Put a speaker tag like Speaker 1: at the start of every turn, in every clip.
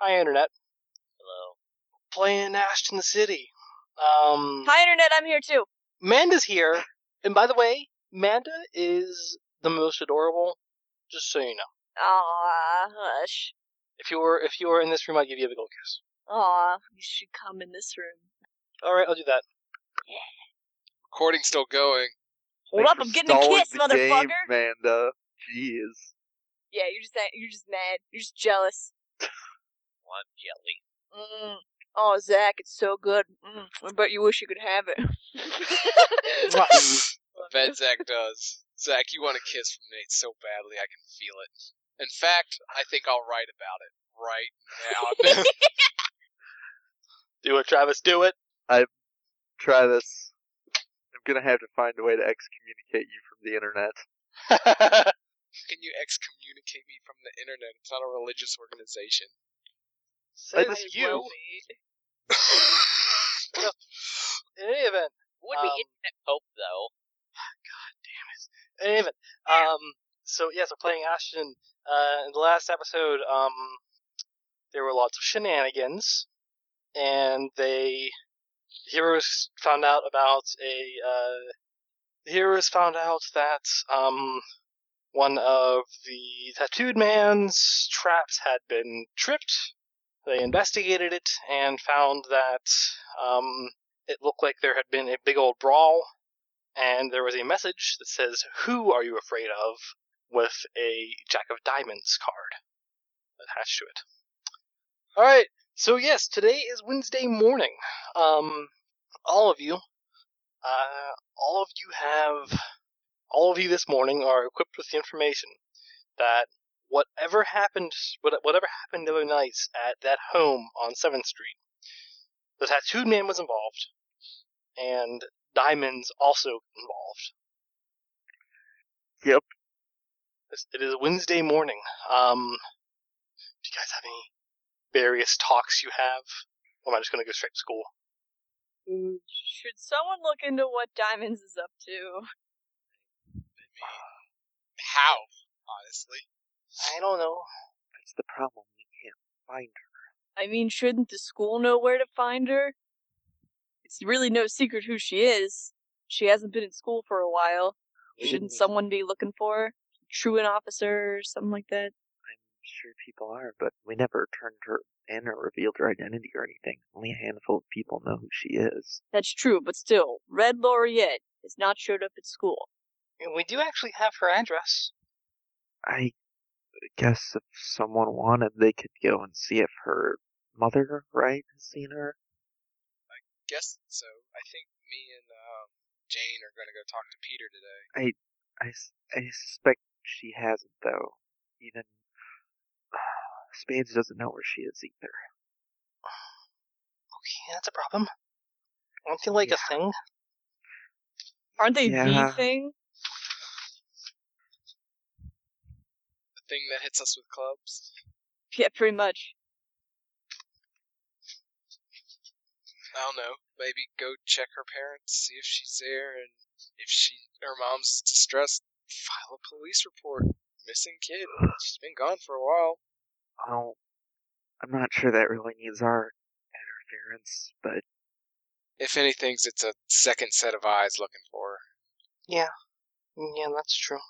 Speaker 1: Hi, Internet.
Speaker 2: Hello.
Speaker 1: Playing Ashton the City. Um,
Speaker 3: Hi, internet. I'm here too.
Speaker 1: Manda's here. And by the way, Manda is the most adorable, just so you know.
Speaker 3: Aw, hush.
Speaker 1: If you were if you were in this room, I'd give you a big old kiss.
Speaker 3: Aw, you should come in this room.
Speaker 1: All right, I'll do that.
Speaker 4: Recording's still going.
Speaker 3: Hold
Speaker 5: Thanks
Speaker 3: up,
Speaker 5: for
Speaker 3: I'm getting a
Speaker 5: stalling
Speaker 3: kiss,
Speaker 5: the
Speaker 3: motherfucker.
Speaker 5: Game, Amanda. Jeez.
Speaker 3: Yeah, you're just that- you're just mad. You're just jealous.
Speaker 2: Well, I'm jelly.
Speaker 3: Mm. Oh, Zach, it's so good. Mm. I bet you wish you cocould have it.
Speaker 4: I bet Zach does. Zach, you want a kiss from Nate so badly, I can feel it. In fact, I think I'll write about it right now.
Speaker 1: do it, Travis. Do it.
Speaker 5: Try this. I'm gonna have to find a way to excommunicate you from the internet.
Speaker 4: can you excommunicate me from the internet? It's not a religious organization.
Speaker 1: Says
Speaker 3: I
Speaker 1: you.
Speaker 3: will be.
Speaker 1: In any event,
Speaker 2: Would
Speaker 1: Um,
Speaker 2: be internet hope though.
Speaker 1: in any event. Um, so yes, we're playing Ashton. Uh, in the last episode, um, there were lots of shenanigans, and they the heroes found out about a. Uh, the heroes found out that um, one of the tattooed man's traps had been tripped. They investigated it and found that um, it looked like there had been a big old brawl and there was a message that says, Who are you afraid of? with a Jack of Diamonds card attached to it. Alright, so yes, today is Wednesday morning. Um, all of you, uh, all of you have, all of you this morning are equipped with the information that whatever happened, what- whatever happened the other night at that home on 7th Street, the tattooed man was involved, and diamonds also involved.
Speaker 5: Yep.
Speaker 1: It's- It is Wednesday morning. Um, do you guys have any various talks you have? Or am I just going to go straight to school?
Speaker 3: Should someone look into what Diamonds is up to?
Speaker 4: I mean, how? Honestly,
Speaker 1: I don't know.
Speaker 5: That's the problem. We can't find her.
Speaker 3: I mean, shouldn't the school know where to find her? It's really no secret who she is. She hasn't been in school for a while. Shouldn't someone be looking for her? Truant officer or something like that?
Speaker 5: I'm sure people are, but we never turned her in or revealed her identity or anything. Only a handful of people know who she is.
Speaker 3: That's true, but still, Red Laureate has not showed up at school.
Speaker 1: And We do actually have her address.
Speaker 5: I guess if someone wanted, they could go and see if her mother, right, has seen her.
Speaker 4: guess so. I think me and um, Jane are going to go talk to Peter today.
Speaker 5: I, s- I suspect she hasn't, though. Even Spades doesn't know where she is either.
Speaker 1: Okay, that's a problem. Don't you like a thing?
Speaker 3: Aren't they
Speaker 5: Yeah.
Speaker 3: the thing?
Speaker 4: The thing that hits us with clubs.
Speaker 3: Yeah, pretty much.
Speaker 4: I don't know. Maybe go check her parents, see if she's there, and if she her mom's distressed, file a police report. Missing kid. She's been gone for a while.
Speaker 5: Oh, I'm not sure that really needs our interference, but
Speaker 4: If anything's, it's a second set of eyes looking for her.
Speaker 1: Yeah, that's true.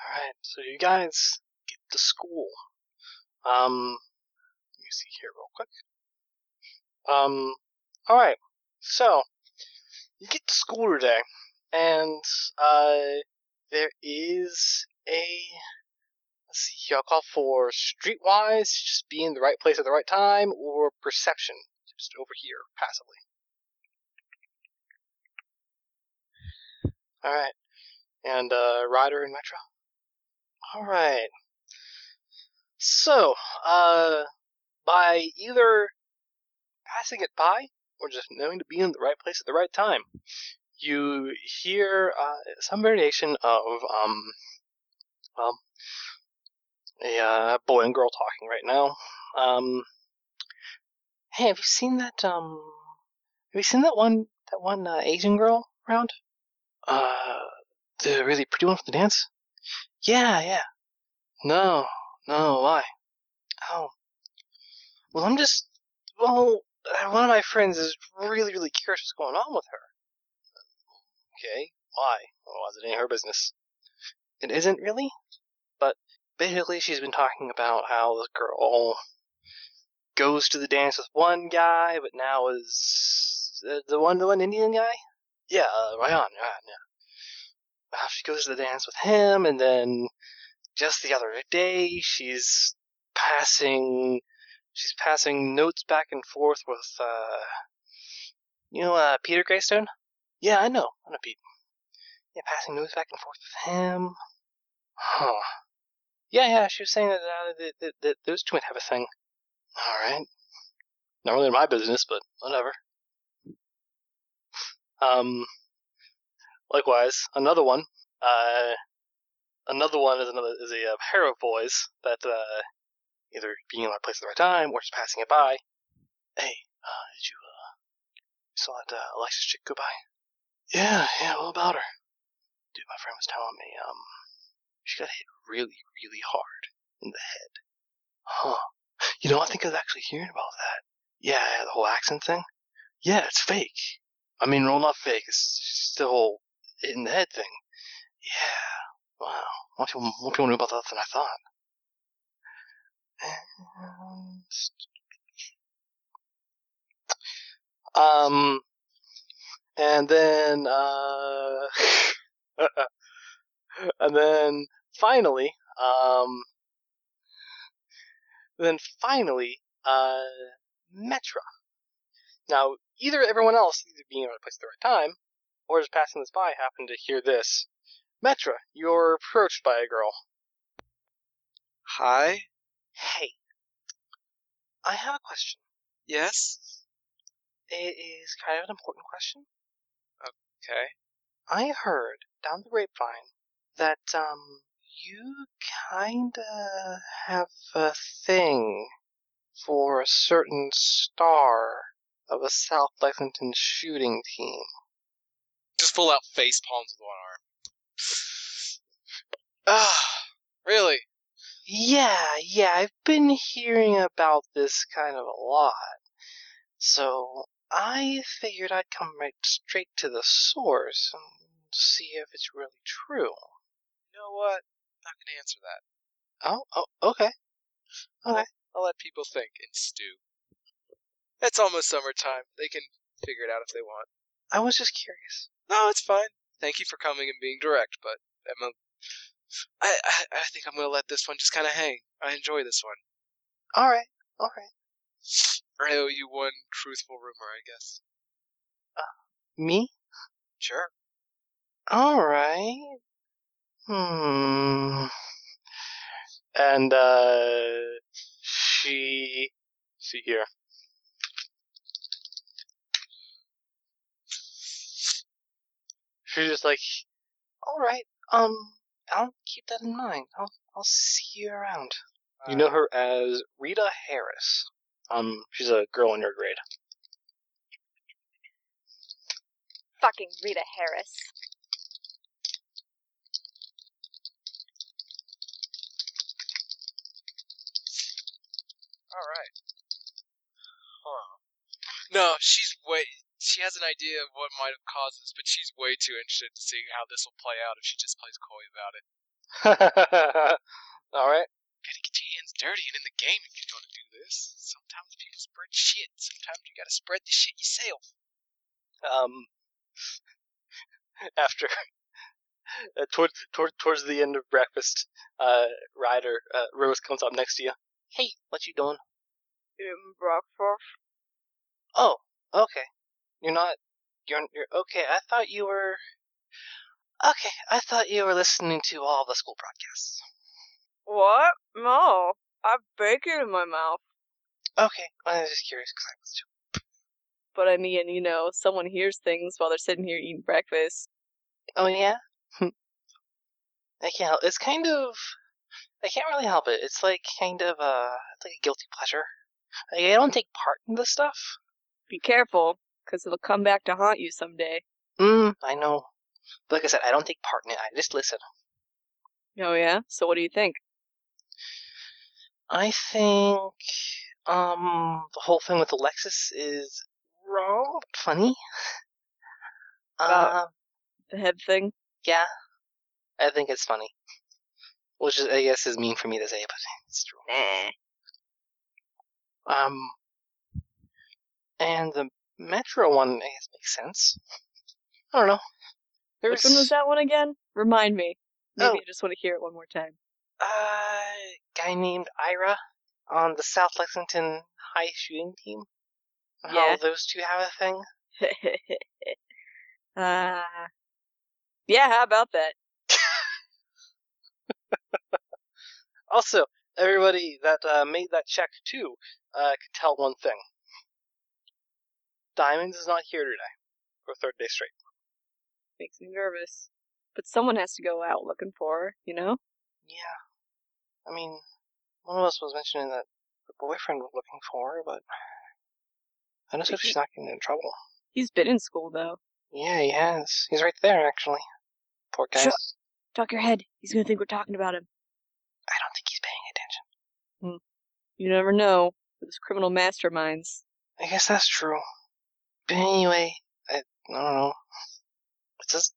Speaker 1: Alright, so you guys get to school. Um, let me see here real quick. Um, alright, so you get to school today, and, uh, there is a. Let's see here, I'll call for streetwise, just be in the right place at the right time, or perception, just over here, passively. All right. And uh, Ryder and Metro. All right. So, uh, by either passing it by or just knowing to be in the right place at the right time, you hear uh, some variation of um, um, a uh, boy and girl talking right now. Um, hey, have you seen that? Um, have you seen that one? That one uh, Asian girl around? Uh, the really pretty one from the dance? Yeah, yeah. No, no, why? Oh. Well, I'm just. Well, uh, one of my friends is really, really curious what's going on with her. Okay, why? Well, is it ain't her business? It isn't really? But basically, she's been talking about how this girl goes to the dance with one guy, but now is. uh, The one, the one Indian guy? Yeah, uh, Ryan, Ryan, yeah. How she goes to the dance with him, and then just the other day she's passing she's passing notes back and forth with uh you know uh Peter Greystone? Yeah, I know. I know Pete. Yeah, passing notes back and forth with him. Huh. Yeah, yeah, she was saying that uh, that, that, that those two might have a thing. Alright. Not really my business, but whatever. Um likewise, another one. Uh another one is another is a uh, pair of boys that uh, either being in the right place at the right time or just passing it by. Hey, uh, did you uh, you saw that uh, Alexis chick go by? Yeah, yeah. What about her? Dude, my friend was telling me um she got hit really, really hard in the head. Huh? You know, I think I was actually hearing about that. Yeah, yeah, the whole accent thing. Yeah, it's fake. I mean, well, not fake. It's just the whole hit in the head thing. Yeah. Wow, more people, more people knew about that than I thought. And... Um, and then, uh, and then finally, um, then finally, uh, Metra. Now, either everyone else, either being in the right place at the right time, or just passing this by, happened to hear this. Metra, you're approached by a girl.
Speaker 4: Hi.
Speaker 1: Hey, I have a question.
Speaker 4: Yes.
Speaker 1: It is kind of an important question.
Speaker 4: Okay.
Speaker 1: I heard down the grapevine that um you kinda have a thing for a certain star of the South Lexington shooting team.
Speaker 4: Just full out face palms with one arm. Ah, really?
Speaker 1: Yeah, yeah, I've been hearing about this kind of a lot. So I figured I'd come right straight to the source and see if it's really true.
Speaker 4: You know what? Not gonna answer that.
Speaker 1: Oh, oh okay.
Speaker 4: I'll let people think and stew. It's almost summertime. They can figure it out if they want.
Speaker 1: I was just curious.
Speaker 4: No, it's fine. Thank you for coming and being direct, but I'm a, I, I I think I'm gonna let this one just kind of hang. I enjoy this one.
Speaker 1: Alright, alright.
Speaker 4: I owe you one truthful rumor, I guess.
Speaker 1: Me?
Speaker 4: Sure.
Speaker 1: Alright. Hmm. And, uh, she. See here. She's just like, alright, um, I'll keep that in mind. I'll, I'll see you around.
Speaker 4: Uh,
Speaker 1: Uh, You know her as Rita Harris. Um, she's a girl in your grade.
Speaker 6: Fucking Rita Harris.
Speaker 4: All right. Huh. No, she's way. She has an idea of what might have caused this, but she's way too interested in seeing how this will play out if she just plays coy about it.
Speaker 1: alright.
Speaker 4: Gotta get your hands dirty and in the game if you're gonna do this. Sometimes people spread shit. Sometimes you gotta spread the shit yourself.
Speaker 1: um, after uh, toward, toward, towards the end of breakfast, uh, Ryder uh, Rose comes up next to you. Hey, what you doing?
Speaker 3: Um, breakfast.
Speaker 1: Oh, okay. You're not. You're you're okay. I thought you were. Okay, I thought you were listening to all the school broadcasts.
Speaker 3: What? No, I have bacon in my mouth.
Speaker 1: Okay, I was just curious because I was too.
Speaker 3: But I mean, you know, someone hears things while they're sitting here eating breakfast.
Speaker 1: Oh yeah. I can't. help It's kind of. I can't really help it. It's like kind of uh, it's like a guilty pleasure. Like, I don't take part in this stuff.
Speaker 3: Be careful, because it'll come back to haunt you someday.
Speaker 1: Mm, I know. But like I said, I don't take part in it. I just listen.
Speaker 3: Oh yeah. So what do you think?
Speaker 1: I think um the whole thing with Alexis is wrong, but funny. Uh,
Speaker 3: About- The head thing.
Speaker 1: yeah, I think it's funny, which is, I guess is mean for me to say, but it's true.
Speaker 6: Nah.
Speaker 1: Um, and the Metro one, I guess, makes sense. I don't know.
Speaker 3: Which one was that one again? Remind me. Maybe
Speaker 1: Oh.
Speaker 3: I just want to hear it one more time.
Speaker 1: a Uh, guy named Ira on the South Lexington High shooting team. How
Speaker 3: Yeah.
Speaker 1: those two have a thing.
Speaker 3: uh, yeah, how about that?
Speaker 1: Also, everybody that uh, made that check too uh, could tell one thing: Diamonds is not here today for third day straight.
Speaker 3: Makes me nervous. But someone has to go out looking for her, you know?
Speaker 1: Yeah, I mean, one of us was mentioning that her boyfriend was looking for her, but I just hope she's not getting in trouble.
Speaker 3: He's been in school, though.
Speaker 1: Yeah, he has. He's right there, actually. Poor guy.
Speaker 3: Sure. Duck your head. He's going to think we're talking about him.
Speaker 1: I don't think he's paying attention.
Speaker 3: You never know. with Those criminal masterminds.
Speaker 1: I guess that's true. But anyway, I, I don't know. It's just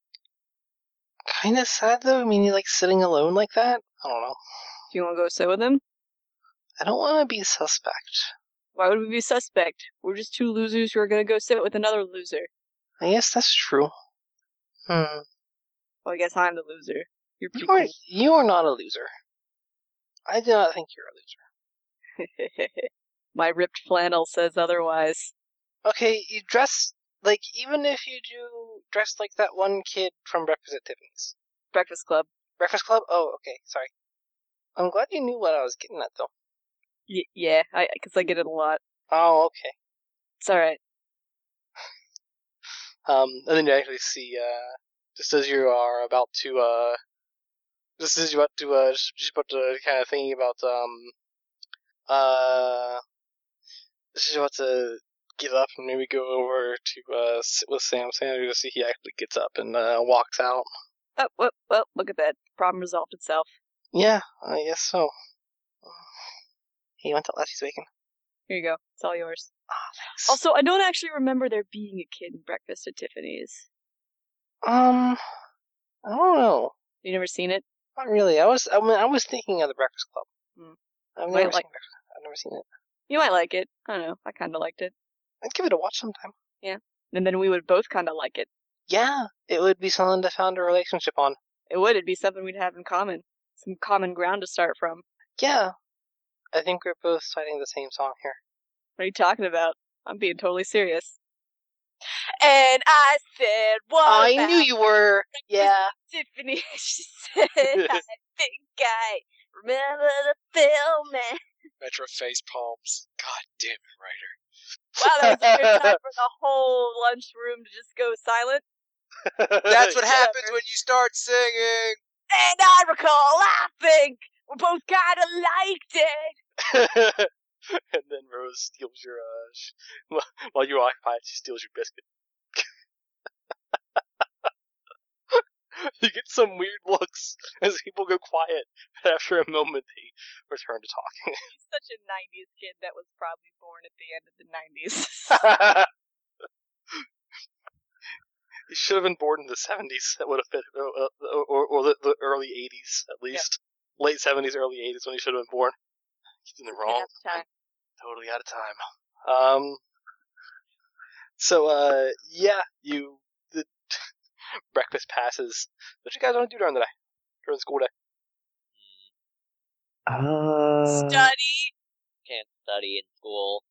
Speaker 1: kind of sad, though. I mean, you're like sitting alone like that. I don't know.
Speaker 3: Do you want to go sit with him?
Speaker 1: I don't want to be suspect.
Speaker 3: Why would we be suspect? We're just two losers who are going to go sit with another loser.
Speaker 1: I guess that's true. Hmm.
Speaker 3: Well, I guess I'm the loser. You're pretty
Speaker 1: You are, you are not a loser. I do not think you're a loser.
Speaker 3: cool. My ripped flannel says otherwise.
Speaker 1: Okay, you dress like even if you do dress like that one kid from Breakfast at Tiffany's,
Speaker 3: Breakfast Club.
Speaker 1: Breakfast Club. Oh, okay, sorry. I'm glad you knew what I was getting at, though.
Speaker 3: Y- yeah, I because I get it a lot.
Speaker 1: Oh, okay.
Speaker 3: It's all right.
Speaker 1: Um, and then you actually see, uh, just as you are about to, uh, just as you're about to, uh, just, just about to kind of thinking about, um, uh, just as you're about to give up and maybe go over to, uh, sit with Sam. Sam, you see he actually gets up and, uh, walks out.
Speaker 3: Oh, well, well, look at that. Problem resolved itself.
Speaker 1: Yeah, I guess so. He went out last he's waking.
Speaker 3: Here you go. It's all yours. Also, I don't actually remember there being a kid in Breakfast at Tiffany's.
Speaker 1: um, I don't know.
Speaker 3: You never seen it?
Speaker 1: Not really. I was, I mean, I was thinking of the Breakfast Club.
Speaker 3: Hmm.
Speaker 4: Mm.
Speaker 1: I've
Speaker 3: Well,
Speaker 1: never
Speaker 3: like-
Speaker 1: seen Breakfast. I've never seen it.
Speaker 3: You might like it. I don't know. I kind of liked it.
Speaker 1: I'd give it a watch sometime.
Speaker 3: And then we would both kind of like it.
Speaker 1: Yeah, it would be something to found a relationship on.
Speaker 3: It would. It'd be something we'd have in common. Some common ground to start from.
Speaker 1: Yeah. I think we're both citing the same song here.
Speaker 3: What are you talking about? I'm being totally serious. And I said, "What
Speaker 4: Oh,
Speaker 3: about
Speaker 1: you were. Yeah.
Speaker 3: Tiffany?" She said, "I think I remember the film." And
Speaker 4: Metro face palms. God damn it, writer.
Speaker 3: wow, that was a good time for the whole lunchroom to just go silent.
Speaker 4: That's what
Speaker 3: Whatever.
Speaker 4: happens when you start singing.
Speaker 3: And I recall, I think we both kind of liked it.
Speaker 1: and then Rose steals your. Uh, sh- while- while you're occupied, she steals your biscuit. you get some weird looks as people go quiet, but after a moment, they return to talking.
Speaker 3: He's such a '90s kid that was probably born at the end of the '90s.
Speaker 1: You should have been born in the 70s. That would have fit, uh, uh, or, or the, the early 80s at least. Late 70s, early 80s when you should have been born. You're in the wrong.
Speaker 3: Enough time.
Speaker 1: Totally out of time. Um. So, uh, yeah, you the breakfast passes. What you guys want to do during the day? During school day?
Speaker 5: Uh,
Speaker 3: Study.
Speaker 2: Can't study in school.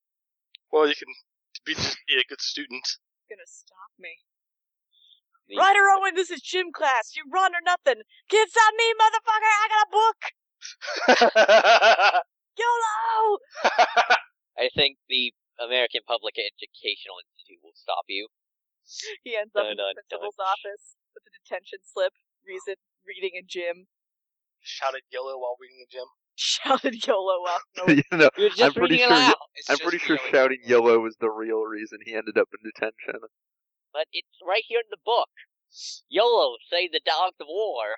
Speaker 1: Well, you can be just be a good student.
Speaker 3: Gonna stop me.
Speaker 2: Me-
Speaker 3: Ryder Owen, this is gym class. You run or nothing. Kids on me, motherfucker. I got a book. YOLO!
Speaker 2: I think the American Public Educational Institute will stop you.
Speaker 3: He ends up in
Speaker 2: Dun,
Speaker 3: the
Speaker 2: dun,
Speaker 3: principal's office with a detention slip, reason, reading a gym,
Speaker 1: Shouted yellow while reading the gym.
Speaker 3: shouted YOLO off. No,
Speaker 5: you know,
Speaker 2: You're
Speaker 5: I'm
Speaker 2: just
Speaker 5: pretty
Speaker 2: reading it
Speaker 5: sure-
Speaker 2: out.
Speaker 4: It's
Speaker 5: I'm
Speaker 4: just
Speaker 5: pretty sure
Speaker 4: really-
Speaker 5: shouting yellow was the real reason he ended up in detention.
Speaker 2: But it's right here in the book. YOLO, say the dogs of war.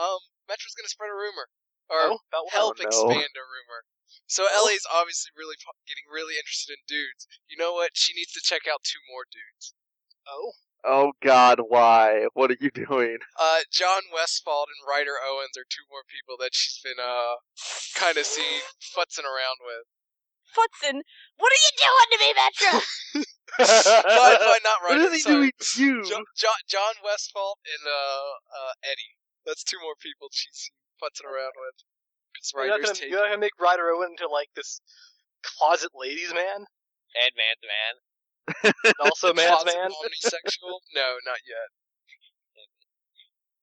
Speaker 4: Um, Metro's gonna spread a rumor. Or
Speaker 1: Oh, about what?
Speaker 4: help
Speaker 5: Oh, no. Oh.
Speaker 4: expand a rumor. So Ellie's obviously really fu- getting really interested in dudes. You know what? She needs to check out two more dudes.
Speaker 1: Oh,
Speaker 5: Oh God, why? What are you doing?
Speaker 4: Uh, John Westfald and Ryder Owens are two more people that she's been uh kind of seen futzing around with.
Speaker 3: Futson,
Speaker 6: What are you doing to me, Metro?
Speaker 4: But, but not
Speaker 5: what
Speaker 4: Ryder.
Speaker 5: is he
Speaker 4: sorry.
Speaker 5: doing to you?
Speaker 4: John, John, John Westfall and uh, uh, Eddie. That's two more people she's futzing around with. 'Cause
Speaker 1: you're not,
Speaker 4: Ryder's
Speaker 1: gonna,
Speaker 4: taking.
Speaker 1: you're not gonna make Ryder Owen into like this closet ladies man,
Speaker 2: And man's man.
Speaker 1: and also man's
Speaker 4: closet
Speaker 1: man.
Speaker 4: Omnisexual? no, not yet.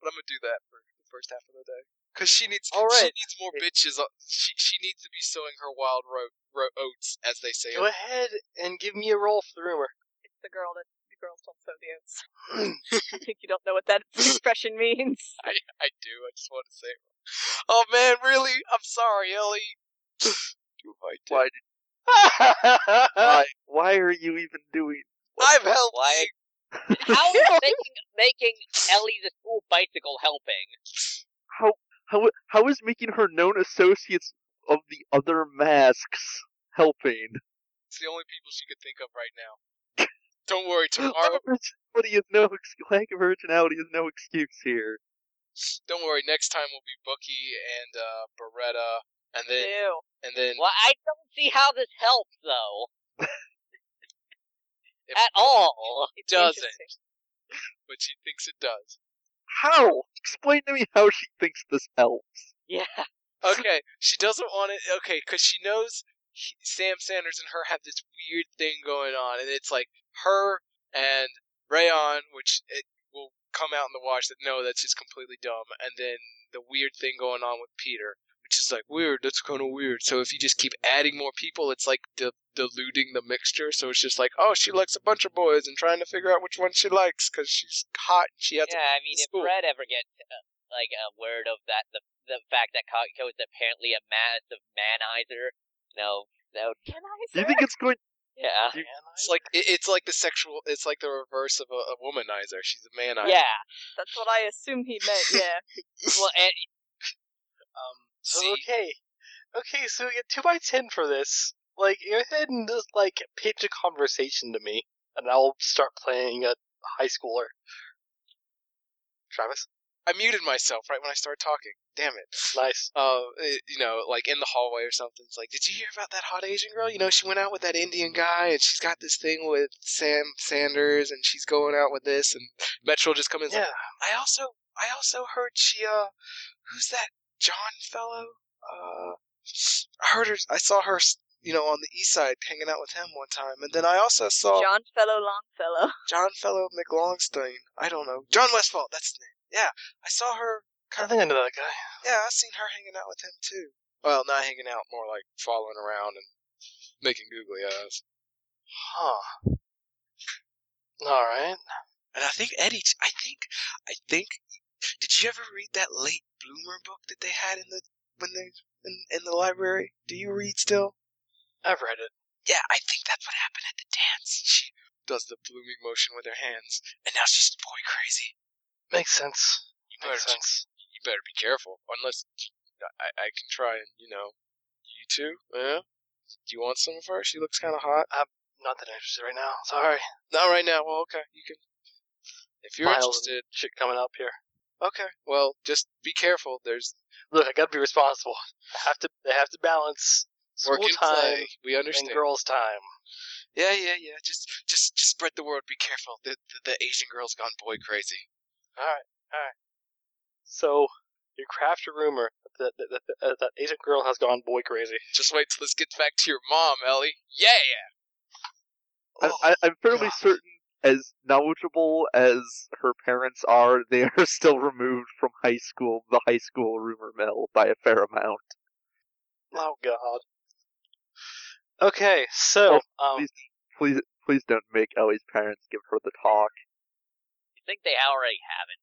Speaker 4: But I'm gonna do that for the first half of the day. Cause she needs,
Speaker 1: All
Speaker 4: she
Speaker 1: right.
Speaker 4: needs more bitches. on- She she needs to be sowing her wild ro- ro- oats, as they say.
Speaker 1: Go ahead and give me a roll for the rumor.
Speaker 3: it's the girl that the girls don't sow the oats. I think you don't know what that expression means.
Speaker 4: I I do. I just want to say. it. Oh man, really? I'm sorry, Ellie. do I do?
Speaker 5: Why Why? Why are you even doing?
Speaker 4: I've helped.
Speaker 2: Why? How is making, making Ellie the school bicycle helping?
Speaker 5: How how how is making her known associates of the other masks helping?
Speaker 4: It's the only people she could think of right now. Don't worry, tomorrow.
Speaker 5: Personality is no ex- lack of originality is no excuse here.
Speaker 4: Don't worry, next time will be Bookie and uh, Beretta, and then
Speaker 3: Ew.
Speaker 4: and then
Speaker 2: Well, I don't see how this helps though.
Speaker 4: If-
Speaker 2: At all.
Speaker 4: it doesn't,
Speaker 3: Interesting.
Speaker 4: but she thinks it does.
Speaker 5: How? Explain to me how she thinks this helps.
Speaker 2: Yeah.
Speaker 4: Okay, she doesn't want it. Okay, because she knows he- Sam Sanders and her have this weird thing going on, and it's like her and Rayon, which it will come out in the wash that no, that's just completely dumb, and then the weird thing going on with Peter, which is like weird. That's kind of weird. So if you just keep adding more people, it's like di- diluting the mixture. So it's just like, oh, she likes a bunch of boys, and trying to figure out which one she likes because she's hot. And she has a
Speaker 2: yeah, I mean, if
Speaker 4: school.
Speaker 2: Red ever gets uh, like a word of that, the the fact that Kako is apparently a massive manizer, you know, that would,
Speaker 3: Can I
Speaker 5: Do
Speaker 3: say
Speaker 5: you think it's going?
Speaker 2: yeah,
Speaker 5: You-
Speaker 4: It's like it, it's like the sexual. It's like the reverse of a, a womanizer. She's a manizer.
Speaker 2: yeah.
Speaker 3: That's what I assumed he meant, yeah.
Speaker 2: Well, and,
Speaker 1: Um, so
Speaker 4: See?
Speaker 1: okay, okay, so we get two by ten for this. Like, go ahead and just like pitch a conversation to me, and I'll start playing a high schooler. Travis,
Speaker 4: I muted myself right when I started talking. Damn it.
Speaker 1: nice.
Speaker 4: Uh, it- you know, like in the hallway or something. It's like, did you hear about that hot Asian girl? You know, she went out with that Indian guy, and she's got this thing with Sam Sanders, and she's going out with this. And Metro will just comes in. and is
Speaker 1: Yeah,
Speaker 4: Like, I also, I also heard she. Uh, who's that John fellow? Uh, I heard her. I saw her. You know, on the east side, hanging out with him one time, and then I also saw
Speaker 3: John Fellow Longfellow.
Speaker 4: John Fellow McLongstein. I don't know. John Westfall, that's his name. Yeah, I saw her.
Speaker 1: I think I know that guy.
Speaker 4: Yeah, I seen her hanging out with him too. Well, not hanging out, more like following around and making googly eyes.
Speaker 1: Huh. All right.
Speaker 4: And I think Eddie. I think. I think. Did you ever read that late bloomer book that they had in the when they in, in the library? Do you read still?
Speaker 1: I've read it.
Speaker 4: Yeah, I think that's what happened at the dance. She does the blooming motion with her hands, and now she's boy crazy.
Speaker 1: Makes sense.
Speaker 4: You
Speaker 1: Makes
Speaker 4: better
Speaker 1: sense.
Speaker 4: you better be careful. Unless I, I can try and, you know, you too. Yeah. Do you want some of her? She looks kind of hot.
Speaker 1: Not that interested right now. Sorry.
Speaker 4: Not right now. Well, okay. You can. If you're
Speaker 1: Miles and
Speaker 4: interested,
Speaker 1: shit coming up here.
Speaker 4: okay. Well, just be careful. There's
Speaker 1: Look, I gotta be responsible. I have to. I have to balance school
Speaker 4: work and
Speaker 1: time
Speaker 4: play. We
Speaker 1: and
Speaker 4: understand.
Speaker 1: girls' time.
Speaker 4: Yeah, yeah, yeah. Just, just, just spread the word. Be careful. The, the, the Asian girl's gone boy crazy.
Speaker 1: So you craft a rumor that that, that, that, that Asian girl has gone boy crazy.
Speaker 4: Just wait till this gets back to your mom, Ellie. Yeah.
Speaker 5: I,
Speaker 4: Oh,
Speaker 5: I, I'm fairly
Speaker 4: God.
Speaker 5: certain, as knowledgeable as her parents are, they are still removed from high school, the high school rumor mill, by a fair amount.
Speaker 1: Oh God. Okay, so um,
Speaker 5: Please, please don't make Ellie's parents give her the talk.
Speaker 2: you think they already have it?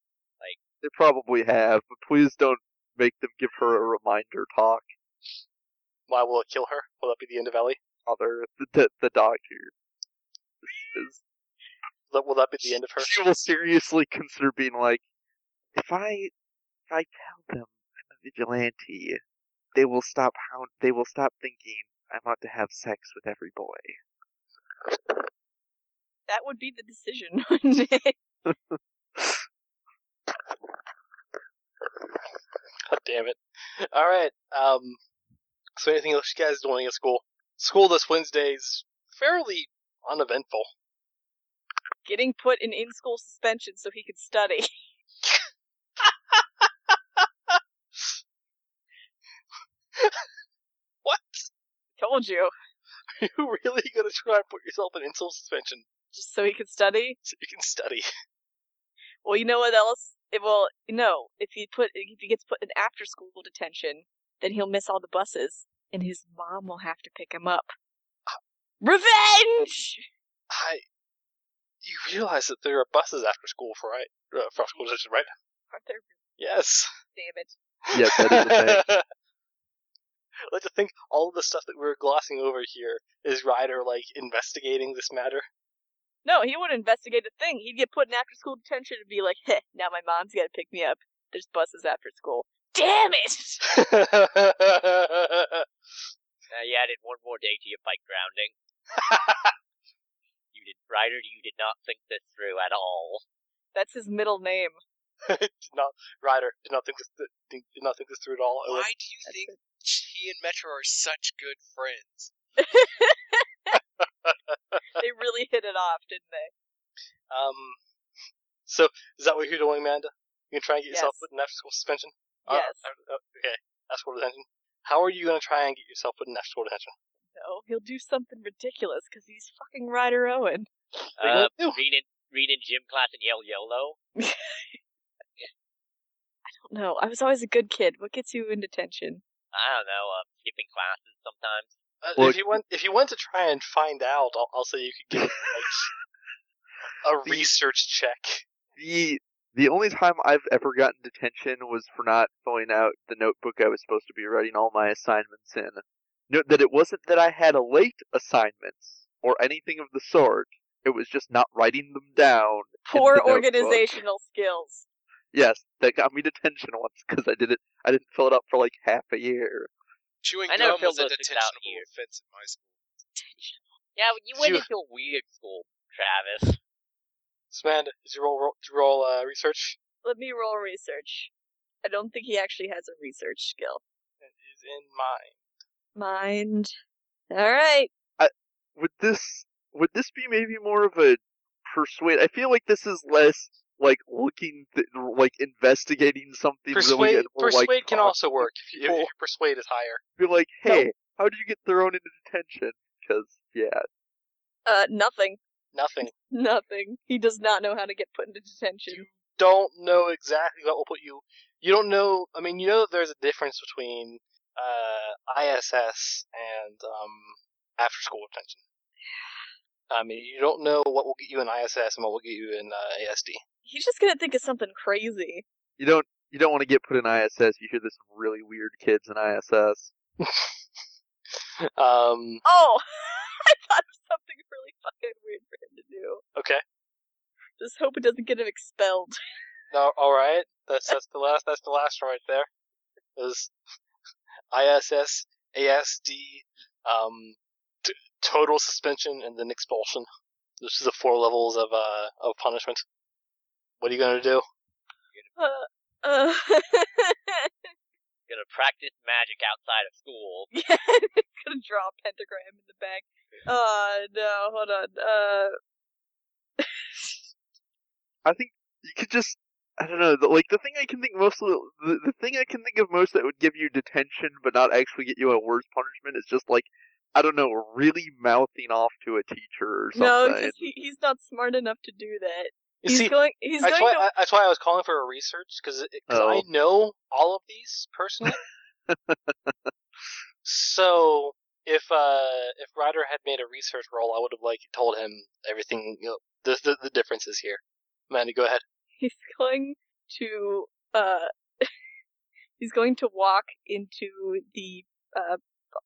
Speaker 5: They probably have, but please don't make them give her a reminder talk.
Speaker 1: why will it kill her? Will that be the end of Ellie?
Speaker 5: Other the the, the doctor. Is-
Speaker 1: That- Will that be the end of her?
Speaker 5: She will seriously consider being like, if I if I tell them I'm a vigilante, They will stop hound. They will stop thinking I want to have sex with every boy.
Speaker 3: That would be the decision one day.
Speaker 1: God damn it. All right. Um, so anything else you guys doing at school? School this Wednesday's fairly uneventful.
Speaker 3: Getting put in in school suspension so he could study.
Speaker 1: What?
Speaker 3: Told you.
Speaker 1: Are you really gonna try and put yourself in insult suspension
Speaker 3: Just so he could study.
Speaker 1: so you can study?
Speaker 3: Well, you know what else? It, well, no. If he put if he gets put in after school detention, then he'll miss all the buses, and his mom will have to pick him up. Revenge!
Speaker 1: I. You realize that there are buses after school for right uh, for after school session, right?
Speaker 3: Aren't there?
Speaker 1: Yes.
Speaker 3: Damn it!
Speaker 5: Yeah, that is a thing.
Speaker 1: I'd like to think all of the stuff that we're glossing over here is Ryder like investigating this matter.
Speaker 3: No, he wouldn't investigate a thing. He'd get put in after school detention and be like, "Heh, now my mom's got to pick me up. There's buses after school." Damn it!
Speaker 2: Uh, you added one more day to your bike grounding. You did, Ryder. You did not think this through at all.
Speaker 3: That's his middle name.
Speaker 1: did not Ryder did not think this did not think this through at all. It was-
Speaker 4: Why do you think he and Metro are such good friends?
Speaker 3: They really hit it off, didn't they?
Speaker 1: Um, so is that what you're doing, Amanda? You can try and get yourself
Speaker 3: Yes.
Speaker 1: put in after school suspension. Uh,
Speaker 3: Yes.
Speaker 1: uh, okay. After school detention. How are you going to try and get yourself put in after school detention?
Speaker 3: No, he'll do something ridiculous because he's fucking Ryder Owen.
Speaker 2: Uh,
Speaker 1: They go, "Ew."
Speaker 2: read in read in gym class and yell YOLO.
Speaker 3: No, I was always a good kid. What gets you in detention?
Speaker 2: I don't know. Uh, skipping classes sometimes.
Speaker 1: Uh,
Speaker 5: Well,
Speaker 1: if you want, if you want to try and find out, I'll, I'll say you could get like a
Speaker 5: The-
Speaker 1: research check.
Speaker 5: the the only time I've ever gotten detention was for not filling out the notebook I was supposed to be writing all my assignments in. Note that it wasn't that I had a late assignments or anything of the sort. It was just not writing them down. in the
Speaker 3: Poor
Speaker 5: notebook.
Speaker 3: organizational skills.
Speaker 5: Yes, that got me detention once because I did it. I didn't fill it up for like half a year.
Speaker 4: Chewing
Speaker 2: I
Speaker 4: gum
Speaker 2: never
Speaker 4: was a
Speaker 2: filled those things out
Speaker 4: detentionable
Speaker 2: here.
Speaker 4: offense in my school.
Speaker 2: Yeah, but you went
Speaker 1: You-
Speaker 2: into a weird school, Travis.
Speaker 1: So, Amanda, did you roll, roll, did you roll uh, research?
Speaker 3: Let me roll research. I don't think he actually has a research skill.
Speaker 1: It is in mine.
Speaker 3: Mind. All right.
Speaker 5: Would this would this be maybe more of a persuade? I feel like this is less like looking th- like investigating something really.
Speaker 1: Persuade,
Speaker 5: and more like
Speaker 1: persuade can
Speaker 5: talk-
Speaker 1: also work if, you, if
Speaker 5: people.
Speaker 1: your persuade is higher.
Speaker 5: be like,
Speaker 3: No.
Speaker 5: hey, how did you get thrown into detention? Because, yeah,
Speaker 3: Uh, nothing.
Speaker 1: Nothing.
Speaker 3: Nothing. He does not know how to get put into detention.
Speaker 1: You don't know exactly what will put you. You don't know. I mean, you know that there's a difference between uh, ISS and um, after school attention. I mean, you don't know what will get you in ISS and what will get you in uh, ASD.
Speaker 3: He's just gonna think of something crazy.
Speaker 5: you don't you don't want to get put in ISS. You hear there's some really weird kids in ISS.
Speaker 1: Um,
Speaker 3: Oh, I thought of something really fucking weird for him to do.
Speaker 1: okay.
Speaker 3: Just hope it doesn't get him expelled.
Speaker 1: No, all right. That's that's the last. That's the last one right there. It was ISS, ASD, um, t- total suspension, and then expulsion. This is the four levels of uh of punishment. What are you gonna do?
Speaker 3: Uh, uh,
Speaker 2: Gonna practice magic outside of school.
Speaker 3: yeah, he's gonna draw a pentagram in the back. Uh, no, hold on. Uh,
Speaker 5: I think you could just I don't know. The, like the thing I can think most the, the thing I can think of most that would give you detention but not actually get you a worse punishment is just like I don't know, really mouthing off to a teacher or something.
Speaker 3: no, because he, he's not smart enough to do that.
Speaker 1: You
Speaker 3: he's
Speaker 1: see,
Speaker 3: going. He's
Speaker 1: that's
Speaker 3: going
Speaker 1: why
Speaker 3: to.
Speaker 1: I, that's why I was calling for a research because I
Speaker 5: Oh.
Speaker 1: know all of these personally. so if uh if Ryder had made a research roll, I would have like told him everything. You know, the, the the differences here. Amanda, go ahead.
Speaker 3: he's going to. Uh, he's going to walk into the uh,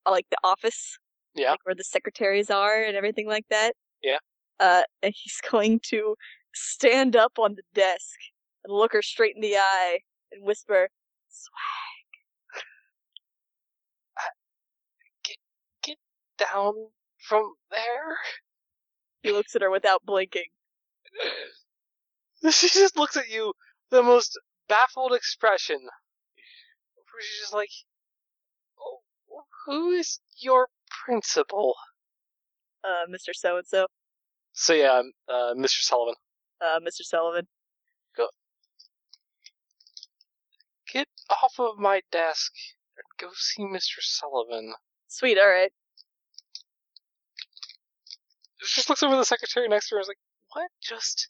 Speaker 3: like the office.
Speaker 1: Yeah.
Speaker 3: Like where the secretaries are and everything like that.
Speaker 1: Yeah.
Speaker 3: Uh, and he's going to stand up on the desk and look her straight in the eye and whisper,
Speaker 1: down from there?
Speaker 3: He looks at her without blinking.
Speaker 1: she just looks at you with the most baffled expression. Where she's just like, "Oh, who is your principal?
Speaker 3: Uh, Mr. So and so,
Speaker 1: So yeah, uh, Mr. Sullivan.
Speaker 3: uh, Mr. Sullivan.
Speaker 1: Get off of my desk and go see Mr. Sullivan.
Speaker 3: Sweet, all right.
Speaker 1: She just looks over the secretary next to her and is like, what just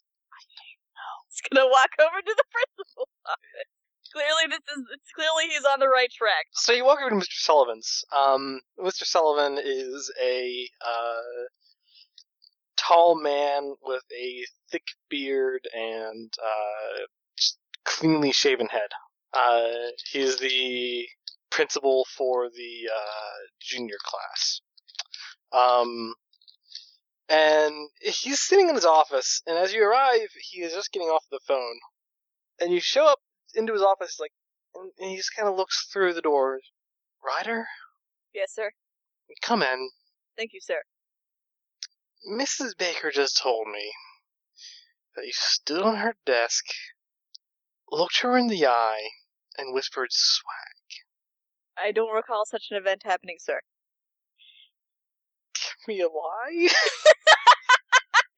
Speaker 3: He's gonna walk over to the principal's office. Clearly, this is it's clearly he's on the right track.
Speaker 1: So you walk over to Mr. Sullivan's. Um, Mr. Sullivan is a uh, tall man with a thick beard and uh, just cleanly shaven head. Uh, he is the principal for the uh, junior class. Um, and he's sitting in his office, and as you arrive, he is just getting off the phone. And you show up into his office, like, and and he just kind of looks through the door. Ryder,
Speaker 3: Yes, sir.
Speaker 1: come in.
Speaker 3: Thank you, sir.
Speaker 1: Mrs. Baker just told me that you stood on her desk, looked her in the eye, and whispered swag.
Speaker 3: I don't recall such an event happening, sir.
Speaker 1: Me a lie?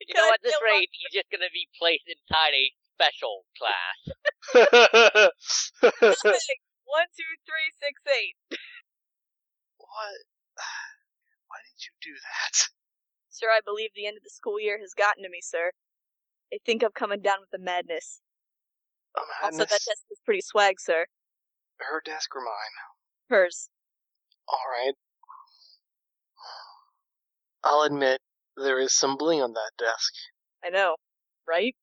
Speaker 2: You know,
Speaker 3: God,
Speaker 2: at this
Speaker 3: no,
Speaker 2: rate, he's just gonna be placed inside a special class.
Speaker 1: what?
Speaker 3: One, two, three, six, eight.
Speaker 1: Why did you do that?
Speaker 3: Sir, I believe the end of the school year has gotten to me, sir. I think I'm coming down with a madness.
Speaker 1: A
Speaker 3: Also, that
Speaker 1: madness.
Speaker 3: desk is pretty swag, sir.
Speaker 1: her desk or mine?
Speaker 3: Hers.
Speaker 1: All right. I'll admit there is some bling on that desk.
Speaker 3: I know, right?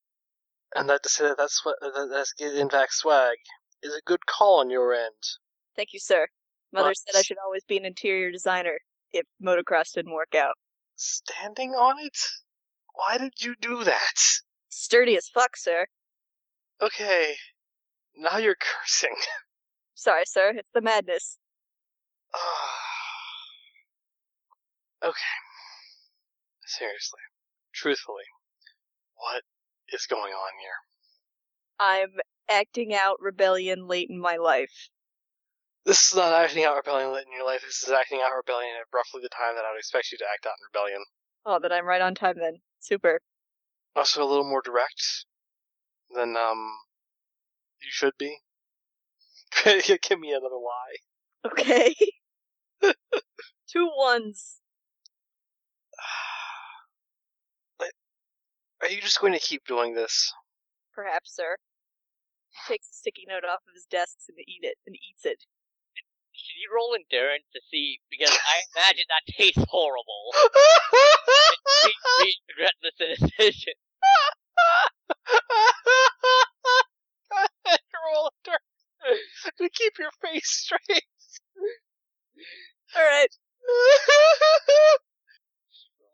Speaker 1: and that to say that that's what that that's in fact swag is a good call on your end.
Speaker 3: Thank you, sir. Mother
Speaker 1: Right.
Speaker 3: said I should always be an interior designer if motocross didn't work out.
Speaker 1: Standing on it? Why did you do that?
Speaker 3: Sturdy as fuck, sir.
Speaker 1: Okay, now you're cursing.
Speaker 3: Sorry, sir. It's the madness.
Speaker 1: okay, seriously, truthfully, what is going on here?
Speaker 3: I'm acting out rebellion late in my life.
Speaker 1: This is not acting out rebellion late in your life. This is acting out rebellion at roughly the time that I would expect you to act out in rebellion.
Speaker 3: Oh, that I'm right on time then. Super.
Speaker 1: Also, a little more direct than um you should be. Give me another lie.
Speaker 3: Okay. Two ones.
Speaker 1: Are you just going to keep doing this?
Speaker 3: Perhaps, sir. He takes a sticky note off of his desk and eat it and eats it.
Speaker 2: Should you roll endurance to see? Because I imagine that tastes horrible. We, we regret this decision.
Speaker 1: Roll a dirt to keep your face straight.
Speaker 3: All right.
Speaker 1: okay,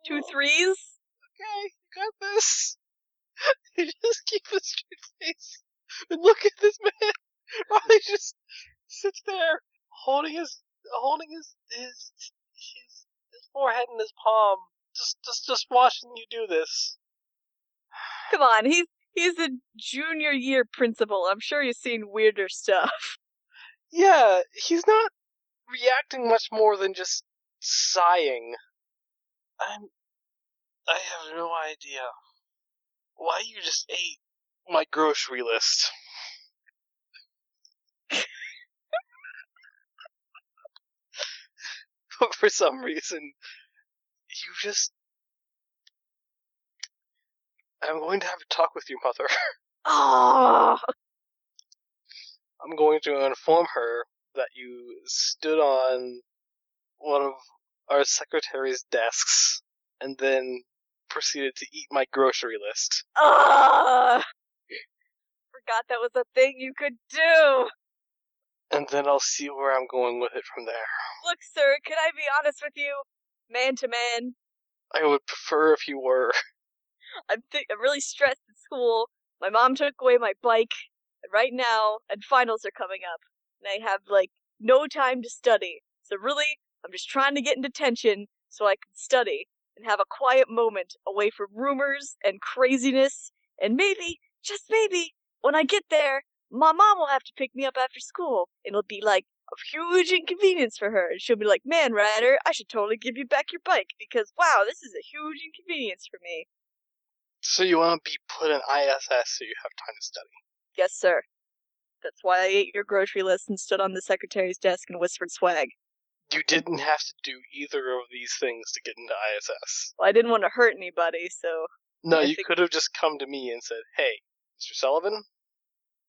Speaker 3: Two threes.
Speaker 1: you got this. You just keep a straight face and look at this man while he just sits there holding his holding his his his, his forehead in his palm, just just just watching you do this.
Speaker 3: Come on. He's he's a junior year principal. I'm sure he's seen weirder stuff.
Speaker 1: Yeah, he's not reacting much more than just sighing. I'm. I have no idea why you just ate my grocery list. but for some reason, you just. I'm going to have a talk with your mother.
Speaker 3: Oh.
Speaker 1: I'm going to inform her that you stood on one of our secretary's desks and then proceeded to eat my grocery list.
Speaker 3: Ah! Forgot that was a thing you could do.
Speaker 1: And then I'll see where I'm going with it from there.
Speaker 3: Look, sir, can I be honest with you? Man to man,
Speaker 1: I would prefer if you were.
Speaker 3: I'm th- I'm really stressed at school. My mom took away my bike and right now, and finals are coming up, and I have like no time to study. So really, I'm just trying to get in detention so I could study and have a quiet moment away from rumors and craziness. And maybe, just maybe, when I get there, my mom will have to pick me up after school. It'll be like a huge inconvenience for her. And she'll be like, man, Ryder, I should totally give you back your bike because, wow, this is a huge inconvenience for me.
Speaker 1: So you want to be put in ISS so you have time to study.
Speaker 3: Yes, sir. That's why I ate your grocery list and stood on the secretary's desk and whispered swag.
Speaker 1: You didn't have to do either of these things to get into ISS.
Speaker 3: Well, I didn't want to hurt anybody, so
Speaker 1: No,
Speaker 3: I
Speaker 1: you
Speaker 3: think-
Speaker 1: could have just come to me and said, "Hey, Mr. Sullivan,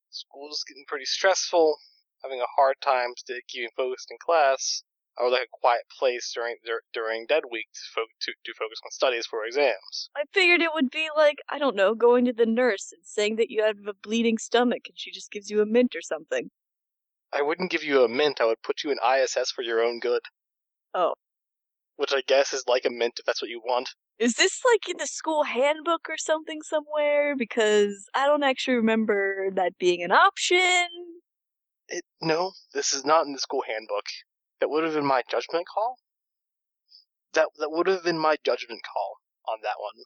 Speaker 1: school's getting pretty stressful. Having a hard time to keeping focused in class. I would like a quiet place during dur- during dead week to, fo- to to focus on studies for exams."
Speaker 3: I figured it would be like, I don't know, going to the nurse and saying that you have a bleeding stomach and she just gives you a mint or something.
Speaker 1: I wouldn't give you a mint. I would put you in ISS for your own good.
Speaker 3: Oh.
Speaker 1: Which I guess is like a mint if that's what you want.
Speaker 3: Is this like in the school handbook or something somewhere? Because I don't actually remember that being an option.
Speaker 1: It, no, this is not in the school handbook. That would have been my judgment call. That that would have been my judgment call on that one.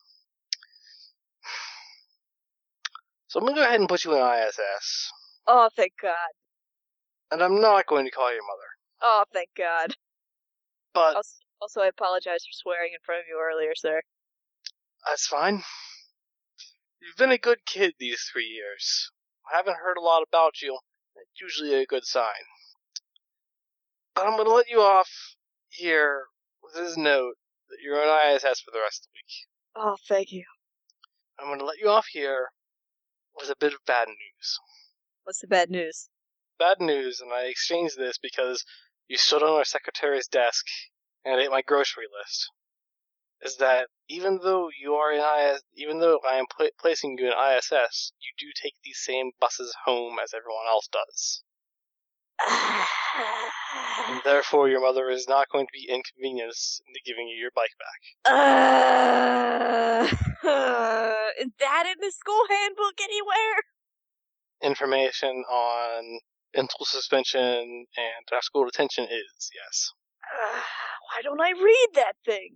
Speaker 1: So I'm gonna go ahead and put you in ISS,
Speaker 3: Oh, thank God.
Speaker 1: and I'm not going to call your mother.
Speaker 3: Oh, thank God.
Speaker 1: But
Speaker 3: Also, also, I apologize for swearing in front of you earlier, sir.
Speaker 1: that's fine. You've been a good kid these three years. I haven't heard a lot about you. That's usually a good sign. But I'm gonna let you off here with this note that you're on ISS for the rest of the week.
Speaker 3: Oh, thank you.
Speaker 1: I'm going to let you off here with a bit of bad news.
Speaker 3: What's the bad news?
Speaker 1: Bad news, and I exchanged this because you stood on our secretary's desk and ate my grocery list. Is that even though you are in IS, even though I am pla placing you in ISS, you do take these same buses home as everyone else does, and therefore your mother is not going to be inconvenienced into giving you your bike back.
Speaker 3: Uh, is that in the school handbook anywhere?
Speaker 1: Information on mental suspension and after-school detention is yes.
Speaker 3: Uh, why don't I read that thing?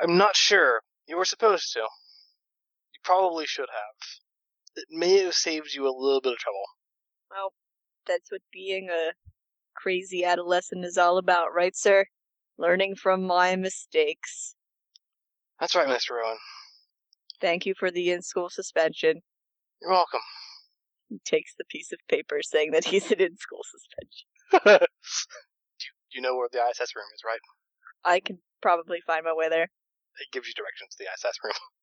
Speaker 1: I'm not sure. You were supposed to. You probably should have. It may have saved you a little bit of trouble.
Speaker 3: Well, that's what being a crazy adolescent is all about, right, sir? Learning from my mistakes.
Speaker 1: That's right, Mr. Owen.
Speaker 3: Thank you for the in school suspension.
Speaker 1: You're welcome.
Speaker 3: He takes the piece of paper saying that he's an in school suspension.
Speaker 1: You know where the ISS room is, right?
Speaker 3: I can probably find my way there.
Speaker 1: It gives you directions to the ISS room.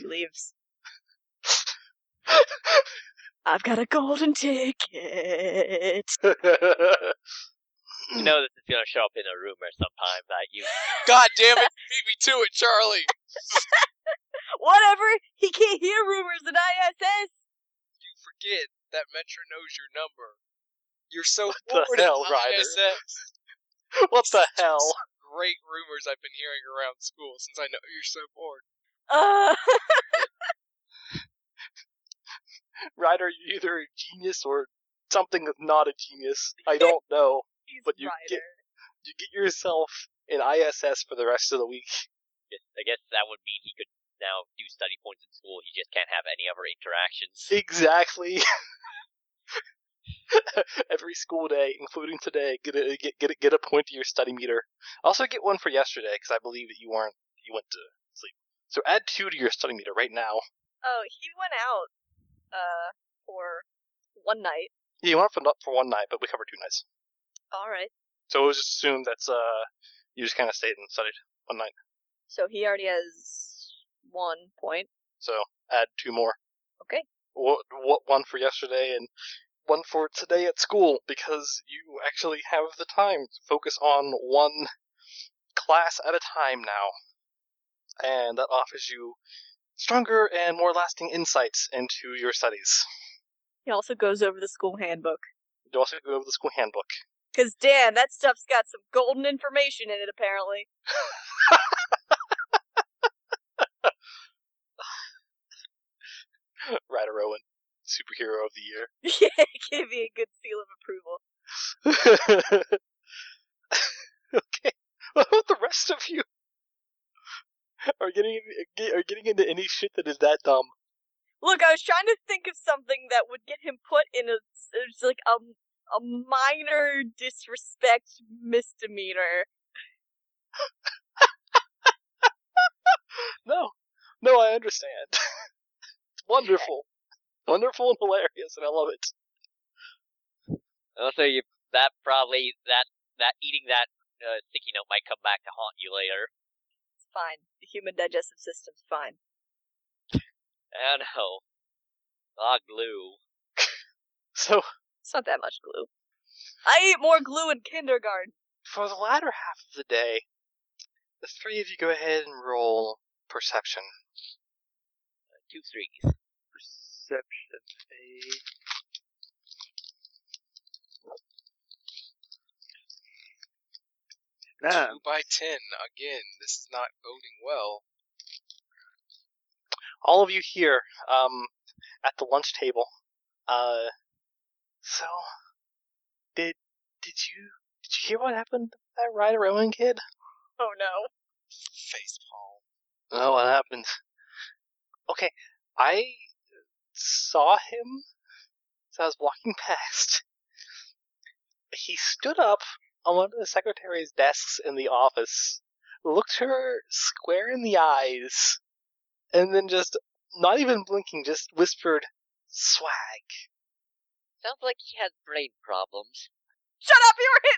Speaker 3: He leaves. I've got a golden ticket.
Speaker 2: You know this is gonna show up in a rumor sometime that you
Speaker 4: God damn it! Beat me to it, Charlie.
Speaker 3: Whatever. He can't hear rumors at ISS.
Speaker 4: You forget that Metro knows your number. You're so
Speaker 1: the
Speaker 4: forward
Speaker 1: hell,
Speaker 4: in
Speaker 1: Ryder?
Speaker 4: ISS.
Speaker 1: what the hell?
Speaker 4: Great rumors I've been hearing around school since I know you're so bored.
Speaker 3: Uh,
Speaker 1: Ryder, you're either a genius or something that's not a genius. I don't know.
Speaker 3: he's
Speaker 1: But you
Speaker 3: Ryder.
Speaker 1: get- You get yourself in ISS for the rest of the week.
Speaker 2: I guess that would mean he could now do study points in school. He just can't have any other interactions.
Speaker 1: Exactly. Every school day, including today, get a get get a, get a point to your study meter. Also, get one for yesterday because I believe that you weren't you went to sleep. So add two to your study meter right now.
Speaker 3: Oh, he went out uh for one night.
Speaker 1: Yeah, you went for not for one night, but we covered two nights.
Speaker 3: All right.
Speaker 1: So it was just assumed that's uh you just kind of stayed and studied one night.
Speaker 3: So he already has one point.
Speaker 1: So add two more.
Speaker 3: Okay.
Speaker 1: What what one for yesterday and one for today at school because you actually have the time to focus on one class at a time now, and that offers you stronger and more lasting insights into your studies.
Speaker 3: He also goes over the school handbook.
Speaker 1: You also go over the school handbook.
Speaker 3: Cause damn, that stuff's got some golden information in it apparently.
Speaker 1: Ryder Owen, superhero of the year.
Speaker 3: yeah, give me a good seal of approval.
Speaker 1: okay. What about the rest of you? Are getting are getting into any shit that is that dumb?
Speaker 3: Look, I was trying to think of something that would get him put in a it's like a a minor disrespect misdemeanor.
Speaker 1: No, no, I understand. it's wonderful, wonderful and hilarious, and I love it.
Speaker 2: Also, you that probably that that eating that uh, sticky note might come back to haunt you later.
Speaker 3: It's fine. The human digestive system's fine.
Speaker 2: I don't know. Ah, glue.
Speaker 1: So
Speaker 3: It's not that much glue. I ate more glue in kindergarten.
Speaker 1: for the latter half of the day, the three of you go ahead and roll perception.
Speaker 2: Two threes.
Speaker 5: Perception. A. Nah,
Speaker 1: Uh.
Speaker 4: Two by ten. Again, this is not boding well.
Speaker 1: all of you here um, at the lunch table. Uh, so did did you did you hear what happened to that Ryder Owen kid?
Speaker 3: Oh no.
Speaker 4: Face palm.
Speaker 1: Oh, what happened? Okay, I saw him as I was walking past. He stood up on one of the secretary's desks in the office, looked her square in the eyes, and then just, not even blinking, just whispered, swag.
Speaker 2: Sounds like he has brain problems.
Speaker 3: Shut up, you were hit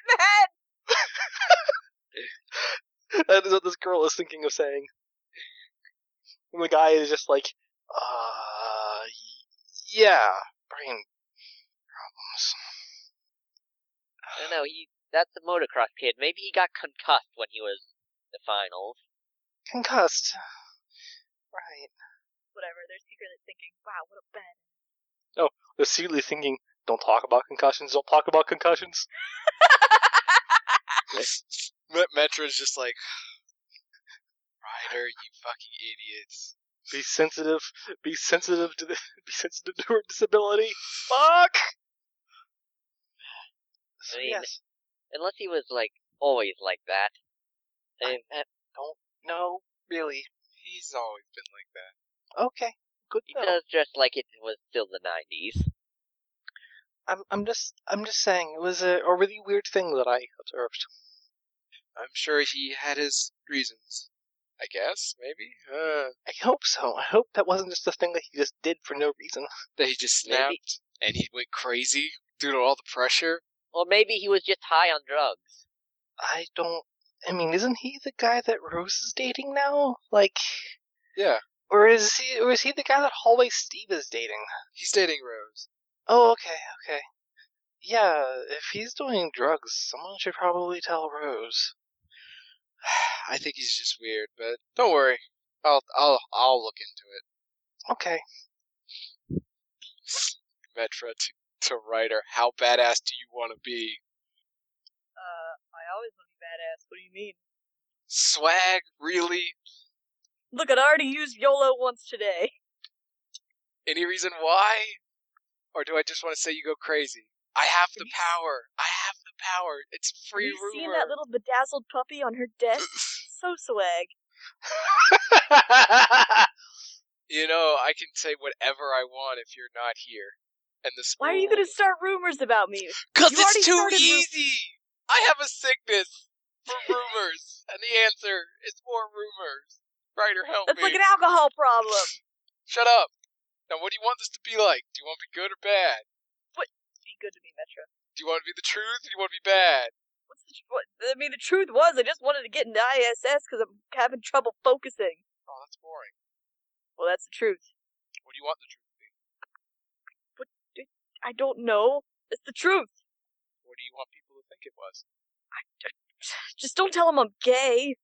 Speaker 3: in the head!
Speaker 1: that is what this girl is thinking of saying. And the guy is just like, uh, yeah, brain problems.
Speaker 2: I don't know. He that's the motocross kid. Maybe he got concussed when he was the finals.
Speaker 1: Concussed. Right.
Speaker 3: Whatever, they're secretly thinking, wow, what a bad.
Speaker 1: They're secretly thinking, don't talk about concussions, don't talk about concussions.
Speaker 4: Met- Metra's just like, Ryder, you fucking idiots.
Speaker 1: Be sensitive, be sensitive to the, be sensitive to her disability. Fuck! So,
Speaker 2: I mean-
Speaker 1: yes,
Speaker 2: Unless he was like always like that. I mean,
Speaker 1: no, really.
Speaker 4: He's always been like that.
Speaker 1: Okay, good
Speaker 2: he
Speaker 1: though.
Speaker 2: does dress like it was still the nineties.
Speaker 1: I'm, I'm just, I'm just saying, it was a, a really weird thing that I observed.
Speaker 4: I'm sure he had his reasons. I guess, maybe? Uh,
Speaker 1: I hope so. I hope that wasn't just a thing that he just did for no reason.
Speaker 4: that he just snapped
Speaker 2: Maybe.
Speaker 4: and he went crazy due to all the pressure.
Speaker 2: Or maybe he was just high on drugs.
Speaker 1: I don't. I mean, isn't he the guy that Rose is dating now? Like,
Speaker 4: Yeah,
Speaker 1: or is he, or is he the guy that Hallway Steve is dating?
Speaker 4: he's dating Rose.
Speaker 1: Oh, okay, okay. Yeah, if he's doing drugs, someone should probably tell Rose.
Speaker 4: I think he's just weird, but don't worry. I'll I'll I'll look into it.
Speaker 1: Okay.
Speaker 4: Metra to to Ryder, how badass do you want to be?
Speaker 3: Uh, I always want to be badass. What do you mean?
Speaker 4: Swag, really?
Speaker 3: Look, I'd already used YOLO once today.
Speaker 4: Any reason why? Or do I just want to say you go crazy? I have the
Speaker 3: Have you-
Speaker 4: power. I have the power. It's free
Speaker 3: Have you seen
Speaker 4: rumor.
Speaker 3: that little bedazzled puppy on her desk? so swag.
Speaker 4: you know, I can say whatever I want if you're not here. And this.
Speaker 3: Why are you gonna start rumors about me?
Speaker 4: Cause
Speaker 3: You already
Speaker 4: it's too
Speaker 3: started ru-
Speaker 4: easy. I have a sickness for rumors, and the answer is more rumors. Ryder, help
Speaker 3: That's
Speaker 4: me.
Speaker 3: like an alcohol problem.
Speaker 4: Shut up. Now, what do you want this to be like? Do you want to be good or bad?
Speaker 3: Be good to me, Metra.
Speaker 4: Do you want to be the truth, or do you want to be bad?
Speaker 3: What's the tr- what, I mean, the truth was, I just wanted to get into ISS because I'm having trouble focusing.
Speaker 4: Oh, that's boring.
Speaker 3: Well, that's the truth.
Speaker 4: What do you want the truth to be?
Speaker 3: I don't know. It's the truth.
Speaker 4: What do you want people to think it was?
Speaker 3: Just don't tell him I'm gay.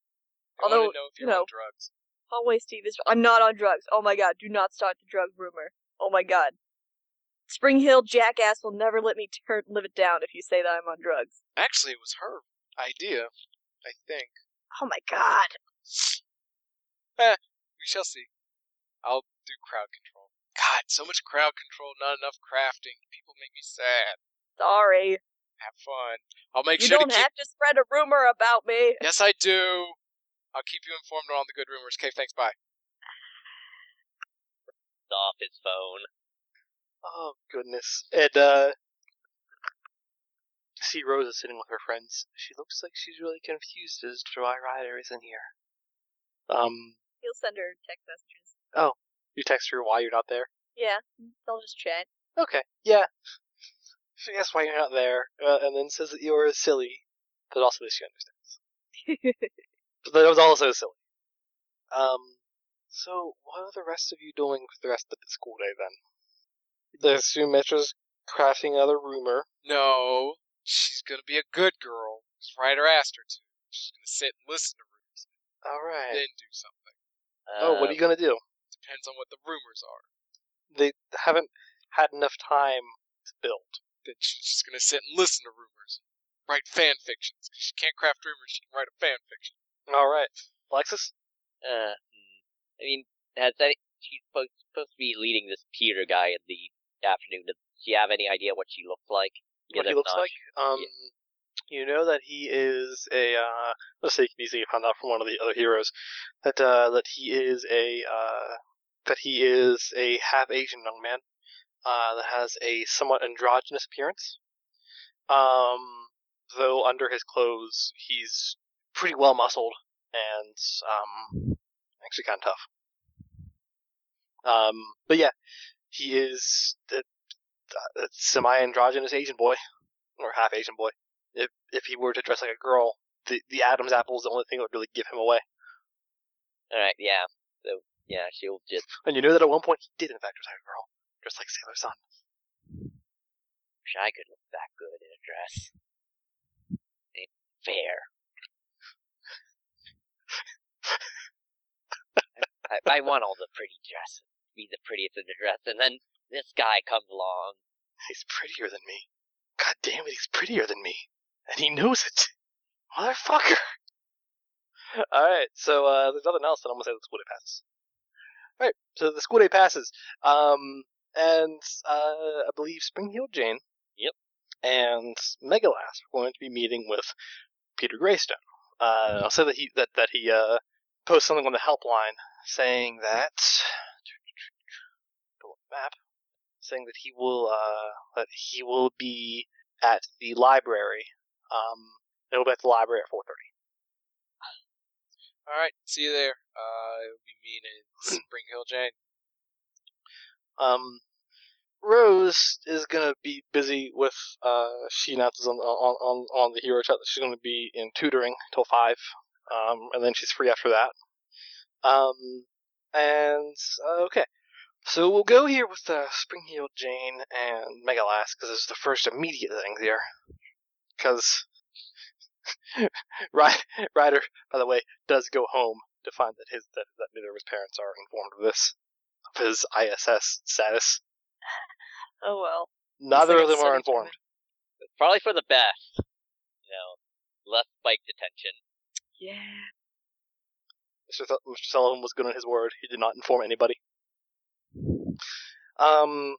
Speaker 4: I want
Speaker 3: Although,
Speaker 4: to know if
Speaker 3: you
Speaker 4: you're
Speaker 3: know.
Speaker 4: on drugs.
Speaker 3: Hallway Steve is. I'm not on drugs. Oh my god, do not start the drug rumor. Oh my god. Spring Hill jackass will never let me turn live it down if you say that I'm on drugs.
Speaker 4: Actually, it was her idea, I think.
Speaker 3: Oh my god.
Speaker 4: We shall see. I'll do crowd control. God, so much crowd control, not enough crafting. People make me sad.
Speaker 3: Sorry.
Speaker 4: Have fun. I'll make
Speaker 3: you
Speaker 4: sure to
Speaker 3: don't
Speaker 4: keep.
Speaker 3: have to spread a rumor about me.
Speaker 4: yes, I do. I'll keep you informed on all the good rumors. Okay, thanks. Bye.
Speaker 2: off his phone.
Speaker 1: Oh goodness! And uh, see Rosa sitting with her friends. She looks like she's really confused as to why Ryder isn't here. Um,
Speaker 3: He'll send her text messages.
Speaker 1: you text her why you're not there.
Speaker 3: Yeah, they'll just chat.
Speaker 1: Okay, yeah. She asks why you're not there, uh, and then says that you're silly, but also that she understands. But that was also silly. Um, so what are the rest of you doing for the rest of the school day then? I assume Metra's crafting another rumor.
Speaker 4: No, she's gonna be a good girl. Just Ryder asked her to. She's gonna sit and listen to rumors,
Speaker 1: All
Speaker 4: and
Speaker 1: right.
Speaker 4: then do something.
Speaker 1: Oh,
Speaker 2: uh,
Speaker 1: what are you gonna do?
Speaker 4: Depends on what the rumors are.
Speaker 1: They haven't had enough time to build.
Speaker 4: Then she's just gonna sit and listen to rumors, write fan fictions. If she can't craft rumors, she can write a fan fiction.
Speaker 1: All right, Alexis.
Speaker 2: Uh, hmm. I mean, has any? She's supposed, supposed to be leading this Peter guy in the afternoon. Does she have any idea what she looks like?
Speaker 1: what
Speaker 2: Because
Speaker 1: he
Speaker 2: if
Speaker 1: looks
Speaker 2: not,
Speaker 1: like. Um, you know that he is a. Uh, let's see, you can easily find out from one of the other heroes that uh, that he is a uh, that he is a half Asian young man uh, that has a somewhat androgynous appearance. Um, though under his clothes, he's pretty well muscled and um, actually kind of tough. Um, but yeah, he is a, a semi-androgynous Asian boy or half Asian boy. If if he were to dress like a girl, the the Adam's apple is the only thing that would really give him away.
Speaker 2: All right, yeah. So yeah, she'll just
Speaker 1: And you know that at one point he did in fact dress like a girl, just like Sailor Sun.
Speaker 2: wish I could look that good in a dress. Ain't fair. I, I want all the pretty dresses, be the prettiest in the dress, and then this guy comes along.
Speaker 1: He's prettier than me. God damn it, he's prettier than me, and he knows it. Motherfucker. All right, so uh, there's nothing else, and I'm gonna say the school day passes. All right, so the school day passes, um, and uh, I believe Springfield Jane.
Speaker 2: Yep.
Speaker 1: And Megalas are going to be meeting with Peter Greystone. Uh, I'll say that he that that he uh, posts something on the helpline saying that pull up the map, saying that he will uh, that he will be at the library. Um, he'll be at the library at four thirty.
Speaker 4: All right, see you there. Uh, we meet in Spring Hill, Jane.
Speaker 1: Um, Rose is gonna be busy with uh, she announces on on on, on the hero chat that she's gonna be in tutoring till five, um, and then she's free after that. Um, and uh, okay, so we'll go here with uh, Springheel Jane and Megalas because it's the first immediate thing here. Because Ryder, by the way, does go home to find that his that, that neither of his parents are informed of this of his ISS status.
Speaker 3: Oh well.
Speaker 1: Neither
Speaker 3: like
Speaker 1: of
Speaker 3: a
Speaker 1: them are
Speaker 3: semi-drama.
Speaker 1: informed.
Speaker 2: It's probably for the best. You know, less spike detention.
Speaker 3: Yeah.
Speaker 1: Mr. Th- Mr. Sullivan was good on his word. He did not inform anybody. Um,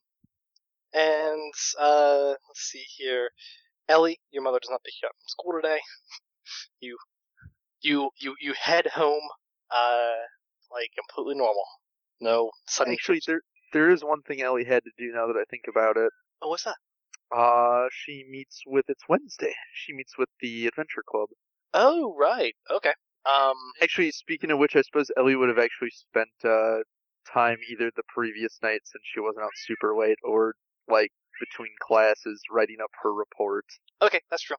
Speaker 1: and uh, let's see here. Ellie, your mother does not pick you up from school today. you, you, you, you head home. Uh, like completely normal. No sudden.
Speaker 5: Actually, there there is one thing Ellie had to do now that I think about it.
Speaker 1: oh, what's that?
Speaker 5: Uh, she meets with it's Wednesday. She meets with the Adventure Club.
Speaker 1: Oh, right. Okay. Um,
Speaker 5: Actually, speaking of which, I suppose Ellie would have actually spent uh time either the previous night since she wasn't out super late, or like between classes writing up her report.
Speaker 1: Okay, that's true.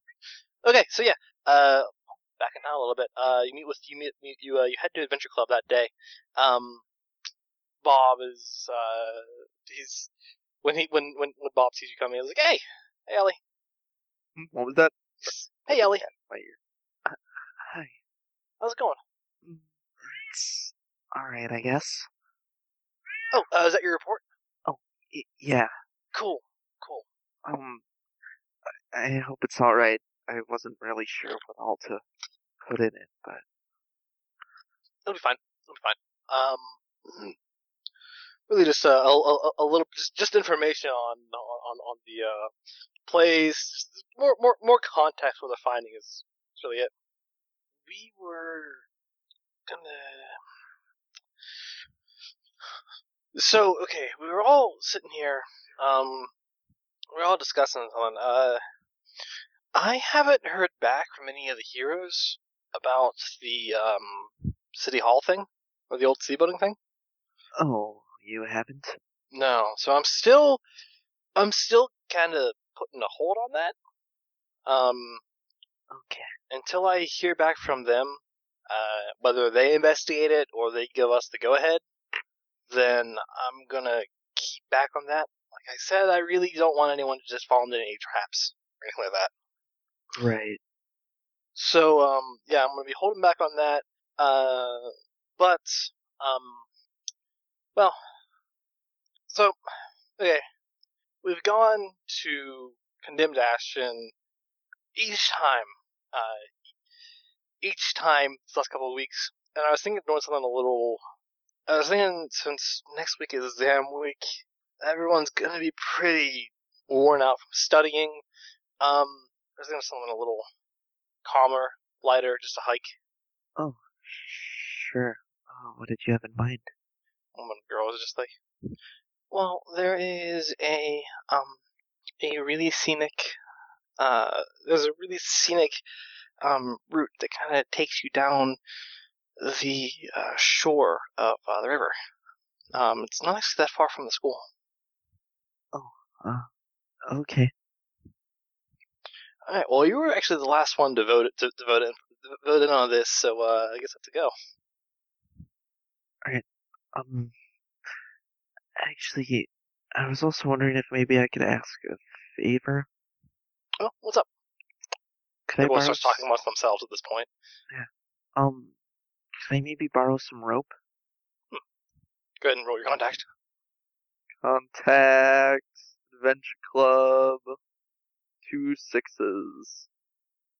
Speaker 1: Okay, so yeah, uh, back in time a little bit. Uh, you meet with you meet, meet you uh, you head to Adventure Club that day. Um, Bob is uh, he's when he when when when Bob sees you coming, he's like, hey, hey Ellie,
Speaker 5: Hmm, What was that?
Speaker 1: hey Ellie,
Speaker 5: My ear. Hi.
Speaker 1: how's it going?
Speaker 5: It's all right, I guess.
Speaker 1: Oh, uh, is that your report?
Speaker 5: Y- yeah.
Speaker 1: Cool, cool.
Speaker 5: Um, I I hope it's all right. I wasn't really sure what all to put in it, but
Speaker 1: It'll be fine. It'll be fine. Um, really just uh, a, a, a little just, just information on on on the uh, plays, just more more more context for the finding is that's really it. We were gonna. So okay, we were all sitting here. Um, we are all discussing something. Uh, I haven't heard back from any of the heroes about the um city hall thing or the old sea building thing.
Speaker 5: Oh, you haven't?
Speaker 1: No, so I'm still, I'm still kind of putting a hold on that. Um,
Speaker 5: Okay.
Speaker 1: until I hear back from them, uh, whether they investigate it or they give us the go ahead, then I'm gonna keep back on that. Like I said, I really don't want anyone to just fall into any traps or anything like that.
Speaker 5: Right.
Speaker 1: So um, yeah, I'm gonna be holding back on that. Uh, but um, well, so okay, we've gone to condemned Ashton each time. Uh, each time the last couple of weeks, and I was thinking of doing something a little. I was thinking since next week is exam week, everyone's gonna be pretty worn out from studying. Um, I was thinking of something a little calmer, lighter, just a hike.
Speaker 5: Oh, sure. Uh, what did you have in mind?
Speaker 1: And one girl was just like, "Well, there is a um a really scenic uh there's a really scenic um route that kind of takes you down the uh, shore of uh, the river. Um, it's not actually that far from the school.
Speaker 5: Oh, uh, Okay.
Speaker 1: All right. Well, you were actually the last one to vote to, to vote in to vote in on this, so uh, I guess I have to go.
Speaker 5: Um, actually, I was also wondering if maybe I could ask a favor.
Speaker 1: Oh, what's up?
Speaker 5: Could I
Speaker 1: Everyone
Speaker 5: borrow
Speaker 1: starts talking amongst themselves at this point.
Speaker 5: s- Um, could I maybe borrow some rope?
Speaker 1: Go ahead and roll your contact.
Speaker 5: Contact Adventure Club. Two sixes.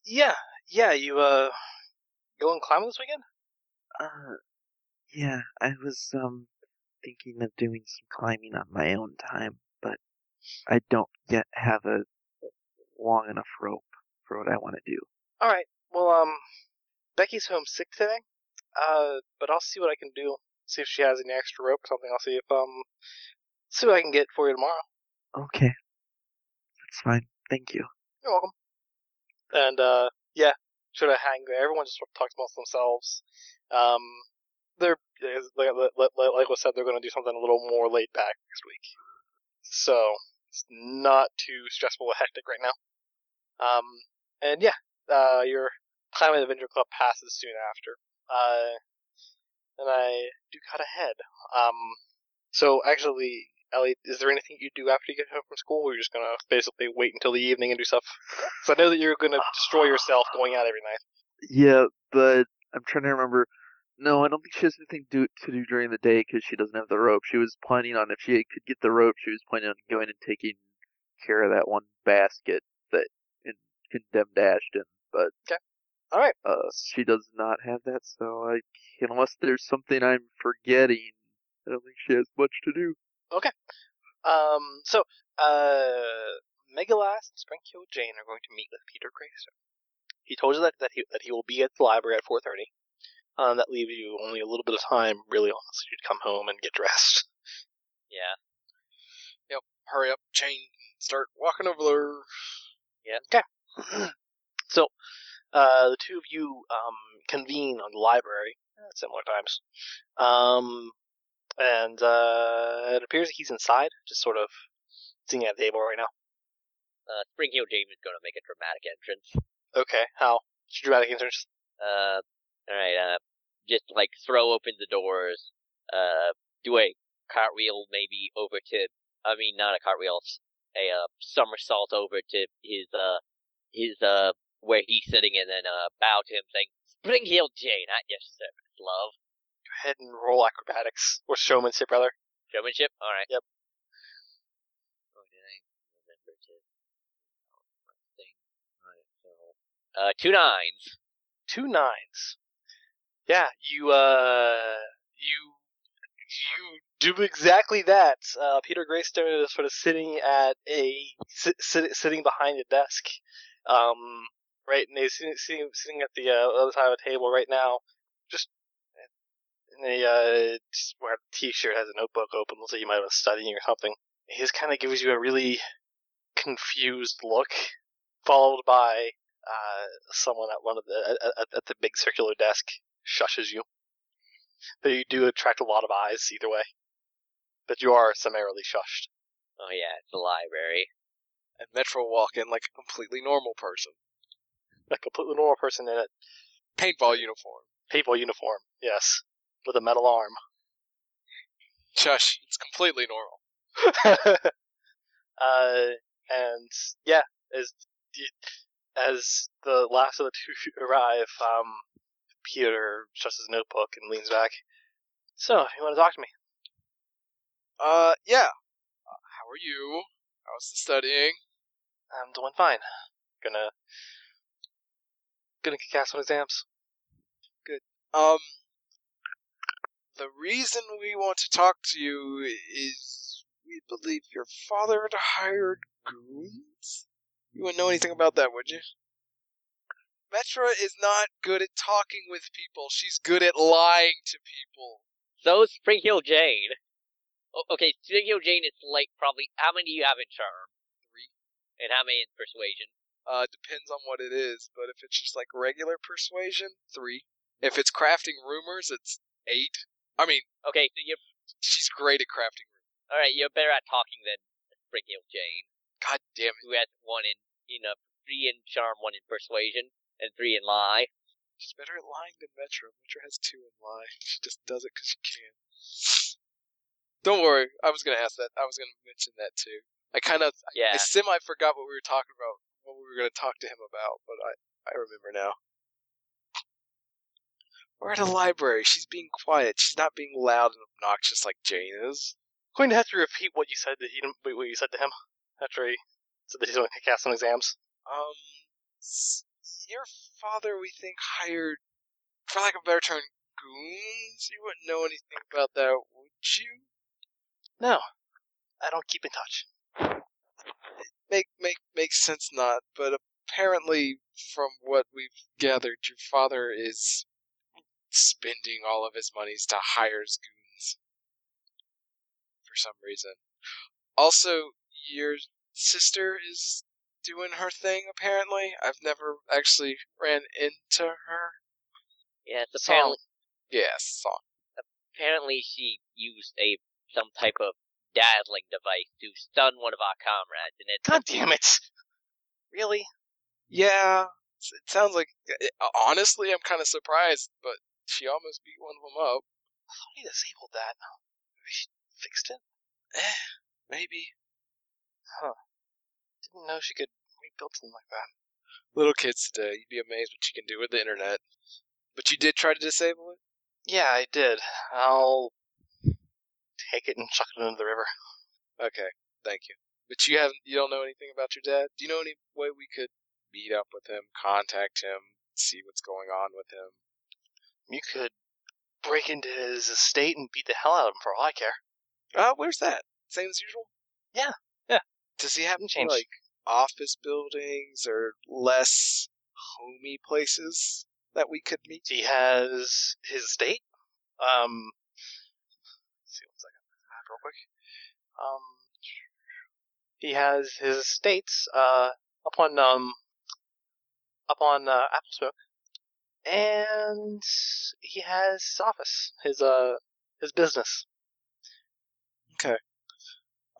Speaker 1: Yeah, yeah. You uh, go and climb this weekend.
Speaker 5: Uh, yeah, I was um thinking of doing some climbing on my own time, but I don't yet have a long enough rope for what I want to do.
Speaker 1: All right. Well, um, Becky's home sick today. Uh, but I'll see what I can do. See if she has any extra rope or something. I'll see if um, see what I can get for you tomorrow.
Speaker 5: Okay, that's fine. Thank you.
Speaker 1: You're welcome. And uh, yeah, should I hang? Everyone just sort of talks amongst themselves. Um, they're like, like, like like was said, they're going to do something a little more laid back next week. So it's not too stressful or hectic right now. Um, and yeah, uh, your time in the Avenger Club passes soon after. Uh, and I do cut ahead. Um, so actually, Ellie, is there anything you do after you get home from school? Or you're just gonna basically wait until the evening and do stuff? So I know that you're gonna destroy yourself going out every night.
Speaker 5: Yeah, but I'm trying to remember. No, I don't think she has anything do, to do during the day because she doesn't have the rope. She was planning on if she could get the rope, she was planning on going and taking care of that one basket that in condemned Ashton. But
Speaker 1: Okay. All right.
Speaker 5: uh, she does not have that, so I can, unless there's something I'm forgetting, I don't think she has much to do.
Speaker 1: Um, so uh, Megalas and Springkill Jane are going to meet with Peter Grayson. He told you that that he that he will be at the library at four thirty. Um, that leaves you only a little bit of time, really, honestly, to come home and get dressed.
Speaker 2: Yeah.
Speaker 4: Hurry up, chain, start walking over there.
Speaker 1: so, uh, the two of you um, convene on the library at similar times. Um, and uh, it appears that he's inside, just sort of sitting at a table right now.
Speaker 2: Uh, Spring Heel James is going to make a dramatic entrance.
Speaker 1: Okay, how? Should dramatic entrance.
Speaker 2: Uh, all right. Uh, just like throw open the doors. Uh, do a cartwheel maybe over to. I mean, not a cartwheel. s- A uh, somersault over to his uh his uh where he's sitting, and then uh bow to him, saying, "Spring heel Jane, at your service, love."
Speaker 1: Go ahead and roll acrobatics or showmanship, rather.
Speaker 2: Showmanship. All right.
Speaker 1: Yep.
Speaker 2: Oh, did I remember to? uh, Thing. All right, so, Uh, two nines.
Speaker 1: two nines. Yeah, you uh, you you do exactly that. Uh, Peter Greystone is sort of sitting at a sit, sit, sitting behind a desk, um, right, and he's sitting sitting, sitting at the uh, other side of the table right now, just in a uh, just wearing a t-shirt, has a notebook open, looks like he might have been studying or something. His kind of gives you a really confused look, followed by uh, someone at one of the at- at, at the big circular desk shushes you. Though you do attract a lot of eyes either way, but you are summarily shushed.
Speaker 2: Oh yeah, it's a library.
Speaker 4: And Metro walk in like a completely normal person.
Speaker 1: A completely normal person in a
Speaker 4: Paintball uniform.
Speaker 1: paintball uniform, yes, with a metal arm.
Speaker 4: Shush, it's completely normal.
Speaker 1: uh, and yeah, as as the last of the two arrive, um, Peter shuts his notebook and leans back. So, you want to talk to me?
Speaker 4: Uh, yeah. Uh, how are you? How's the studying?
Speaker 1: I'm doing fine. Gonna gonna kick ass on exams.
Speaker 4: Um, the reason we want to talk to you is we believe your father had hired goons. You wouldn't know anything about that, would you? Metra is not good at talking with people. She's good at lying to people.
Speaker 2: So is Spring Hill Jane. O- Okay, Spring Hill Jane is like probably how many do you have in charm? Three. And how many in persuasion?
Speaker 4: Uh, depends on what it is, but if it's just like regular persuasion, three. If it's crafting rumors, it's eight. I mean,
Speaker 2: Okay, so you're
Speaker 4: she's great at crafting.
Speaker 2: all right. You're better at talking than Spring Hill Jane,
Speaker 4: God damn it,
Speaker 2: who has one in you know three in charm, one in persuasion, and three in lie.
Speaker 4: she's better at lying than Metro. Metro has two in lie. She just does it because she can. Don't worry, I was gonna ask that. I was gonna mention that too. I kind of, I
Speaker 2: Yeah.
Speaker 4: semi forgot what we were talking about, what we were gonna talk to him about, but I, I remember now. We're at a library. She's being quiet. She's not being loud and obnoxious like Jane is.
Speaker 1: going to have to repeat what you said to him. What you said to him after he said that he's going to kick ass on exams.
Speaker 4: Um, s- your father, we think, hired, for lack of a better term, goons? You wouldn't know anything about that, would you?
Speaker 1: No, I don't keep in touch.
Speaker 4: Make, make, makes sense not, but apparently, from what we've gathered, your father is spending all of his monies to hire his goons. For some reason. Also, your sister is doing her thing, apparently. I've never actually ran into her.
Speaker 2: Yeah, it's
Speaker 1: So-
Speaker 2: apparently
Speaker 4: Yes, song.
Speaker 2: apparently she used a some type of dazzling device to stun one of our comrades, and it's
Speaker 1: God damn it! Really?
Speaker 4: Yeah, s- it sounds like. Honestly, I'm kind of surprised, but she almost beat one of them up.
Speaker 1: I thought he disabled that. Maybe she fixed it. Eh,
Speaker 4: Maybe
Speaker 1: Didn't know she could rebuild something like that.
Speaker 4: little kids today, you'd be amazed what you can do with the internet. But you did try to disable it.
Speaker 1: Yeah, I did. I'll take it and chuck it into the river.
Speaker 4: Okay, thank you. But you haven't. You don't know anything about your dad. Do you know any way we could meet up with him, contact him, see what's going on with him?
Speaker 1: You could break into his estate and beat the hell out of him for all I care.
Speaker 4: Uh, where's that? Same as usual.
Speaker 1: Yeah, yeah.
Speaker 4: Does he have
Speaker 1: Didn't change.
Speaker 4: like office buildings or less homey places that we could meet?
Speaker 1: He has his estate. Um, let's see one second, map real quick. Um, he has his estates uh up on um up on uh, Apple Smoke, and he has his office, his uh his business.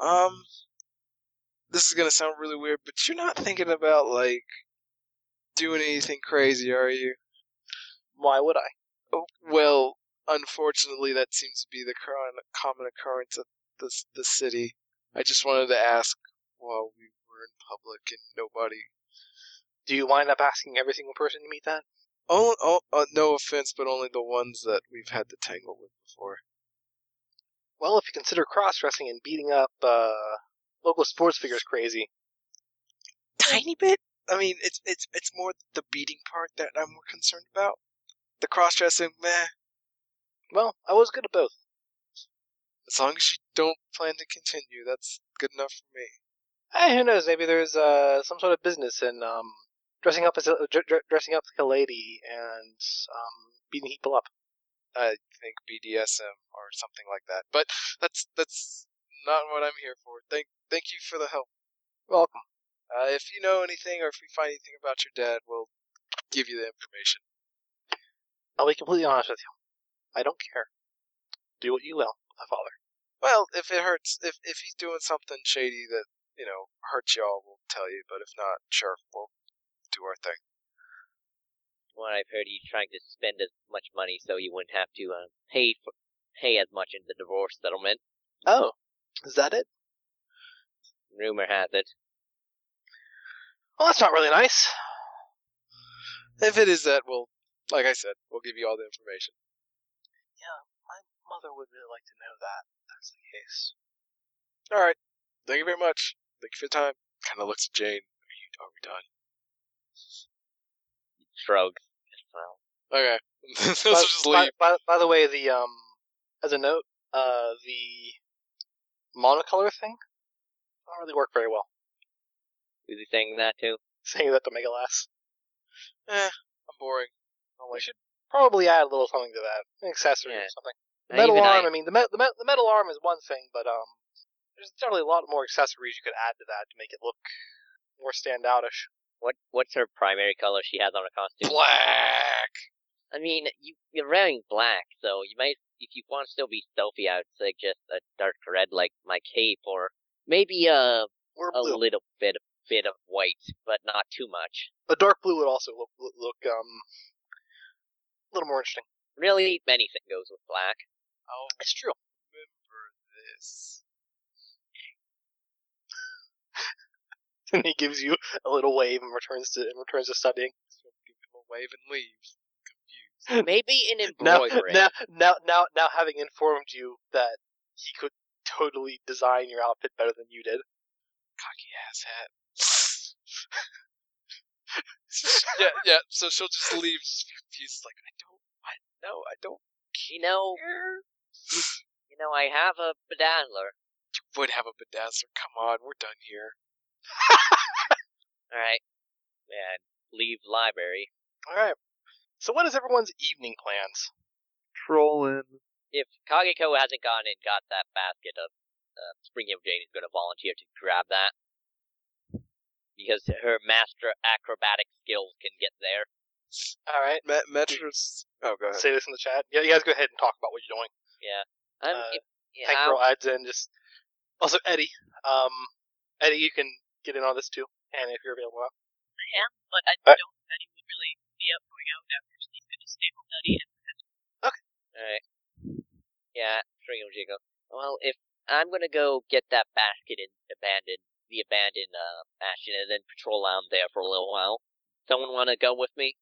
Speaker 4: Um, this is gonna sound really weird, but you're not thinking about like doing anything crazy, are you?
Speaker 1: Why would I?
Speaker 4: Oh, well, unfortunately, that seems to be the current common occurrence of this the city. I just wanted to ask while we were in public and nobody.
Speaker 1: Do you wind up asking every single person you meet that?
Speaker 4: Oh, oh, uh, no offense, but only the ones that we've had to tangle with before.
Speaker 1: Well, if you consider cross-dressing and beating up uh local sports figures crazy,
Speaker 4: tiny bit. I mean, it's it's it's more the beating part that I'm more concerned about. The cross dressing, meh.
Speaker 1: well, I was good at both.
Speaker 4: As long as you don't plan to continue, that's good enough for me.
Speaker 1: Hey, Eh, who knows? Maybe there's uh, some sort of business in um, dressing up as a, dr- dr- dressing up like a lady and um, beating people up.
Speaker 4: I think BDSM or something like that. But that's that's not what I'm here for. Thank thank you for the help.
Speaker 1: Welcome.
Speaker 4: Uh, if you know anything or if we find anything about your dad, we'll give you the information.
Speaker 1: I'll be completely honest with you. I don't care. Do what you will, with my father.
Speaker 4: Well, if it hurts, if if he's doing something shady that you know hurts y'all, we'll tell you. But if not, sure, we'll do our thing.
Speaker 2: From what I've heard, he's trying to spend as much money so he wouldn't have to uh, pay for, pay as much in the divorce settlement.
Speaker 1: Oh, is that it?
Speaker 2: Rumor has it.
Speaker 1: Well, that's not really nice.
Speaker 4: If it is that, we'll, like I said, we'll give you all the information.
Speaker 1: Mother would really like to know that. if That's the case.
Speaker 4: All right. Thank you very much. Thank you for your time. Kind of looks at Jane. Are, you, are we done?
Speaker 2: Shrugs. Well,
Speaker 4: Okay. Let's
Speaker 1: by,
Speaker 4: just
Speaker 1: by-
Speaker 4: leave.
Speaker 1: by- by the way, the um, as a note, uh, the monocolor thing don't really work very well.
Speaker 2: is he saying that too?
Speaker 1: Saying that to make it last.
Speaker 4: Eh, I'm boring.
Speaker 1: I'm like, should probably add a little something to that, an accessory
Speaker 2: Yeah.
Speaker 1: or something. The
Speaker 2: Now,
Speaker 1: metal
Speaker 2: even
Speaker 1: arm. I,
Speaker 2: I-
Speaker 1: mean, the, me- the, me- the metal arm is one thing, but um, there's definitely a lot more accessories you could add to that to make it look more standoutish.
Speaker 2: What what's her primary color she has on her costume?
Speaker 4: Black.
Speaker 2: I mean, you you're wearing black, so you might if you want to still be stealthy, I would suggest a dark red like my cape, or maybe uh,
Speaker 1: Or
Speaker 2: a
Speaker 1: blue.
Speaker 2: little bit bit of white, but not too much.
Speaker 1: a dark blue would also look look, look um a little more interesting.
Speaker 2: Really, anything goes with black.
Speaker 4: I'll
Speaker 1: It's true.
Speaker 4: remember this.
Speaker 1: And he gives you a little wave and returns to and returns to studying.
Speaker 4: Give him a wave and leave.
Speaker 2: Maybe an
Speaker 1: Now,
Speaker 2: embroidery.
Speaker 1: now, now, now, now, having informed you that he could totally design your outfit better than you did.
Speaker 4: Cocky ass hat. yeah, yeah. So she'll just leave. She's confused. Like I don't. I no. I don't
Speaker 2: You know,
Speaker 4: care.
Speaker 2: you know, I have a bedazzler.
Speaker 4: would have a bedazzler. Come on, we're done here.
Speaker 2: All right, and leave library.
Speaker 1: All right. So, what is everyone's evening plans?
Speaker 5: Trolling.
Speaker 2: If Kageko hasn't gone and got that basket of uh, Spring of Jane is going to volunteer to grab that because her master acrobatic skills can get there.
Speaker 1: All right.
Speaker 4: Met- Metro's. Oh, go ahead.
Speaker 1: Say this in the chat. Yeah, you guys go ahead and talk about what you're doing.
Speaker 2: I'm,
Speaker 1: Uh,
Speaker 2: if- yeah,
Speaker 1: Tank
Speaker 2: I'll-
Speaker 1: girl adds in just also Eddie. Um, Eddie, you can get in on this too, and if you're available.
Speaker 7: but
Speaker 2: Uh,
Speaker 7: I
Speaker 1: Alright.
Speaker 7: don't that he would really be up going out after so he's gonna stay home study and
Speaker 2: Alright. Yeah, string him, Jacob. Well, if I'm gonna go get that basket in abandoned, the abandoned uh, bastion, and then patrol around there for a little while. Someone wanna go with me?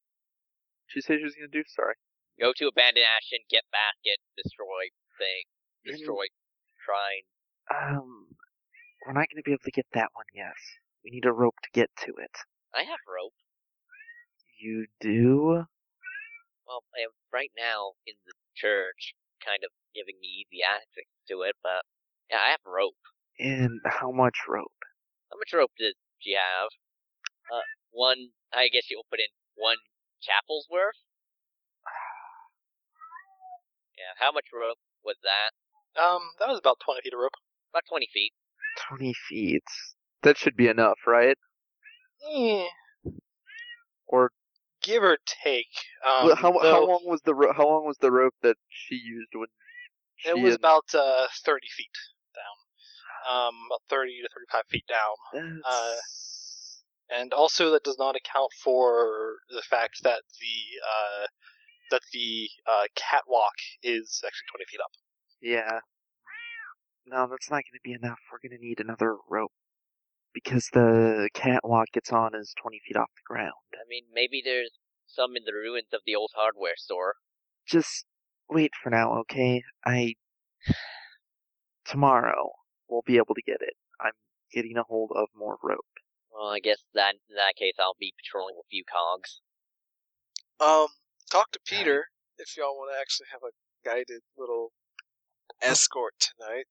Speaker 5: She said she was gonna do. Sorry.
Speaker 2: Go to abandoned Ashton, get basket, destroy thing, destroy shrine.
Speaker 5: Um, we're not gonna be able to get that one. Yes, we need a rope to get to it.
Speaker 2: I have rope.
Speaker 5: You do.
Speaker 2: Well, I am right now in the church, kind of giving me easy access to it, but yeah, I have rope.
Speaker 5: And how much rope?
Speaker 2: How much rope does she have? Uh, one. I guess you'll put in one chapel's worth. Yeah. How much rope was that?
Speaker 1: Um, that was about 20 feet of rope.
Speaker 2: About twenty feet.
Speaker 5: Twenty feet. That should be enough, right?
Speaker 1: Eh,
Speaker 5: Or
Speaker 1: give or take. Um,
Speaker 5: well, how how
Speaker 1: though
Speaker 5: long was the ro- how long was the rope that she used when?
Speaker 1: It
Speaker 5: she
Speaker 1: was
Speaker 5: and-
Speaker 1: about uh, 30 feet down. Um, about 30 to 35 feet down. uh,
Speaker 5: That's-
Speaker 1: And also, that does not account for the fact that the uh, that the uh, catwalk is actually 20 feet up.
Speaker 5: Yeah. No, that's not going to be enough. We're going to need another rope. Because the catwalk it's on is 20 feet off the ground.
Speaker 2: I mean, maybe there's some in the ruins of the old hardware store.
Speaker 5: Just wait for now, okay? I. Tomorrow, we'll be able to get it. I'm getting a hold of more rope.
Speaker 2: Well, I guess that in that case, I'll be patrolling with you, Cogs.
Speaker 4: Um, talk to Peter if y'all want to actually have a guided little escort tonight.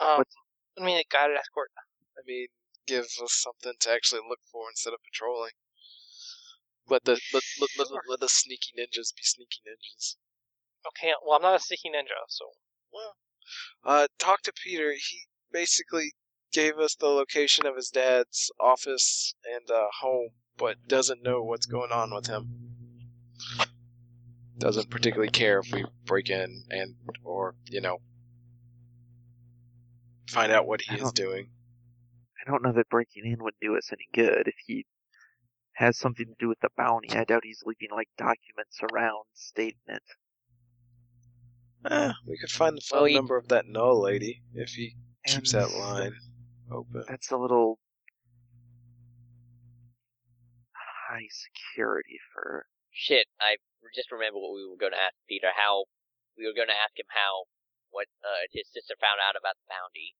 Speaker 1: Um,
Speaker 5: What's-
Speaker 1: I mean, a guided escort.
Speaker 4: I mean, give us something to actually look for instead of patrolling. Let the let, let, let,
Speaker 1: Sure.
Speaker 4: let the sneaky ninjas be sneaky ninjas.
Speaker 1: Okay, well, I'm not a sneaky ninja, so
Speaker 4: Uh, talk to Peter. He basically gave us the location of his dad's office and uh, home, but doesn't know what's going on with him. Doesn't particularly care if we break in and or you know find out what he
Speaker 5: I
Speaker 4: is
Speaker 5: don't-
Speaker 4: doing.
Speaker 5: I don't know that breaking in would do us any good. If he has something to do with the bounty, I doubt he's leaving like documents around stating it.
Speaker 4: Eh, we could find the phone
Speaker 2: Well, he-
Speaker 4: number of that null lady if he keeps
Speaker 5: And
Speaker 4: that line open.
Speaker 5: That's a little high security for.
Speaker 2: Shit, I just remember what we were going to ask Peter. How we were going to ask him how what uh, his sister found out about the bounty.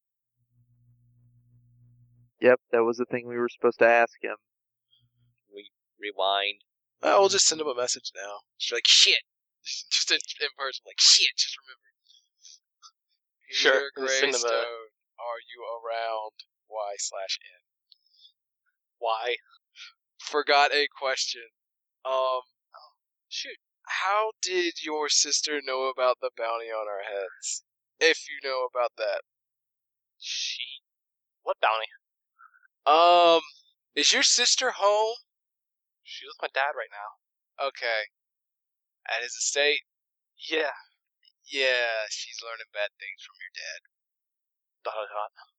Speaker 5: Yep, that was the thing we were supposed to ask him.
Speaker 2: Rewind.
Speaker 4: Uh, we'll just send him a message now. She's like, shit. Just in, in person, like, shit, just remember.
Speaker 1: Sure,
Speaker 4: Peter
Speaker 1: just send him a-
Speaker 4: Greystone, are you around? Y slash N. Why? Forgot a question. Um, shoot. How did your sister know about the bounty on our heads? If you know about that.
Speaker 1: she. What bounty?
Speaker 4: Um, is your sister home?
Speaker 1: She's with my dad right now.
Speaker 4: Okay. At his estate?
Speaker 1: Yeah.
Speaker 4: Yeah, she's learning bad things from your dad.
Speaker 1: Dot, dot, dot.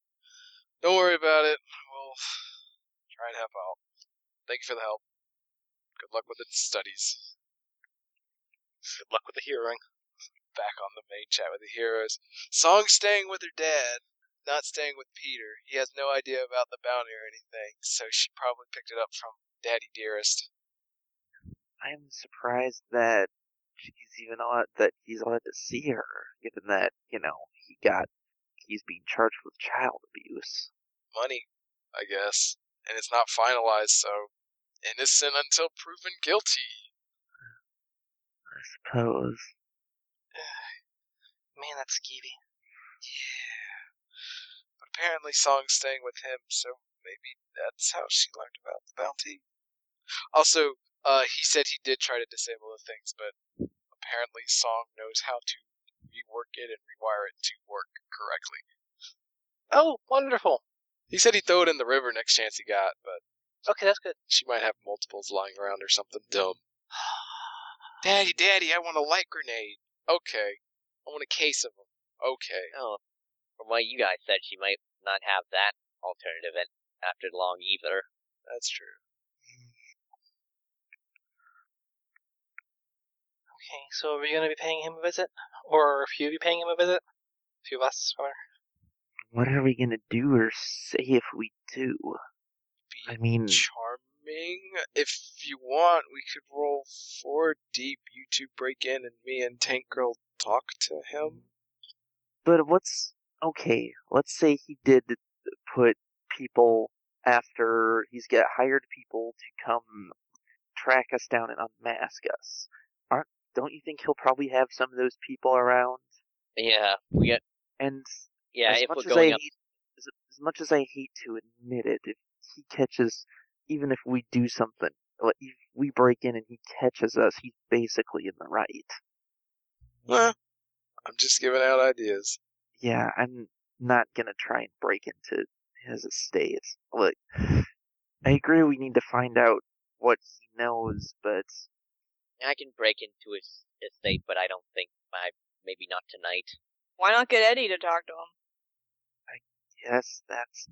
Speaker 4: Don't worry about it. We'll try and help out. Thank you for the help. Good luck with the studies.
Speaker 1: Good luck with the hearing.
Speaker 4: Back on the main chat with the heroes. Song's staying with her dad, not staying with Peter. He has no idea about the bounty or anything, so she probably picked it up from Daddy Dearest.
Speaker 5: I'm surprised that she's even allowed that he's allowed to see her, given that you know he got he's being charged with child abuse.
Speaker 4: Money, I guess. And it's not finalized, so innocent until proven guilty.
Speaker 5: I suppose.
Speaker 1: Man, that's skeevy.
Speaker 4: Yeah. But apparently Song's staying with him, so maybe that's how she learned about the bounty. Also, uh, he said he did try to disable the things, but apparently Song knows how to rework it and rewire it to work correctly.
Speaker 1: Oh, wonderful.
Speaker 4: He said he'd throw it in the river next chance he got, but
Speaker 1: Okay, that's good.
Speaker 4: she might have multiples lying around or something dumb. Daddy, Daddy, I want a light grenade. Okay. I want a case of them. Okay.
Speaker 2: Oh, from what you guys said, she might not have that alternative in- after long either.
Speaker 4: That's true.
Speaker 1: Okay, so are we gonna be paying him a visit, or a few of you paying him a visit? A few of us, rather.
Speaker 5: What are we gonna do or say if we do? I mean,
Speaker 4: charming. If you want, we could roll four deep. You two break in, and me and Tank Girl talk to him.
Speaker 5: but what's okay? Let's say he did put people after he's got hired people to come track us down and unmask us. Aren't don't you think he'll probably have some of those people around?
Speaker 2: Yeah, we got.
Speaker 5: And
Speaker 2: Yeah,
Speaker 5: as
Speaker 2: if
Speaker 5: much
Speaker 2: we're
Speaker 5: as I
Speaker 2: going up,
Speaker 5: hate, as, as much as I hate to admit it, if he catches, even if we do something, like if we break in and he catches us, he's basically in the right.
Speaker 4: Eh, I'm just giving out ideas.
Speaker 5: Yeah, I'm not gonna try and break into his estate. Look, I agree we need to find out what he knows, but
Speaker 2: I can break into his estate, but I don't think I maybe not tonight.
Speaker 3: Why not get Eddie to talk to him?
Speaker 5: yes, that's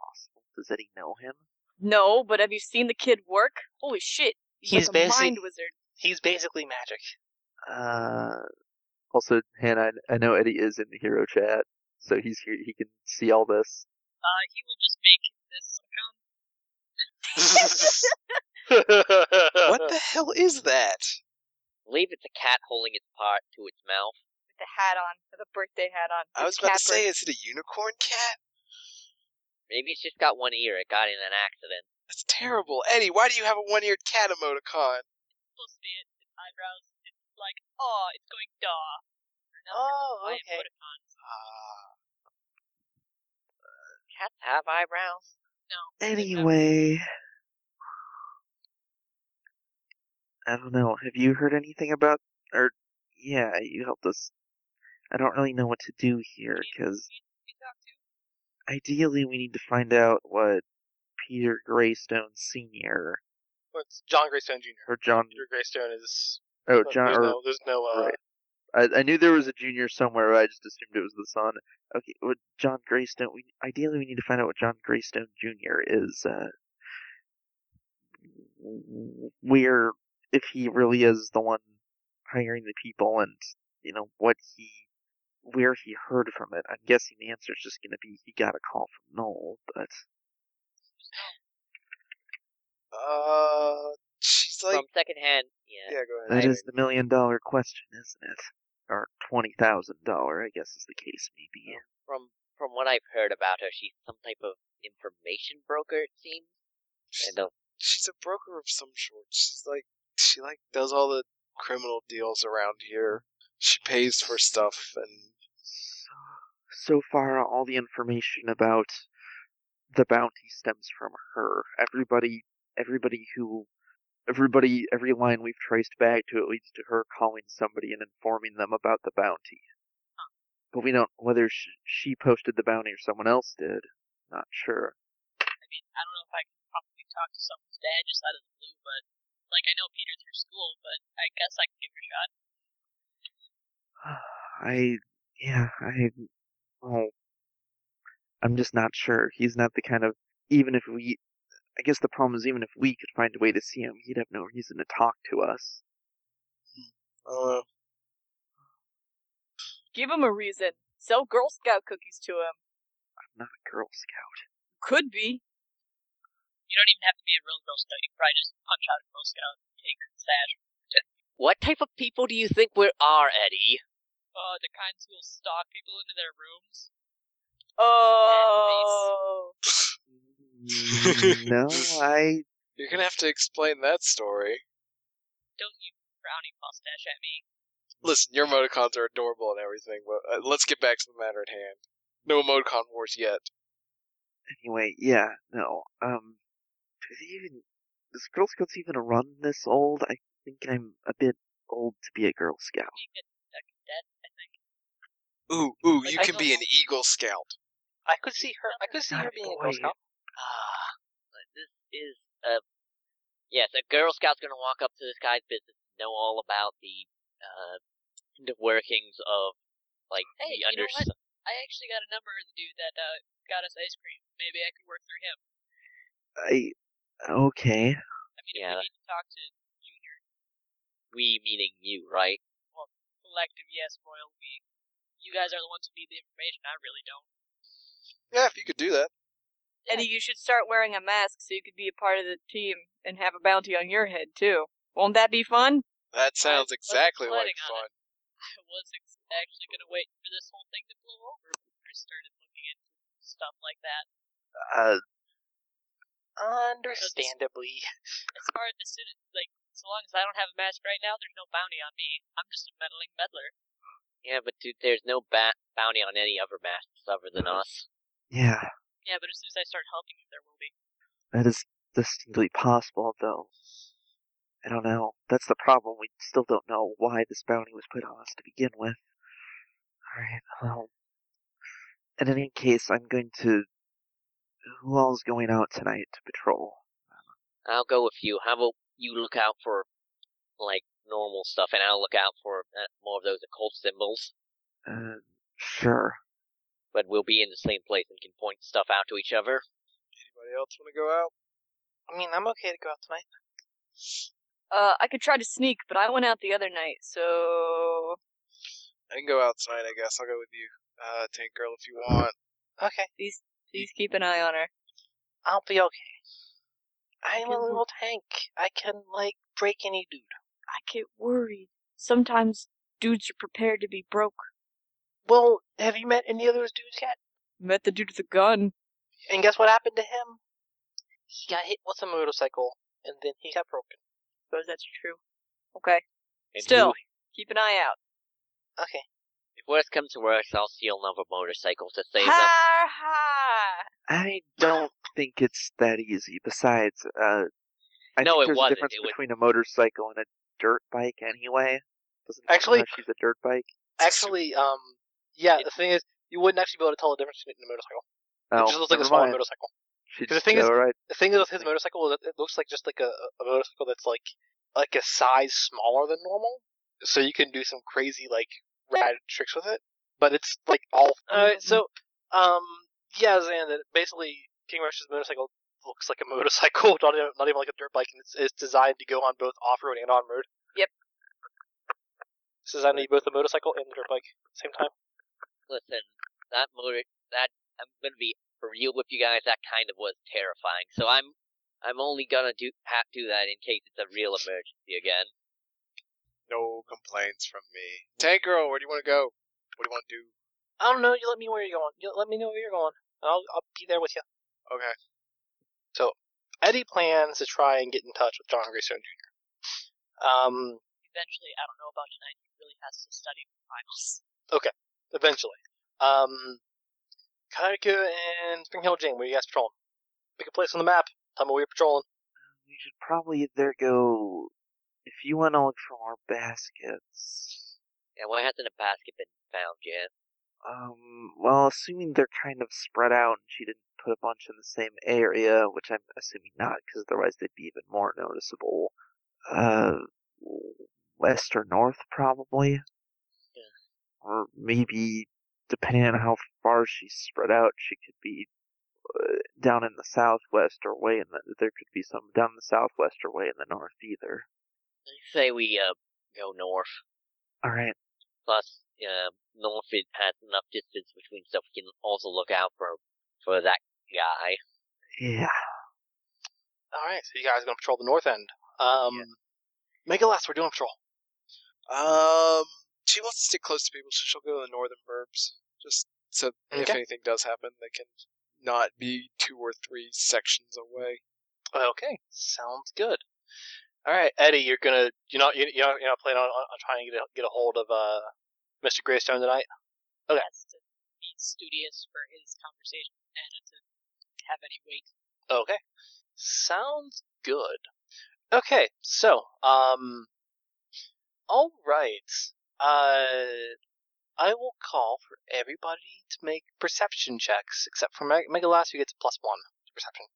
Speaker 5: possible. Does Eddie know him?
Speaker 3: No, but have you seen the kid work? Holy shit.
Speaker 1: He's
Speaker 3: like a
Speaker 1: basic-
Speaker 3: mind wizard.
Speaker 1: He's basically magic.
Speaker 5: Uh, also, Hannah, I I know Eddie is in the hero chat, so he's here. He can see all this.
Speaker 7: Uh, he will just make this come.
Speaker 4: What the hell is that?
Speaker 2: I believe it's a cat holding its paw to its mouth.
Speaker 3: With the hat on, with the birthday hat on.
Speaker 4: I was
Speaker 3: His cap
Speaker 4: about to say,
Speaker 3: ring.
Speaker 4: is it a unicorn cat?
Speaker 2: Maybe it's just got one ear. It got in an accident.
Speaker 4: That's terrible, Eddie. Why do you have a one-eared cat emoticon?
Speaker 7: Supposed to be it. Its eyebrows. It's like, oh, it's going daw.
Speaker 1: Oh,
Speaker 7: I
Speaker 1: okay.
Speaker 7: emoticons.
Speaker 4: Ah,
Speaker 7: Cats have eyebrows. No.
Speaker 5: Anyway. I don't know. Have you heard anything about. Or. Yeah, you helped us. I don't really know what to do here, because
Speaker 7: You talk to
Speaker 5: ideally we need to find out what Peter Greystone Sr.
Speaker 1: Well, it's John Greystone Jr.
Speaker 5: or John.
Speaker 1: Peter Greystone is.
Speaker 5: Oh,
Speaker 1: look,
Speaker 5: John.
Speaker 1: There's
Speaker 5: Or,
Speaker 1: no. There's no uh,
Speaker 5: right. I, I knew there was a junior somewhere, but I just assumed it was the son. Okay, what John Greystone. We, ideally, we need to find out what John Greystone Jr. is. Uh, where, if he really is the one hiring the people, and you know what he, where he heard from it. I'm guessing the answer is just going to be he got a call from Noel, but
Speaker 4: uh, she's like,
Speaker 2: From secondhand, yeah.
Speaker 4: yeah, go ahead.
Speaker 5: that
Speaker 2: I
Speaker 5: is the million dollar question, isn't it? Or twenty thousand dollar, I guess is the case, maybe.
Speaker 2: From from what I've heard about her, she's some type of information broker. It seems. And uh,
Speaker 4: she's a broker of some sort. She's like she like does all the criminal deals around here. She pays for stuff and
Speaker 5: So, so far, all the information about the bounty stems from her. Everybody, everybody who, everybody, every line we've traced back to it leads to her calling somebody and informing them about the bounty. But we don't whether she, she posted the bounty or someone else did. Not sure.
Speaker 7: I mean, I don't know if I could probably talk to someone's dad just out of the blue, but like I know Peter through school, but I guess I can give it a shot.
Speaker 5: I, yeah, I, well, I'm just not sure. He's not the kind of, even if we, I guess the problem is even if we could find a way to see him, he'd have no reason to talk to us.
Speaker 4: uh
Speaker 3: Give him a reason. Sell Girl Scout cookies to him.
Speaker 5: I'm not a Girl Scout.
Speaker 3: Could be.
Speaker 7: You don't even have to be a real Girl Scout. You can probably just punch out a Girl Scout, take her stash.
Speaker 2: what type of people do you think we are, Eddie?
Speaker 7: Uh, the kinds who will stalk people into their rooms.
Speaker 3: Oh.
Speaker 5: Mm, no, I,
Speaker 4: you're gonna have to explain that story.
Speaker 7: Don't you brownie mustache at me.
Speaker 4: Listen, your emoticons are adorable and everything, but uh, let's get back to the matter at hand. No emoticon wars yet.
Speaker 5: anyway, yeah, no. Um, is he even, is Girl Scouts even a run this old? I think I'm a bit old to be a Girl Scout.
Speaker 7: Being a, a cadet, I think.
Speaker 4: Ooh, ooh,
Speaker 7: Like,
Speaker 4: you
Speaker 7: I
Speaker 4: can
Speaker 7: don't
Speaker 4: be an Eagle Scout.
Speaker 1: I could see her. I could see her
Speaker 5: God,
Speaker 1: being a Girl
Speaker 5: boy.
Speaker 1: Scout.
Speaker 2: Ah, but this is a yes. A Girl Scout's gonna walk up to this guy's business, know all about the uh, the workings of like the
Speaker 7: Hey, you
Speaker 2: under.
Speaker 7: know what? I actually got a number of the dude that uh, got us ice cream. Maybe I could work through him.
Speaker 5: I, okay.
Speaker 7: I mean,
Speaker 2: Yeah.
Speaker 7: if we need to talk to Junior
Speaker 2: We meaning you, right?
Speaker 7: Collective, yes, Royal We. You guys are the ones who need the information. I really don't.
Speaker 4: Yeah, if you could do that.
Speaker 3: Eddie, you should start wearing a mask so you could be a part of the team and have a bounty on your head too. Won't that be fun?
Speaker 4: That sounds
Speaker 7: wasn't
Speaker 4: exactly like
Speaker 7: planning
Speaker 4: fun.
Speaker 7: on I was ex- actually gonna wait for this whole thing to blow over before I started looking into stuff like that.
Speaker 5: Uh,
Speaker 1: Understandably,
Speaker 7: As far as soon as like, so long as I don't have a mask right now, there's no bounty on me. I'm just a meddling meddler.
Speaker 2: Yeah, but dude, there's no ba- bounty on any other masks other than
Speaker 3: Mm-hmm.
Speaker 2: us.
Speaker 5: yeah.
Speaker 7: Yeah, but as soon as I start helping you, there will be.
Speaker 5: That is distinctly possible, though. I don't know. That's the problem. We still don't know why this bounty was put on us to begin with. Alright, well. In any case, I'm going to. Who all's going out tonight to patrol?
Speaker 2: I'll go with you. How about you look out for like normal stuff, and I'll look out for uh, more of those occult symbols.
Speaker 5: Uh, sure.
Speaker 2: But we'll be in the same place and can point stuff out to each other.
Speaker 4: Anybody else want to go out?
Speaker 1: I mean, I'm okay to go out tonight.
Speaker 3: Uh, I could try to sneak, but I went out the other night, so
Speaker 4: I can go out tonight, I guess. I'll go with you, uh, Tank Girl, if you want.
Speaker 1: Okay,
Speaker 3: please, please keep an eye on her.
Speaker 1: I'll be okay. I'm
Speaker 3: Good
Speaker 1: a little
Speaker 3: work.
Speaker 1: tank. I can like break any dude.
Speaker 3: I get worried. Sometimes dudes are prepared to be broke.
Speaker 1: Well, have you met any of those dudes yet?
Speaker 3: Met the dude with a gun.
Speaker 1: And guess what happened to him? He got hit with a motorcycle, and then he got broken.
Speaker 3: Suppose that's true. Okay.
Speaker 2: And
Speaker 3: Still,
Speaker 2: who-
Speaker 3: keep an eye out.
Speaker 1: Okay.
Speaker 2: If worse comes to worse, I'll steal another motorcycle to save them.
Speaker 3: Ha ha!
Speaker 5: I don't think it's that easy. Besides, uh, I
Speaker 2: No,
Speaker 5: think
Speaker 2: it
Speaker 5: there's a
Speaker 2: wasn't.
Speaker 5: difference
Speaker 2: It was-
Speaker 5: between a motorcycle and a dirt bike anyway. Doesn't she
Speaker 1: Actually-
Speaker 5: know she's a dirt bike.
Speaker 1: Actually, um, yeah, the thing is, you wouldn't actually be able to tell the difference between a motorcycle.
Speaker 5: Oh,
Speaker 1: it just looks like a
Speaker 5: never
Speaker 1: small
Speaker 5: mind.
Speaker 1: motorcycle.
Speaker 5: She's
Speaker 1: 'Cause the thing is-
Speaker 5: all right.
Speaker 1: The thing is with his motorcycle, is that it looks like just like a, a motorcycle that's like like a size smaller than normal, so you can do some crazy like rad tricks with it. But it's like all all right. So, um, yeah, Xander, basically King Rush's motorcycle looks like a motorcycle, not even, not even like a dirt bike, and it's, it's designed to go on both off road and on road.
Speaker 3: Yep.
Speaker 1: It's designed to be both a motorcycle and a dirt bike at the same time.
Speaker 2: Listen, that motor, that I'm gonna be for real with you guys. That kind of was terrifying. So I'm, I'm only gonna do ha do that in case it's a real emergency again.
Speaker 4: No complaints from me. Tank girl, where do you want to go? What do you want to do?
Speaker 1: I don't know. You let me know where you're going. You let me know where you're going. and I'll I'll be there with you.
Speaker 4: Okay.
Speaker 1: Eddie plans to try and get in touch with John Greystone Jr. Um,
Speaker 7: Eventually, I don't know about tonight. He really has to study for finals.
Speaker 1: eventually. Um, Kaiko and Spring Hill Jane, where you guys patrolling? Pick a place on the map. Tell me where you're patrolling.
Speaker 5: You should probably either go if you want to look for more baskets.
Speaker 2: And why hasn't a basket been found yet?
Speaker 5: Um, well, assuming they're kind of spread out and she didn't put a bunch in the same area, which I'm assuming not, because otherwise they'd be even more noticeable. Uh, west or north, probably.
Speaker 2: Yeah.
Speaker 5: Or maybe, depending on how far she's spread out, she could be uh, down in the southwest or way in the. There could be some down in the southwest or way in the north either.
Speaker 2: I say we uh go north.
Speaker 5: All right.
Speaker 2: Plus, uh, north it has enough distance between, so we can also look out for for that guy.
Speaker 5: Yeah.
Speaker 1: All right, so you guys are gonna patrol the north end. Um, make it last. We're doing patrol.
Speaker 4: Um, she wants to stick close to people, so she'll go to the northern burbs, just so if
Speaker 1: Okay.
Speaker 4: anything does happen, they can not be two or three sections away.
Speaker 1: Okay, sounds good. All right, Eddie, you're gonna you're not you're not, you're not planning on, on trying to get a, get a hold of uh Mr. Greystone tonight. Okay.
Speaker 7: He has to be studious for his conversation and not to have any weight.
Speaker 1: Okay. Sounds good. Okay, so, um all right. Uh I will call for everybody to make perception checks except for Meg- Megalas who gets a plus 1 to perception.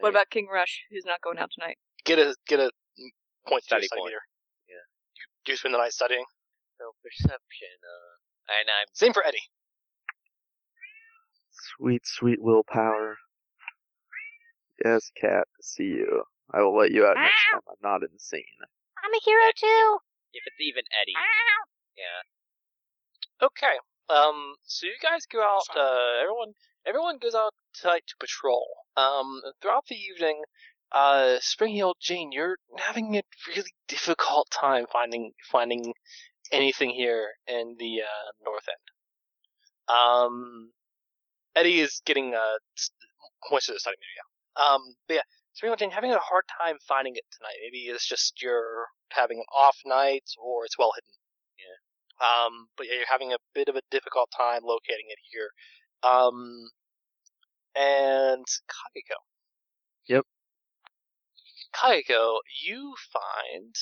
Speaker 3: What about King Rush, who's not going out tonight?
Speaker 1: Get a get a mm, point to
Speaker 2: Study
Speaker 1: study
Speaker 2: point.
Speaker 1: leader.
Speaker 2: Yeah.
Speaker 1: You do spend the night studying.
Speaker 2: so perception? Uh, and I'm
Speaker 1: Same for Eddie.
Speaker 5: Sweet, sweet willpower. Yes, cat. See you. I will let you out next
Speaker 1: Ah!
Speaker 5: time. I'm not insane.
Speaker 6: I'm a hero too.
Speaker 2: if it's even Eddie.
Speaker 6: Ow.
Speaker 2: Yeah.
Speaker 1: Okay. Um, so you guys go out.
Speaker 4: Fine.
Speaker 1: Uh, everyone, everyone goes out tonight to patrol. Um, throughout the evening, uh, Spring Hill Jane, you're having a really difficult time finding finding anything here in the uh, North End. Um, Eddie is getting uh s- most of the study maybe. Yeah. Um, but yeah, Spring Hill Jane having a hard time finding it tonight. Maybe it's just you're having an off night, or it's well hidden. Um, but yeah, you're having a bit of a difficult time locating it here. Um, and Kageko.
Speaker 5: Yep.
Speaker 1: Kageko, you find,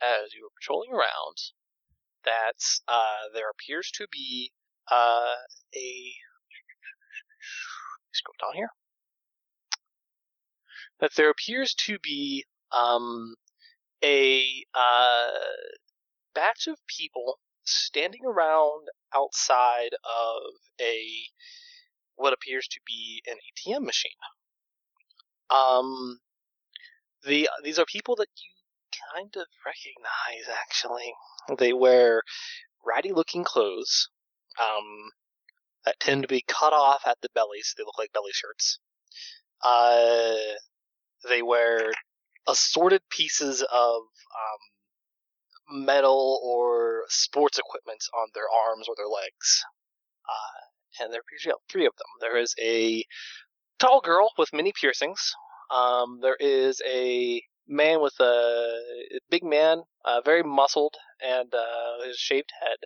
Speaker 1: as you were patrolling around, that uh, there appears to be uh, a. Scroll down here. That there appears to be um, a uh, batch of people standing around outside of a what appears to be an ATM machine. Um, the these are people that you kind of recognize. Actually, they wear ratty-looking clothes um, that tend to be cut off at the belly, so they look like belly shirts. Uh, they wear assorted pieces of um, metal or sports equipment on their arms or their legs. Uh, and there appears to be three of them. There is a tall girl with many piercings. Um, there is a man with a, a big man, uh, very muscled and uh, his shaved head.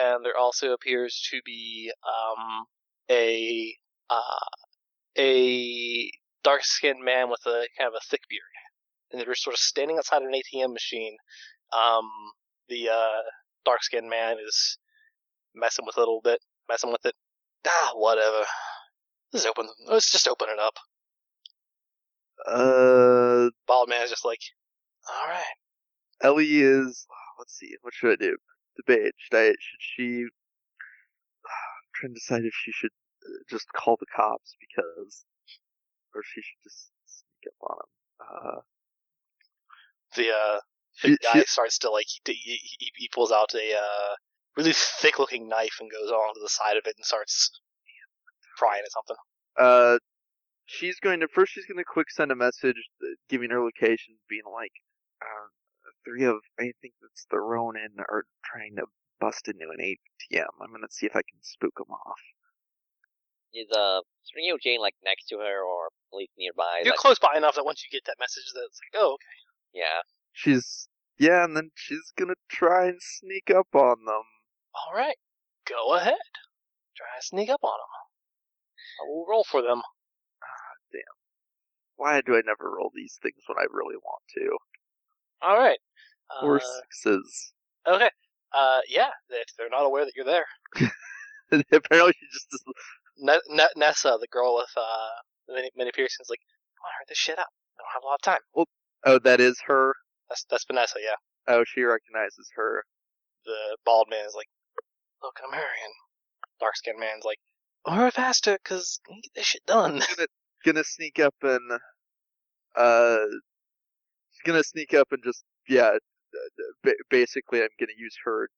Speaker 1: and there also appears to be um, a uh, a dark skinned man with a kind of a thick beard, and they're sort of standing outside an ATM machine. Um, the uh, dark skinned man is messing with it a little bit, messing with it. Ah, whatever. Let's open. Let's just open it up.
Speaker 5: Uh,
Speaker 1: Bald man is just like, all right.
Speaker 5: Ellie is. Let's see. What should I do? Debate. Should I? Should she? I'm trying to decide if she should uh, just call the cops because, or she should just sneak up on him. Uh,
Speaker 1: The uh,
Speaker 5: she,
Speaker 1: guy
Speaker 5: she,
Speaker 1: starts to like he, he, he- he pulls out a uh, really thick looking knife and goes on to the side of it and starts prying at something.
Speaker 5: uh, she's going to first. She's going to quick send a message, uh, giving her location, being like, uh, three of I think it's the Ronin are trying to bust into an ATM. I'm going to see if I can spook them off.
Speaker 2: Is uh Stringio Jane like next to her or at least nearby?
Speaker 1: You're
Speaker 2: like,
Speaker 1: close by enough that once you get that message, that it's like, oh, okay.
Speaker 2: yeah.
Speaker 5: She's yeah, and then she's going to try and sneak up on them.
Speaker 1: all right, go ahead, try and sneak up on them. I will roll for them.
Speaker 5: Why do I never roll these things when I really want to?
Speaker 1: All right.
Speaker 5: or
Speaker 1: Uh,
Speaker 5: sixes.
Speaker 1: Okay. Uh, yeah, they- they're not aware that you're there.
Speaker 5: Apparently, she just is-
Speaker 1: Ne- ne- Nessa, the girl with uh, many, many piercings, like, I want to hurry this shit up. I don't have a lot of time.
Speaker 5: oh, that is her.
Speaker 1: That's that's Vanessa, yeah.
Speaker 5: Oh, she recognizes her.
Speaker 1: The bald man is like, look, I'm hurrying. Dark skinned man's like, hurry faster, cause we need to get this shit done.
Speaker 5: Gonna sneak up and uh, she's gonna sneak up and just yeah. uh, Ba- basically, I'm gonna use her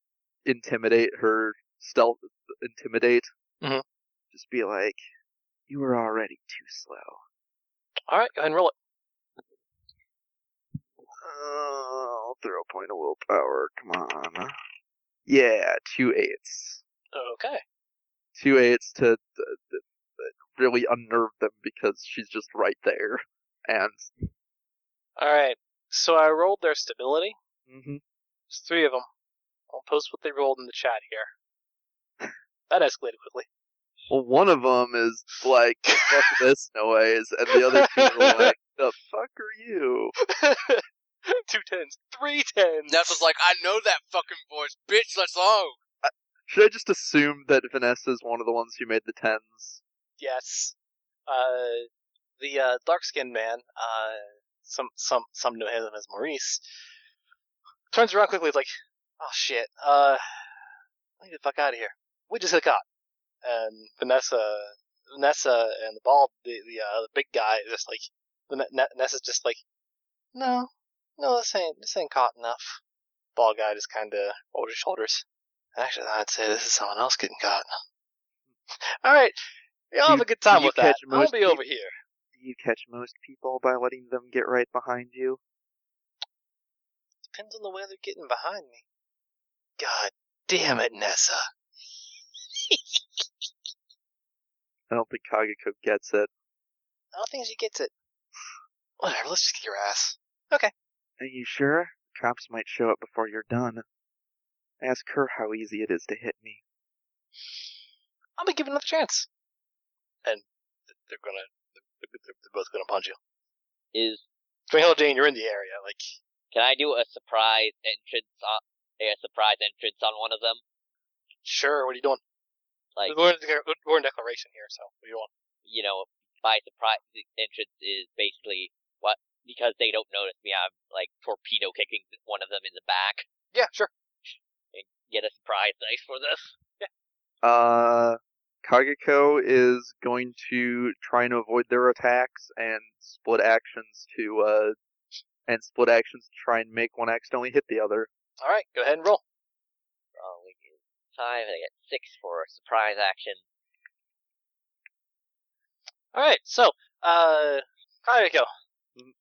Speaker 5: intimidate her stealth intimidate.
Speaker 1: Mhm.
Speaker 5: Just be like, you were already too slow.
Speaker 1: All right, go ahead and roll it.
Speaker 5: Uh, I'll throw a point of willpower. Come on. Yeah, two eights.
Speaker 1: Okay.
Speaker 5: Two eights to uh, th- th- really unnerve them because she's just right there. And
Speaker 1: All right. So I rolled their stability.
Speaker 5: Mhm.
Speaker 1: There's three of them. I'll post what they rolled in the chat here. That escalated quickly.
Speaker 5: well, one of them is like, "Fuck this noise," and the other two are like, "The fuck are you?"
Speaker 1: Two tens, three tens.
Speaker 4: Nessa's like, I know that fucking voice, bitch. Let's go.
Speaker 5: Should I just assume that Vanessa is one of the ones who made the tens?
Speaker 1: Yes. Uh, the uh, dark-skinned man, uh, some some some knew him as Maurice, turns around quickly, is like, "Oh shit! Uh, let me get the fuck out of here. We just got caught." And Vanessa, Vanessa, and the bald, the the, uh, the big guy, is just like, Van- Ne- Vanessa's just like, "No, no, this ain't this ain't caught enough." Bald guy just kind of rolled his shoulders. Actually, I'd say this is someone else getting caught. All right, y'all have
Speaker 5: You-
Speaker 1: a good time
Speaker 5: you
Speaker 1: with that.
Speaker 5: catch
Speaker 1: I'll
Speaker 5: most
Speaker 1: be
Speaker 5: peop-
Speaker 1: over here.
Speaker 5: Do you catch most people by letting them get right behind you?
Speaker 1: Depends on the way they're getting behind me. God damn it, Nessa.
Speaker 5: I don't think Kagako gets it.
Speaker 1: I don't think she gets it. Whatever, let's just get your ass.
Speaker 5: Are you sure? Cops might show up before you're done. Ask her how easy it is to hit me.
Speaker 1: I'll be given another chance. And they're gonna, they're, they're they're both gonna punch you.
Speaker 2: Is
Speaker 1: Hill Jane, you're in the area. Like,
Speaker 2: can I do a surprise entrance on a surprise entrance on one of them?
Speaker 1: sure, what are you doing?
Speaker 2: Like
Speaker 1: we're, in, dec- we're in declaration here, so what do you want?
Speaker 2: you know, my surprise entrance is basically what because they don't notice me. I'm like torpedo kicking one of them in the back.
Speaker 1: Yeah, sure.
Speaker 2: Get a surprise dice for this.
Speaker 5: Uh, Kagako is going to try and avoid their attacks and split actions to, uh, and split actions to try and make one accidentally hit the other.
Speaker 1: All right, go ahead and roll.
Speaker 2: Oh, we get five, and I get six for a surprise action.
Speaker 1: All right, so uh, Kayako,
Speaker 5: Mhm.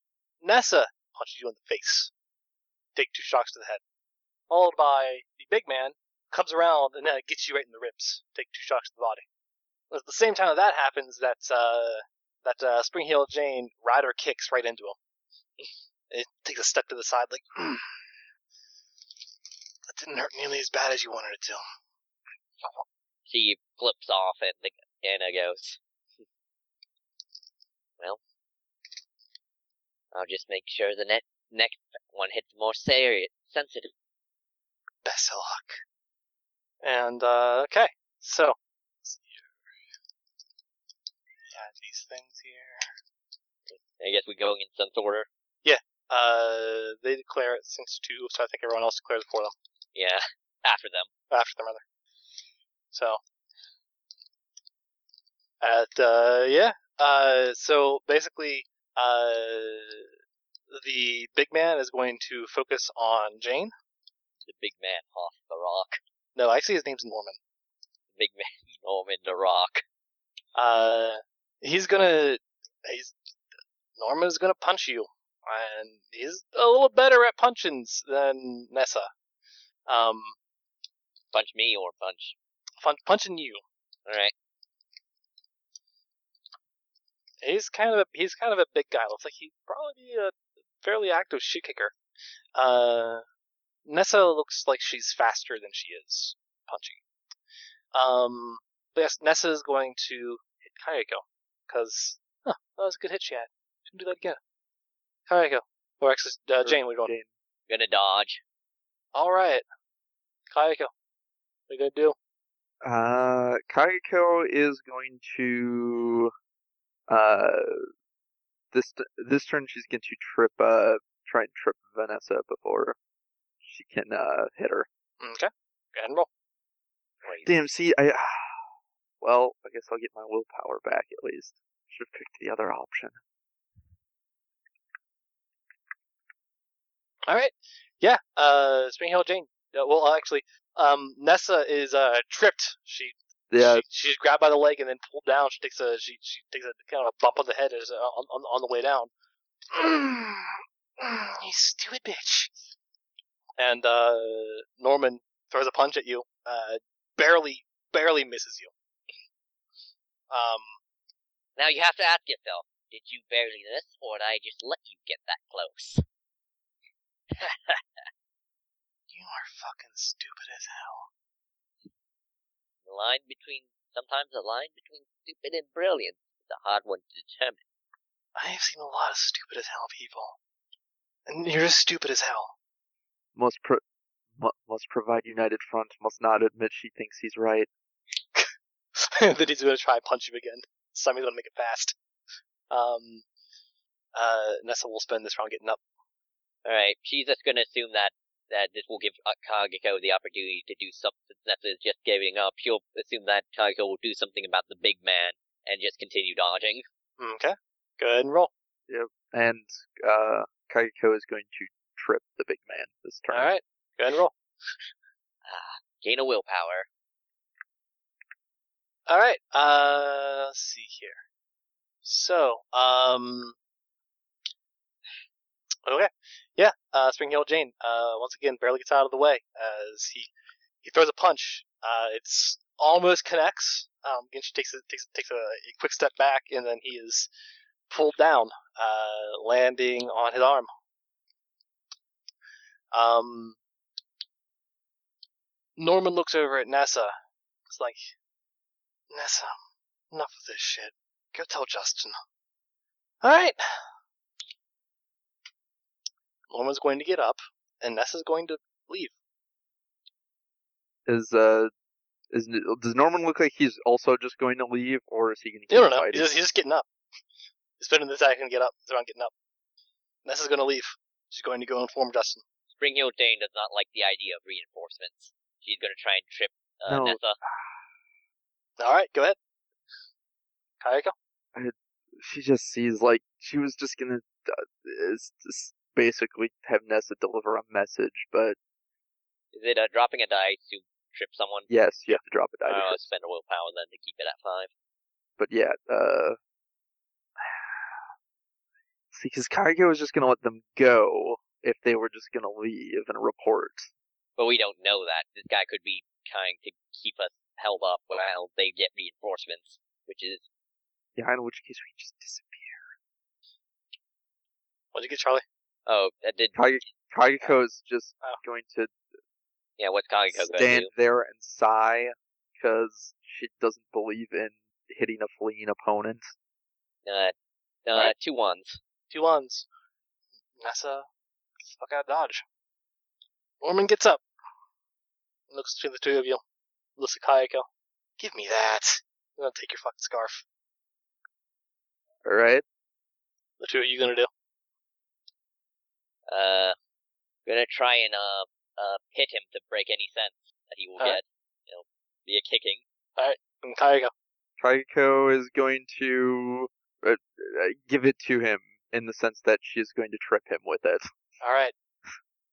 Speaker 1: Nessa punches you in the face. Take two shocks to the head, followed by the big man comes around and uh, gets you right in the ribs. Take two shocks to the body. At the same time that that happens, that uh, that uh, Spring Hill Jane rider kicks right into him. it takes a step to the side, like that didn't hurt nearly as bad as you wanted it to.
Speaker 2: She flips off, and the, Anna goes, "Well, I'll just make sure the next next one hits more serious, sensitive."
Speaker 1: Best of luck. And uh, okay, so let's see here. Yeah, these things here.
Speaker 2: I guess we're going in sense order.
Speaker 1: Uh, they declare it since two, so I think everyone else declares it for them
Speaker 2: Yeah, after them.
Speaker 1: after them rather. So, at uh, yeah, uh, so basically, uh, the big man is going to focus on Jane.
Speaker 2: The big man off the rock.
Speaker 1: No, actually, his name's Norman.
Speaker 2: Big man Norman the Rock.
Speaker 1: Uh, he's gonna. He's Norman is gonna punch you, and he's a little better at punchings than Nessa. Um,
Speaker 2: Punch me or punch.
Speaker 1: fun, punching you.
Speaker 2: All right.
Speaker 1: He's kind of a, he's kind of a big guy. Looks like he'd probably be a fairly active shit kicker. Uh, Nessa looks like she's faster than she is punchy. Um, but yes, Nessa is going to hit Kayako because huh, that was a good hit she had. She can do that again. Kayako, or actually uh, Jane, we're going.
Speaker 5: Jane.
Speaker 2: Gonna dodge.
Speaker 1: All right, Kayako, what you gonna do?
Speaker 5: Uh, Kageko is going to. Uh, this this turn she's going to trip. Uh, try and trip Vanessa before she can uh hit her.
Speaker 1: Okay, go ahead and roll.
Speaker 5: Damn. See, I. Well, I guess I'll get my willpower back at least. Should have picked the other option.
Speaker 1: All right. Yeah. Uh, Spring Hill Jane. Uh, well, actually, um, Nessa is uh tripped. She
Speaker 5: Yeah,
Speaker 1: she, she's grabbed by the leg and then pulled down. She takes a she she takes a kind of a bump on the head as, uh, on, on on the way down. you stupid bitch. And uh, Norman throws a punch at you. Uh, barely barely misses you. Um.
Speaker 2: Now you have to ask yourself, did you barely this, or did I just let you get that close?
Speaker 1: You are fucking stupid as hell.
Speaker 2: The line between sometimes the line between stupid and brilliant is a hard one to determine.
Speaker 1: I have seen a lot of stupid as hell people, and you're just stupid as hell.
Speaker 5: must pro- mu- must provide united front. Must not admit she thinks he's right.
Speaker 1: that he's gonna try and punch you again. Simon's gonna make it fast. Um, uh, Nessa will spend this round getting up.
Speaker 2: All right, she's just gonna assume that that this will give uh, Kageko the opportunity to do something that is just giving up. She'll assume that Kageko will do something about the big man and just continue dodging.
Speaker 1: Okay, go ahead and roll.
Speaker 5: And uh, Kageko is going to trip the big man this turn.
Speaker 1: All right, go ahead and roll.
Speaker 2: Gain a willpower.
Speaker 1: All right. Uh, let's see here. So, um, okay, yeah. Uh, Spring Hill Jane. Uh, once again, barely gets out of the way as he he throws a punch. Uh, it's almost connects. Um, and she takes a, takes takes a, a quick step back, and then he is pulled down, uh, landing on his arm. Um, Norman looks over at Nessa. It's like, Nessa, enough of this shit. Go tell Justin. Alright. Norman's going to get up, and Nessa's going to leave.
Speaker 5: Is uh, is does Norman look like he's also just going to leave, or is he going to?
Speaker 1: You don't know.
Speaker 5: Fighting?
Speaker 1: He's just, he's just getting up. He's spending this action to get up. He's around getting up. Nessa's going to leave. She's going to go inform Justin.
Speaker 2: Spring Hill Dane does not like the idea of reinforcements. She's gonna try and trip uh,
Speaker 5: No.
Speaker 2: Nessa.
Speaker 1: Alright, go ahead. Kayako?
Speaker 5: she just sees like she was just gonna uh, is just basically have Nessa deliver a message, but
Speaker 2: Is it uh, dropping a die to trip someone?
Speaker 5: yes, you have to drop a die. to
Speaker 2: Uh,
Speaker 5: trip.
Speaker 2: spend a willpower then to keep it at five.
Speaker 5: But yeah, uh, see, because Kaigo is just gonna let them go if they were just gonna leave and report.
Speaker 2: But we don't know that. This guy could be trying to keep us held up while they get reinforcements, which is
Speaker 5: Yeah, in which case we just disappear.
Speaker 1: What'd you get, Charlie?
Speaker 2: oh that did
Speaker 5: Kaigo Kaigo is just
Speaker 1: Oh.
Speaker 5: going to
Speaker 2: yeah. What's Kagiko gonna
Speaker 5: stand
Speaker 2: do?
Speaker 5: there and sigh, because she doesn't believe in hitting a fleeing opponent.
Speaker 2: Uh, uh,
Speaker 1: Right.
Speaker 2: two ones.
Speaker 1: Two ones. That's a that's a fuck out of dodge. Norman gets up. Looks between the two of you. Looks at Kayako. Give me that. And I'll take your fucking scarf.
Speaker 5: All right.
Speaker 1: The two of you gonna do?
Speaker 2: Uh, gonna try and uh, uh, hit him to break any sense that he will
Speaker 1: Alright.
Speaker 2: get. You know, via kicking.
Speaker 1: And Kayako.
Speaker 5: Kaiko is going to uh, uh, give it to him in the sense that she is going to trip him with it.
Speaker 1: All right.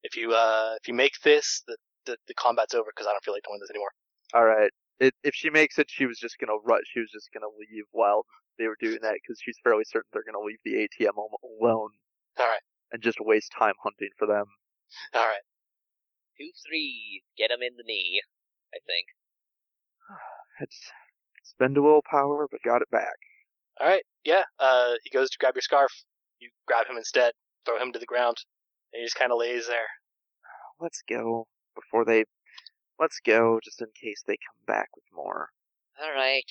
Speaker 1: If you uh if you make this, the the, the combat's over because I don't feel like doing this anymore.
Speaker 5: All right. It, if she makes it, she was just gonna rut. She was just gonna leave while they were doing that because she's fairly certain they're gonna leave the ATM al- alone.
Speaker 1: All right.
Speaker 5: And just waste time hunting for them.
Speaker 1: All right.
Speaker 2: Two threes. Get him in the knee. I think.
Speaker 5: It's spend a little power, but got it back.
Speaker 1: All right. Yeah. Uh, he goes to grab your scarf. You grab him instead. Throw him to the ground. And he just kind of lays there.
Speaker 5: Let's go before they. Let's go just in case they come back with more.
Speaker 2: All right.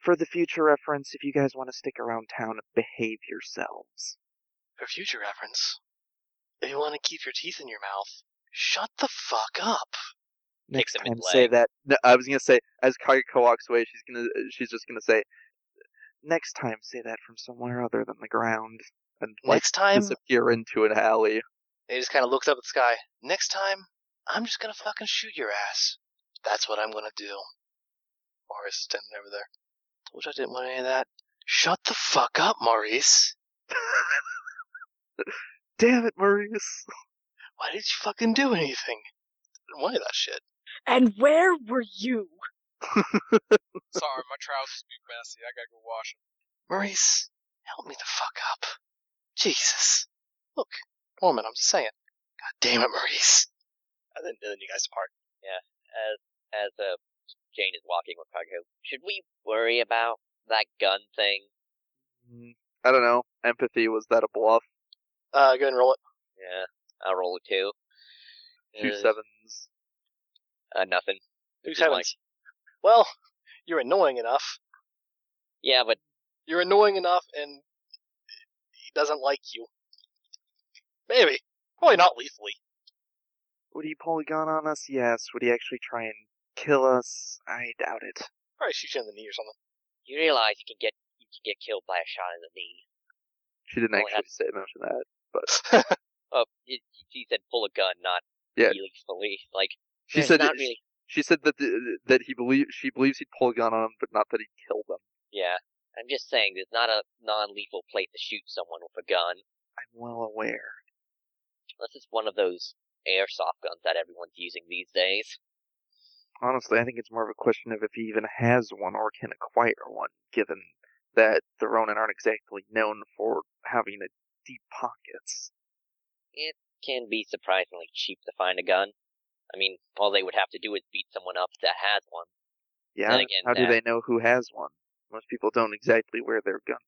Speaker 5: For the future reference, if you guys want to stick around town, behave yourselves.
Speaker 1: For future reference, if you want to keep your teeth in your mouth, shut the fuck up.
Speaker 5: next
Speaker 2: him in
Speaker 5: time
Speaker 2: the
Speaker 5: say
Speaker 2: leg.
Speaker 5: that no, i was gonna say as kageko walks away she's gonna uh, she's just gonna say next time say that from somewhere other than the ground and like
Speaker 1: Next time,
Speaker 5: disappear into an alley
Speaker 1: he just kind of looks up at the sky. Next time, I'm just gonna fucking shoot your ass. That's what I'm gonna do. Maurice is standing over there. Told you I didn't want any of that. Shut the fuck up, Maurice.
Speaker 5: damn it maurice
Speaker 1: Why did you fucking do anything? Didn't want any of that shit.
Speaker 3: And where were you?
Speaker 4: Sorry, my trousers be messy. I gotta go wash them.
Speaker 1: Maurice, help me the fuck up. Jesus. Look, Norman, I'm just saying. God damn it, Maurice. And then, and then you guys depart.
Speaker 2: As uh, Jane is walking with Cargo, should we worry about that gun thing?
Speaker 5: Mm, i don't know empathy was that a bluff
Speaker 1: Uh, go ahead and roll it.
Speaker 2: Yeah. I'll roll a two.
Speaker 5: two
Speaker 2: Uh,
Speaker 5: sevens
Speaker 2: Uh, nothing.
Speaker 1: Two
Speaker 2: Just like-
Speaker 1: sevens. Well, you're annoying enough.
Speaker 2: Yeah, but
Speaker 1: You're annoying enough, and he doesn't like you. Maybe. Probably not lethally.
Speaker 5: would he pull a gun on us yes would he actually try and kill us i doubt it
Speaker 1: Probably shoot you in the knee or something.
Speaker 2: you realize you can get you can get killed by a shot in the knee.
Speaker 5: she didn't
Speaker 2: Well,
Speaker 5: actually say much of that
Speaker 2: Oh, it, he said pull a gun, not
Speaker 5: Yeah.
Speaker 2: illegally. Like
Speaker 5: she
Speaker 2: it's
Speaker 5: said
Speaker 2: not
Speaker 5: that-
Speaker 2: really.
Speaker 5: she said that the, that he believe she believes he'd pull a gun on him but not that he'd kill them
Speaker 2: Yeah, I'm just saying there's not a non-lethal place to shoot someone with a gun
Speaker 5: i'm well aware
Speaker 2: unless it's one of those airsoft guns that everyone's using these days.
Speaker 5: honestly, I think it's more of a question of if he even has one or can acquire one, given that the Ronin aren't exactly known for having a deep pockets.
Speaker 2: Can be surprisingly cheap to find a gun. I mean, all they would have to do is beat someone up that has one.
Speaker 5: Yeah.
Speaker 2: Then again,
Speaker 5: how do
Speaker 2: that-
Speaker 5: they know who has one? Most people don't exactly wear their gun.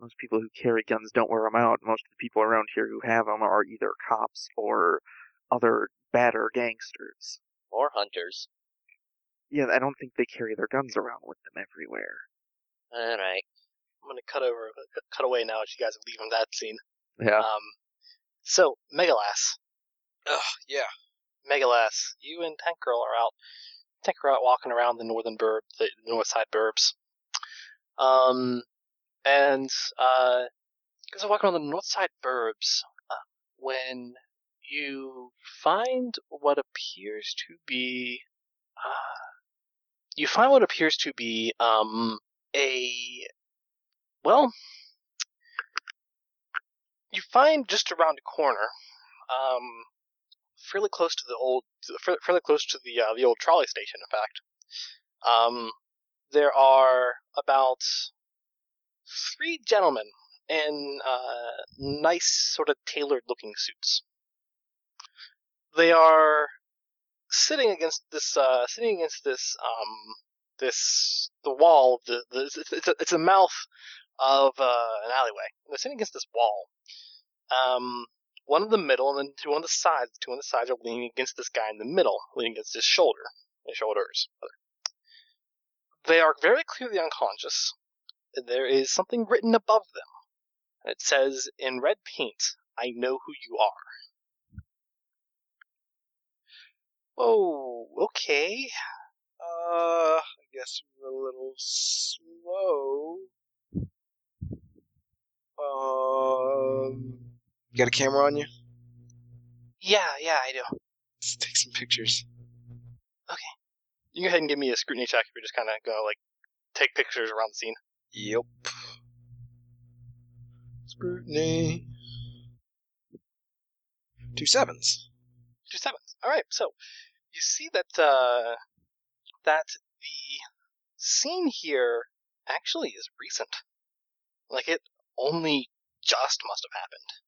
Speaker 5: Most people who carry guns don't wear them out. Most of the people around here who have them are either cops or other badder gangsters.
Speaker 2: Or hunters.
Speaker 5: Yeah, I don't think they carry their guns around with them everywhere.
Speaker 2: All right.
Speaker 1: I'm gonna cut over, cut away now as you guys are leaving that scene.
Speaker 5: Yeah.
Speaker 1: Um, so, Megalass.
Speaker 4: Ugh, yeah.
Speaker 1: Megalass, you and Tank Girl are out. Tank Girl out walking around the northern burb, the north side burbs. Um, and uh, because I'm walking on the north side burbs, uh, when you find what appears to be, uh, you find what appears to be um a, well, you find just around a corner, um, fairly close to the old, to the- fair- fairly close to the uh, the old trolley station. In fact, um, there are about three gentlemen in uh, nice, sort of tailored-looking suits. They are sitting against this, uh, sitting against this, um, this the wall. of The, the it's, it's, a, it's a mouth of uh, an alleyway. They're sitting against this wall. Um, one in the middle, and then two on the sides. The two on the sides are leaning against this guy in the middle, leaning against his shoulder, his shoulders. rather. They are very clearly unconscious. There is something written above them. It says in red paint, I know who you are. Oh, okay.
Speaker 4: Uh, I guess we were a little slow. Um, you got a camera on you?
Speaker 1: Yeah, yeah, I do.
Speaker 4: Let's take some pictures.
Speaker 1: You can go ahead and give me a scrutiny check if you're just kind of going to, like, take pictures around the scene.
Speaker 4: Yep. Scrutiny. Two sevens.
Speaker 1: two sevens. All right, so you see that uh, that the scene here actually is recent. Like it only just must have happened.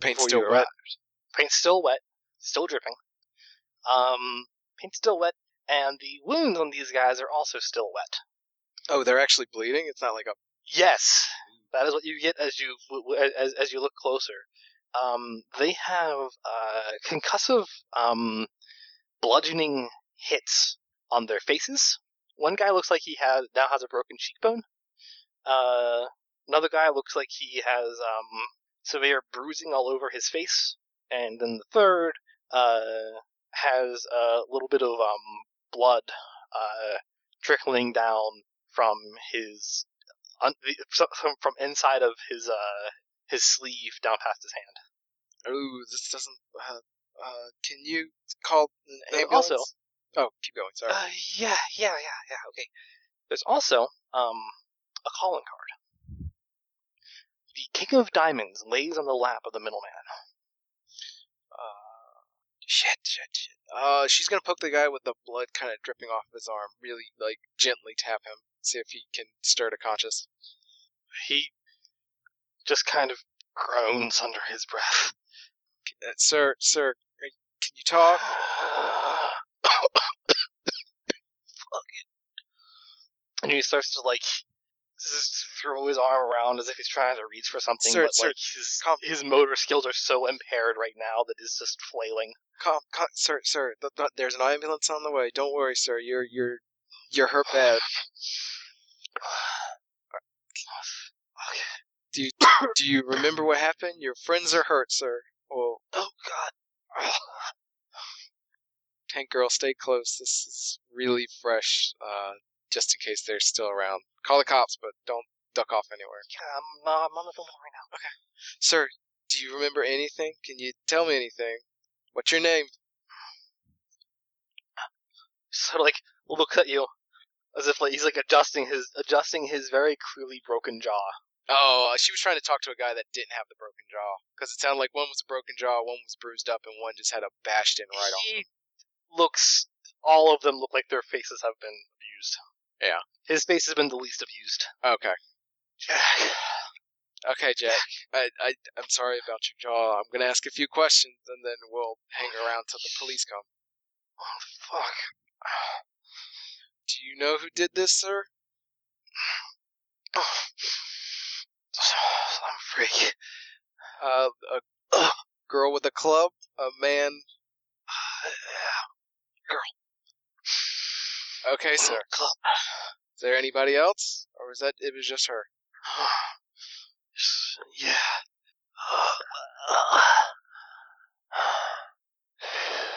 Speaker 4: Paint's
Speaker 1: before
Speaker 4: still
Speaker 1: you
Speaker 4: wet.
Speaker 1: arrived. Paint's still wet, still dripping. Um, paint's still wet, and the wounds on these guys are also still wet.
Speaker 4: Oh, they're actually bleeding. It's not like a
Speaker 1: Yes, that is what you get as you as as you look closer. Um, they have uh, concussive um, bludgeoning hits on their faces. One guy looks like he has now has a broken cheekbone. Uh, another guy looks like he has um, severe bruising all over his face, and then the third uh, has a little bit of um, blood uh, trickling down from his un- the- so- from, from inside of his uh his sleeve down past his hand.
Speaker 4: Oh, this doesn't. Uh, uh, can you call an
Speaker 1: Uh,
Speaker 4: ambulance?
Speaker 1: also-
Speaker 4: oh, keep going. Sorry.
Speaker 1: Uh, yeah, yeah, yeah, yeah. Okay. There's also um a calling card. The King of Diamonds lays on the lap of the middleman.
Speaker 4: Uh, shit, shit, shit. Uh, she's gonna poke the guy with the blood kind of dripping off his arm. Really, like gently tap him, see if he can stir to conscious.
Speaker 1: He just kind of groans under his breath.
Speaker 4: Uh, sir, sir, uh, can you talk?
Speaker 1: And he starts to like s- throw his arm around as if he's trying to reach for something,
Speaker 4: Sir,
Speaker 1: but
Speaker 4: sir,
Speaker 1: like his
Speaker 4: calm.
Speaker 1: his motor skills are so impaired right now that it's just flailing.
Speaker 4: Come, come, sir, sir. th- th- there's an ambulance on the way. Don't worry, sir. You're you're you're hurt bad.
Speaker 1: Okay.
Speaker 4: Do you do you remember what happened? Your friends are hurt, sir. Well,
Speaker 1: Oh God.
Speaker 4: Tank Girl, stay close. This is really fresh, uh, just in case they're still around. Call the cops, but don't duck off anywhere.
Speaker 1: Yeah, I'm, uh, I'm on the phone right now.
Speaker 4: Sir, do you remember anything? Can you tell me anything? What's your name?
Speaker 1: Sort of like looks at you as if like he's like adjusting his adjusting his very cruelly broken jaw.
Speaker 4: Oh, uh, she was trying to talk to a guy that didn't have the broken jaw. Because it sounded like one was a broken jaw, one was bruised up, and one just had a bashed in right on.
Speaker 1: He looks. All of them look like their faces have been abused.
Speaker 4: Yeah.
Speaker 1: His face has been the least abused.
Speaker 4: Okay. Okay, Jack. I, I, I'm sorry about your jaw. I'm going to ask a few questions, and then we'll hang around till the police come.
Speaker 1: Oh, fuck.
Speaker 4: Do you know who did this, sir?
Speaker 1: I'm a freak.
Speaker 4: Uh, a girl with a club, a man. Okay, sir.
Speaker 1: Sir.
Speaker 4: Is there anybody else, or was that it was just her?
Speaker 1: Yeah.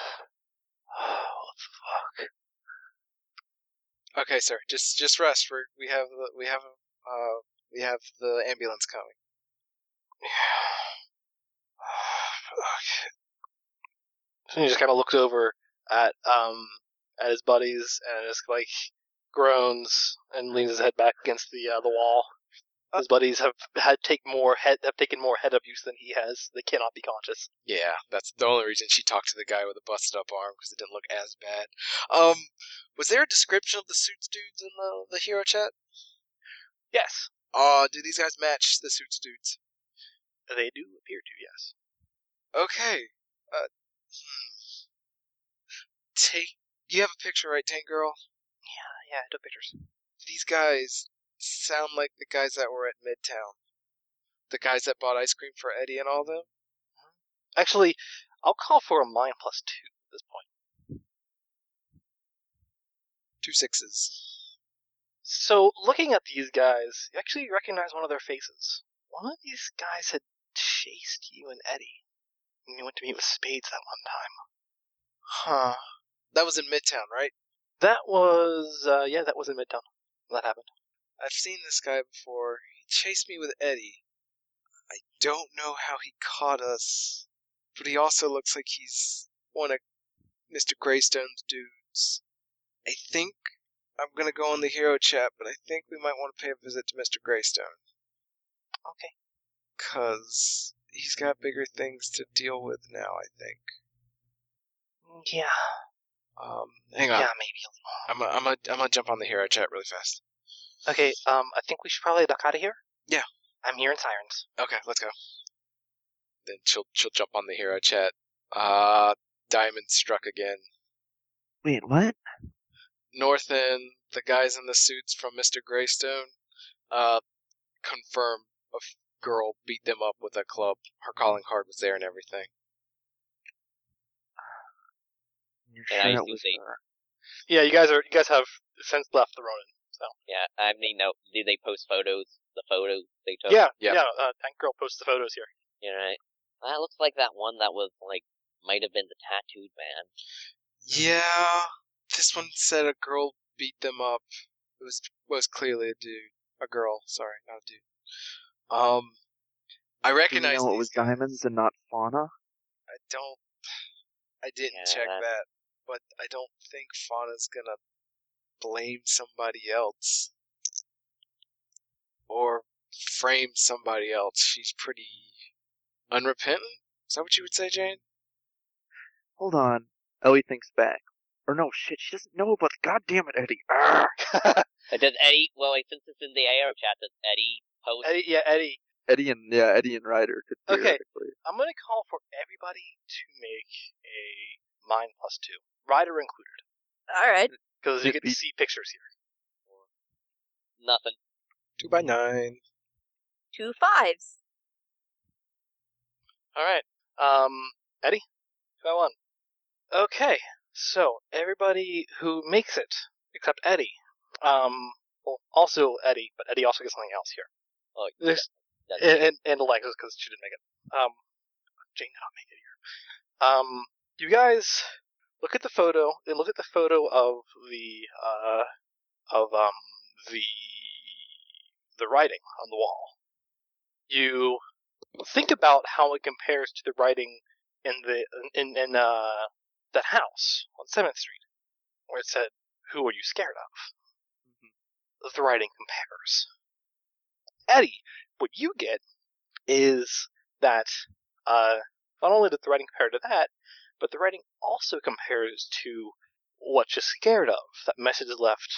Speaker 4: Okay, sir. Just just rest. We we have the- we have uh we have the ambulance coming.
Speaker 1: And he just kind of looks over at um at his buddies and just like groans and leans his head back against the uh, the wall. His buddies have had take more head have taken more head abuse than he has. They cannot be conscious.
Speaker 4: Yeah, that's the only reason she talked to the guy with the busted up arm because it didn't look as bad. Um, was there a description of the suits dudes in the the hero chat?
Speaker 1: Yes,
Speaker 4: Uh, do these guys match the suits dudes?
Speaker 1: they do appear to. Yes.
Speaker 4: Okay. Uh, hmm. Take. You have a picture, right, Tank Girl?
Speaker 1: Yeah, I took pictures.
Speaker 4: These guys sound like the guys that were at Midtown. The guys that bought ice cream for Eddie and all them?
Speaker 1: Actually, I'll call for a mine plus two at this point.
Speaker 4: Two sixes.
Speaker 1: So, looking at these guys, you actually recognize one of their faces. One of these guys had chased you and Eddie, and you went to meet with Spades that one time.
Speaker 4: Huh. That was in Midtown, right?
Speaker 1: That was, uh, yeah, that was in Midtown. That happened.
Speaker 4: I've seen this guy before. He chased me with Eddie. I don't know how he caught us, but he also looks like he's one of Mr. Greystone's dudes. I think I'm gonna go on the hero chat, but I think we might want to pay a visit to Mr. Greystone.
Speaker 1: Okay.
Speaker 4: Cause he's got bigger things to deal with now, I think.
Speaker 1: Mm, Yeah,
Speaker 4: Um, hang on.
Speaker 1: yeah, maybe. a little.
Speaker 4: I'm gonna I'm gonna I'm gonna jump on the hero chat really fast.
Speaker 1: Okay, um, I think we should probably duck out of here.
Speaker 4: Yeah.
Speaker 1: I'm hearing sirens.
Speaker 4: Okay, let's go. Then she'll she'll jump on the hero chat. Uh Diamond struck again.
Speaker 5: Wait, what?
Speaker 4: North and the guys in the suits from Mr. Greystone uh, confirmed a f- girl beat them up with a club. Her calling card was there and everything.
Speaker 5: You're
Speaker 2: And I
Speaker 5: sure that
Speaker 2: do
Speaker 5: was
Speaker 2: think-
Speaker 5: her?
Speaker 1: Yeah, you guys are. You guys have since left the Ronin.
Speaker 2: Yeah, I mean, no, do they post photos? The photos they took?
Speaker 1: Yeah,
Speaker 4: yeah.
Speaker 1: yeah. uh, Tank Girl posts the photos here.
Speaker 2: You know, right? That Ah, looks like that one that was, like, might have been the tattooed man.
Speaker 4: Yeah, this one said a girl beat them up. It was was clearly a dude, a girl. Sorry, not a dude. Um, I
Speaker 5: Do you
Speaker 4: recognize.
Speaker 5: know it
Speaker 4: these
Speaker 5: was
Speaker 4: guys.
Speaker 5: diamonds and not fauna?
Speaker 4: I don't. I didn't
Speaker 2: Yeah,
Speaker 4: check
Speaker 2: that-
Speaker 4: that, but I don't think Fauna's gonna blame somebody else or frame somebody else. She's pretty unrepentant. Is that what you would say, Jane?
Speaker 5: Hold on. Ellie thinks back. Or no, shit, she doesn't know about the goddamn it, Eddie. Arrgh.
Speaker 2: Uh, Does Eddie, well, wait, since it's in the AR chat, does Eddie post?
Speaker 1: Eddie, yeah, Eddie.
Speaker 5: Eddie and yeah, Eddie and Ryder could
Speaker 1: Okay.
Speaker 5: theoretically.
Speaker 1: I'm gonna call for everybody to make a mind plus two, Ryder included,
Speaker 3: All right.
Speaker 1: because you
Speaker 5: Just
Speaker 1: get to
Speaker 5: be-
Speaker 1: see pictures here.
Speaker 2: Nothing.
Speaker 4: Two by nine.
Speaker 3: Two fives.
Speaker 1: All right, um, Eddie, two by one. Okay, so everybody who makes it except Eddie, um, well, also Eddie, but Eddie also gets something else here.
Speaker 2: Oh, yeah,
Speaker 1: There's
Speaker 2: that's-
Speaker 1: and and, and Alexis because she didn't make it. Um, Jane did not make it here. Um, you guys look at the photo and look at the photo of the uh of um the the writing on the wall. You think about how it compares to the writing in the in in uh that house on Seventh Street where it said, "Who are you scared of?"
Speaker 2: Mm-hmm.
Speaker 1: The writing compares. Eddie, what you get is that uh, not only did the writing compare to that, but the writing also compares to what you're scared of. That message left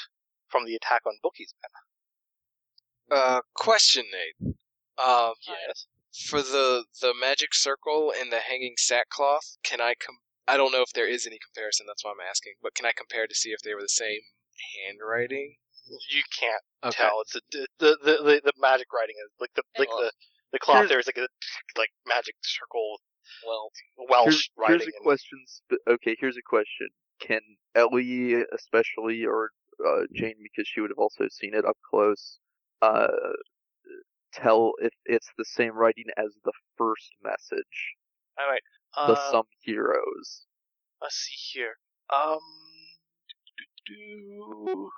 Speaker 1: from the attack on Bookie's men.
Speaker 4: Uh, question, Nate. Um,
Speaker 1: Yes.
Speaker 4: for the the magic circle and the hanging sackcloth, can I com? I don't know if there is any comparison. That's why I'm asking. But can I compare to see if they were the same handwriting?
Speaker 1: You can't tell. It's a, the, the the the magic writing is like the like the the cloth
Speaker 5: Here's-
Speaker 1: there is like a like magic circle
Speaker 2: Well,
Speaker 1: Welsh
Speaker 5: here's,
Speaker 1: writing.
Speaker 5: here's a
Speaker 1: and-
Speaker 5: question. sp- Okay, here's a question. Can Ellie, especially, or uh, Jane, because she would have also seen it up close, uh, tell if it's the same writing as the first message,
Speaker 1: All right.
Speaker 5: the
Speaker 1: Uh,
Speaker 5: some heroes?
Speaker 1: let's see here. Um. do-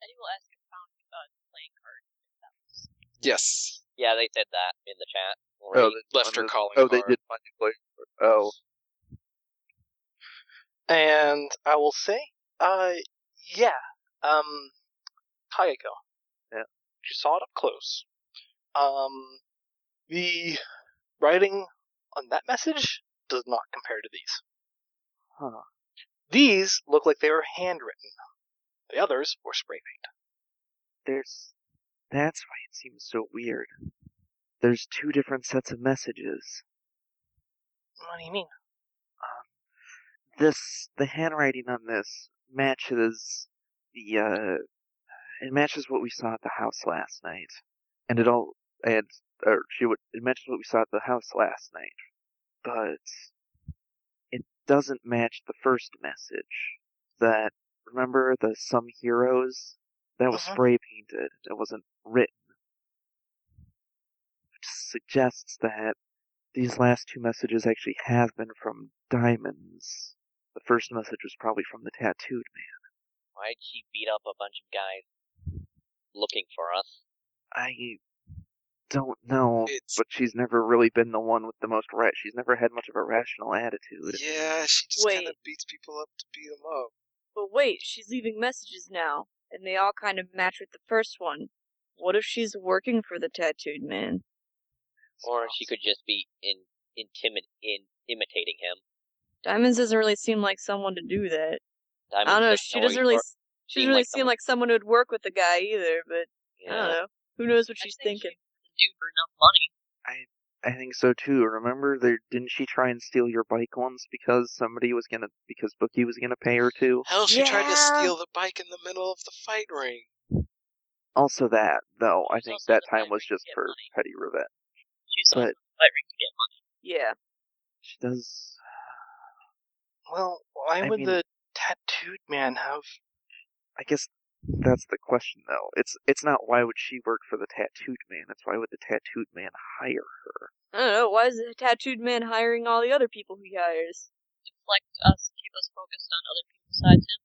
Speaker 7: Eddie will ask if found uh, playing card.
Speaker 4: Yes.
Speaker 2: yeah, they said that in the chat.
Speaker 5: Oh,
Speaker 2: Already.
Speaker 5: they-
Speaker 4: Left her
Speaker 5: on the-
Speaker 4: calling
Speaker 5: Oh, they
Speaker 4: card.
Speaker 5: did find a place. Oh,
Speaker 1: And I will say, uh, yeah, um, Kayako.
Speaker 5: Yeah.
Speaker 1: You saw it up close. Um, the writing on that message does not compare to these.
Speaker 5: Huh.
Speaker 1: These look like they were handwritten. The others were spray paint.
Speaker 5: there's. That's why it seems so weird. There's two different sets of messages.
Speaker 1: What do you mean?
Speaker 5: this the handwriting on this matches the uh it matches what we saw at the house last night and it all and or she would it matches what we saw at the house last night but it doesn't match the first message that remember the some heroes That was
Speaker 1: Mhm.
Speaker 5: spray painted. That wasn't written. Which suggests that these last two messages actually have been from diamonds. The first message was probably from the tattooed
Speaker 2: Why'd she beat up a bunch of guys looking for us?
Speaker 5: man. I don't know,
Speaker 4: It's-
Speaker 5: but she's never really been the one with the most right. She's never had much of a rational attitude.
Speaker 4: Yeah, she just kind of
Speaker 3: Wait.
Speaker 4: beats people up to beat them up.
Speaker 3: But wait, she's leaving messages now, and they all kind of match with the first one. What if she's working for the tattooed man?
Speaker 2: Or she could just be in intimid in imitating him.
Speaker 3: Diamonds doesn't really seem like someone to do that. I,
Speaker 2: Diamond
Speaker 3: don't know.
Speaker 2: doesn't
Speaker 3: She
Speaker 2: know
Speaker 3: doesn't
Speaker 2: he's
Speaker 3: really.
Speaker 2: wor-
Speaker 3: s- She
Speaker 2: seem
Speaker 3: doesn't really
Speaker 2: like
Speaker 3: seem like someone who'd work with the guy either. But I
Speaker 2: Yeah.
Speaker 3: don't know. Who knows what
Speaker 7: I
Speaker 3: she's
Speaker 7: think
Speaker 3: thinking?
Speaker 7: She's a dude for enough money.
Speaker 5: I think so too. Remember, there didn't she try and steal your bike once because somebody was gonna because Bookie was gonna pay her to?
Speaker 4: Hell, she tried to
Speaker 3: Yeah.
Speaker 4: steal the bike in the middle of the fight ring.
Speaker 5: Also, that though, I
Speaker 7: She's
Speaker 5: think
Speaker 7: also
Speaker 5: that
Speaker 7: the
Speaker 5: time was
Speaker 7: library
Speaker 5: just
Speaker 7: kid
Speaker 5: for
Speaker 7: money.
Speaker 5: petty revenge.
Speaker 7: She's
Speaker 5: But-
Speaker 7: also a light ring to get money.
Speaker 3: Yeah.
Speaker 5: She does.
Speaker 1: Well, why
Speaker 5: I
Speaker 1: would
Speaker 5: mean-
Speaker 1: the tattooed man have?
Speaker 5: I guess that's the question though. It's it's not why would she work for the tattooed man. It's why would the tattooed man hire her?
Speaker 3: I don't know. Why is the tattooed man hiring all the other people he hires?
Speaker 7: Deflect us, keep us focused on other people besides him.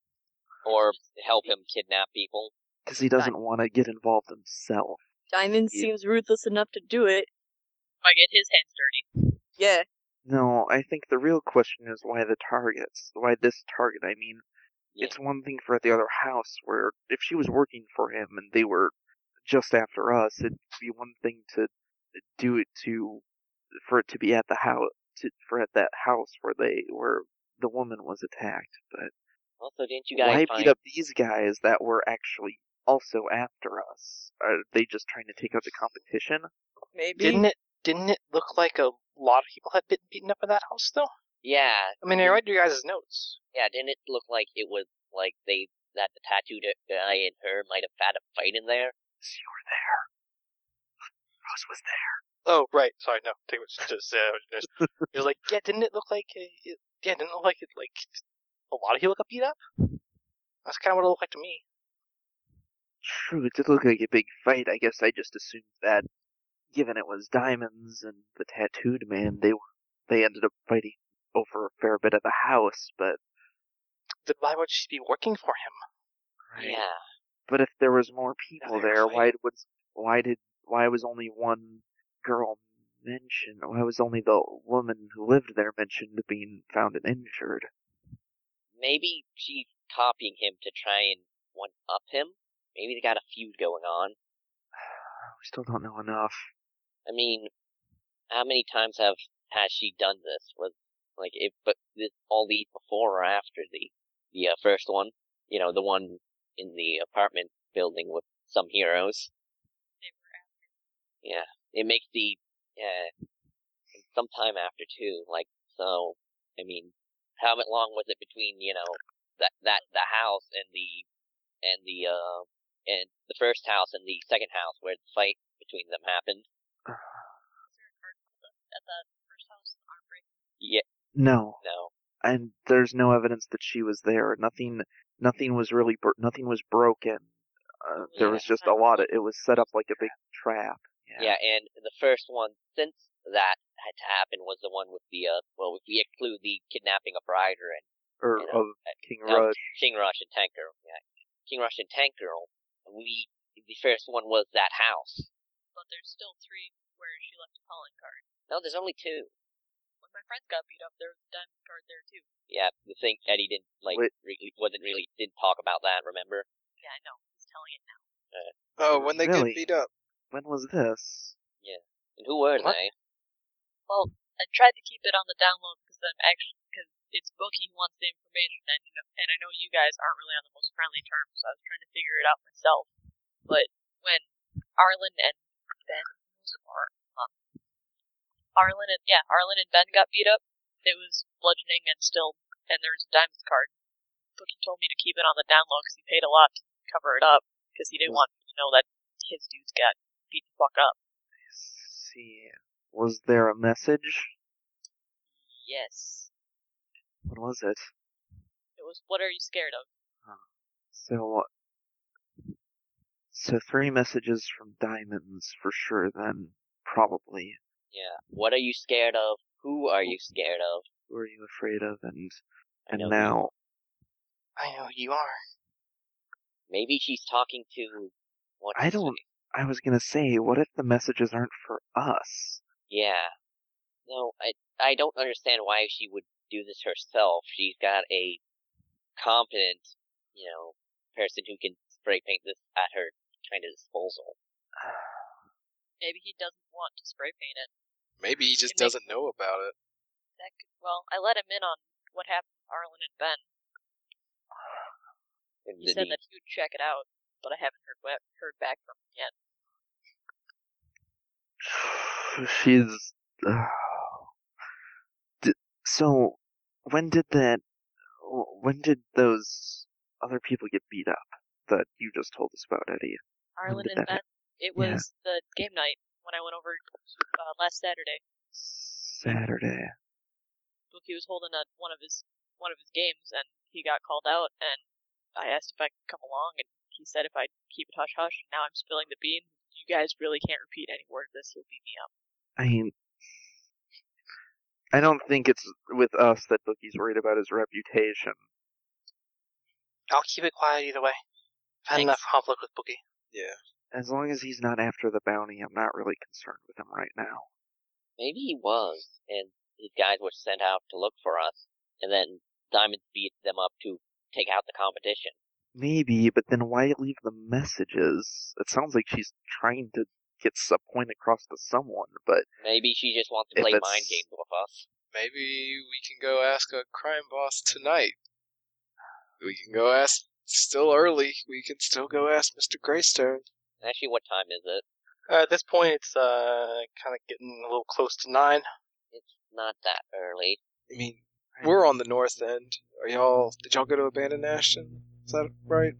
Speaker 2: or help him kidnap people.
Speaker 5: Because he doesn't want to get involved himself.
Speaker 3: Diamond
Speaker 5: Yeah.
Speaker 3: seems ruthless enough to do it.
Speaker 7: If I get his hands dirty.
Speaker 3: Yeah.
Speaker 5: No, I think the real question is why the targets. Why this target? I mean,
Speaker 2: Yeah.
Speaker 5: it's one thing for the other house where if she was working for him and they were just after us, it'd be one thing to do it to for it to be at the house to, for at that house where they where the woman was attacked. But
Speaker 2: Also, didn't you
Speaker 5: why
Speaker 2: guys
Speaker 5: beat
Speaker 2: find
Speaker 5: up these guys that were actually also after us? Are they just trying to take out the competition?
Speaker 3: Maybe.
Speaker 1: Didn't it? Didn't it look like a lot of people had been beaten up in that house though?
Speaker 2: Yeah,
Speaker 1: I mean, I read your guys' notes.
Speaker 2: yeah. Didn't it look like it was like they that the tattooed guy and her might have had a fight in there?
Speaker 5: You were there. Rose was there.
Speaker 1: Oh, right. Sorry, no. Take what you just said. I was just- It was like, yeah, didn't it look like? uh it, yeah, didn't it look like it, like a lot of people got beat up? That's kind of what it looked like to me.
Speaker 5: True, it did look like a big fight. I guess I just assumed that, given it was diamonds and the tattooed man, they were they ended up fighting over a fair bit of the house. But
Speaker 1: Then why would she be working for him?
Speaker 2: Yeah,
Speaker 5: but if there was more people
Speaker 1: they were
Speaker 5: there,
Speaker 1: fighting.
Speaker 5: why would why did why was only one girl mentioned? Why was only the woman who lived there mentioned being found and injured?
Speaker 2: maybe she's copying him to try and one up him. Maybe they got a feud going on.
Speaker 5: We still don't know enough.
Speaker 2: I mean, how many times have has she done this? Was like if but this all these before or after the the uh, first one? You know, the one in the apartment building with some heroes.
Speaker 7: They were
Speaker 2: Yeah, it makes the yeah sometime after too. Like so, I mean, how mu- long was it between you know that that the house and the and the uh and the first house and the second house where the fight between them happened?
Speaker 7: at the first house, the arm break.
Speaker 2: Yeah,
Speaker 5: No,
Speaker 2: no.
Speaker 5: and there's no evidence that she was there. Nothing, nothing was really, bro- nothing was broken. Uh, there was just a lot of. It was set up like a big trap.
Speaker 2: Yeah, and the first one since that had to happen was the one with the uh well if we exclude the kidnapping of Ryder and
Speaker 5: or
Speaker 2: Yeah.
Speaker 5: Er, of King
Speaker 2: that was
Speaker 5: Rush.
Speaker 2: King Rush and Tank Girl. Yeah. King Rush and Tank Girl, we the first one was that house.
Speaker 7: But there's still three where she left a calling card.
Speaker 2: No, there's only two.
Speaker 7: When my friends got beat up, there was a diamond card there too.
Speaker 2: Yeah, the thing Eddie didn't like
Speaker 5: Wait.
Speaker 2: really wasn't really didn't talk about that, remember?
Speaker 7: Yeah, I know. He's telling it now.
Speaker 4: Oh, when they
Speaker 5: Really?
Speaker 4: get beat up.
Speaker 5: When was this?
Speaker 2: And who were
Speaker 1: What?
Speaker 2: they?
Speaker 7: I tried to keep it on the download because I'm actually because it's booking wants the information and you know, and I know you guys aren't really on the most friendly terms, so I was trying to figure it out myself. But when Arlen and Ben or um, Arlen and yeah Arlen and Ben got beat up, it was bludgeoning and still and there's a diamonds card. Booking told me to keep it on the download because he paid a lot to cover it up because he
Speaker 2: Mm.
Speaker 7: didn't want people to know that his dudes got beat the fuck up.
Speaker 5: Let's see, was there a message?
Speaker 7: Yes,
Speaker 5: What was it?
Speaker 7: it was. What are you scared of?
Speaker 5: So, So three messages from diamonds for sure. Then probably.
Speaker 2: Yeah. What are you scared of? Who are you scared of?
Speaker 5: Who are you afraid of? And
Speaker 2: I know
Speaker 5: and now
Speaker 1: I know you are.
Speaker 2: Maybe she's talking to. What
Speaker 5: I don't- I was gonna say, what if the messages aren't for us?
Speaker 2: Yeah. No, I I don't understand why she would do this herself. She's got a competent, you know, person who can spray paint this at her kind of disposal.
Speaker 7: Maybe he doesn't want to spray paint it.
Speaker 4: Maybe he just
Speaker 7: It makes-
Speaker 4: doesn't know about it.
Speaker 7: That could, well, I let him in on what happened to Arlen and Ben.
Speaker 2: And
Speaker 7: He said that he would check it out, but I haven't heard wa- heard back from him yet.
Speaker 5: She's. D- so, when did that? When did those other people get beat up that you just told us about, Eddie?
Speaker 7: Arlen
Speaker 5: did
Speaker 7: and
Speaker 5: that
Speaker 7: Ben. It
Speaker 5: Yeah.
Speaker 7: was the game night when I went over uh, last Saturday.
Speaker 5: Saturday.
Speaker 7: Bookie was holding a, one of his one of his games, and he got called out. And I asked if I could come along, and he said if I keep it hush hush. Now I'm spilling the bean. You guys really can't repeat any word of this. He'll beat me up.
Speaker 5: I mean, I don't think it's with us that Bookie's worried about his reputation.
Speaker 1: I'll keep it quiet either way. I've had
Speaker 7: Thanks.
Speaker 1: enough conflict with Bookie.
Speaker 4: Yeah.
Speaker 5: As long as he's not after the bounty, I'm not really concerned with him right now.
Speaker 2: Maybe he was, and his guys were sent out to look for us, and then Diamond beat them up to take out the competition.
Speaker 5: Maybe, but then why leave the messages? It sounds like she's trying to get a point across to someone, but
Speaker 2: Maybe she just wants to
Speaker 5: If
Speaker 2: play
Speaker 5: it's-
Speaker 2: mind games with us.
Speaker 4: Maybe we can go ask a crime boss tonight. We can go ask. Still early. We can still go ask Mr. Greystone.
Speaker 2: Actually, what time is it?
Speaker 1: Uh, at this point, it's uh kind of getting a little close to nine.
Speaker 2: It's not that early.
Speaker 4: I mean, we're on the north end. Are y'all? Did y'all go to Abandoned Ashton? Is that right?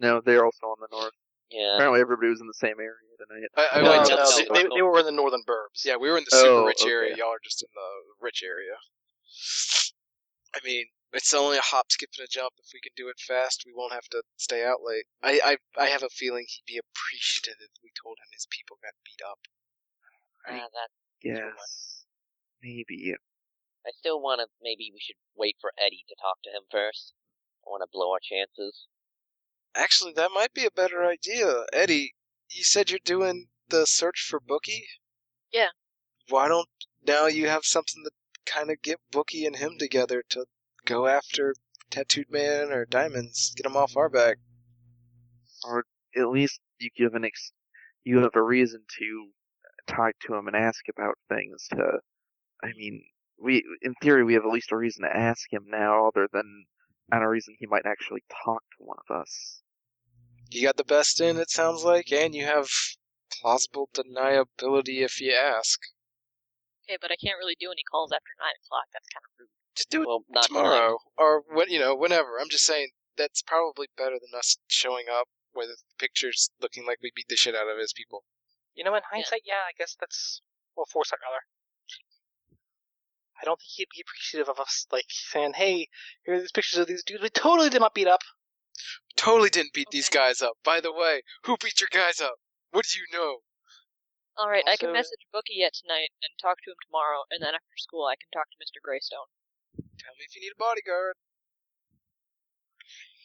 Speaker 5: no, they're also on the north.
Speaker 2: Yeah.
Speaker 5: Apparently, everybody was in the same area tonight.
Speaker 4: I, I
Speaker 2: No,
Speaker 4: went
Speaker 2: no,
Speaker 4: to.
Speaker 2: no,
Speaker 1: they, Uh, they, they were in the northern burbs.
Speaker 4: Yeah, we were in the
Speaker 5: Oh,
Speaker 4: super rich area.
Speaker 5: okay.
Speaker 4: Y'all are just in the rich area. I mean, it's only a hop, skip, and a jump. If we can do it fast, we won't have to stay out late. I, I, I have a feeling he'd be appreciative if we told him his people got beat up.
Speaker 2: Ah, that,
Speaker 5: Yes, maybe.
Speaker 2: I still want to. Maybe we should wait for Eddie to talk to him first. I want to blow our chances.
Speaker 4: Actually, that might be a better idea. Eddie, you said you're doing the search for Bookie?
Speaker 7: Yeah.
Speaker 4: Why don't now you have something to kind of get Bookie and him together to go after Tattooed Man or Diamonds, get him off our back?
Speaker 5: At least you give an ex- you have a reason to talk to him and ask about things. To, I mean, we in theory we have at least a reason to ask him now, other than and a reason he might actually talk to one of us.
Speaker 4: You got the best in, it sounds like, and you have plausible deniability if you ask.
Speaker 7: Okay, but I can't really do any calls after nine o'clock. That's kind of rude.
Speaker 4: Just do it
Speaker 2: Well, not tonight.
Speaker 4: tomorrow, or when you know, whenever. I'm just saying that's probably better than us showing up with pictures looking like we beat the shit out of his people.
Speaker 1: You know, in hindsight, yeah, I guess that's well, foresight rather. I don't think he'd be appreciative of us, like saying, "Hey, here are these pictures of these dudes. We totally did not beat up."
Speaker 4: totally didn't beat these
Speaker 7: Okay.
Speaker 4: guys up. By the way, who beat your guys up? What do you know?
Speaker 7: All right, I can
Speaker 1: Also-
Speaker 7: message Bookie yet tonight and talk to him tomorrow, and then after school I can talk to Mr. Greystone.
Speaker 4: Tell me if you need a bodyguard.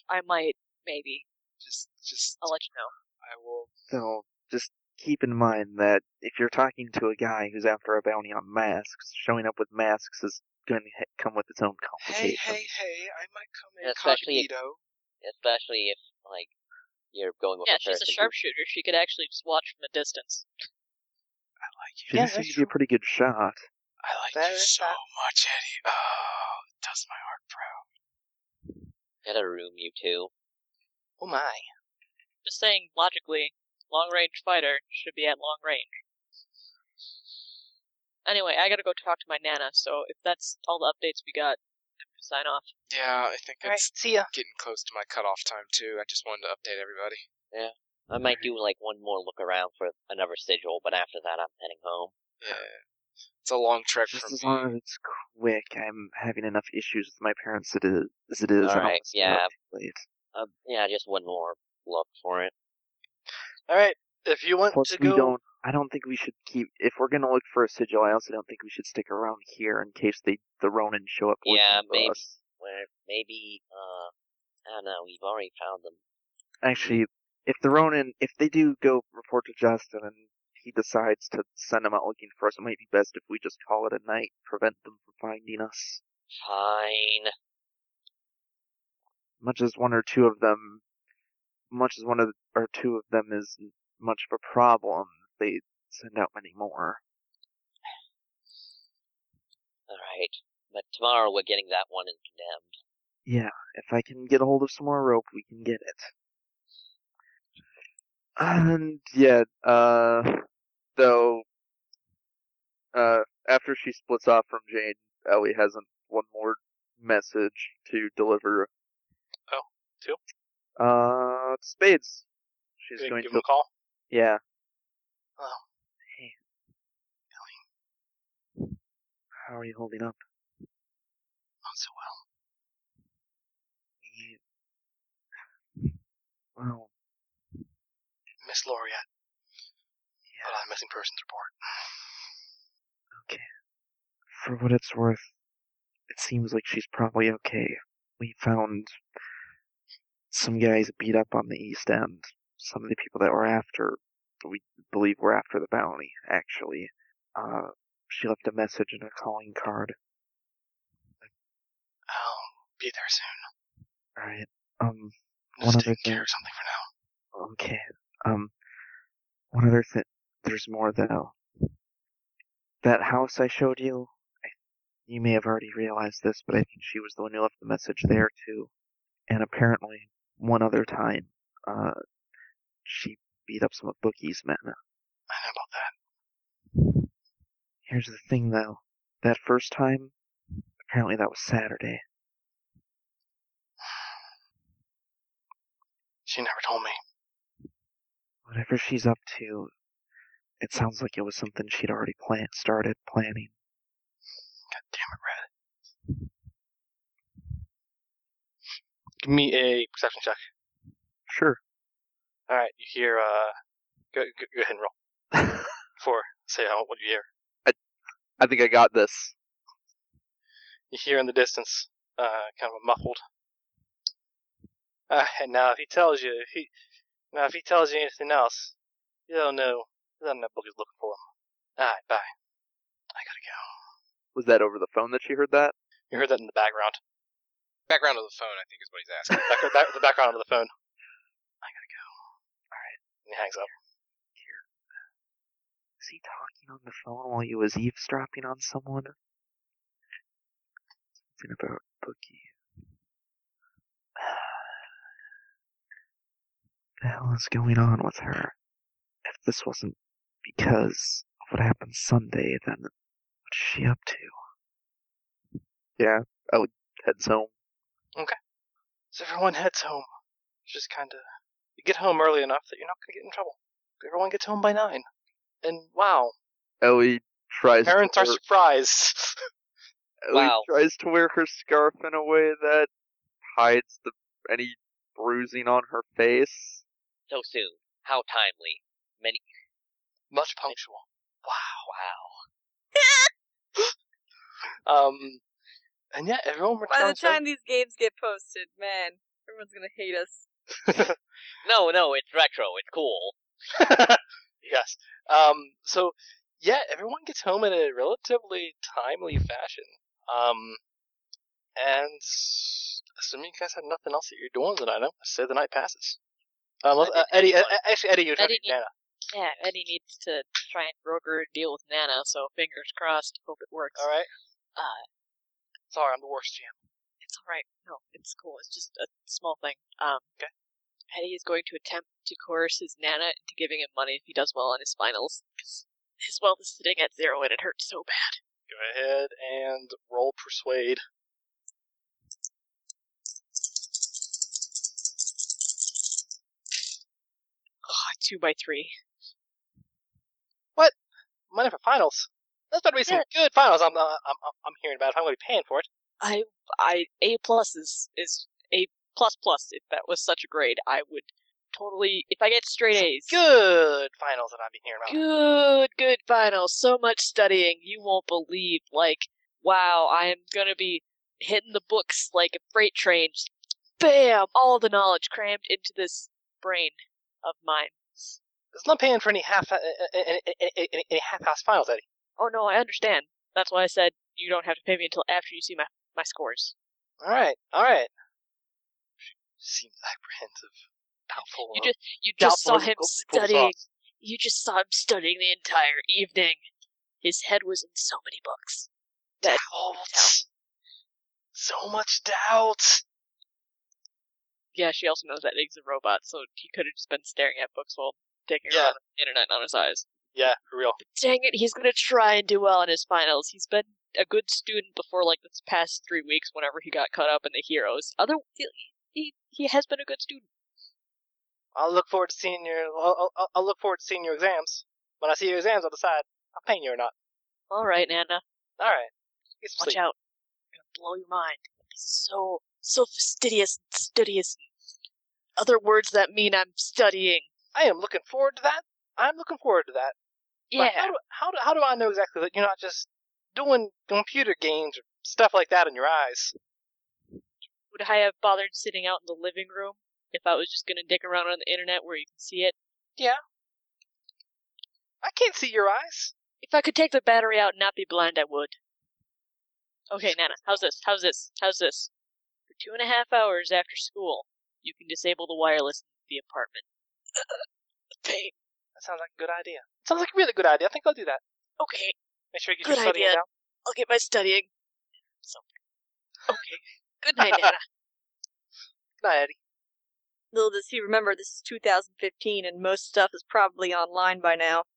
Speaker 7: I might, maybe.
Speaker 4: Just, just,
Speaker 7: I'll let you know.
Speaker 4: I will.
Speaker 5: So just keep in mind that if you're talking to a guy who's after a bounty on masks, showing up with masks is going to come with its own
Speaker 4: Hey,
Speaker 5: complications.
Speaker 4: hey, hey! I might come in
Speaker 2: Especially-
Speaker 4: incognito.
Speaker 2: Especially if like you're going with
Speaker 7: Yeah,
Speaker 2: a
Speaker 7: she's
Speaker 2: person.
Speaker 7: a
Speaker 2: who-
Speaker 7: sharpshooter. She could actually just watch from a distance.
Speaker 5: She
Speaker 1: Yeah,
Speaker 5: just
Speaker 1: that's
Speaker 5: seems to be a pretty good shot.
Speaker 4: I like
Speaker 1: There
Speaker 4: you
Speaker 1: is
Speaker 4: so
Speaker 1: that.
Speaker 4: much, Eddie. Oh, it does my heart proud.
Speaker 2: Get a room, you two.
Speaker 1: Oh my!
Speaker 7: Just saying, logically, long range fighter should be at long range. Anyway, I gotta go talk to my nana, so if that's all the updates we got, I'm gonna sign off.
Speaker 4: Yeah, I think
Speaker 1: All right,
Speaker 4: it's
Speaker 1: see ya.
Speaker 4: getting close to my cutoff time too. I just wanted to update everybody.
Speaker 2: I might do like one more look around for another sigil, but after that, I'm heading home.
Speaker 4: Yeah, it's a long trek
Speaker 5: Just
Speaker 4: from
Speaker 5: as long as it's quick, I'm having enough issues with my parents it is, as it is. I'm
Speaker 2: All right,
Speaker 5: almost
Speaker 2: yeah.
Speaker 5: up late.
Speaker 2: Um, yeah, just one more look for it.
Speaker 1: All right. If you want
Speaker 5: Plus,
Speaker 1: to
Speaker 5: we
Speaker 1: go,
Speaker 5: don't. I don't think we should keep. If we're gonna look for a sigil, I also don't think we should stick around here in case they the Ronin show up. looking
Speaker 2: Yeah,
Speaker 5: for
Speaker 2: maybe.
Speaker 5: us.
Speaker 2: Where maybe, uh, I don't know, we've already found them.
Speaker 5: Actually, if the Ronin, if they do go report to Justin and he decides to send them out looking for us, it might be best if we just call it a night, prevent them from finding us.
Speaker 2: Fine.
Speaker 5: Much as one or two of them, much as one of or two of them is much of a problem, they send out many more.
Speaker 2: Alright. But tomorrow we're getting that one in condemned.
Speaker 5: Yeah, if I can get a hold of some more rope, we can get it. And yeah, uh, though, uh, after she splits off from Jane, Ellie has an- one more message to deliver.
Speaker 1: Oh, two?
Speaker 5: Uh, Spades. She's
Speaker 1: you
Speaker 5: going
Speaker 1: give
Speaker 5: to.
Speaker 1: him a call.
Speaker 5: Yeah.
Speaker 1: Oh.
Speaker 5: Hey. How are you holding up?
Speaker 1: Not so well.
Speaker 5: You- Well,
Speaker 1: Miss Laureate. Put on a missing persons report.
Speaker 5: for what it's worth, it seems like she's probably okay. We found some guys beat up on the East End. Some of the people that were after, we believe were after the bounty, actually. Uh, she left a message and a calling card.
Speaker 1: I'll be there soon.
Speaker 5: Alright, um, One
Speaker 1: Just
Speaker 5: other
Speaker 1: taking care
Speaker 5: thing.
Speaker 1: of something for now.
Speaker 5: okay. Um, one other thing. There's more, though. That house I showed you, I, you may have already realized this, but I think she was the one who left the message there, too. And apparently, one other time, uh, she beat up some of Bookie's men.
Speaker 1: I know about that.
Speaker 5: Here's the thing, though. That first time, apparently that was Saturday.
Speaker 1: She never told me.
Speaker 5: Whatever she's up to, it sounds like it was something she'd already plan- started planning.
Speaker 1: God damn it, Red. Give me a perception check.
Speaker 5: Sure.
Speaker 1: All right, you hear. uh Go, go, go ahead and roll
Speaker 5: I
Speaker 1: four. Say how what you hear.
Speaker 5: think I got this.
Speaker 1: You hear in the distance, uh, kind of a muffled. Uh, and now, if he tells you, if he now if he tells you anything else, you don't know. You don't know Boogie's looking for him. All right, bye. I gotta go.
Speaker 5: Was that over the phone that she heard that?
Speaker 1: You heard that in the background.
Speaker 4: Background of the phone, I think, is what he's asking.
Speaker 1: Back, back, the background of the phone. I gotta go. All right. And he hangs up.
Speaker 5: Was he talking on the phone while he was eavesdropping on someone? Something about Bookie. the hell is going on with her? If this wasn't because of what happened Sunday, then what's she up to? Yeah, I would head home.
Speaker 1: So everyone heads home. It's just kind of you get home early enough that you're not gonna get in trouble. Everyone gets home by nine. And wow,
Speaker 5: Ellie tries
Speaker 1: parents
Speaker 5: to
Speaker 1: are
Speaker 5: wear,
Speaker 1: surprised.
Speaker 5: Ellie
Speaker 2: Wow.
Speaker 5: tries to wear her scarf in a way that hides the any bruising on her face.
Speaker 2: So soon. How timely. Many.
Speaker 1: Much punctual.
Speaker 2: Wow.
Speaker 1: Um, and yeah, everyone
Speaker 3: By the
Speaker 1: returns home.
Speaker 3: time these games get posted, man, everyone's gonna hate us.
Speaker 2: No, no, it's retro. It's cool.
Speaker 1: yes. Um, so yeah, everyone gets home in a relatively timely fashion. Um, and assuming you guys have nothing else that you're doing tonight, I say the night passes. Unless, uh, Eddie, uh, actually, Eddie, you're talking
Speaker 7: Eddie-
Speaker 1: to Nana.
Speaker 7: Yeah, Eddie needs to try and broker a deal with Nana, so fingers crossed. Hope it works.
Speaker 1: All right.
Speaker 7: Uh,
Speaker 1: Sorry, I'm the worst GM.
Speaker 7: It's all right. No, it's cool. It's just a small thing. Um,
Speaker 1: Okay.
Speaker 7: Eddie is going to attempt to coerce his Nana into giving him money if he does well on his finals. 'cause His wealth is sitting at zero, and it hurts so bad.
Speaker 1: Go ahead and roll persuade.
Speaker 7: Ah, two by three.
Speaker 1: Money for finals. That's about to be some good finals. I'm, uh, I'm, I'm I'm hearing about. If I'm going to be paying for it.
Speaker 7: I, I, A plus is is a plus plus. If that was such a grade, I would totally. If I get straight A's,
Speaker 1: Good finals that I've been hearing about.
Speaker 7: good, good finals. So much studying, you won't believe. Like, wow, I am gonna be hitting the books like a freight train. Just bam! All the knowledge crammed into this brain of mine.
Speaker 1: It's not paying for any half uh, uh, any, any, any, any half-house finals, Eddie.
Speaker 7: Oh no, I understand. That's why I said you don't have to pay me until after you see my my scores.
Speaker 1: All right, all right. She seems apprehensive, doubtful.
Speaker 7: You
Speaker 1: of-
Speaker 7: just you just
Speaker 1: doubtful
Speaker 7: saw
Speaker 1: of Goldie
Speaker 7: him
Speaker 1: Gold's
Speaker 7: studying.
Speaker 1: sauce.
Speaker 7: You just saw him studying the entire evening. His head was in so many books. that-
Speaker 1: Doubt. So much doubt.
Speaker 7: Yeah, she also knows that Egg's a robot, so he could have just been staring at books while taking
Speaker 1: Yeah.
Speaker 7: around the internet on his eyes.
Speaker 1: Yeah, for real.
Speaker 7: Dang it, he's gonna try and do well in his finals. He's been a good student before like this past three weeks whenever he got caught up in the heroes. Other he, he, he has been a good student.
Speaker 1: I'll look forward to seeing your. I'll, I'll, I'll look forward to seeing your exams. When I see your exams, I'll decide I'm paying you or not.
Speaker 7: Alright, Anna.
Speaker 1: All right. Get some
Speaker 7: Watch
Speaker 1: sleep.
Speaker 7: out. You're gonna blow your mind. He's so so fastidious and studious and other words that mean I'm studying.
Speaker 1: I am looking forward to that. I'm looking forward to that.
Speaker 7: Yeah.
Speaker 1: But how do, how do how do I know exactly that you're not just doing computer games or stuff like that in your eyes?
Speaker 7: Would I have bothered sitting out in the living room if I was just gonna dick around on the internet where you can see it?
Speaker 1: I can't see your eyes.
Speaker 7: If I could take the battery out and not be blind, I would. Okay, Nana, how's this? How's this? How's this? For two and a half hours after school, you can disable the wireless in the apartment. okay,
Speaker 1: That sounds like a good idea. Sounds like a really good idea. I think I'll do that.
Speaker 7: okay,
Speaker 1: Make sure you get
Speaker 7: Good
Speaker 1: your studying
Speaker 7: idea.
Speaker 1: down.
Speaker 7: I'll get my studying. So, okay. Good night, Nana.
Speaker 1: Good night, Eddie.
Speaker 3: Little does he remember this is 2015 and most stuff is probably online by now.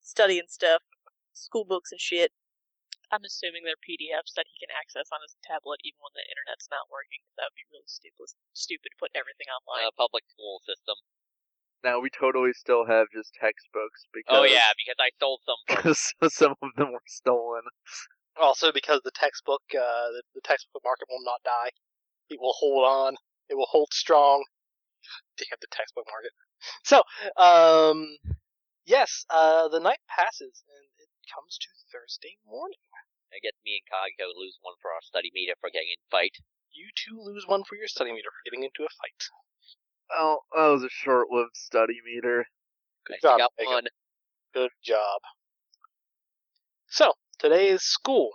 Speaker 3: Studying stuff, school books and shit.
Speaker 7: I'm assuming they're PDFs that he can access on his tablet even when the internet's not working. That would be really stupid, stupid to put everything online.
Speaker 2: uh, public school system.
Speaker 5: Now we totally still have just textbooks because
Speaker 2: Oh yeah, because I sold some.
Speaker 5: because some of them were stolen.
Speaker 1: Also, because the textbook, uh, the, the textbook market will not die. It will hold on. It will hold strong. Damn the textbook market. So, um, yes, uh, the night passes and it comes to Thursday morning.
Speaker 2: I guess me and Cogito lose one for our study meetup for getting in fight.
Speaker 1: You two lose one for your study meter for getting into a fight.
Speaker 5: Oh, that was a short-lived study meter.
Speaker 1: Good
Speaker 2: I still
Speaker 1: job,
Speaker 2: got
Speaker 1: Jacob.
Speaker 2: one.
Speaker 1: Good job. So, today is school.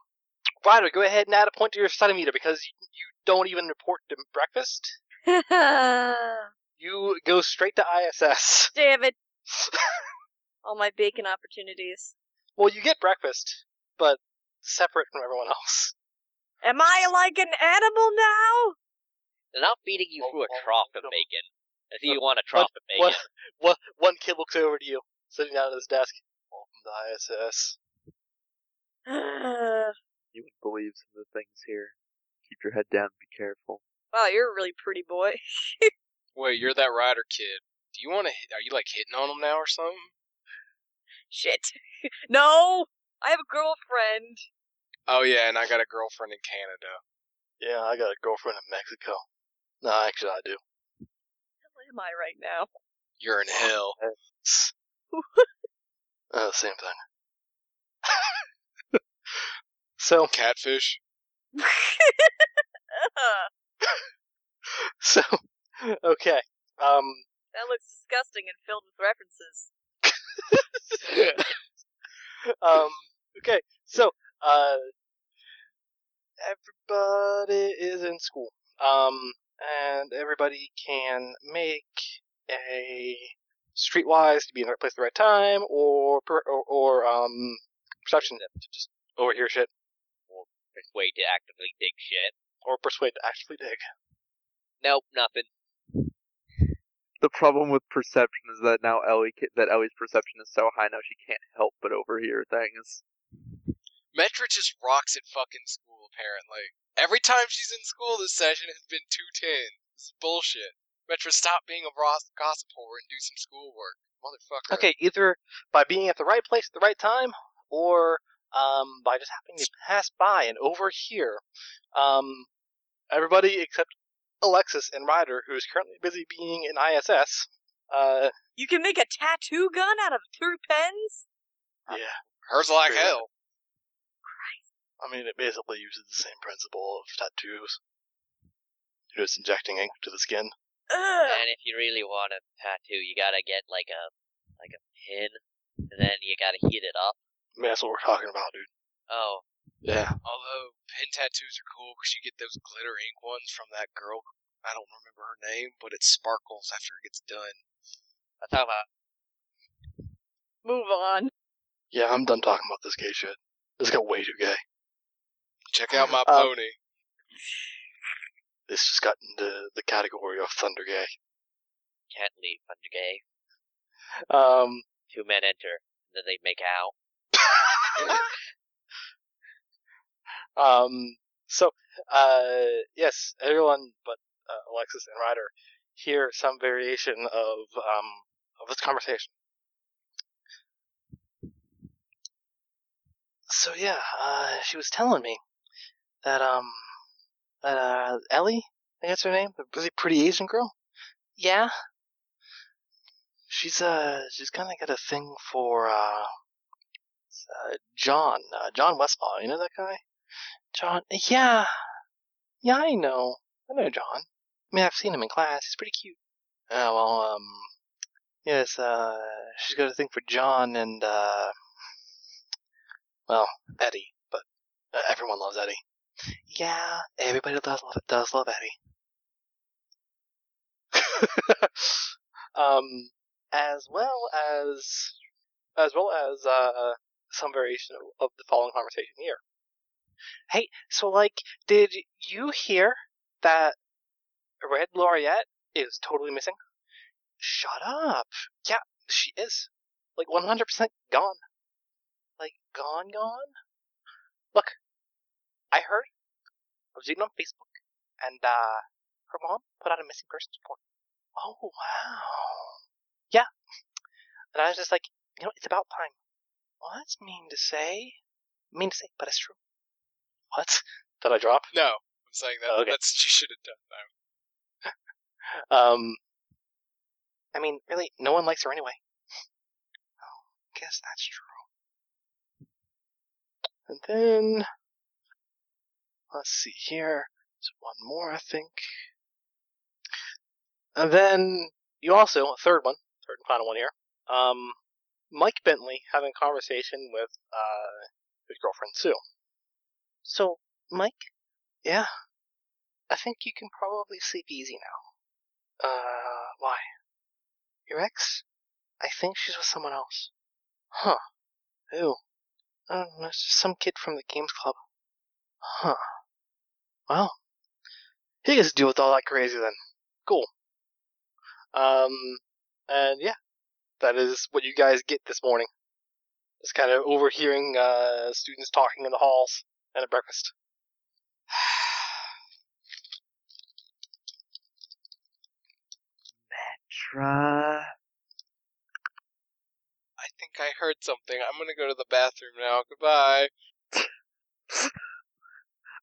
Speaker 1: Ryder, go ahead and add a point to your study meter because you, you don't even report to breakfast.
Speaker 3: Damn
Speaker 1: You go straight to ISS.
Speaker 3: it. All my bacon opportunities.
Speaker 1: Well, you get breakfast, but separate from everyone else.
Speaker 3: Am I like an animal now?
Speaker 2: They're not feeding you
Speaker 1: Oh,
Speaker 2: through a
Speaker 1: oh,
Speaker 2: trough of
Speaker 1: oh.
Speaker 2: bacon. I see you want a trough of
Speaker 1: One,
Speaker 2: bacon.
Speaker 1: one, one kid looks over to you, sitting down at his desk. Welcome to ISS.
Speaker 3: wow,
Speaker 5: You would believe some of the things here. Keep your head down. Be careful.
Speaker 3: you're a really pretty boy.
Speaker 4: Wait, you're that rider kid. Do you want to? Are you like hitting on him now or something?
Speaker 3: Shit. no, I have a girlfriend.
Speaker 4: Oh yeah, and I got a girlfriend in Canada.
Speaker 1: Yeah, I got a girlfriend in Mexico. No, actually, I do.
Speaker 3: Where am I right now?
Speaker 4: You're in hell.
Speaker 1: Uh, same thing. so,
Speaker 4: Catfish.
Speaker 3: that
Speaker 1: so, okay. Um,
Speaker 3: looks disgusting and filled with references.
Speaker 1: um, okay. So, uh, everybody is in school. Um, and everybody can make a streetwise to be in the right place at the right time, or per- or, or um, perception to just overhear shit,
Speaker 2: There's way to actively dig shit.
Speaker 1: or persuade to actually dig.
Speaker 2: Nope, nothing.
Speaker 5: The problem with perception is that now Ellie ca- that Ellie's perception is so high now she can't help but overhear things.
Speaker 4: Metra just rocks at fucking school. Apparently, every time she's in school this session has been two ten. This is bullshit. Metra, stop being a Ross gossip whore and do some schoolwork, motherfucker.
Speaker 1: Okay, either by being at the right place at the right time, or um, by just happening to pass by and overhear. Um, everybody except Alexis and Ryder, who is currently busy being in ISS, Uh,
Speaker 3: You can make a tattoo gun out of two pens?
Speaker 1: yeah.
Speaker 4: Hers like
Speaker 1: Really?
Speaker 4: hell.
Speaker 1: I mean, it basically uses the same principle of tattoos. You're just injecting ink to the skin.
Speaker 3: Ugh.
Speaker 2: And if you really want a tattoo, you gotta get like a like a pin, and then you gotta heat it up.
Speaker 1: I mean, that's what we're talking about, dude.
Speaker 2: Oh,
Speaker 1: Yeah.
Speaker 4: Although pin tattoos are cool because you get those glitter ink ones from that girl. I don't remember her name, but it sparkles after it gets done.
Speaker 2: I thought about
Speaker 3: Move on.
Speaker 1: Yeah, I'm done talking about this gay shit. This got way too gay.
Speaker 4: Check out my
Speaker 1: Um,
Speaker 4: pony.
Speaker 1: This just got into the category of thunder gay.
Speaker 2: can't leave under gay.
Speaker 1: Um,
Speaker 2: Two men enter, and then they make out.
Speaker 1: um, so, uh, yes, everyone but uh, Alexis and Ryder hear some variation of um, of this conversation. So yeah, uh, she was telling me that um that uh, Ellie, I think that's her name, the really pretty Asian girl. Yeah. She's uh she's kind of got a thing for uh uh, John, uh, John Westfall. You know that guy? John. Yeah, yeah, I know. I know John. I mean, I've seen him in class. He's pretty cute. Oh well, um, yes. Uh, she's got a thing for John and uh, well, Eddie. But uh, everyone loves Eddie. Yeah, everybody does love does love Eddie. um, as well as as well as uh some variation of, of the following conversation here. Hey, so like, did you hear that Red Laureate is totally missing? Shut up. Yeah, she is. Like 100% gone. Like gone, gone. Look, I heard. I was reading on Facebook, and uh, her mom put out a missing persons report. Oh wow. Yeah. And I was just like, you know, it's about time. Well, that's mean to say. Mean to say, but it's true. What? Did I drop?
Speaker 4: No, I'm saying that.
Speaker 1: Okay.
Speaker 4: That's what you should have done. No.
Speaker 1: Um, I mean, really, no one likes her anyway. Oh, guess that's true. And then, let's see here. There's one more, I think. And then you also a third one, third and final one here. Um, Mike Bentley having a conversation with uh his girlfriend Sue. So, Mike, yeah, I think you can probably sleep easy now. Uh, why? Your ex? I think she's with someone else. Huh. Who? I don't know, it's just some kid from the games club. Huh. Well, he gets to deal with all that crazy then. Cool. Um, and yeah, that is what you guys get this morning. Just kind of overhearing, uh, students talking in the halls and at breakfast.
Speaker 5: Try.
Speaker 4: I think I heard something. I'm gonna go to the bathroom now. Goodbye.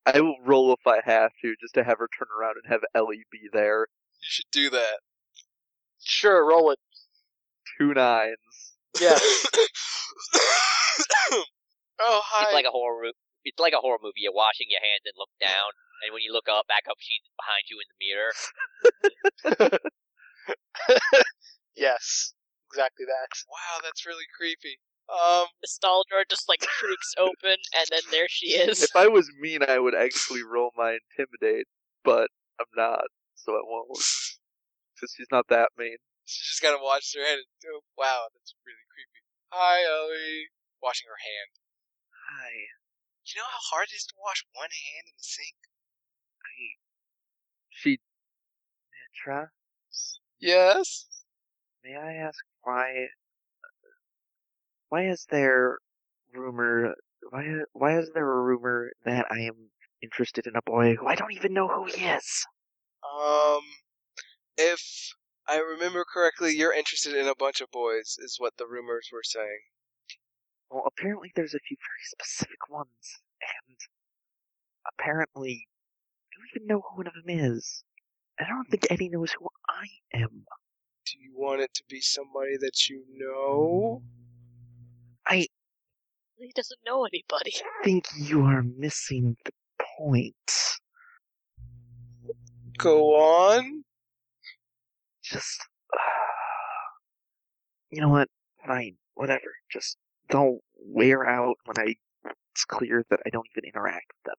Speaker 5: I will roll if I have to, just to have her turn around and have Ellie be there.
Speaker 4: You should do that.
Speaker 1: Sure, roll it.
Speaker 5: Two nines.
Speaker 1: Yeah.
Speaker 4: oh hi.
Speaker 2: It's like a horror. mo- It's like a horror movie. You're washing your hands and look down, and when you look up, back up, she's behind you in the mirror.
Speaker 1: yes. Exactly that.
Speaker 4: wow, that's really creepy. Um,
Speaker 7: The stall door just like creaks open, and then there she is.
Speaker 5: If I was mean, I would actually roll my intimidate, but I'm not, so I won't. Because she's not that mean.
Speaker 4: she just kind of watched her head. And, oh, wow, that's really creepy. Hi, Ellie. Washing her hand.
Speaker 5: Hi.
Speaker 4: You know how hard it is to wash one hand in the sink?
Speaker 5: She. Netra,
Speaker 4: Yes.
Speaker 5: may I ask why. Why is there rumor. Why, why is there a rumor that I am interested in a boy who I don't even know who he is?
Speaker 4: Um, if I remember correctly, you're interested in a bunch of boys, is what the rumors were saying.
Speaker 5: Well, apparently there's a few very specific ones, and apparently I don't even know who one of them is. I don't think Eddie knows who I am.
Speaker 4: Do you want it to be somebody that you know?
Speaker 7: He doesn't know anybody.
Speaker 5: think you are missing the point.
Speaker 4: Go on.
Speaker 5: Just, you know what? Fine, whatever. Just they'll wear out when I. It's clear that I don't even interact with them.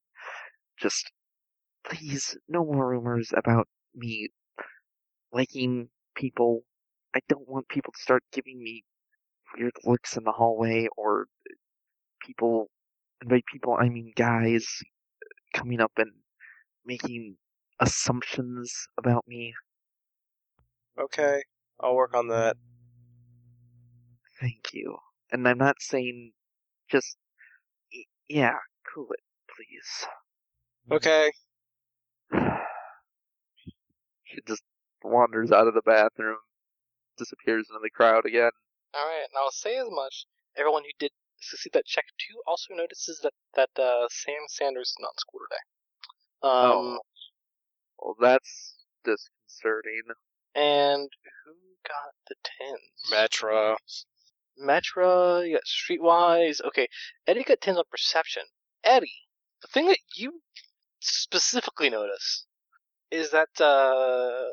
Speaker 5: Just, please, no more rumors about me liking people. I don't want people to start giving me weird looks in the hallway or people, and by people I mean guys, coming up and making assumptions about me.
Speaker 4: Okay, I'll work on that.
Speaker 5: Thank you. And I'm not saying just, y- yeah, cool it, please.
Speaker 4: Okay.
Speaker 5: she just wanders out of the bathroom, disappears into the crowd again.
Speaker 1: All right, and I'll say as much. Everyone who did succeed that check too also notices that that uh, Sam Sanders is not in school today. Um,
Speaker 5: Oh. Well, that's disconcerting.
Speaker 1: and who got the tens?
Speaker 4: Metra.
Speaker 1: Metra, you got Streetwise. Okay, Eddie got tens on perception. Eddie, the thing that you specifically notice is that uh,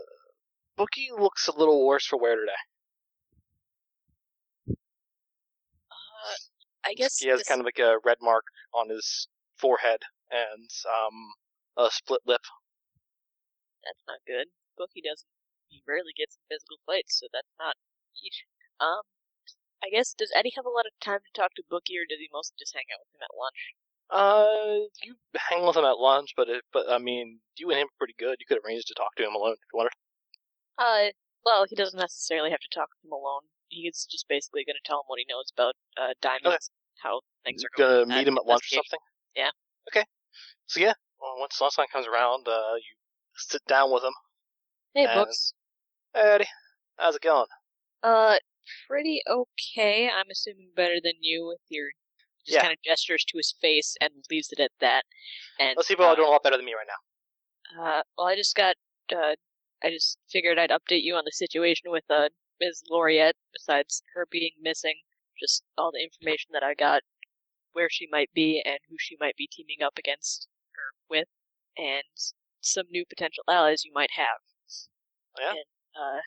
Speaker 1: Bookie looks a little worse for wear today.
Speaker 7: Uh, I guess
Speaker 1: he has
Speaker 7: this,
Speaker 1: kind of like a red mark on his forehead and um, a split lip.
Speaker 7: that's not good. Bookie doesn't. He rarely gets in physical fights, so that's not. eesh. Um, I guess does Eddie have a lot of time to talk to Bookie, or does he mostly just hang out with him at lunch?
Speaker 1: Uh, you hang with him at lunch, but it, but I mean, you and him are pretty good. You could arrange to talk to him alone if you wanted.
Speaker 7: Uh, well, he doesn't necessarily have to talk with him alone. He's just basically going to tell him what he knows about uh diamonds, how things are
Speaker 1: Gonna
Speaker 7: going.
Speaker 1: meet him at lunch or something.
Speaker 7: Yeah.
Speaker 1: Okay. So yeah, well, once lunch time comes around, uh, you sit down with him.
Speaker 7: Hey,
Speaker 1: and-
Speaker 7: books.
Speaker 1: Hey, Eddie, how's it going?
Speaker 7: Uh, pretty okay. I'm assuming better than you with your just
Speaker 1: Yeah.
Speaker 7: kind of gestures to his face and leaves it at that. And
Speaker 1: Most people
Speaker 7: uh,
Speaker 1: are doing a lot better than me right now.
Speaker 7: uh, well, I just got uh, I just figured I'd update you on the situation with uh Ms. Laureate. Besides her being missing, just all the information that I got, where she might be and who she might be teaming up against or with, and some new potential allies you might have.
Speaker 1: Yeah.
Speaker 7: And, uh,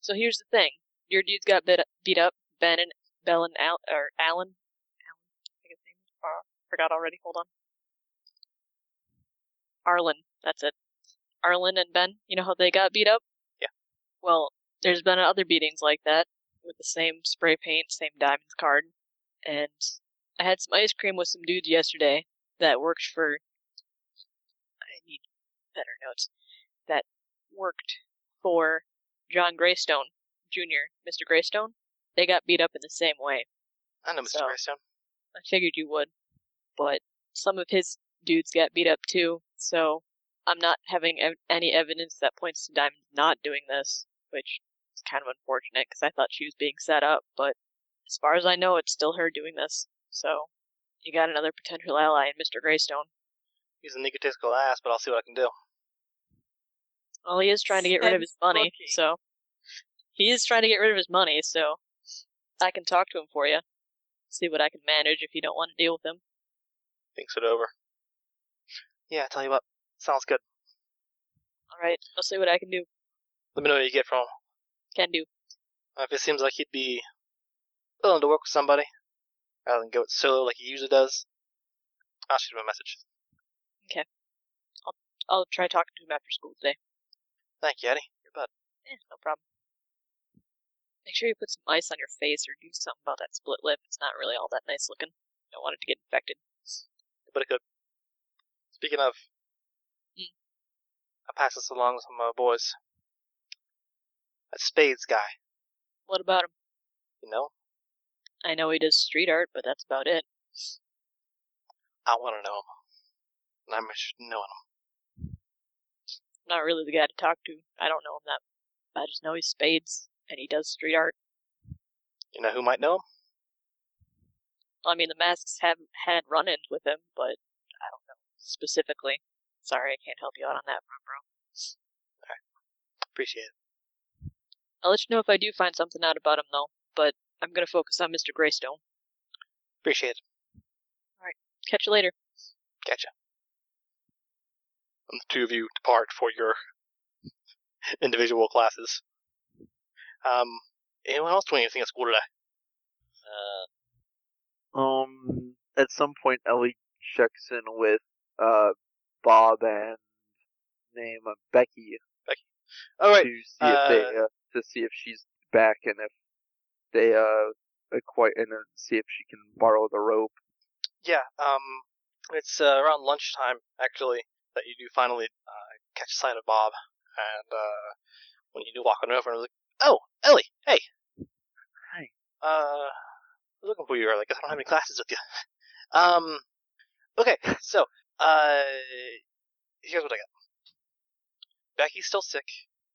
Speaker 7: so here's the thing: your dudes got bit, beat up. Ben and Bell and Al or Alan. Alan, I think his name is. Uh, forgot already. Hold on. Arlen. That's it. Arlen and Ben. You know how they got beat up?
Speaker 1: Yeah.
Speaker 7: Well, there's been other beatings like that with the same spray paint, same diamonds card, and I had some ice cream with some dudes yesterday that worked for. I need better notes. That worked for John Greystone Jr., Mr. Greystone. They got beat up in the same way.
Speaker 1: I know, Mr.
Speaker 7: So-
Speaker 1: Greystone.
Speaker 7: I figured you would. But some of his dudes got beat up too, so I'm not having ev- any evidence that points to Diamond not doing this, which is kind of unfortunate because I thought she was being set up, but as far as I know, it's still her doing this. So you got another potential ally in Mr. Greystone.
Speaker 1: He's a egotistical ass, but I'll see what I can do.
Speaker 7: Well, he is trying to get rid of his
Speaker 3: Sense
Speaker 7: money,
Speaker 3: booking.
Speaker 7: so he is trying to get rid of his money, so I can talk to him for you. See what I can manage if you don't want to deal with him.
Speaker 1: Thinks it over. Yeah, tell you what, sounds good.
Speaker 7: All right, I'll see what I can do.
Speaker 1: Let me know what you get from him.
Speaker 7: Can do.
Speaker 1: Uh, If it seems like he'd be willing to work with somebody rather than go it solo like he usually does, I'll shoot him a message.
Speaker 7: I'll try talking to him after school today.
Speaker 1: Thank you, Eddie. Your bud.
Speaker 7: Yeah, no problem. Make sure you put some ice on your face or do something about that split lip. It's not really all that nice looking. Don't want it to get infected.
Speaker 1: But it could. Speaking of,
Speaker 7: Mm.
Speaker 1: I'll pass this along to some of my boys. That Spades guy,
Speaker 7: What about him?
Speaker 1: you know?
Speaker 7: I know he does street art, but that's about it.
Speaker 1: I want to know him. And I'm interested in knowing him.
Speaker 7: I'm not really the guy to talk to. I don't know him that. I just know he's spades and he does street art.
Speaker 1: You know who might know him?
Speaker 7: I mean, the masks have had run-ins with him, but I don't know specifically. Sorry, I can't help you out on that front, bro.
Speaker 1: Appreciate it.
Speaker 7: I'll let you know if I do find something out about him, though. But I'm gonna focus on Mr. Greystone.
Speaker 1: Appreciate it.
Speaker 7: Catch you later.
Speaker 1: And the two of you depart for your individual classes. Um, anyone else doing anything at school today?
Speaker 2: Uh,
Speaker 5: Um, at some point, Ellie checks in with uh Bob and name of Becky
Speaker 1: Oh,
Speaker 5: to
Speaker 1: right.
Speaker 5: see if they uh, to see if she's back and if they uh acquire and then see if she can borrow the rope.
Speaker 1: Yeah. Um, it's uh, around lunchtime actually that you do finally uh, catch sight of Bob, and uh, when you do walk on over, and like, oh, Ellie, hey.
Speaker 5: Hi.
Speaker 1: Uh, I was looking for you earlier. I guess I don't have any classes with you. Um, okay. So, uh, here's what I got. Becky's still sick,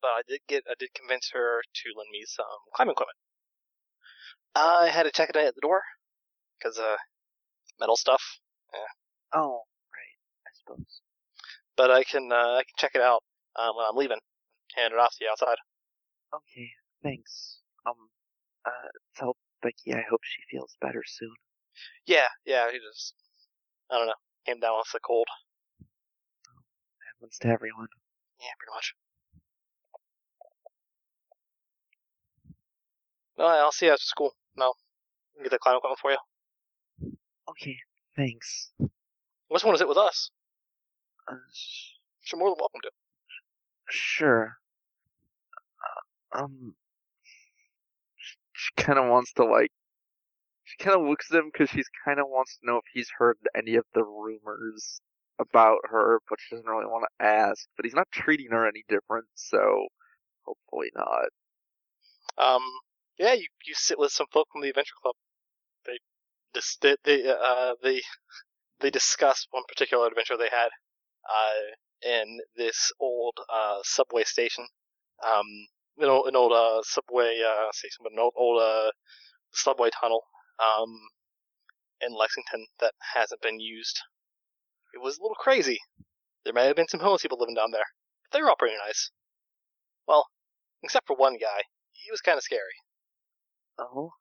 Speaker 1: but I did get I did convince her to lend me some climbing equipment. I had to check it at the door because uh, metal stuff.
Speaker 5: Oh, right. I suppose.
Speaker 1: but I can uh, I can check it out um, when I'm leaving. Hand it off to you outside.
Speaker 5: Okay. Thanks. Um. Uh. Tell Becky I hope she feels better soon.
Speaker 1: Yeah, yeah. He just I don't know came down with the cold.
Speaker 5: Happens to everyone.
Speaker 1: Yeah, pretty much. No, I'll see you after school. No, I can get the climbing equipment for you.
Speaker 5: Okay. Thanks.
Speaker 1: Which one is it with us?
Speaker 5: Uh,
Speaker 1: You're more than welcome to.
Speaker 5: Sure. Uh, um, she kind of wants to like. She kind of looks at him because she's kind of wants to know if he's heard any of the rumors about her, but she doesn't really want to ask. But he's not treating her any different, so hopefully not.
Speaker 1: Um, yeah, you you sit with some folk from the adventure club. They dis- they they uh they they discuss one particular adventure they had uh in this old uh subway station. Um, an old an old uh subway uh station, but an old old uh subway tunnel. Um, in Lexington that hasn't been used. It was a little crazy. There may have been some homeless people living down there, but they were all pretty nice. Well, except for one guy he was kind of scary.
Speaker 5: Oh,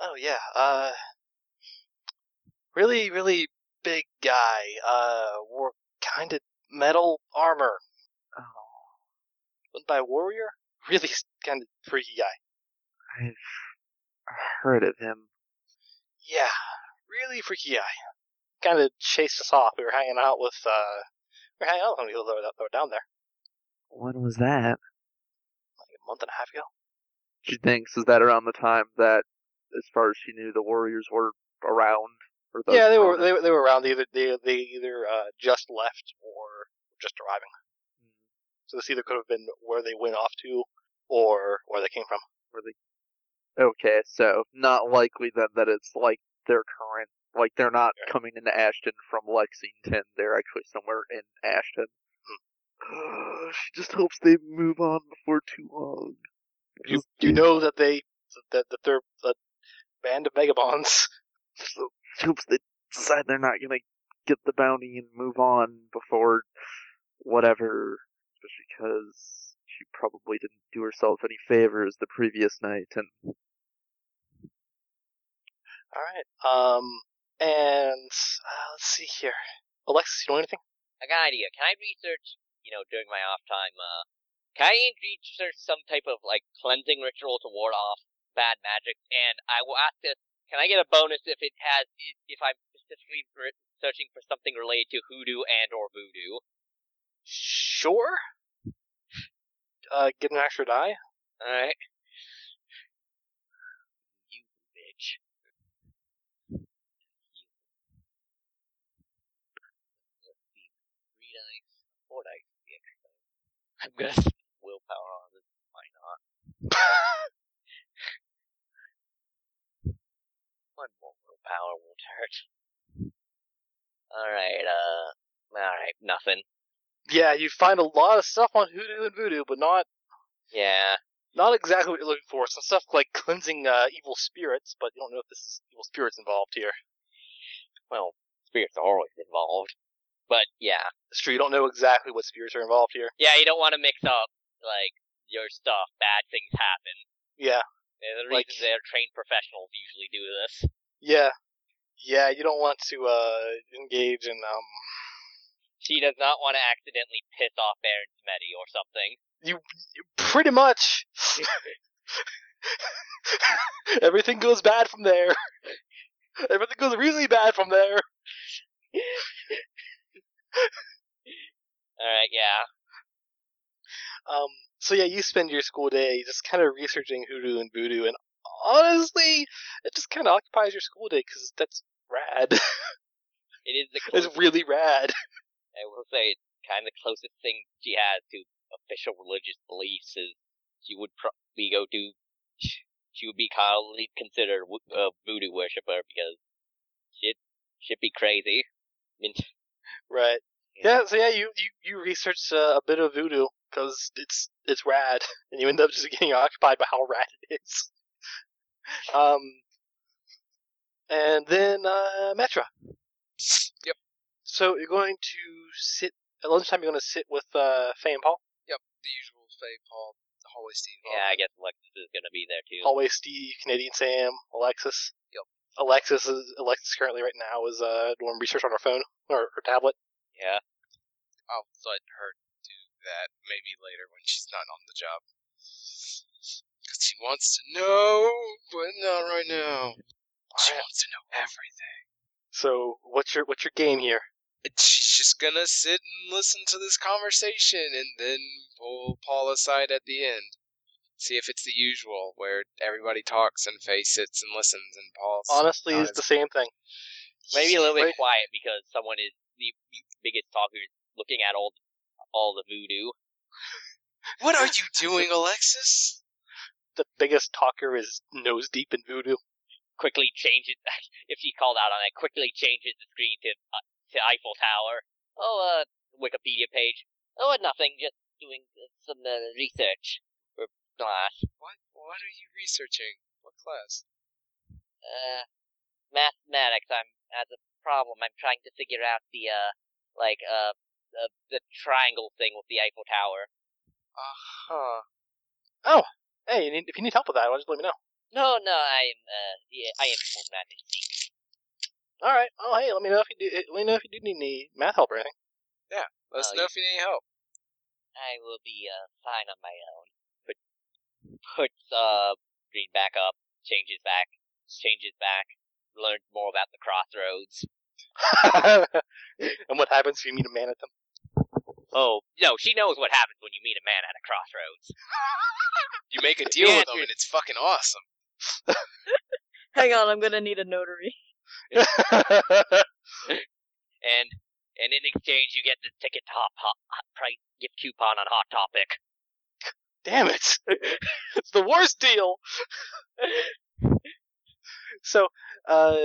Speaker 1: Oh yeah, uh, really, really big guy. Uh, wore kind of metal armor.
Speaker 5: oh,
Speaker 1: Went by warrior. Really kind of freaky guy.
Speaker 5: I've heard of him.
Speaker 1: Yeah, really freaky guy. Kind of chased us off. We were hanging out with uh, we were hanging out with some people that were, that were down there
Speaker 5: When was that?
Speaker 1: like a month and a half ago.
Speaker 5: She thinks is that around the time that, as far as she knew, the Warriors were around. Or the
Speaker 1: yeah, they were
Speaker 5: Ronan-
Speaker 1: they, were- they were around. They either they they either uh, just left or just arriving.
Speaker 5: Mm,
Speaker 1: So this either could have been where they went off to or where they came from.
Speaker 5: Okay, so not likely then that it's like their current, like they're not
Speaker 1: Yeah.
Speaker 5: coming into Ashton from Lexington. They're actually somewhere in Ashton. Mm. she just hopes they move on before too long.
Speaker 1: you
Speaker 5: Because
Speaker 1: you
Speaker 5: it-
Speaker 1: know that they that that they're a band of vagabonds.
Speaker 5: so she hopes they decide they're not gonna get the bounty and move on before whatever, especially because she probably didn't do herself any favors the previous night and
Speaker 1: All right. Um. And uh, let's see here. Alexis, you know anything?
Speaker 2: I got an idea. Can I research? You know, during my off time, uh, can I research some type of like cleansing ritual to ward off bad magic? And I will ask this: Can I get a bonus if it has? If I'm specifically re- searching for something related to hoodoo and or voodoo?
Speaker 1: Sure. Uh, get an extra die.
Speaker 2: All right. You bitch. Three dice, four dice. the extra dice. I'm gonna spend willpower on this. Why not? One more willpower won't hurt. All right. Uh. All right. Nothing.
Speaker 1: Yeah, you find a lot of stuff on hoodoo and voodoo, but not
Speaker 2: Yeah.
Speaker 1: not exactly what you're looking for. Some stuff like cleansing uh, evil spirits, but you don't know if this is evil spirits involved here.
Speaker 2: Well, spirits are always involved. But yeah.
Speaker 1: It's true. You don't know exactly what spirits are involved here.
Speaker 2: Yeah, you don't want to mix up like your stuff, bad things happen.
Speaker 1: Yeah,
Speaker 2: And the
Speaker 1: Like-
Speaker 2: reason they're trained professionals usually do this.
Speaker 1: yeah, yeah. You don't want to uh, engage in um.
Speaker 2: She does not want to accidentally piss off Baron Smetty or something.
Speaker 1: Pretty much. Everything goes bad from there. Everything goes really bad from there.
Speaker 2: All right, yeah.
Speaker 1: Um, so yeah, you spend your school day just kind of researching hoodoo and voodoo, and honestly, it just kind of occupies your school day because that's rad.
Speaker 2: It is the
Speaker 1: it's
Speaker 2: closest,
Speaker 1: really rad.
Speaker 2: I will say, it's kind of the closest thing she has to official religious beliefs is she would probably go do, she would be commonly considered wo- a voodoo worshiper because shit, shit be crazy. I mean,
Speaker 1: Right. Yeah. So yeah, you you you research uh, a bit of voodoo because it's it's rad, and you end up just getting occupied by how rad it is. Um, and then uh, Metra.
Speaker 4: Yep.
Speaker 1: So you're going to sit at lunchtime. You're going to sit with uh, Faye and Paul.
Speaker 4: Yep. The usual Faye Paul, hallway Steve.
Speaker 2: yeah, I guess Alexis is gonna be there too.
Speaker 1: Always Steve, Canadian Sam, Alexis.
Speaker 4: Yep.
Speaker 1: Alexis is Alexis currently right now is uh, doing research on her phone or her tablet.
Speaker 2: Yeah.
Speaker 4: I'll let her do that maybe later when she's not on the job. Because she wants to know, but not right now. She
Speaker 1: Alright.
Speaker 4: wants to know everything.
Speaker 1: So what's your what's your game here?
Speaker 4: And She's just gonna sit and listen to this conversation and then pull Paul aside at the end. See if it's the usual, where everybody talks and Faye sits and listens and Paul.
Speaker 1: Honestly,
Speaker 4: not
Speaker 1: is
Speaker 4: as-
Speaker 1: the same thing.
Speaker 2: Maybe a little bit
Speaker 1: Right.
Speaker 2: quiet because someone is the biggest talker, looking at all, all the voodoo.
Speaker 4: What are you doing, Alexis?
Speaker 1: the biggest talker is nose deep in voodoo.
Speaker 2: quickly changes if she called out on it quickly changes the screen to uh, to Eiffel Tower. Oh, uh, Wikipedia page. Oh, uh, nothing. Just doing uh, some uh, research for class.
Speaker 4: What? What are you researching? What class?
Speaker 2: Uh, mathematics. I'm as a problem. I'm trying to figure out the uh, like uh, the, the triangle thing with the Eiffel Tower.
Speaker 4: Huh.
Speaker 1: Oh, Hey, you need, if you need help with that, why don't you let me know?
Speaker 2: No, no, I am. Uh, yeah, I am more math-
Speaker 1: All right. Oh, hey, let me know if you do. eh, Let me know if you do need any math help or anything.
Speaker 4: Let us
Speaker 2: Oh,
Speaker 4: know
Speaker 2: yeah.
Speaker 4: if you need help.
Speaker 2: I will be uh, fine on my own. Put puts uh Green back up, changes back, changes back. Learns more about the crossroads.
Speaker 1: and what happens if you meet a man at them?
Speaker 2: Oh no, she knows what happens when you meet a man at a crossroads.
Speaker 4: You make a deal with them
Speaker 2: dude.
Speaker 4: and it's fucking awesome.
Speaker 3: Hang on, I'm gonna need a notary.
Speaker 2: And and in exchange, you get the ticket to Hot Hot, hot Price gift coupon on Hot Topic.
Speaker 1: Damn it! it's the worst deal. so, uh,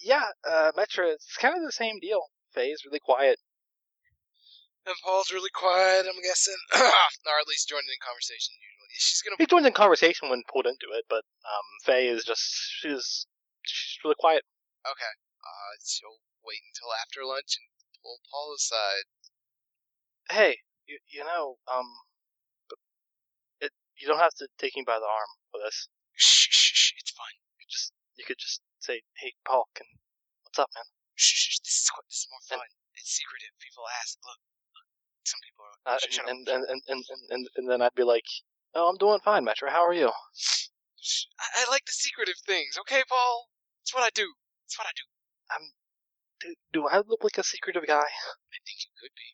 Speaker 1: yeah, uh, Metra, it's kind of the same deal. Faye's really quiet.
Speaker 4: And Paul's really quiet, I'm guessing. or at least joining in conversation usually. She's gonna
Speaker 1: He joins in conversation when pulled into it, but um, Faye is just she's she's really quiet.
Speaker 4: Okay. Uh, she'll wait until after lunch and pull Paul aside.
Speaker 1: hey, you, you know, um, it, you don't have to take me by the arm for this.
Speaker 4: Shh, shh, shh, it's fine.
Speaker 1: You could just you could just say, hey, Paul, can what's up, man?
Speaker 4: Shh, shh, shh, this is qu- this is more fun. It's secretive. People ask. Look, look. Some people are
Speaker 1: Uh,
Speaker 4: like, shh, shut up.
Speaker 1: and, and, and, and, and and and then I'd be like, oh, I'm doing fine, Metro. How are you?
Speaker 4: Shh. I, I like the secretive things. Okay, Paul. It's what I do. It's what I do.
Speaker 1: Do, do I look like a secretive guy?
Speaker 4: I think you could be,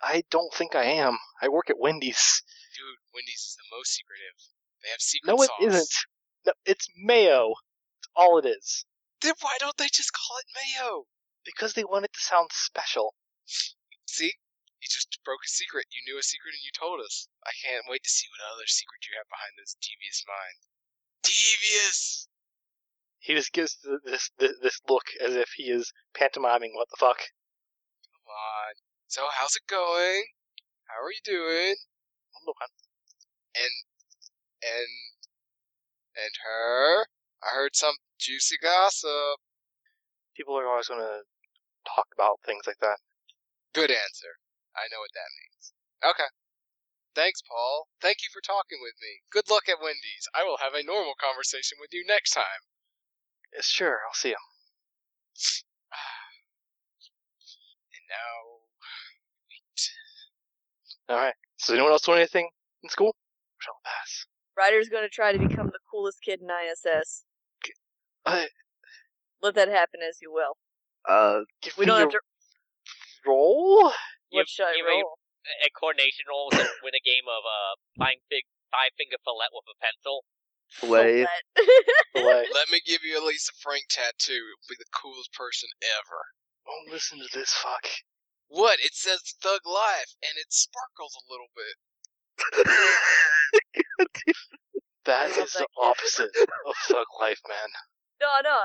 Speaker 1: I don't think I am. I work at Wendy's.
Speaker 4: dude. Wendy's is the most secretive. They have secret
Speaker 1: No, it
Speaker 4: sauce.
Speaker 1: not No, it's mayo. It's all it is.
Speaker 4: Then why don't they just call it mayo?
Speaker 1: Because they want it to sound special.
Speaker 4: See, you just broke a secret. You knew a secret and you told us. I can't wait to see what other secret you have behind this devious mind. Devious.
Speaker 1: He just gives th- this this, this look as if he is pantomiming what the fuck.
Speaker 4: Come on. So how's it going? How are you doing? Oh,
Speaker 1: I'm the one.
Speaker 4: And and and her? I heard some juicy gossip.
Speaker 1: People are always going to talk about things like that.
Speaker 4: Good answer. I know what that means. Okay. Thanks, Paul. Thank you for talking with me. Good luck at Wendy's. I will have a normal conversation with you next time.
Speaker 1: Uh, Sure, I'll see him.
Speaker 4: And now,
Speaker 1: All right. So anyone else doing anything in school? Shall pass.
Speaker 3: Ryder's gonna try to become the coolest kid in ISS.
Speaker 1: I-
Speaker 3: Let that happen as you will.
Speaker 5: Uh,
Speaker 1: Give
Speaker 3: We don't
Speaker 1: me
Speaker 3: have
Speaker 1: a
Speaker 3: to.
Speaker 1: roll.
Speaker 2: You-
Speaker 3: What should I
Speaker 2: you may-
Speaker 3: roll?
Speaker 2: a coordination roll to win a game of uh five fig five finger fillet with a pencil.
Speaker 5: play.
Speaker 1: Like,
Speaker 4: let me give you at least a Frank tattoo. It will be the coolest person ever.
Speaker 1: don't listen to this fuck.
Speaker 4: What? It says Thug Life, and it sparkles a little bit.
Speaker 1: That
Speaker 3: I love
Speaker 1: is
Speaker 3: that
Speaker 1: the
Speaker 3: kid.
Speaker 1: opposite of thug life, man.
Speaker 3: No, no.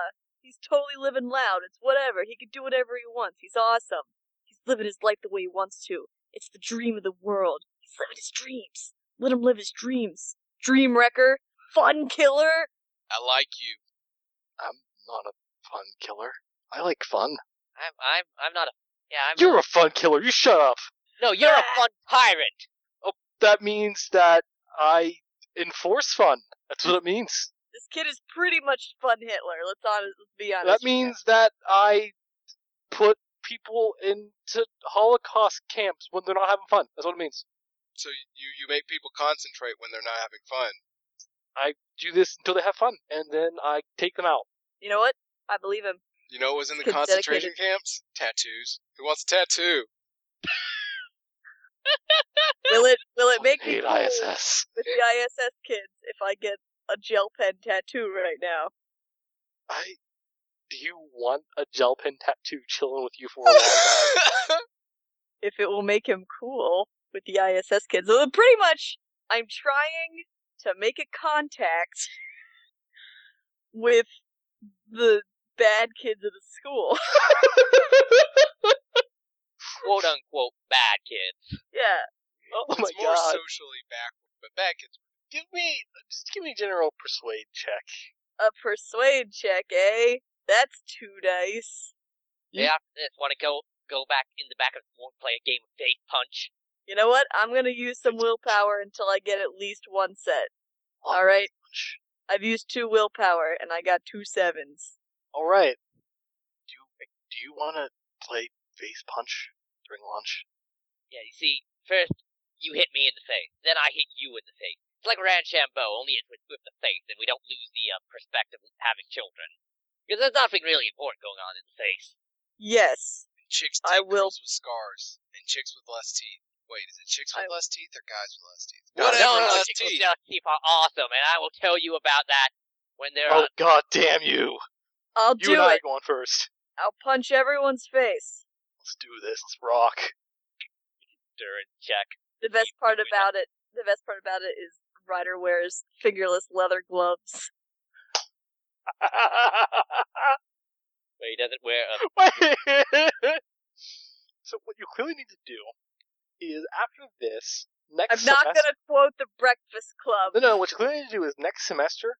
Speaker 3: He's totally living loud. It's whatever. He can do whatever he wants. He's awesome. He's living his life the way he wants to. It's the dream of the world. He's living his dreams. Let him live his dreams. Dream wrecker. Fun killer.
Speaker 4: I like you.
Speaker 1: Not a fun killer. I like fun.
Speaker 2: I'm I'm I'm not a yeah I'm
Speaker 1: You're a fun killer. You shut up.
Speaker 2: no you're a fun pirate.
Speaker 1: That means that I enforce fun. That's what it means.
Speaker 3: This kid is pretty much fun Hitler. Let's, honest, let's be honest.
Speaker 1: That means that I put people into Holocaust camps when they're not having fun. That's what it means.
Speaker 4: So you you make people concentrate when they're not having fun.
Speaker 1: I do this until they have fun, and then I take them out.
Speaker 3: You know what? I believe him.
Speaker 4: You know what was in the
Speaker 3: Kid's
Speaker 4: concentration camps? Tattoos. Who wants a tattoo?
Speaker 3: Will it? Will it
Speaker 1: Fucking
Speaker 3: make me
Speaker 1: hate
Speaker 3: cool
Speaker 1: ISS.
Speaker 3: with the ISS kids if I get a gel pen tattoo right now?
Speaker 1: I do you want a gel pen tattoo chilling with you for a long time?
Speaker 3: if it will make him cool with the ISS kids. So pretty much, I'm trying to make a contact with the bad kids of the school.
Speaker 2: Quote unquote bad kid.
Speaker 3: yeah,
Speaker 1: oh
Speaker 4: it's
Speaker 1: my
Speaker 4: more
Speaker 1: god!
Speaker 4: socially backward, but back it's
Speaker 1: give me just give me a general persuade check.
Speaker 3: a persuade check, eh? That's two dice.
Speaker 1: You-
Speaker 2: Yeah, after this want to go go back in the back of the and play a game of face punch.
Speaker 3: You know what? I'm gonna use some willpower until I get at least one set. All right. I've used two willpower and I got two sevens.
Speaker 1: All right. Do you, do you want to play face punch during lunch?
Speaker 2: Yeah, you see, first you hit me in the face, then I hit you in the face. It's like Ranchambeau, only it's with, with the face, and we don't lose the uh, perspective of having children. Because there's nothing really important going on in the face.
Speaker 3: Yes.
Speaker 4: chicks
Speaker 3: I
Speaker 4: date
Speaker 3: will-
Speaker 4: girls with scars and chicks with less teeth. Wait, is it chicks
Speaker 3: I-
Speaker 4: with less teeth or guys with less teeth?
Speaker 2: No,
Speaker 4: Whatever,
Speaker 2: no, no,
Speaker 4: less
Speaker 2: Jingle
Speaker 4: teeth.
Speaker 2: Bell Teeth are awesome, and I will tell you about that when they're
Speaker 1: Oh
Speaker 2: on.
Speaker 1: god damn you!
Speaker 3: I'll
Speaker 1: You
Speaker 3: do
Speaker 1: and I are
Speaker 3: it.
Speaker 1: going first.
Speaker 3: I'll punch everyone's face.
Speaker 1: Let's do this. Let's rock.
Speaker 2: endurance check.
Speaker 3: The best
Speaker 2: keep
Speaker 3: part
Speaker 2: doing
Speaker 3: about it, the best part about it is Ryder wears fingerless leather gloves.
Speaker 2: But he doesn't wear um, a.
Speaker 1: so what you clearly need to do is after this next.
Speaker 3: I'm not
Speaker 1: semester-
Speaker 3: gonna quote the Breakfast Club.
Speaker 1: No, no. What you clearly need to do is next semester,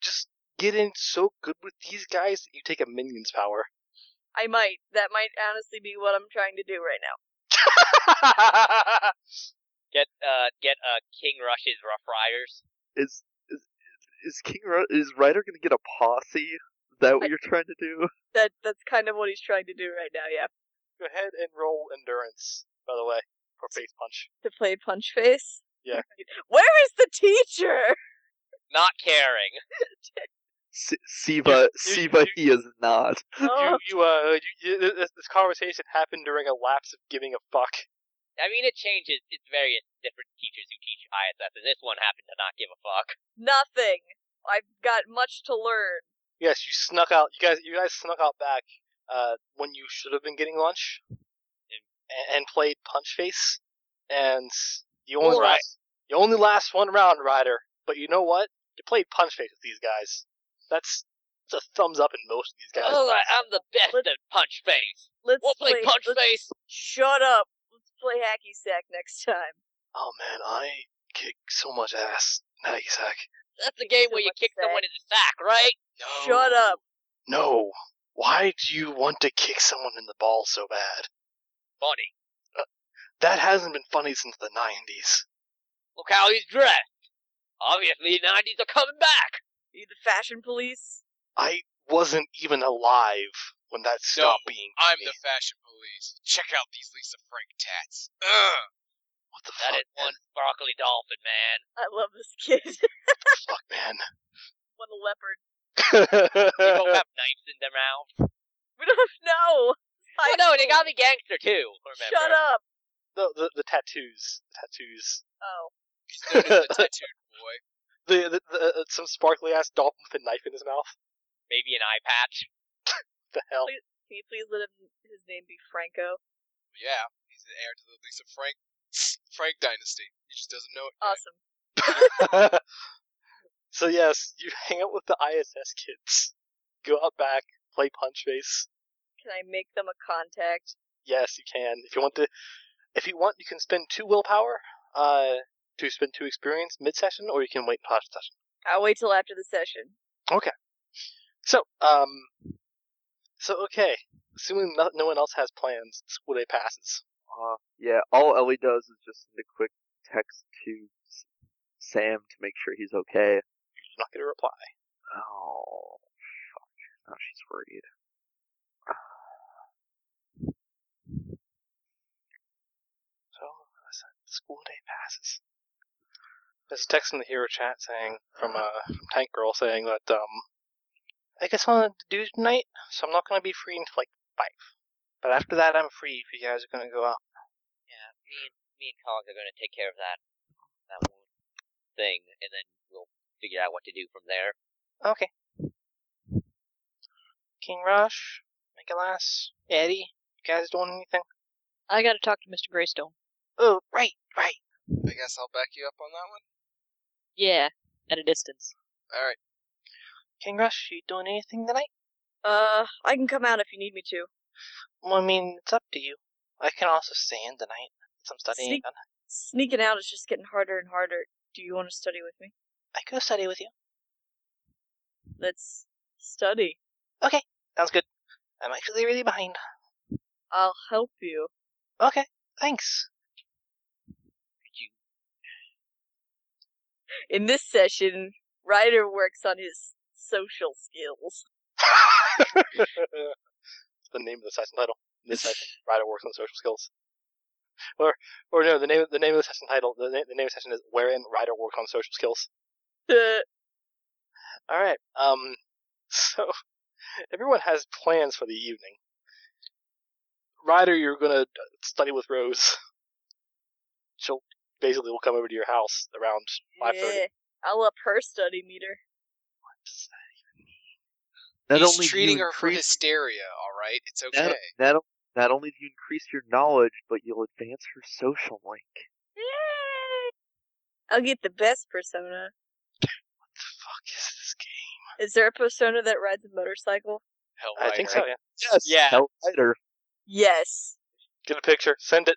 Speaker 1: just get in so good with these guys that you take a minion's power.
Speaker 3: I might. That might honestly be what I'm trying to do right now.
Speaker 2: Get, uh, get, uh, King Rush's Rough Riders.
Speaker 5: is, is is King Ro- is Ryder gonna get a posse? Is that what you're trying to do?
Speaker 3: That that's kind of what he's trying to do right now. Yeah,
Speaker 1: Go ahead and roll endurance. By the way, for face punch.
Speaker 3: to play Punch Face.
Speaker 1: Yeah.
Speaker 3: Right. Where is the teacher?
Speaker 2: Not caring.
Speaker 5: S- Siva
Speaker 1: You- you-
Speaker 5: Siva
Speaker 1: you-
Speaker 5: he is not.
Speaker 3: Oh,
Speaker 1: You, you, uh, you, you, this this conversation happened during a lapse of giving a fuck.
Speaker 2: I mean, it changes. It's various different teachers who teach ISS, and this one happened to not give a fuck.
Speaker 3: nothing. I've got much to learn.
Speaker 1: Yes, you snuck out. You guys, you guys snuck out back uh, when you should have been getting lunch, and, and played Punch Face. And you only
Speaker 2: Alright.
Speaker 1: last, you only last one round, Ryder. But you know what? You played Punch Face with these guys. That's that's a thumbs up in most of these guys.
Speaker 2: Oh, I'm the best
Speaker 3: Let's-
Speaker 2: at Punch Face.
Speaker 3: Let's
Speaker 2: We'll play Punch
Speaker 3: let's-
Speaker 2: Face.
Speaker 3: Shut up. Let's play Hacky Sack next time.
Speaker 1: Oh man, I kick so much ass. Now you suck.
Speaker 2: That's a game
Speaker 3: So
Speaker 2: where you
Speaker 3: what's
Speaker 2: kick
Speaker 3: that?
Speaker 2: someone in the sack, right?
Speaker 4: No.
Speaker 3: Shut up.
Speaker 1: No. Why do you want to kick someone in the ball so bad?
Speaker 2: Funny.
Speaker 1: That hasn't been funny since the '90s.
Speaker 2: Look how he's dressed. Obviously, 90s are coming back.
Speaker 3: You the fashion police?
Speaker 1: I wasn't even alive when that stopped being.
Speaker 4: I'm the
Speaker 1: made.
Speaker 4: fashion police. Check out these Lisa Frank tats. Ugh.
Speaker 1: What the
Speaker 2: That
Speaker 1: fuck,
Speaker 2: is one broccoli dolphin, man.
Speaker 3: I love this kid.
Speaker 1: fuck, man?
Speaker 3: what a leopard.
Speaker 2: They both have knives in their mouth.
Speaker 3: We don't know.
Speaker 2: I know, they got me gangster too. Remember?
Speaker 3: Shut up.
Speaker 1: the, the the tattoos, the tattoos.
Speaker 3: Oh.
Speaker 4: He's known as the tattooed boy.
Speaker 1: The, the, the uh, some sparkly ass dolphin with a knife in his mouth.
Speaker 2: Maybe an eye patch.
Speaker 1: What the hell?
Speaker 3: Can you please let him, his name be Franco?
Speaker 4: Yeah, he's the heir to the Lisa Frank Frank dynasty. He just doesn't know it. yet.
Speaker 3: Awesome.
Speaker 1: so yes, you hang out with the ISS kids, go out back, play Punch Face.
Speaker 3: Can I make them a contact?
Speaker 1: Yes, you can. If you want to, if you want, you can spend two willpower uh, to spend two experience mid session, or you can wait until after session.
Speaker 3: I'll wait till after the session.
Speaker 1: So, um, so okay, assuming no, no one else has plans, school day passes.
Speaker 5: Uh, yeah, all Ellie does is just send a quick text to S- Sam to make sure he's okay.
Speaker 1: You're not gonna reply.
Speaker 5: Oh, fuck. Now she's worried.
Speaker 1: So, as I said, school day passes. There's a text in the hero chat saying from uh from Tank Girl saying that um, I guess I'm on do tonight, so I'm not gonna be free until like five. But after that, I'm free if you guys are gonna go out.
Speaker 2: Yeah, me and me and Cog are gonna take care of that that one thing, and then we'll figure out what to do from there.
Speaker 1: Okay. King Rush, Nicholas, Eddie, you guys doing anything?
Speaker 7: I gotta talk to Mr. Greystone.
Speaker 1: Oh, right, right.
Speaker 4: I guess I'll back you up on that one.
Speaker 7: Yeah, at a distance.
Speaker 4: All right.
Speaker 1: King Rush, you doing anything tonight?
Speaker 3: Uh, I can come out if you need me to.
Speaker 1: Well, I mean, it's up to you. I can also stay in tonight. Some studying
Speaker 3: Sneak-
Speaker 1: done.
Speaker 3: Sneaking out is just getting harder and harder. Do you want to study with me?
Speaker 1: I could study with you.
Speaker 3: Let's study.
Speaker 1: Sounds good. I'm actually really behind.
Speaker 3: I'll help you.
Speaker 1: Okay, thanks.
Speaker 3: In this session, Ryder works on his social skills.
Speaker 1: That's the name of the session title. This session, Rider works on social skills. Or, or no, the name the name of the session title the, na- the name of the session is wherein Rider works on social skills. All right. Um. So everyone has plans for the evening. Ryder, you're gonna study with Rose. She'll basically will come over to your house around five thirty.
Speaker 3: yeah. I'll up her study meter.
Speaker 5: Not
Speaker 4: he's
Speaker 5: only do
Speaker 4: treating
Speaker 5: you
Speaker 4: her for
Speaker 5: increase,
Speaker 4: hysteria. All right, it's
Speaker 5: not,
Speaker 4: okay.
Speaker 5: not, not only do you increase your knowledge, but you'll advance her social link.
Speaker 3: I'll get the best persona.
Speaker 1: What the fuck is this game?
Speaker 3: Is there a persona that rides a motorcycle?
Speaker 4: Hell,
Speaker 1: I think so. Yeah.
Speaker 5: Yes.
Speaker 2: Yeah.
Speaker 5: Tell Ryder.
Speaker 3: Yes.
Speaker 1: Get a picture. Send it.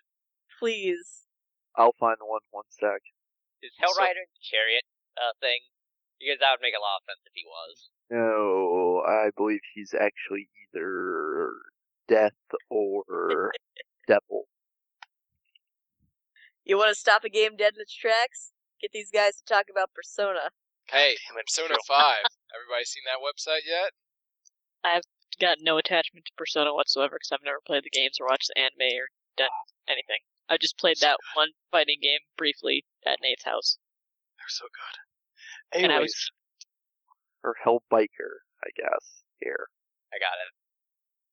Speaker 3: Please.
Speaker 5: I'll find one one sec.
Speaker 2: Is Hell
Speaker 1: So-
Speaker 2: Rider in the chariot uh, thing? Because that would make a lot of sense if he was.
Speaker 5: No, I believe he's actually either death or devil.
Speaker 3: You want to stop a game dead in its tracks? Get these guys to talk about persona.
Speaker 4: Hey,
Speaker 1: Damn it,
Speaker 4: Persona
Speaker 1: Joe.
Speaker 4: Five. Everybody seen that website yet?
Speaker 7: Got no attachment to Persona whatsoever because I've never played the games or watched the anime or done anything. I just played that one fighting game briefly at Nate's house.
Speaker 1: They're so good.
Speaker 7: And I was-
Speaker 1: Anyways,
Speaker 5: Or hellbiker, I guess. Here.
Speaker 2: I got it.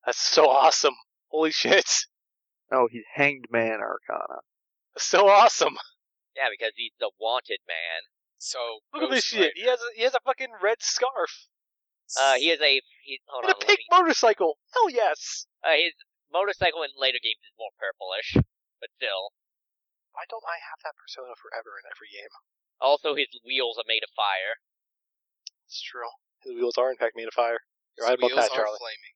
Speaker 1: that's so awesome. Holy shit.
Speaker 5: Oh, he's hanged man arcana.
Speaker 1: That's so awesome.
Speaker 2: Yeah, because he's the wanted man.
Speaker 4: So
Speaker 1: Look at this shit.
Speaker 4: Ghost
Speaker 1: He has a, he has a fucking red scarf Oh,
Speaker 2: Uh, he is a he's hold
Speaker 1: and
Speaker 2: on.
Speaker 1: a pink
Speaker 2: Let me,
Speaker 1: motorcycle. Hell yes.
Speaker 2: uh, his motorcycle in later games is more purplish, but still.
Speaker 1: Why don't I have that persona forever in every game?
Speaker 2: Also, his wheels are made of fire.
Speaker 1: It's true. The wheels are in fact made of fire. You're right about
Speaker 4: Rider. Wheels
Speaker 1: that,
Speaker 4: are
Speaker 1: Charlie.
Speaker 4: flaming.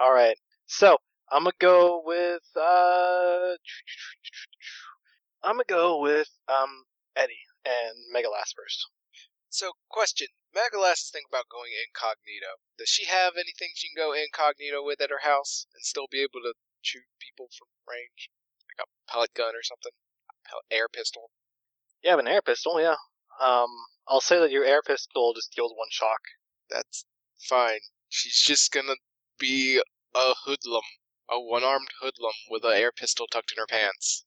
Speaker 1: All right. So I'm gonna go with uh, I'm gonna go with um Eddie and Megalas first.
Speaker 4: So, question: Megalas think about going incognito. Does she have anything she can go incognito with at her house and still be able to shoot people from range, like a pellet gun or somethell- pellet air pistol?
Speaker 1: You have an air pistol, yeah. Um, I'll say that your air pistol just deals one shock.
Speaker 4: That's fine. She's just gonna be a hoodlum, a one-armed hoodlum with an air pistol tucked in her pants.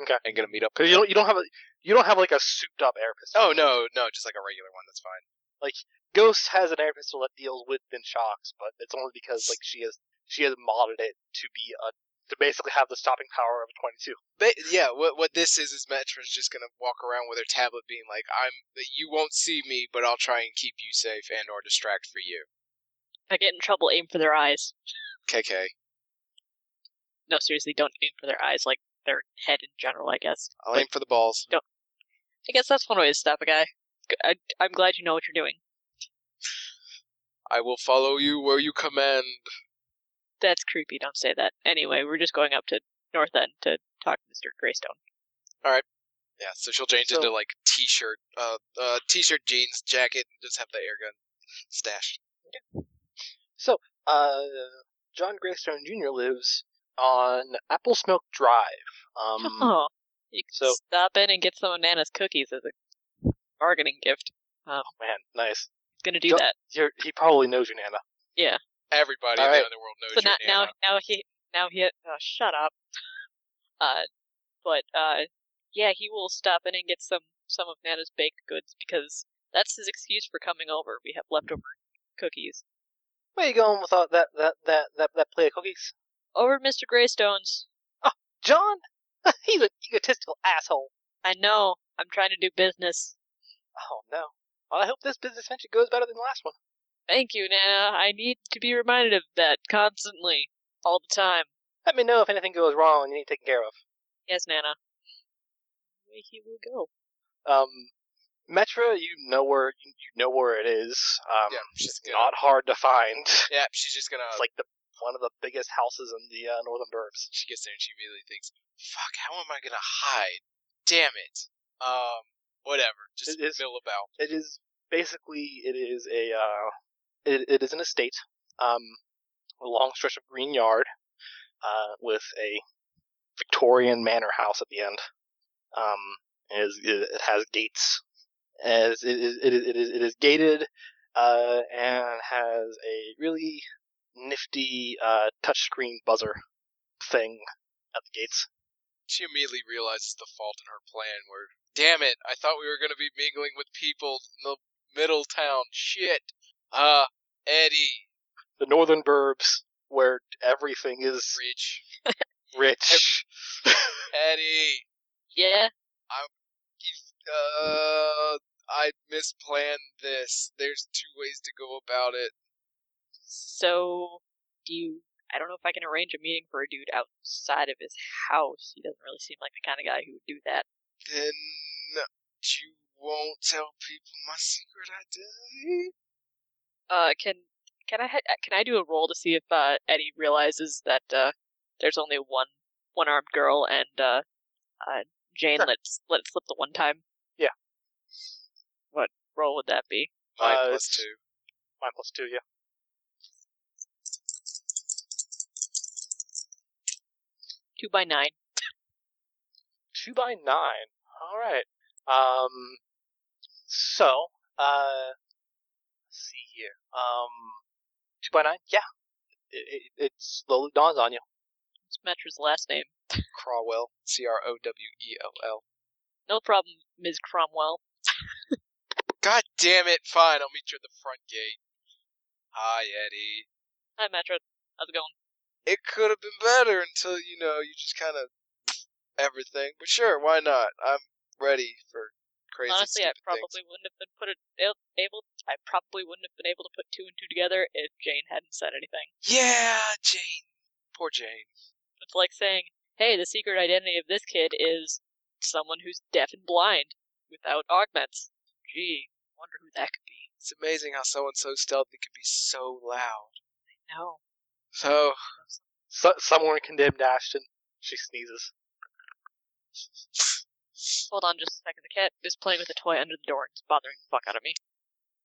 Speaker 1: Okay.
Speaker 4: And gonna meet up.
Speaker 1: Cause you don't you don't have a you don't have like a souped up air pistol.
Speaker 4: Oh no, no, just like a regular one. That's fine.
Speaker 1: Ghost has an air pistol that deals with thin shocks, but it's only because like she has she has modded it to be a to basically have the stopping power of a twenty two.
Speaker 4: Ba yeah, what what this is is Metra's just gonna walk around with her tablet, being like, "I'm. You won't see me, but I'll try and keep you safe and or distract for you."
Speaker 7: If I get in trouble, aim for their eyes.
Speaker 4: KK.
Speaker 7: No, seriously, don't aim for their eyes. Like their head in general, I guess.
Speaker 4: I'll
Speaker 7: But
Speaker 4: aim for the balls.
Speaker 7: I guess that's one way to stop a guy. G- I, am glad you know what you're doing.
Speaker 4: I will follow you where you command.
Speaker 7: That's creepy. Don't say that. Anyway, we're just going up to North End to talk to Mr. Greystone.
Speaker 4: Yeah, so she'll change
Speaker 1: So-
Speaker 4: into like t-shirt, uh, uh, t-shirt, jeans, jacket, and just have the air gun stashed.
Speaker 1: Uh, John Greystone Jr. lives on Apple Smoke Drive. Um,
Speaker 7: oh, you can
Speaker 1: so-
Speaker 7: stop in and get some of Nana's cookies as a bargaining gift.
Speaker 1: man, nice.
Speaker 7: Gonna do
Speaker 1: Go-
Speaker 7: that.
Speaker 1: You're, he probably knows your nana.
Speaker 4: Everybody in
Speaker 1: Alright.
Speaker 4: the underworld knows
Speaker 7: So
Speaker 4: your
Speaker 7: now, now,
Speaker 4: nana.
Speaker 7: now he, now he, oh, shut up. Uh, but uh, yeah, he will stop in and get some some of Nana's baked goods because that's his excuse for coming over. We have leftover cookies
Speaker 1: Where you going with all that that that that, that plate of cookies,
Speaker 7: over at Mr. Greystone's.
Speaker 1: John? He's an egotistical asshole.
Speaker 7: I know. I'm trying to do business.
Speaker 1: Oh no. Well, I hope this business venture goes better than the last one.
Speaker 7: Thank you, Nana. I need to be reminded of that constantly, all the time.
Speaker 1: Let me know if anything goes wrong and you need taken care of.
Speaker 7: Yes, Nana. Away he will go.
Speaker 1: Um, Metra, you know where you, you know where it is. Um,
Speaker 4: yeah, Uh, she's gonna.
Speaker 1: not hard to find. It's
Speaker 4: Yeah, she's just gonna.
Speaker 1: like the one of the biggest houses in the uh, northern burbs.
Speaker 4: She gets there and she immediately thinks, "Fuck, how am I gonna hide? Damn it." Um, whatever. Just
Speaker 1: It is-
Speaker 4: mill about.
Speaker 1: It is basically it is a uh, it, it is an estate. Um, a long stretch of green yard, uh, with a Victorian manor house at the end. Um, it, is, it it has gates. As it is, it is, it is, it is gated, uh, and has a really nifty uh, touchscreen buzzer thing at the gates.
Speaker 4: She immediately realizes the fault in her plan. Where, damn it, I thought we were gonna be mingling with people in the middle town. Shit. Uh, Eddie,
Speaker 1: the northern burbs where everything is
Speaker 4: rich.
Speaker 1: rich.
Speaker 4: Eddie.
Speaker 7: Yeah.
Speaker 4: Uh, I misplanned this. There's two ways to go about it.
Speaker 7: So, do you? I don't know if I can arrange a meeting for a dude outside of his house. He doesn't really seem like the kind of guy who would do that.
Speaker 4: Then you won't tell people my secret identity.
Speaker 7: Uh, can can I ha- uh, can I do a roll to see if uh, Eddie realizes that uh, there's only one one armed girl and uh, uh, Jane
Speaker 1: Sure.
Speaker 7: let let it slip the one time?
Speaker 1: Yeah.
Speaker 7: What roll would that be?
Speaker 4: Mine
Speaker 1: Uh,
Speaker 4: plus
Speaker 1: it's-
Speaker 4: two.
Speaker 1: Mine plus two, yeah.
Speaker 7: Two by nine.
Speaker 1: Two by nine. All right. Um. So, uh, let's see here. Um, two by nine. Yeah. It, it, it slowly dawns on you.
Speaker 7: It's Metra's last name.
Speaker 4: Crowell. C R O W E L L.
Speaker 7: No problem, Ms. Cromwell.
Speaker 4: God damn it! Fine, I'll meet you at the front gate. Hi, Eddie.
Speaker 7: Hi, Metra. How's it going?
Speaker 4: It could have been better until you know you just kind of everything. But sure, why not? I'm ready for crazy.
Speaker 7: Honestly, I
Speaker 4: stupid
Speaker 7: probably wouldn't have been put a, able. I probably wouldn't have been able to put two and two together if Jane hadn't said anything.
Speaker 4: Things. Yeah, Jane. Poor Jane.
Speaker 7: It's like saying, "Hey, the secret identity of this kid is someone who's deaf and blind without augments." Gee, wonder who that could be.
Speaker 4: It's amazing how someone so stealthy could be so loud.
Speaker 7: No,
Speaker 4: So
Speaker 1: So, someone condemned Ashton. She sneezes.
Speaker 7: hold on just a second. The cat is playing with a toy under the door and it's bothering the fuck out of me.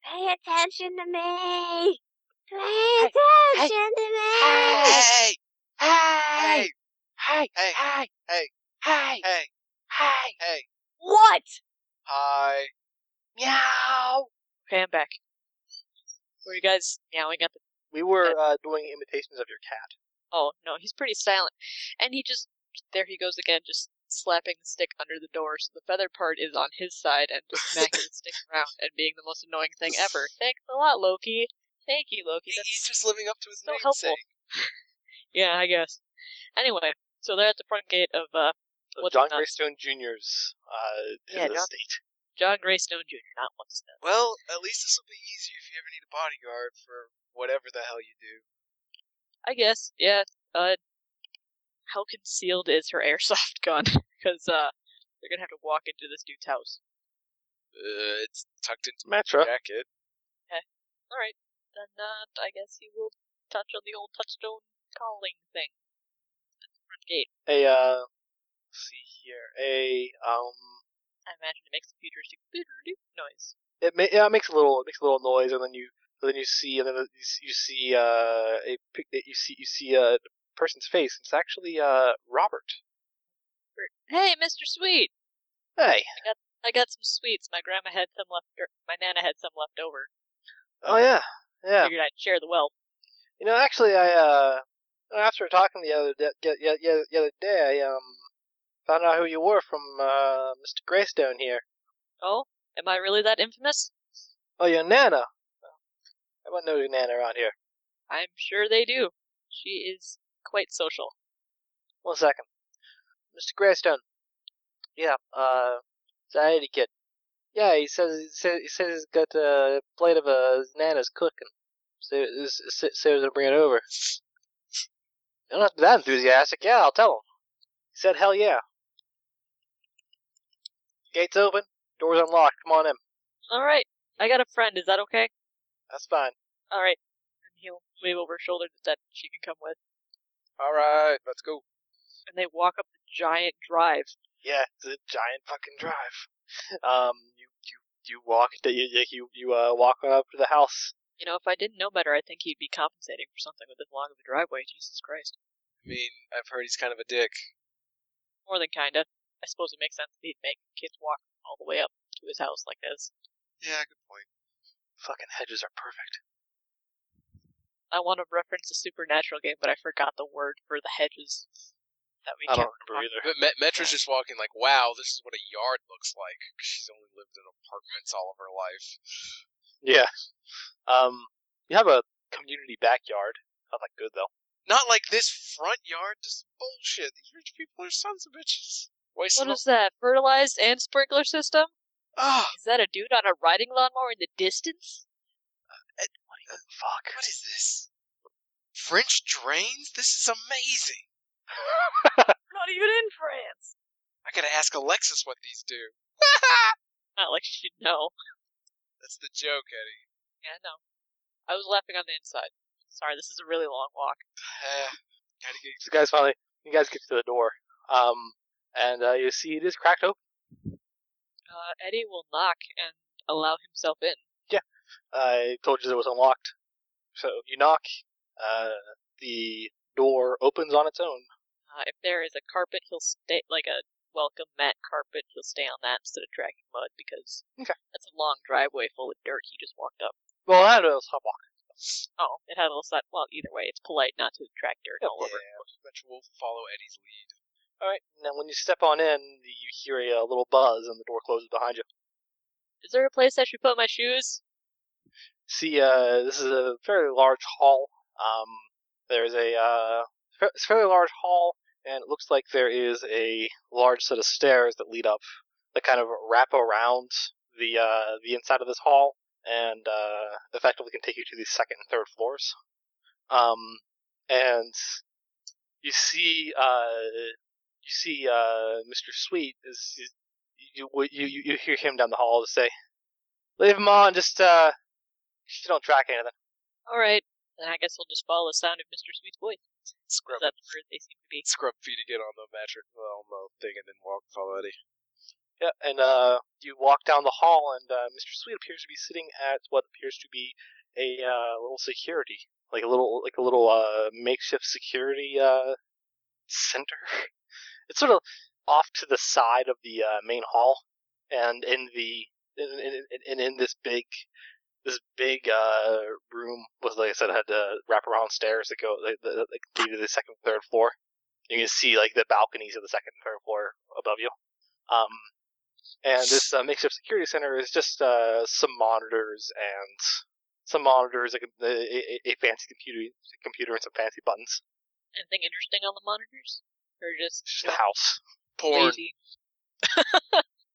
Speaker 6: Pay attention to me. Pay attention to me.
Speaker 4: hey, hey,
Speaker 1: Hey! Hey!
Speaker 4: hey, hey.
Speaker 1: Hey!
Speaker 4: hey,
Speaker 1: Hey!
Speaker 4: hey.
Speaker 6: What?
Speaker 4: Hi.
Speaker 1: Meow.
Speaker 7: Okay, I'm back. Were you guys meowing at the?
Speaker 1: We were uh, doing imitations of your cat.
Speaker 7: Oh no, he's pretty silent, and he just there he goes again, just slapping the stick under the door, so the feather part is on his side and just smacking the stick around and being the most annoying thing ever. Thanks a lot, Loki. Thank you, Loki. That's
Speaker 4: He's just living up to his
Speaker 7: so helpful.
Speaker 4: namesake.
Speaker 7: Yeah, I guess. Anyway, so they're at the front gate of uh
Speaker 1: Of
Speaker 7: What's
Speaker 1: John
Speaker 7: not-
Speaker 1: Greystone Jr.'s uh,
Speaker 7: Yeah, John-
Speaker 1: estate.
Speaker 7: John Greystone Jr. Not what's that?
Speaker 4: Well, at least this will be easier if you ever need a bodyguard for whatever the hell you do.
Speaker 7: I guess. Yeah. Uh, how concealed is her airsoft gun? Because uh, they're gonna have to walk into this dude's house.
Speaker 4: Uh, it's tucked into
Speaker 1: Metra.
Speaker 4: my jacket.
Speaker 7: All right. Then uh, I guess he will touch on the old touchstone calling thing at the front gate.
Speaker 1: A uh, let's see here. A um,
Speaker 7: I imagine it makes a futuristic doo-doo-doo noise.
Speaker 1: it, ma- yeah, it makes a little it makes a little noise, and then you and then you see and then you s- you see uh a pic- you see you see a person's face. It's actually uh Robert.
Speaker 7: Hey, Mr. Sweet.
Speaker 1: Hey.
Speaker 7: I got some sweets. My grandma had some left. Er, my nana had some left over.
Speaker 1: Oh yeah. Yeah.
Speaker 7: Figured I'd share the wealth.
Speaker 1: You know, actually, I uh, after talking the other day, the other- the other day, I um, found out who you were from uh, Mr. Greystone here.
Speaker 7: Oh, am I really that infamous?
Speaker 1: Oh, your nana. Everyone knows your nana around here.
Speaker 7: I'm sure they do. She is quite social.
Speaker 1: One second, Mr. Greystone. Yeah, uh, it's that Eddie kid. Yeah, he says he says, he says he's got a plate of uh, his nana's cooking. So he's so he's gonna bring it over. You don't have to be that enthusiastic. Yeah, I'll tell him. He said, "Hell yeah." Gates open, doors unlocked. Come on in.
Speaker 7: All right. I got a friend. Is that okay?
Speaker 1: That's fine.
Speaker 7: All right. And he'll wave over his shoulder that she can come with.
Speaker 4: All right, let's go.
Speaker 7: And they walk up the giant drive.
Speaker 1: Yeah, it's a giant fucking drive. Um, you you you walk you you you uh walk on up to the house.
Speaker 7: You know, if I didn't know better, I think he'd be compensating for something with this long of a driveway. Jesus Christ.
Speaker 4: I mean, I've heard he's kind of a dick.
Speaker 7: More than kinda. I suppose it makes sense that he'd make kids walk all the way up to his house like this.
Speaker 4: Yeah, good point.
Speaker 1: Fucking hedges are perfect.
Speaker 7: I want to reference a supernatural game, but I forgot the word for the hedges that we
Speaker 1: I don't
Speaker 7: can't
Speaker 1: remember either.
Speaker 4: But Met- Metra's just walking like, wow, this is what a yard looks like. 'cause She's only lived in apartments all of her life.
Speaker 1: Yeah. Um, you have a community backyard. Not that good though.
Speaker 4: Not like this front yard. This is bullshit. These rich people are sons of bitches. Wasting
Speaker 7: What is that? Fertilized and sprinkler system?
Speaker 4: Ah,
Speaker 7: Is that a dude on a riding lawnmower in the distance?
Speaker 1: Fuck.
Speaker 4: what is this? French drains? This is amazing.
Speaker 7: We're not even in France.
Speaker 4: I gotta ask Alexis what these do.
Speaker 7: Not like she'd know.
Speaker 4: That's the joke, Eddie.
Speaker 7: Yeah, I know. I was laughing on the inside. Sorry, this is a really long walk.
Speaker 4: Eh, gotta get
Speaker 1: So you guys finally, you guys get to the door. Um, and uh, you see it is cracked open.
Speaker 7: Uh, Eddie will knock and allow himself in.
Speaker 1: I told you it was unlocked. So you knock. Uh, the door opens on its own.
Speaker 7: Uh, if there is a carpet, he'll stay like a welcome mat carpet. He'll stay on that instead of tracking mud because
Speaker 1: Okay.
Speaker 7: that's a long driveway full of dirt. He just walked up.
Speaker 1: Well, I don't know. It's hot walk.
Speaker 7: Oh, it had a little side. Well, either way, it's polite not to track dirt all over.
Speaker 4: Metra will follow Eddie's lead.
Speaker 1: All right. And then when you step on in, you hear a, uh, little buzz, and the door closes behind you.
Speaker 7: Is there a place I should put my shoes?
Speaker 1: See, uh, this is a very large hall. Um, there's a uh, fa- it's a fairly large hall, and it looks like there is a large set of stairs that lead up, that kind of wrap around the uh, the inside of this hall, and uh, effectively can take you to the second and third floors. Um, and you see, uh, you see, uh, Mr. Sweet is you you you, you hear him down the hall to say, "Leave him on, just uh." She don't track anything.
Speaker 7: All right. Then I guess we'll just follow the sound of Mr. Sweet's voice.
Speaker 4: Scrub,
Speaker 7: That's where they seem to be.
Speaker 4: scrub feet again on the mattress, well, on the thing, and then walk follow Eddie.
Speaker 1: Yeah, and uh, you walk down the hall, and uh, Mr. Sweet appears to be sitting at what appears to be a uh, little security, like a little, like a little uh, makeshift security uh, center. It's sort of off to the side of the uh, main hall, and in the and in, in, in this big this big uh room was like I said had to wrap around stairs that go like, that, that lead to the second third floor. You can see like the balconies of the second and third floor above you. Um, and this uh, makeshift security center is just uh some monitors and some monitors, like a, a, a fancy computer, computer and some fancy buttons.
Speaker 7: Anything interesting on the monitors? Or just,
Speaker 1: It's just
Speaker 7: you know,
Speaker 1: the house.
Speaker 4: Porn.
Speaker 7: lazy?
Speaker 1: It's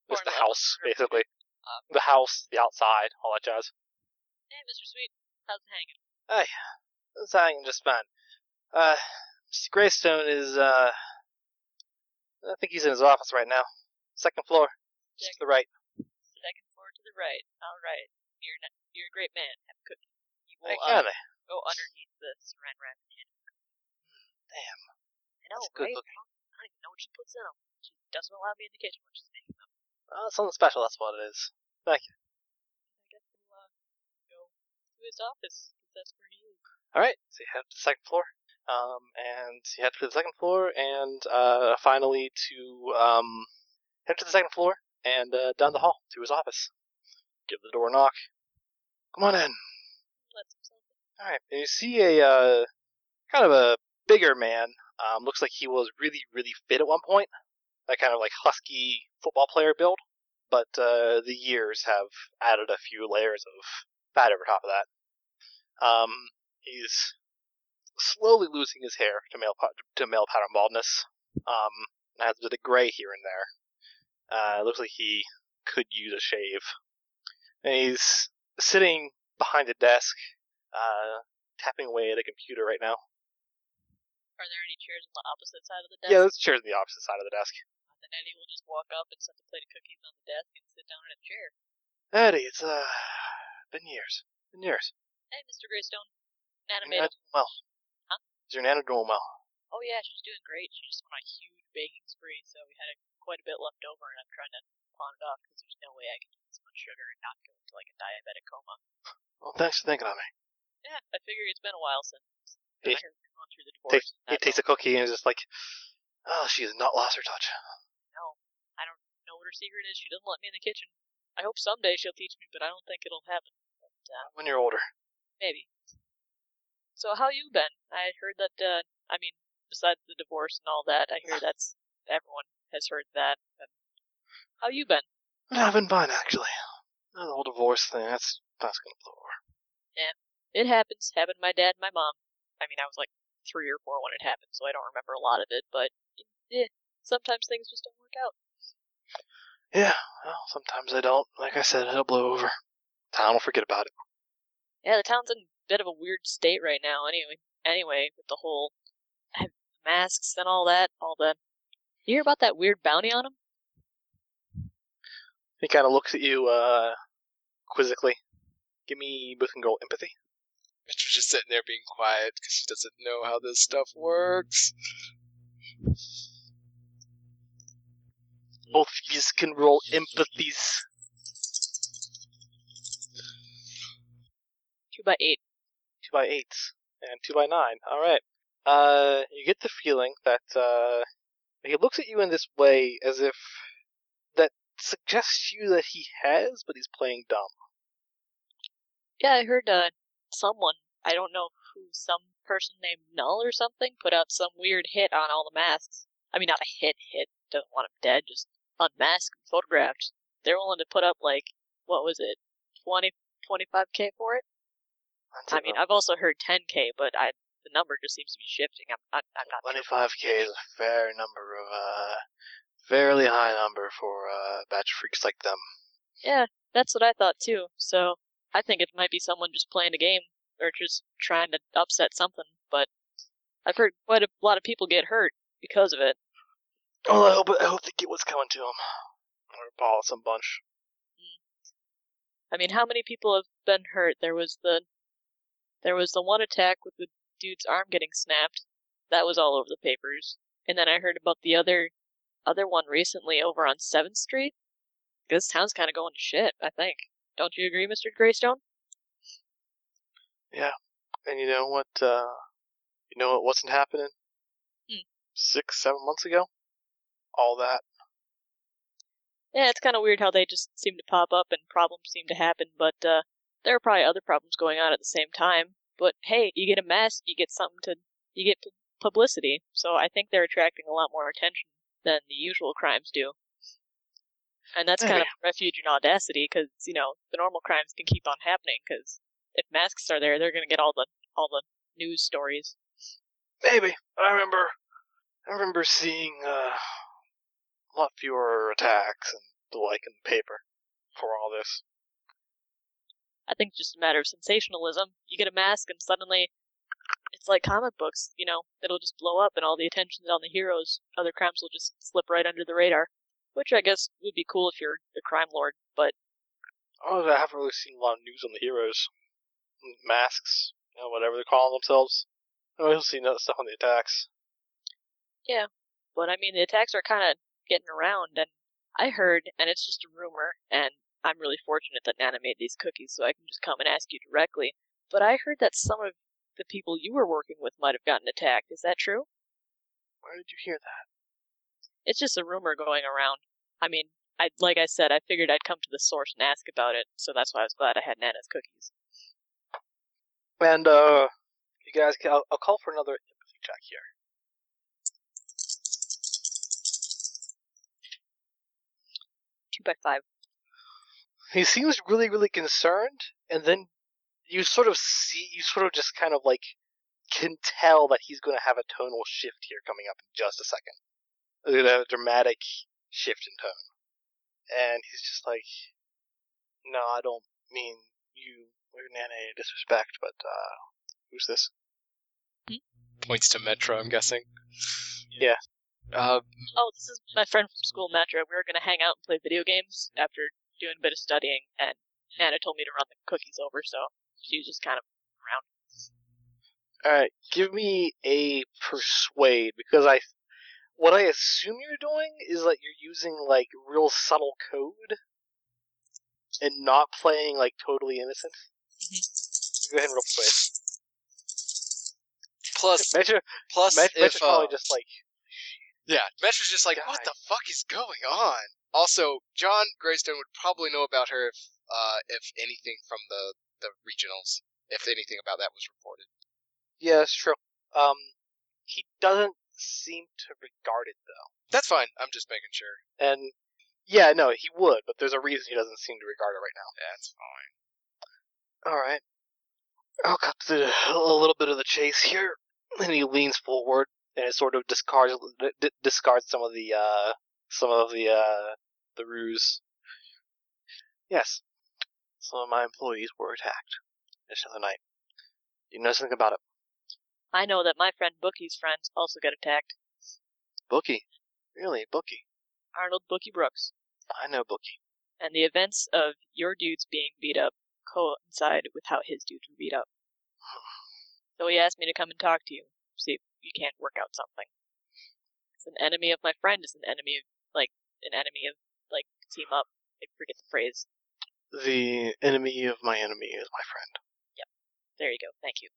Speaker 7: Porn
Speaker 1: the
Speaker 7: lab.
Speaker 1: house, basically.
Speaker 7: Uh,
Speaker 1: The house, the outside, all that jazz.
Speaker 7: hey, Mr. Sweet, how's it hanging?
Speaker 1: It's hanging just fine. Uh, Mr. Greystone is, uh, I think he's in his office right now. Second floor. Just to the right.
Speaker 7: Second floor to the right. All right. You're not, you're a great man. Have a cookie. You
Speaker 1: Hey,
Speaker 7: will
Speaker 1: Kelly,
Speaker 7: uh, go underneath the saran wrap. and-
Speaker 1: Hmm, Damn.
Speaker 7: I know,
Speaker 1: That's good
Speaker 7: right?
Speaker 1: looking.
Speaker 7: I don't even know what she puts in 'em. She doesn't allow me in the kitchen, which is making them.
Speaker 1: Uh, something special, that's what it is. Thank you.
Speaker 7: I guess we'll uh, go to his office, because that's where he is.
Speaker 1: Alright, so you head to the second floor. Um, and you head to the second floor, and, uh, finally to, um, head to the second floor, and, uh, down the hall to his office. Give the door a knock. Come on in.
Speaker 7: Let's himself in.
Speaker 1: All right, and you see a uh, kind of a bigger man. Um, looks like he was really, really fit at one point. That kind of like husky football player build, but uh, the years have added a few layers of fat over top of that. Um, he's slowly losing his hair to male pa- to male pattern baldness. Um, and has a bit of gray here and there. Uh, looks like he could use a shave. And he's sitting behind a desk uh, tapping away at a computer right now.
Speaker 7: Are there any chairs on the opposite side of the desk?
Speaker 1: Yeah, there's chairs on the opposite side of the desk.
Speaker 7: Then Eddie will just walk up and set the plate of cookies on the desk and sit down in a chair.
Speaker 1: Eddie, it's uh, been years, been years.
Speaker 7: Hey, Mr. Greystone.
Speaker 1: Is
Speaker 7: Nana
Speaker 1: your
Speaker 7: made
Speaker 1: Nana doing well?
Speaker 7: Huh?
Speaker 1: Is your Nana doing well?
Speaker 7: Oh yeah, she's doing great. She just went on a huge baking spree, so we had a, quite a bit left over, and I'm trying to pawn it off because there's no way I can eat this much sugar and not go into like a diabetic coma.
Speaker 1: Well, thanks for thinking of me.
Speaker 7: Yeah, I figure it's been a while since
Speaker 1: He-
Speaker 7: I have gone through the divorce.
Speaker 1: He
Speaker 7: I
Speaker 1: takes a cookie and is just like, oh, she has not lost her touch.
Speaker 7: don't know. I don't know what her secret is. She doesn't let me in the kitchen. I hope someday she'll teach me, but I don't think it'll happen. But uh,
Speaker 1: When you're older,
Speaker 7: maybe. So how you been? I heard that. uh I mean, besides the divorce and all that, I hear that's everyone has heard that. But how you been?
Speaker 1: but I've been fine actually. Oh, The whole divorce thing, that's that's gonna blow over.
Speaker 7: It happens. Happened to my dad and my mom. I mean, I was like three or four when it happened, so I don't remember a lot of it, but eh, sometimes things just don't work out.
Speaker 1: Yeah, well, sometimes I don't. Like I said, it'll blow over. Town will forget about it.
Speaker 7: Yeah, the town's in a bit of a weird state right now, anyway. Anyway, with the whole eh, masks and all that, all the. You hear about that weird bounty on him?
Speaker 1: He kind of looks at you uh, quizzically. Give me both control empathy.
Speaker 4: Mitch was just sitting there being quiet because she doesn't know how this stuff works.
Speaker 1: Both of you can roll empathies.
Speaker 7: Two by eight.
Speaker 1: two by eights and two by nine. All right. Uh, you get the feeling that uh, he looks at you in this way as if that suggests to you that he has, but he's playing dumb.
Speaker 7: Yeah, I heard uh, someone, I don't know who, some person named Null or something, put out some weird hit on all the masks. I mean, not a hit, hit, doesn't want them dead, just unmasked and photographed. They're willing to put up, like, what was it, 20, 25k for it? I mean, I've also heard 10k, but I the number just seems to be shifting. I'm, I, I'm not sure.
Speaker 1: twenty-five k is a fair number of uh, fairly high number for uh, batch freaks like them.
Speaker 7: That's what I thought, too, so I think it might be someone just playing a game or just trying to upset something, but I've heard quite a lot of people get hurt because of it.
Speaker 1: Oh, I hope I hope they get what's coming to them. Or ball some bunch.
Speaker 7: I mean, how many people have been hurt? There was the there was the one attack with the dude's arm getting snapped. That was all over the papers. And then I heard about the other other one recently over on 7th Street. This town's kind of going to shit, I think. Don't you agree, Mr. Greystone?
Speaker 1: And you know what? Uh, you know what wasn't happening
Speaker 7: Hmm.
Speaker 1: six, seven months ago? All that.
Speaker 7: Yeah, it's kind of weird how they just seem to pop up and problems seem to happen, but uh, there are probably other problems going on at the same time. But hey, you get a mask, you get something to, you get pu- publicity. So I think they're attracting a lot more attention than the usual crimes do. And that's kind of a refuge in audacity because you know the normal crimes can keep on happening because if masks are there, they're going to get all the all the news stories.
Speaker 1: Maybe. But I remember I remember seeing uh, a lot fewer attacks and the like in the paper for all this.
Speaker 7: I think it's just a matter of sensationalism. You get a mask, and suddenly it's like comic books. You know, it'll just blow up, and all the attention's on the heroes. Other crimes will just slip right under the radar, which I guess would be cool if you're the crime lord. But
Speaker 1: Oh, I haven't really seen a lot of news on the heroes. Masks, you know, whatever they're calling themselves. I've also seen other stuff on the attacks.
Speaker 7: but I mean, the attacks are kind of getting around, and I heard, and it's just a rumor, and I'm really fortunate that Nana made these cookies, so I can just come and ask you directly. But I heard that some of the people you were working with might have gotten attacked. Is that true?
Speaker 1: Where did you hear that?
Speaker 7: It's just a rumor going around. I mean, I like I said, I figured I'd come to the source and ask about it, so that's why I was glad I had Nana's cookies.
Speaker 1: And, uh, you guys, I'll, I'll call for another empathy check here.
Speaker 7: Two by five.
Speaker 1: he seems really really concerned and then you sort of see you sort of just kind of like can tell that he's going to have a tonal shift here coming up in just a second He's going to have a dramatic shift in tone and he's just like no i don't mean you or nana any disrespect but uh who's this
Speaker 4: Points to Metro, I'm guessing.
Speaker 1: Yeah.
Speaker 4: Uh,
Speaker 7: Oh, this is my friend from school, Metro. We were gonna hang out and play video games after doing a bit of studying, and Nana told me to run the cookies over, so she was just kind of
Speaker 1: all right give me a persuade because i what i assume you're doing is like you're using like real subtle code and not playing like totally innocent
Speaker 4: Mm-hmm.
Speaker 1: go ahead and roll persuade
Speaker 4: plus,
Speaker 1: Metro,
Speaker 4: plus,
Speaker 1: Met- Metro's
Speaker 4: if,
Speaker 1: probably
Speaker 4: uh,
Speaker 1: just like
Speaker 4: yeah, Metro's just like, what
Speaker 1: Guy.
Speaker 4: the fuck is going on? Also, John Greystone would probably know about her if, uh, if anything from the the regionals, if anything about that was reported.
Speaker 1: yeah, that's true. Um, he doesn't seem to regard it though,
Speaker 4: That's fine. I'm just making sure.
Speaker 1: and yeah, no, he would, but there's a reason he doesn't seem to regard it right now.
Speaker 4: That's fine.
Speaker 1: All right. I'll cut to the, a little bit of the chase here. And he leans forward and it sort of discards d- discards some of the uh some of the uh the ruse. Yes. Some of my employees were attacked this other night. You know something about it.
Speaker 7: I know that my friend Bookie's friends also got attacked.
Speaker 1: Bookie. Really, Bookie.
Speaker 7: Arnold Bookie Brooks.
Speaker 1: I know Bookie.
Speaker 7: And the events of your dudes being beat up coincide with how his dudes were beat up. So he asked me to come and talk to you, see if you can't work out something. It's an enemy of my friend is an enemy of like an enemy of like team up. I forget the phrase.
Speaker 1: The enemy of my enemy is my friend.
Speaker 7: There you go. Thank you.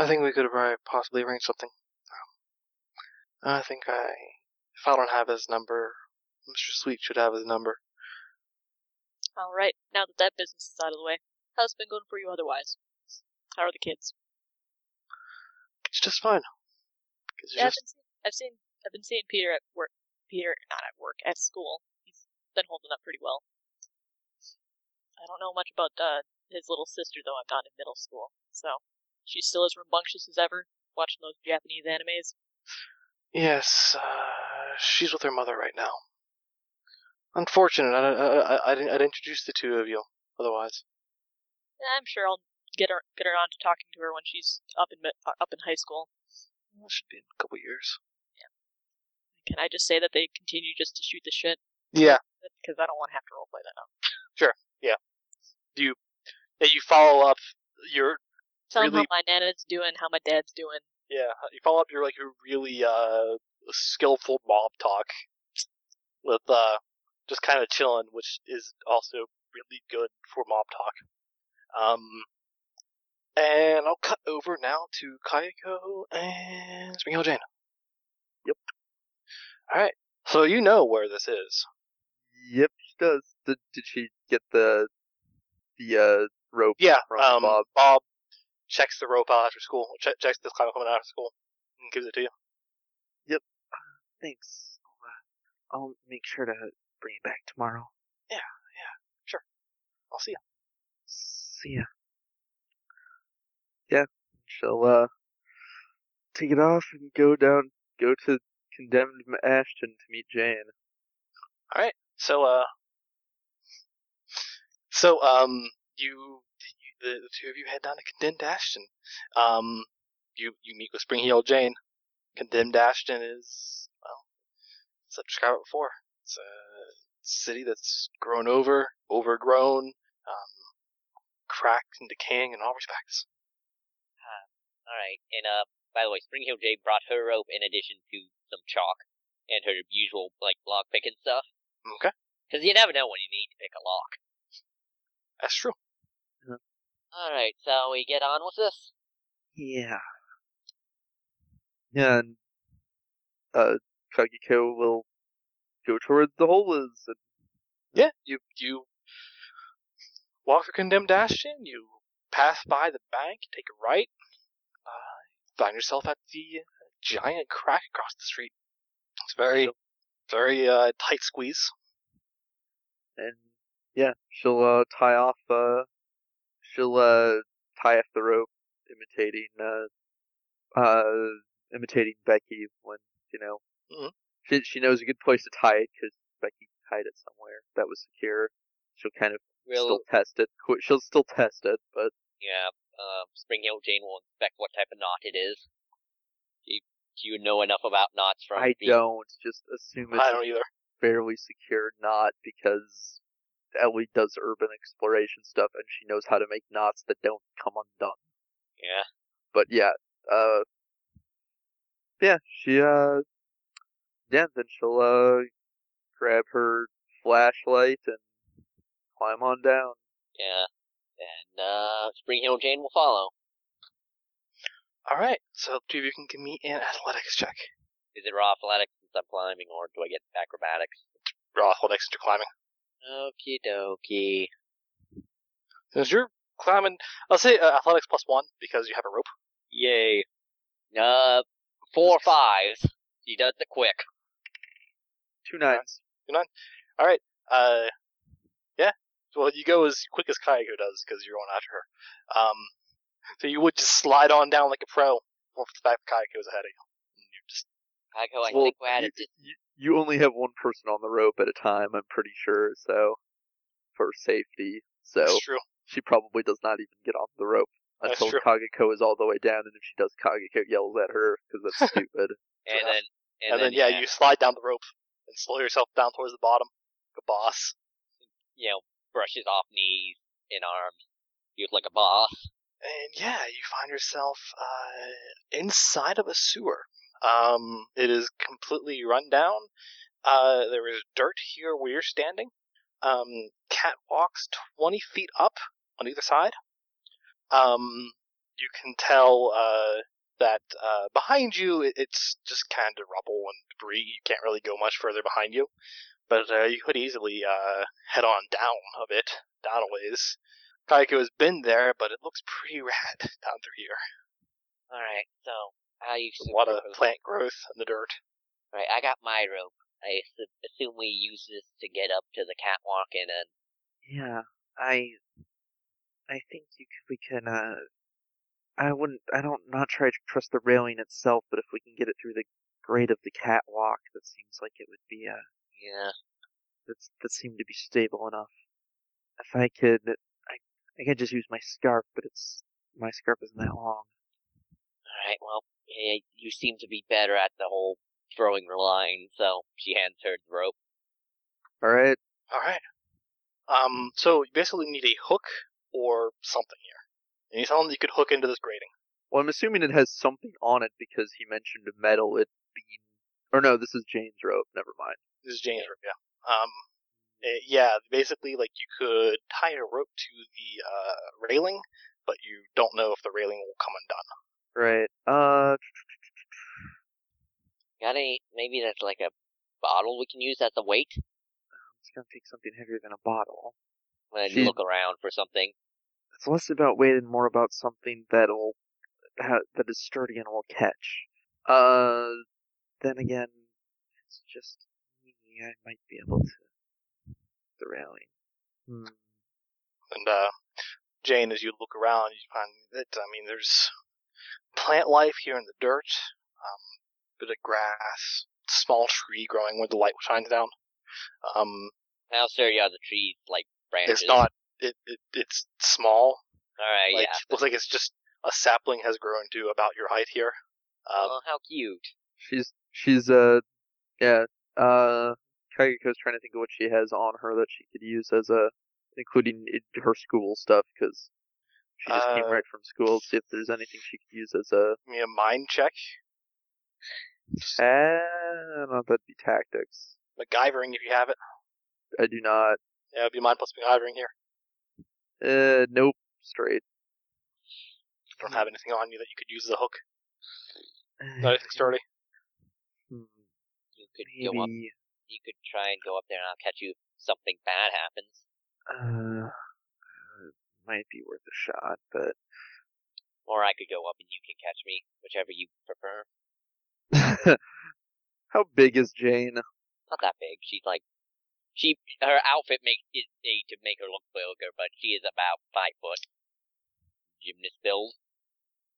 Speaker 1: I think we could arri- possibly arrange something. Um, I think I, if I don't have his number, Mr. Sweet should have his number.
Speaker 7: All right. Now that that business is out of the way, how's it been going for you otherwise? How are the kids?
Speaker 1: It's just fine. 'Cause it's
Speaker 7: Yeah,
Speaker 1: just-
Speaker 7: I've been seen, I've been seeing Peter at work. Peter, not at work, at school. He's been holding up pretty well. I don't know much about uh, his little sister though. I'm not in middle school, so she's still as rambunctious as ever, watching those Japanese animes.
Speaker 1: yes, uh, she's with her mother right now. Unfortunate. I, I, I, I'd, I'd introduce the two of you. Otherwise,
Speaker 7: Yeah, I'm sure I'll get her get her on to talking to her when she's up in mi- uh, up in high school.
Speaker 1: it should be in a couple years.
Speaker 7: Can I just say that they continue just to shoot the shit?
Speaker 1: Yeah.
Speaker 7: Because I don't want to have to roleplay that up.
Speaker 1: yeah you follow up your
Speaker 7: Tell them
Speaker 1: Really-
Speaker 7: how my nana's doing, how my dad's doing.
Speaker 1: Yeah, you follow up your like your really uh skillful mob talk with uh just kind of chilling, which is also really good for mob talk. Um, and I'll cut over now to Kayako and Spingle Jane. Yep. All right. So you know where this is.
Speaker 5: Yep, she does. Did, did she get the the uh, rope?
Speaker 1: Yeah,
Speaker 5: from
Speaker 1: um,
Speaker 5: Bob.
Speaker 1: checks the rope out after school. Che- checks the climate coming out after school and gives it to you.
Speaker 5: Thanks. I'll, uh, I'll make sure to bring it back tomorrow.
Speaker 1: I'll see you.
Speaker 5: See ya. Yeah, she'll uh take it off and go down, go to condemned M- Ashton to meet Jane.
Speaker 1: So, uh, so, um, you, you the, the two of you head down to Condemned Ashton. Um, you, you meet with Spring Heel Jane. Condemned Ashton is, well, as I've described it before, it's a city that's grown over, overgrown, um, cracked and decaying in all respects.
Speaker 2: All right. And uh, by the way, Spring Hill Jay brought her rope in addition to some chalk and her usual like lock picking stuff.
Speaker 1: Okay.
Speaker 2: Because you never know when you need to pick a lock.
Speaker 1: That's true.
Speaker 2: All right. So we get on with this.
Speaker 5: Yeah. Yeah, and uh, Kagiko will go towards the hole is and
Speaker 1: Yeah, you you walk through condemned Ashton. You pass by the bank, take a right, uh, find yourself at the giant crack across the street. It's very, very uh, tight squeeze.
Speaker 5: and yeah, she'll uh, tie off. Uh, she'll uh, tie off the rope, imitating uh, uh, imitating Becky when you know
Speaker 1: Mhm.
Speaker 5: she she knows a good place to tie it because Becky tied it somewhere that was secure. She'll kind of
Speaker 2: We'll
Speaker 5: still test it. qu- She'll still test it, but
Speaker 2: yeah. Um, Spring Hill Jane will inspect what type of knot it is. Do you, do you know enough about knots from?
Speaker 5: I
Speaker 2: being-
Speaker 5: don't just assume it's
Speaker 1: I don't either.
Speaker 5: fairly secure knot because Ellie does urban exploration stuff and she knows how to make knots that don't come undone.
Speaker 2: Yeah.
Speaker 5: but yeah, uh, yeah, she, uh, yeah, then she'll, uh, grab her flashlight and climb on down.
Speaker 2: Yeah. And uh, Spring Hill Jane will follow.
Speaker 1: All right, so the two of you can give me an athletics check.
Speaker 2: Is it raw athletics since I'm climbing, or do I get acrobatics?
Speaker 1: Raw athletics to climbing.
Speaker 2: Okie dokie.
Speaker 1: Since you're climbing, I'll say uh, athletics plus one because you have a rope.
Speaker 2: Yay. Uh, four fives. He does it quick.
Speaker 5: Two nines.
Speaker 1: Uh, yeah. Well, you go as quick as Kaigo does because you're going after her. Um, so you would just slide on down like a pro, or for the fact that Kaigo's ahead of you. And You just
Speaker 2: I go, I
Speaker 5: Well,
Speaker 2: think we're at
Speaker 5: you,
Speaker 2: it. Just,
Speaker 5: you, you only have one person on the rope at a time, I'm pretty sure, so, for safety. So,
Speaker 1: it's true.
Speaker 5: she probably does not even get off the rope
Speaker 1: That's
Speaker 5: until
Speaker 1: true.
Speaker 5: Kagiko is all the way down, and if she does, Kagiko yells at her, because that's stupid.
Speaker 2: and
Speaker 1: enough.
Speaker 2: then, and,
Speaker 1: And, then, yeah, you slide down the rope and slow yourself down towards the bottom. The boss.
Speaker 2: you know, brushes off knees and arms. You look like a boss.
Speaker 1: And yeah, you find yourself uh, inside of a sewer. Um, it is completely run down. Uh, there is dirt here where you're standing. Um, catwalks 20 feet up on either side. Um, you can tell uh, that uh, behind you it, it's just kind of rubble and debris. You can't really go much further behind you, but uh, you could easily uh, head on down a bit, down a ways. Kaiko has been there, but it looks pretty rad down through here.
Speaker 2: All right, so I
Speaker 1: There's a lot of plant growth in the dirt.
Speaker 2: All right, I got my rope. I assu- assume we use this to get up to the catwalk and then.
Speaker 5: Yeah, I, I think you could, we can. Uh, I wouldn't. I don't not try to trust the railing itself, but if we can get it through the grade of the catwalk, that seems like it would be. Uh,
Speaker 2: Yeah.
Speaker 5: that's that seemed to be stable enough. If I could, I I could just use my scarf, but it's my scarf isn't that long.
Speaker 2: All right. Well, yeah, you seem to be better at the whole throwing the line, so she hands her the rope.
Speaker 5: All right.
Speaker 1: All right. Um. So you basically need a hook or something here. And you tell them you could hook into this grating.
Speaker 5: Well, I'm assuming it has something on it because he mentioned a metal. It being, or no, this is Jane's rope. Never mind.
Speaker 1: This is Jane's rope, yeah. Um. eh, yeah. Basically, like you could tie a rope to the uh, railing, but you don't know if the railing will come undone.
Speaker 5: Right. Uh,
Speaker 2: Got any? Maybe that's like a bottle we can use as a weight.
Speaker 5: It's gonna take something heavier than a bottle.
Speaker 2: when
Speaker 5: She-
Speaker 2: you look around for something.
Speaker 5: It's less about weight and more about something that'll ha- that is sturdy and will catch. Uh, then again, it's just me. I might be able to the rally. Hmm.
Speaker 1: And uh, Jane, as you look around, you find that I mean, there's plant life here in the dirt, um, bit of grass, small tree growing where the light shines down. Um,
Speaker 2: How sturdy are the trees? Like branches?
Speaker 1: it's not. It, it it's small.
Speaker 2: All right,
Speaker 1: Like,
Speaker 2: yeah.
Speaker 1: Looks like it's just a sapling has grown to about your height here. Um,
Speaker 2: oh, how cute.
Speaker 5: She's she's uh yeah uh Kagiko's trying to think of what she has on her that she could use as a including it, her school stuff because she just came
Speaker 1: Uh,
Speaker 5: right from school. See if there's anything she could use as a
Speaker 1: give me a mind check,
Speaker 5: I don't know if that'd be tactics.
Speaker 1: MacGyvering if you have it.
Speaker 5: I do not.
Speaker 1: Yeah, it'd be mind plus MacGyvering here.
Speaker 5: Uh, nope. Straight.
Speaker 1: You don't have anything on you that you could use as a hook. Not anything sturdy.
Speaker 5: Hmm,
Speaker 2: You could go up.
Speaker 5: Maybe.
Speaker 2: You could try and go up there, and I'll catch you if something bad happens.
Speaker 5: Uh, might be worth a shot, but
Speaker 2: Or I could go up and you can catch me, whichever you prefer.
Speaker 5: how big is Jane?
Speaker 2: Not that big. She's like, she her outfit make is made to make her look bigger, but she is about five foot. Gymnast build.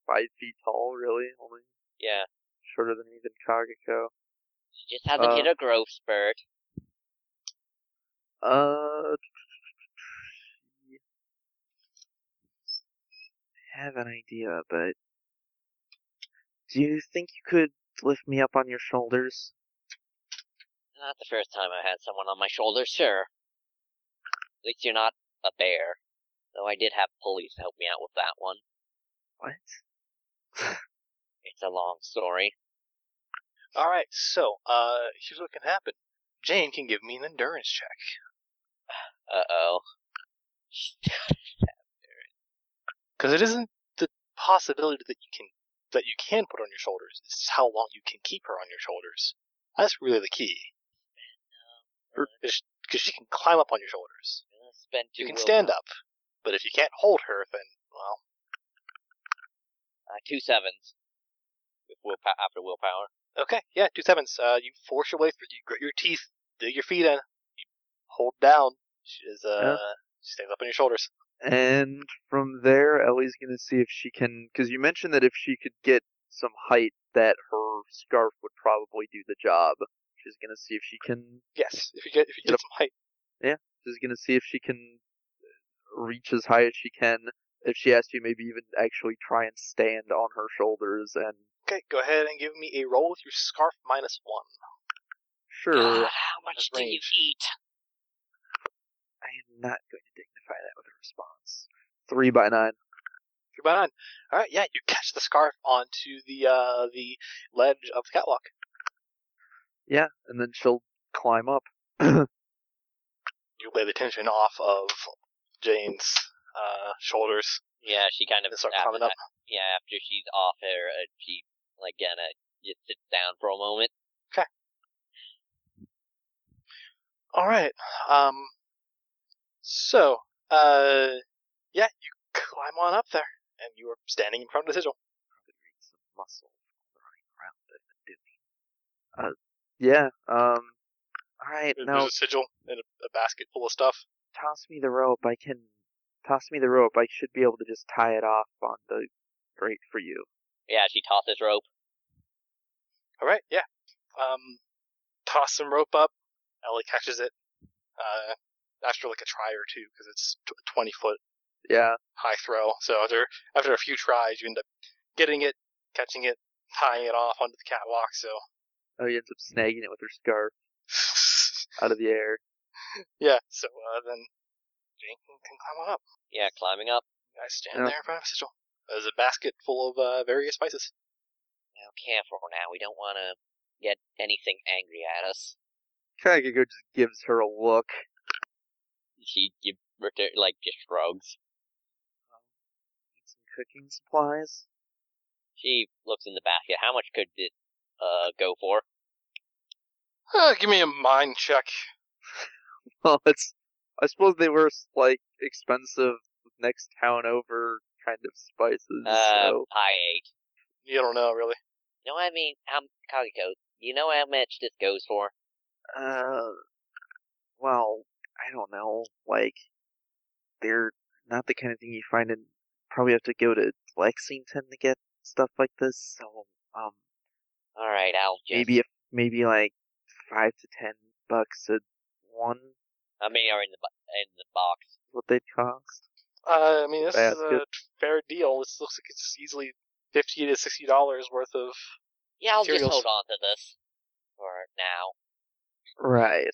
Speaker 5: Five feet tall, really? Only
Speaker 2: Yeah,
Speaker 5: shorter than even Kagiko.
Speaker 2: she just hasn't hit
Speaker 5: Uh,
Speaker 2: her growth spurt.
Speaker 5: Uh, have an idea, but do you think you could lift me up on your shoulders?
Speaker 2: Not the first time I had someone on my shoulder, sure. At least you're not a bear. Though I did have pulleys help me out with that one.
Speaker 5: What?
Speaker 2: It's a long story.
Speaker 1: All right, so uh, here's what can happen. Jane can give me an endurance check.
Speaker 2: Uh oh.
Speaker 1: because it isn't the possibility that you can that you can put on your shoulders. It's just how long you can keep her on your shoulders. That's really the key.
Speaker 5: uh,
Speaker 1: Because she can climb up on your shoulders.
Speaker 2: Spend
Speaker 1: You
Speaker 2: two
Speaker 1: can
Speaker 2: will-
Speaker 1: stand up, but if you can't hold her, then well,
Speaker 2: Uh, two sevens. With willpower, after willpower.
Speaker 1: okay, yeah, two sevens. Uh, you force your way through. You grit your teeth, dig your feet in, you hold down. She is uh,
Speaker 5: Yeah.
Speaker 1: she stands up on your shoulders.
Speaker 5: And from there, Ellie's gonna see if she can, because you mentioned that if she could get some height, that her scarf would probably do the job. She's gonna see if she can.
Speaker 1: Yes, if you get if you get
Speaker 5: Yep.
Speaker 1: some height.
Speaker 5: She's gonna see if she can uh, reach as high as she can. If she has to, maybe even actually try and stand on her shoulders. And
Speaker 1: Okay, go ahead and give me a roll with your scarf minus one.
Speaker 5: sure,
Speaker 7: Ah.
Speaker 2: God, how much do you
Speaker 1: range.
Speaker 2: eat?
Speaker 5: I am not going to dignify that with a response. Three by nine.
Speaker 1: Three by nine. All right, yeah, you catch the scarf onto the uh, the ledge of the catwalk.
Speaker 5: Yeah, and then she'll climb up.
Speaker 1: You lay the tension off of Jane's uh, shoulders.
Speaker 2: Yeah, she kind of
Speaker 1: They start
Speaker 2: after
Speaker 1: climbing up.
Speaker 2: that- yeah, after she's off her, uh, she like kinda just sits down for a moment.
Speaker 1: All right. Um. So, uh, yeah, you climb on up there, and you are standing in front of the sigil.
Speaker 5: some muscle running around that I've been doing. Uh, yeah. Um. All right.
Speaker 1: There-
Speaker 5: Now
Speaker 1: There's a sigil and a, a basket full of stuff.
Speaker 5: toss me the rope. I can toss me the rope. I should be able to just tie it off on the grate for you.
Speaker 2: Yeah, she tosses rope.
Speaker 1: All right. Yeah. Um, toss some rope up. Ellie catches it. Uh, after like a try or two, because it's tw twenty foot
Speaker 5: Yeah.
Speaker 1: high throw. So after after a few tries, you end up getting it, catching it, tying it off onto the catwalk. So
Speaker 5: Oh, he ends up snagging it with her scarf out of the air.
Speaker 1: yeah, so uh, then Jane can, can climb on up.
Speaker 2: Yeah, climbing up.
Speaker 1: You guys stand
Speaker 5: Yeah.
Speaker 1: there in front of a sigil. There's a basket full of uh, various spices.
Speaker 2: Now careful now, we don't wanna get anything angry at us.
Speaker 5: Kagago just gives her a look.
Speaker 2: She give return, like just shrugs.
Speaker 5: Some cooking supplies.
Speaker 2: She looks in the basket. How much could it uh go for?
Speaker 1: Uh, give me a mind check.
Speaker 5: Well, it's I suppose they were like expensive next town over kind of spices.
Speaker 2: Uh,
Speaker 5: so
Speaker 2: I ate.
Speaker 1: You don't know really.
Speaker 2: You know what I mean? How Kaliko? You know how much this goes for?
Speaker 5: Uh, well, I don't know. Like, they're not the kind of thing you find in. Probably have to go to Lexington to get stuff like this. So, um,
Speaker 2: All right, I'll just.
Speaker 5: maybe if maybe like five to ten bucks a one, is
Speaker 2: I mean, are in the bo- in the box.
Speaker 5: what they'd cost.
Speaker 1: Uh, I mean, this is
Speaker 5: Basket.
Speaker 1: a fair deal. This looks like it's easily fifty to sixty dollars worth of.
Speaker 2: Yeah, I'll
Speaker 1: Materials.
Speaker 2: just hold on to this for now.
Speaker 5: Right.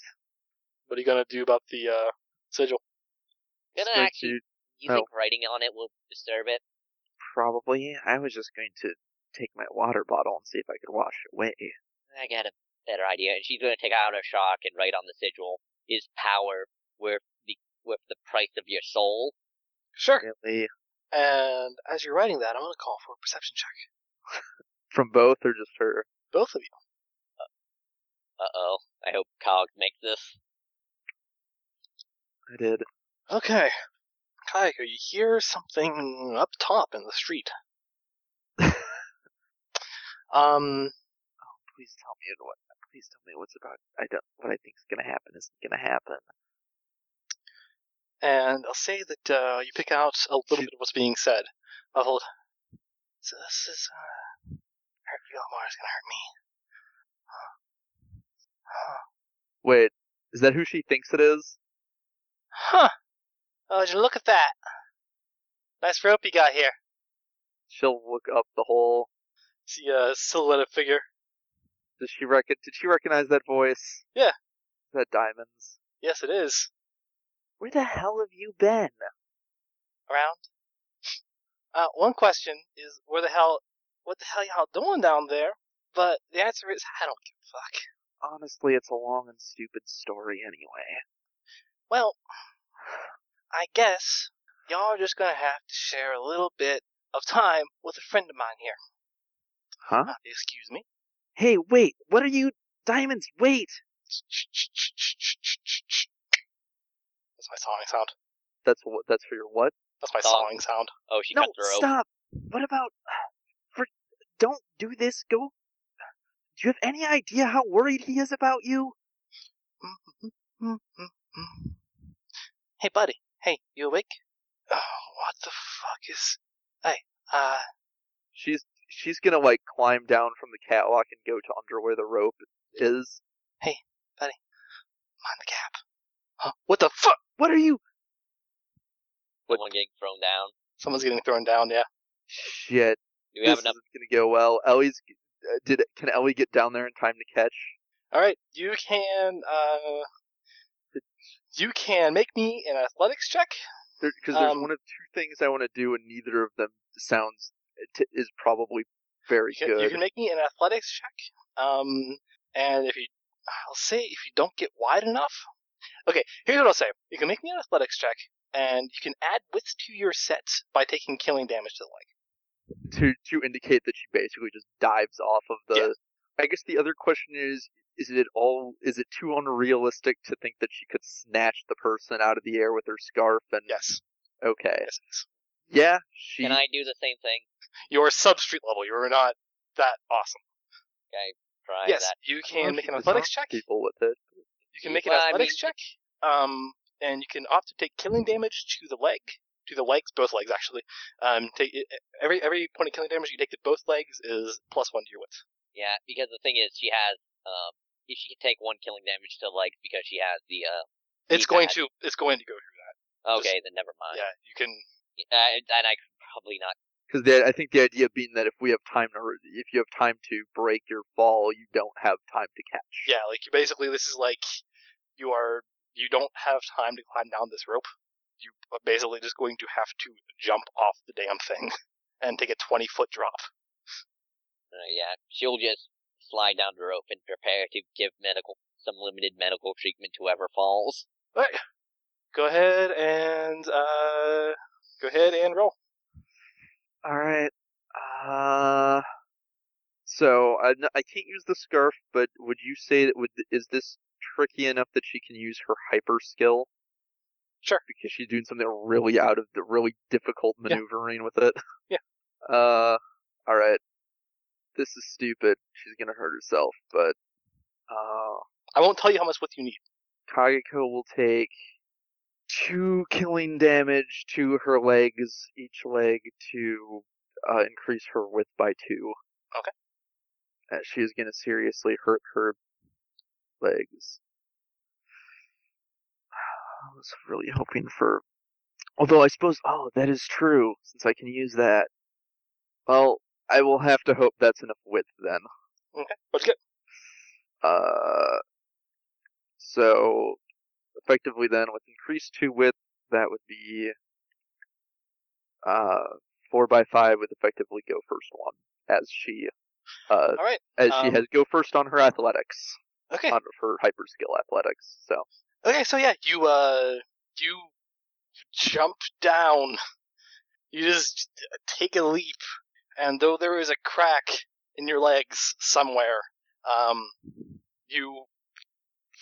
Speaker 1: What are you gonna do about the uh, sigil?
Speaker 2: Gonna
Speaker 5: Since
Speaker 2: actually,
Speaker 5: you-
Speaker 2: you
Speaker 1: Oh.
Speaker 2: think writing on it will disturb it?
Speaker 5: probably. I was just going to take my water bottle and see if I could wash it away.
Speaker 2: I got a better idea. And she's gonna take out her shock and write on the sigil is power worth the worth the price of your soul.
Speaker 1: Sure.
Speaker 5: Really,
Speaker 1: And as you're writing that, I'm gonna call for a perception check.
Speaker 5: from both or just her?
Speaker 1: Both of you.
Speaker 2: Uh oh. I hope Cog makes this.
Speaker 5: I did.
Speaker 1: Okay. Kaiko, you hear something up top in the street. um,
Speaker 5: Please tell me what. Please tell me what's about. I don't. What I think's gonna happen isn't gonna happen.
Speaker 1: and I'll say that uh, you pick out a little bit of what's being said. I'll hold. So this is uh, hurt you all more. It's gonna hurt me. Huh.
Speaker 5: Wait, is that who she thinks it is?
Speaker 1: Huh. Oh, did you look at that? Nice rope you got here.
Speaker 5: She'll look up the whole.
Speaker 1: See a silhouette of figure.
Speaker 5: Does she reckon? Did she recognize that voice?
Speaker 1: Yeah.
Speaker 5: Is that diamonds?
Speaker 1: Yes, it is.
Speaker 5: Where the hell have you been?
Speaker 1: Around. Uh, one question is where the hell, what the hell y'all doing down there? But the answer is I don't give a fuck.
Speaker 5: Honestly, it's a long and stupid story anyway.
Speaker 1: Well, I guess y'all are just gonna have to share a little bit of time with a friend of mine here.
Speaker 5: Huh?
Speaker 1: Uh, excuse me.
Speaker 5: Hey, wait. What are you, diamonds? Wait.
Speaker 1: That's my sawing sound.
Speaker 5: That's what. That's for your what?
Speaker 1: That's my
Speaker 2: Song.
Speaker 1: sawing sound.
Speaker 2: Oh, she
Speaker 5: no,
Speaker 2: cuts her rope.
Speaker 5: stop. What about for don't do this. Go Do you have any idea how worried he is about you?
Speaker 1: Mm. Hey, buddy. Hey, you awake? Oh, what the fuck is? Hey, uh,
Speaker 5: She's she's gonna like climb down from the catwalk and go to under where the rope is.
Speaker 1: mind the gap. Huh? What the fuck?
Speaker 5: What are you
Speaker 2: Someone getting thrown down.
Speaker 1: Someone's getting thrown down. Yeah.
Speaker 5: Shit.
Speaker 2: Do we
Speaker 5: This
Speaker 2: have
Speaker 5: isn't
Speaker 2: enough?
Speaker 5: gonna go well. Ellie's uh, did can Ellie get down there in time to catch?
Speaker 1: All right, you can. uh... You can make me an athletics check.
Speaker 5: Because there's
Speaker 1: Um,
Speaker 5: one of two things I want to do, and neither of them sounds uh, t- is probably very
Speaker 1: You can,
Speaker 5: good.
Speaker 1: you can make me an athletics check. Um, and if you, I'll say if you don't get wide enough. Okay, here's what I'll say. You can make me an athletics check, and you can add width to your set by taking killing damage to the leg.
Speaker 5: to to indicate that she basically just dives off of the.
Speaker 1: Yeah.
Speaker 5: I guess the other question is: Is it all? Is it too unrealistic to think that she could snatch the person out of the air with her scarf? And
Speaker 1: Yes.
Speaker 5: okay,
Speaker 1: Yes. yes.
Speaker 5: yeah, she.
Speaker 2: Can I do the same thing?
Speaker 1: You're sub street level. You're not that awesome.
Speaker 2: Try
Speaker 1: yes,
Speaker 2: that.
Speaker 1: you
Speaker 5: I don't know
Speaker 1: can
Speaker 5: if
Speaker 1: make
Speaker 5: she
Speaker 1: an
Speaker 5: could
Speaker 1: athletics
Speaker 5: charm
Speaker 1: check. You
Speaker 5: People with it.
Speaker 1: can make an
Speaker 2: Well, I
Speaker 1: athletics
Speaker 2: mean-
Speaker 1: check. Um, and you can opt to take killing damage to the leg, to the legs, both legs actually. Um, take every every point of killing damage you take to both legs is plus one to your width.
Speaker 2: Yeah, because the thing is, she has. Um, if she can take one killing damage to like because she has the. uh
Speaker 1: It's
Speaker 2: Need
Speaker 1: going
Speaker 2: that.
Speaker 1: to it's going to go through that.
Speaker 2: Okay, then never mind.
Speaker 1: Yeah, you can.
Speaker 2: Uh, and I could probably not.
Speaker 5: Because I think the idea being that if we have time to, re- if you have time to break your fall, you don't have time to catch.
Speaker 1: Yeah, like you basically this is like you are you don't have time to climb down this rope. You are basically just going to have to jump off the damn thing and take a twenty foot drop.
Speaker 2: Uh, yeah, she'll just slide down the rope and prepare to give medical some limited medical treatment to whoever falls.
Speaker 1: All right, go ahead and uh, go ahead and roll.
Speaker 5: All right. Uh, so I, I can't use the scarf, but would you say that would is this tricky enough that she can use her hyper skill.
Speaker 1: Sure.
Speaker 5: Because she's doing something really out of the really difficult maneuvering with it.
Speaker 1: Yeah.
Speaker 5: Uh, all right. This is stupid. She's gonna hurt herself, but uh,
Speaker 1: I won't tell you how much width you need.
Speaker 5: Kageko will take two killing damage to her legs, each leg to uh, increase her width by two.
Speaker 1: Okay.
Speaker 5: Uh, she is going to seriously hurt her legs. I was really hoping for. Although I suppose, oh, that is true, since I can use that. Well, I will have to hope that's enough width then.
Speaker 1: Okay, let's get.
Speaker 5: Uh, so effectively then with increased two width, that would be uh four by five would effectively go first one as she uh
Speaker 1: All right.
Speaker 5: as she
Speaker 1: um,
Speaker 5: has go first on her athletics.
Speaker 1: Okay.
Speaker 5: On her hyper skill athletics. So
Speaker 1: Okay, so yeah, you uh, you jump down. You just take a leap, and though there is a crack in your legs somewhere, um, you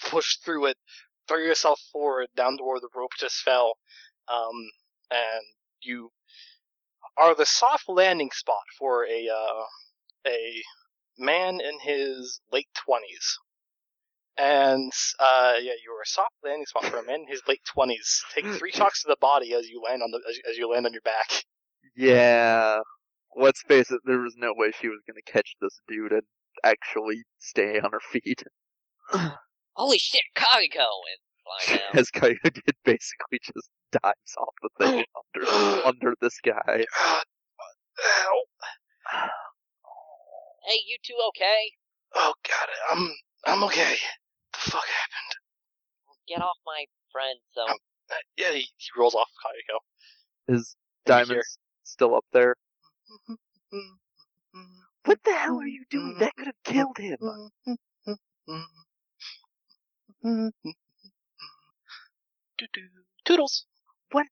Speaker 1: push through it, throw yourself forward down to where the rope just fell, um, and you are the soft landing spot for a uh, a man in his late twenties and uh, yeah, you were a soft landing spot for a man in his late twenties. Take three shocks to the body as you land on the as, you- as you land on your back.
Speaker 5: Yeah. Let's face it, there was no way she was gonna catch this dude and actually stay on her feet.
Speaker 2: Holy shit, Kagiko! And flying out.
Speaker 5: As Kaido did basically just dives off the thing under under this guy.
Speaker 1: Ah, ow.
Speaker 2: hey, you two okay?
Speaker 1: Oh god, I'm I'm okay. The fuck happened?
Speaker 2: Get off my friend zone.
Speaker 1: Uh, Yeah, he, he rolls off Kayako.
Speaker 5: His
Speaker 1: Thank you,
Speaker 5: diamond's still up there. What the hell
Speaker 1: are you
Speaker 5: doing?
Speaker 1: That
Speaker 5: could have killed him.
Speaker 1: Toodles.
Speaker 5: What?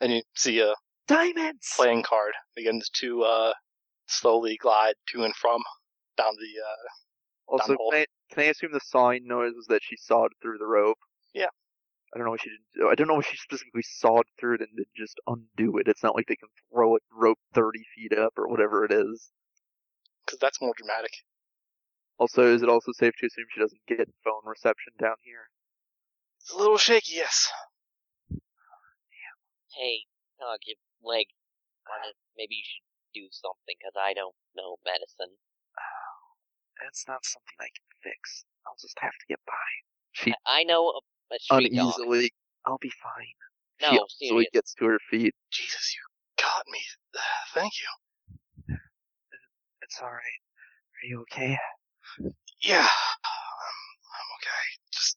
Speaker 1: And you see a
Speaker 5: Diamonds.
Speaker 1: playing card begins to uh, slowly glide to and from down the uh,
Speaker 5: Also,
Speaker 1: Dumble.
Speaker 5: can I, can I assume the sawing noise was that she sawed through the rope?
Speaker 1: Yeah.
Speaker 5: I don't know what she did. I don't know what she specifically sawed through it and did just undo it. It's not like they can throw a rope thirty feet up or whatever it is.
Speaker 1: because that's more dramatic.
Speaker 5: Also, is it also safe to assume she doesn't get phone reception down here?
Speaker 1: It's a little shaky, yes.
Speaker 2: Hey, Kag, your leg. Wanna, maybe you should do something because I don't know medicine.
Speaker 5: That's not something I can fix. I'll just have to get by. She
Speaker 2: I, I know a, a street dog.
Speaker 5: uneasily. I'll be fine. she
Speaker 2: No,
Speaker 5: uneasily
Speaker 2: serious.
Speaker 5: gets to her feet.
Speaker 1: Jesus, you got me. Thank you.
Speaker 5: It's all right. Are you okay?
Speaker 1: Yeah, I'm, I'm okay. Just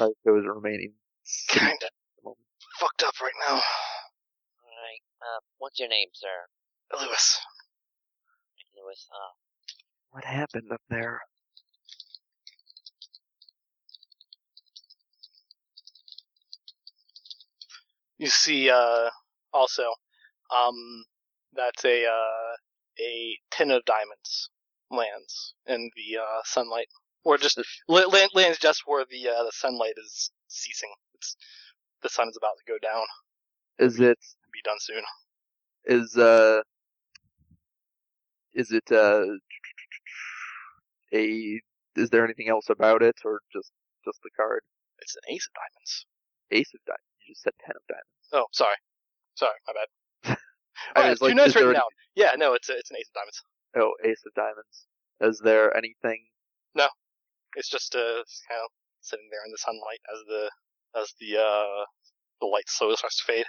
Speaker 5: Kaiko is remaining. sitting
Speaker 1: Kind
Speaker 5: down at the moment.
Speaker 1: fucked up right now.
Speaker 2: All right. Uh, what's your name, sir?
Speaker 1: Lewis,
Speaker 2: Lewis. Uh,
Speaker 5: What happened up there?
Speaker 1: you see, uh, also, um, that's a, uh, a tin of diamonds lands in the, uh, sunlight. Or just, la- la- lands just where the, uh, the sunlight is ceasing. It's, the sun is about to go down
Speaker 5: Is it
Speaker 1: and be done soon.
Speaker 5: is uh is it uh a is there anything else about it or just just the card
Speaker 1: It's an ace of diamonds.
Speaker 5: ace of diamonds? You just said ten of diamonds.
Speaker 1: Oh, sorry. Sorry, my bad.
Speaker 5: I mean,
Speaker 1: Alright,
Speaker 5: it's like,
Speaker 1: two notes
Speaker 5: is there
Speaker 1: written
Speaker 5: any-
Speaker 1: down. Yeah, no, it's a, it's an ace of diamonds.
Speaker 5: Oh, ace of diamonds. Is there anything?
Speaker 1: It's just uh it's kind of sitting there in the sunlight as the as the uh the light slowly starts to fade.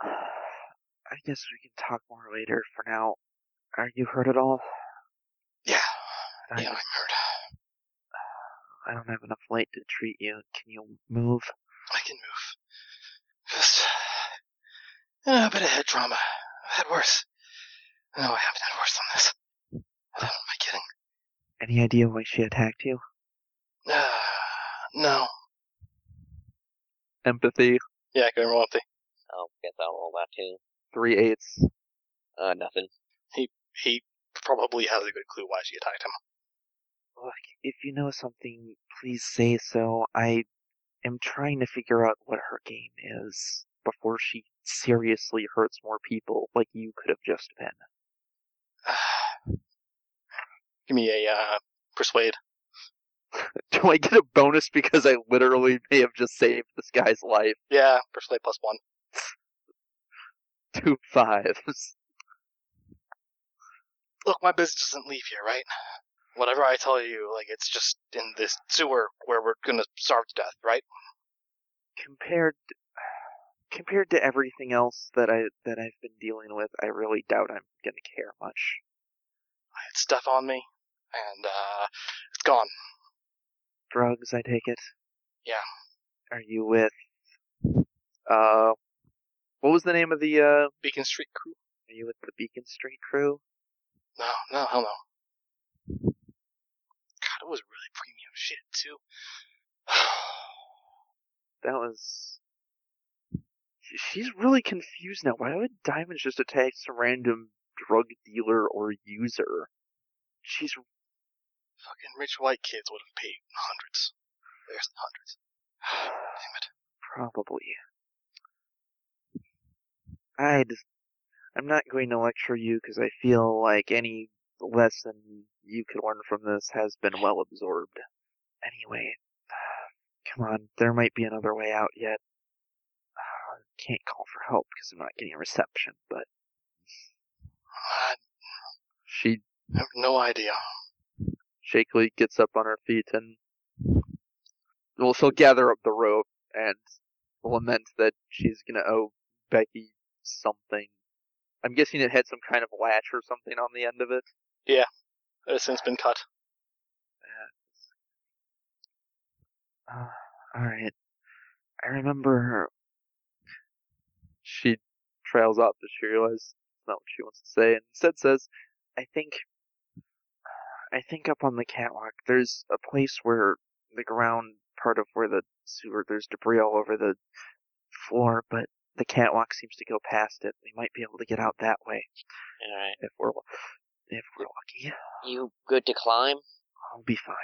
Speaker 5: I guess we can talk more later. For now, are you hurt at all?
Speaker 1: Yeah,
Speaker 5: I,
Speaker 1: yeah, I'm hurt.
Speaker 5: I don't have enough light to treat you. Can you move?
Speaker 1: I can move. Just uh, a bit of head trauma. I've had worse. No, I haven't had worse than this. What am I kidding?
Speaker 5: Any idea why she attacked you?
Speaker 1: Uh, no.
Speaker 5: Empathy.
Speaker 1: Yeah, I can roll empty.
Speaker 2: oh, guess I'll roll that too.
Speaker 5: Three eights.
Speaker 2: Uh, nothing.
Speaker 1: He probably has a good clue why she attacked him.
Speaker 5: Look, if you know something, please say so. I am trying to figure out what her game is before she seriously hurts more people like you could have just been.
Speaker 1: Give me a uh, persuade.
Speaker 5: Do I get a bonus because I literally may have just saved this guy's life?
Speaker 1: Yeah, persuade plus one.
Speaker 5: Two fives.
Speaker 1: Look, my business doesn't leave here, right? Whatever I tell you, like it's just in this sewer where we're gonna starve to death, right?
Speaker 5: Compared compared to everything else that I that I've been dealing with, I really doubt I'm gonna care much.
Speaker 1: I had stuff on me, and uh, it's gone.
Speaker 5: Drugs, I take it.
Speaker 1: Yeah.
Speaker 5: Are you with uh what was the name of the uh are
Speaker 1: Beacon Street crew?
Speaker 5: you with the Beacon Street crew?
Speaker 1: No, no, hell no. God, it was really premium shit too.
Speaker 5: That was She- She's really confused now. Why would Diamonds just attack some random drug dealer or user? She's
Speaker 1: Fucking rich white kids would have paid hundreds. There's hundreds. Damn it.
Speaker 5: Probably. I just, I'm not going to lecture you because I feel like any lesson you could learn from this has been well absorbed. Anyway, come on, there might be another way out yet. Can't call for help because I'm not getting reception, but
Speaker 1: I
Speaker 5: she
Speaker 1: have no idea.
Speaker 5: shakily gets up on her feet and well, she'll gather up the rope and lament that she's gonna owe Becky something. I'm guessing it had some kind of latch or something on the end of it.
Speaker 1: It has since been cut.
Speaker 5: Uh, all right. I remember her. She trails off as she realizes it's not what she wants to say, and instead says, "I think, I think up on the catwalk, there's a place where the ground part of where the sewer, there's debris all over the floor, but the catwalk seems to go past it. We might be able to get out that way
Speaker 2: Alright.
Speaker 5: if we're if we're lucky.
Speaker 2: You good to climb?
Speaker 5: I'll be fine."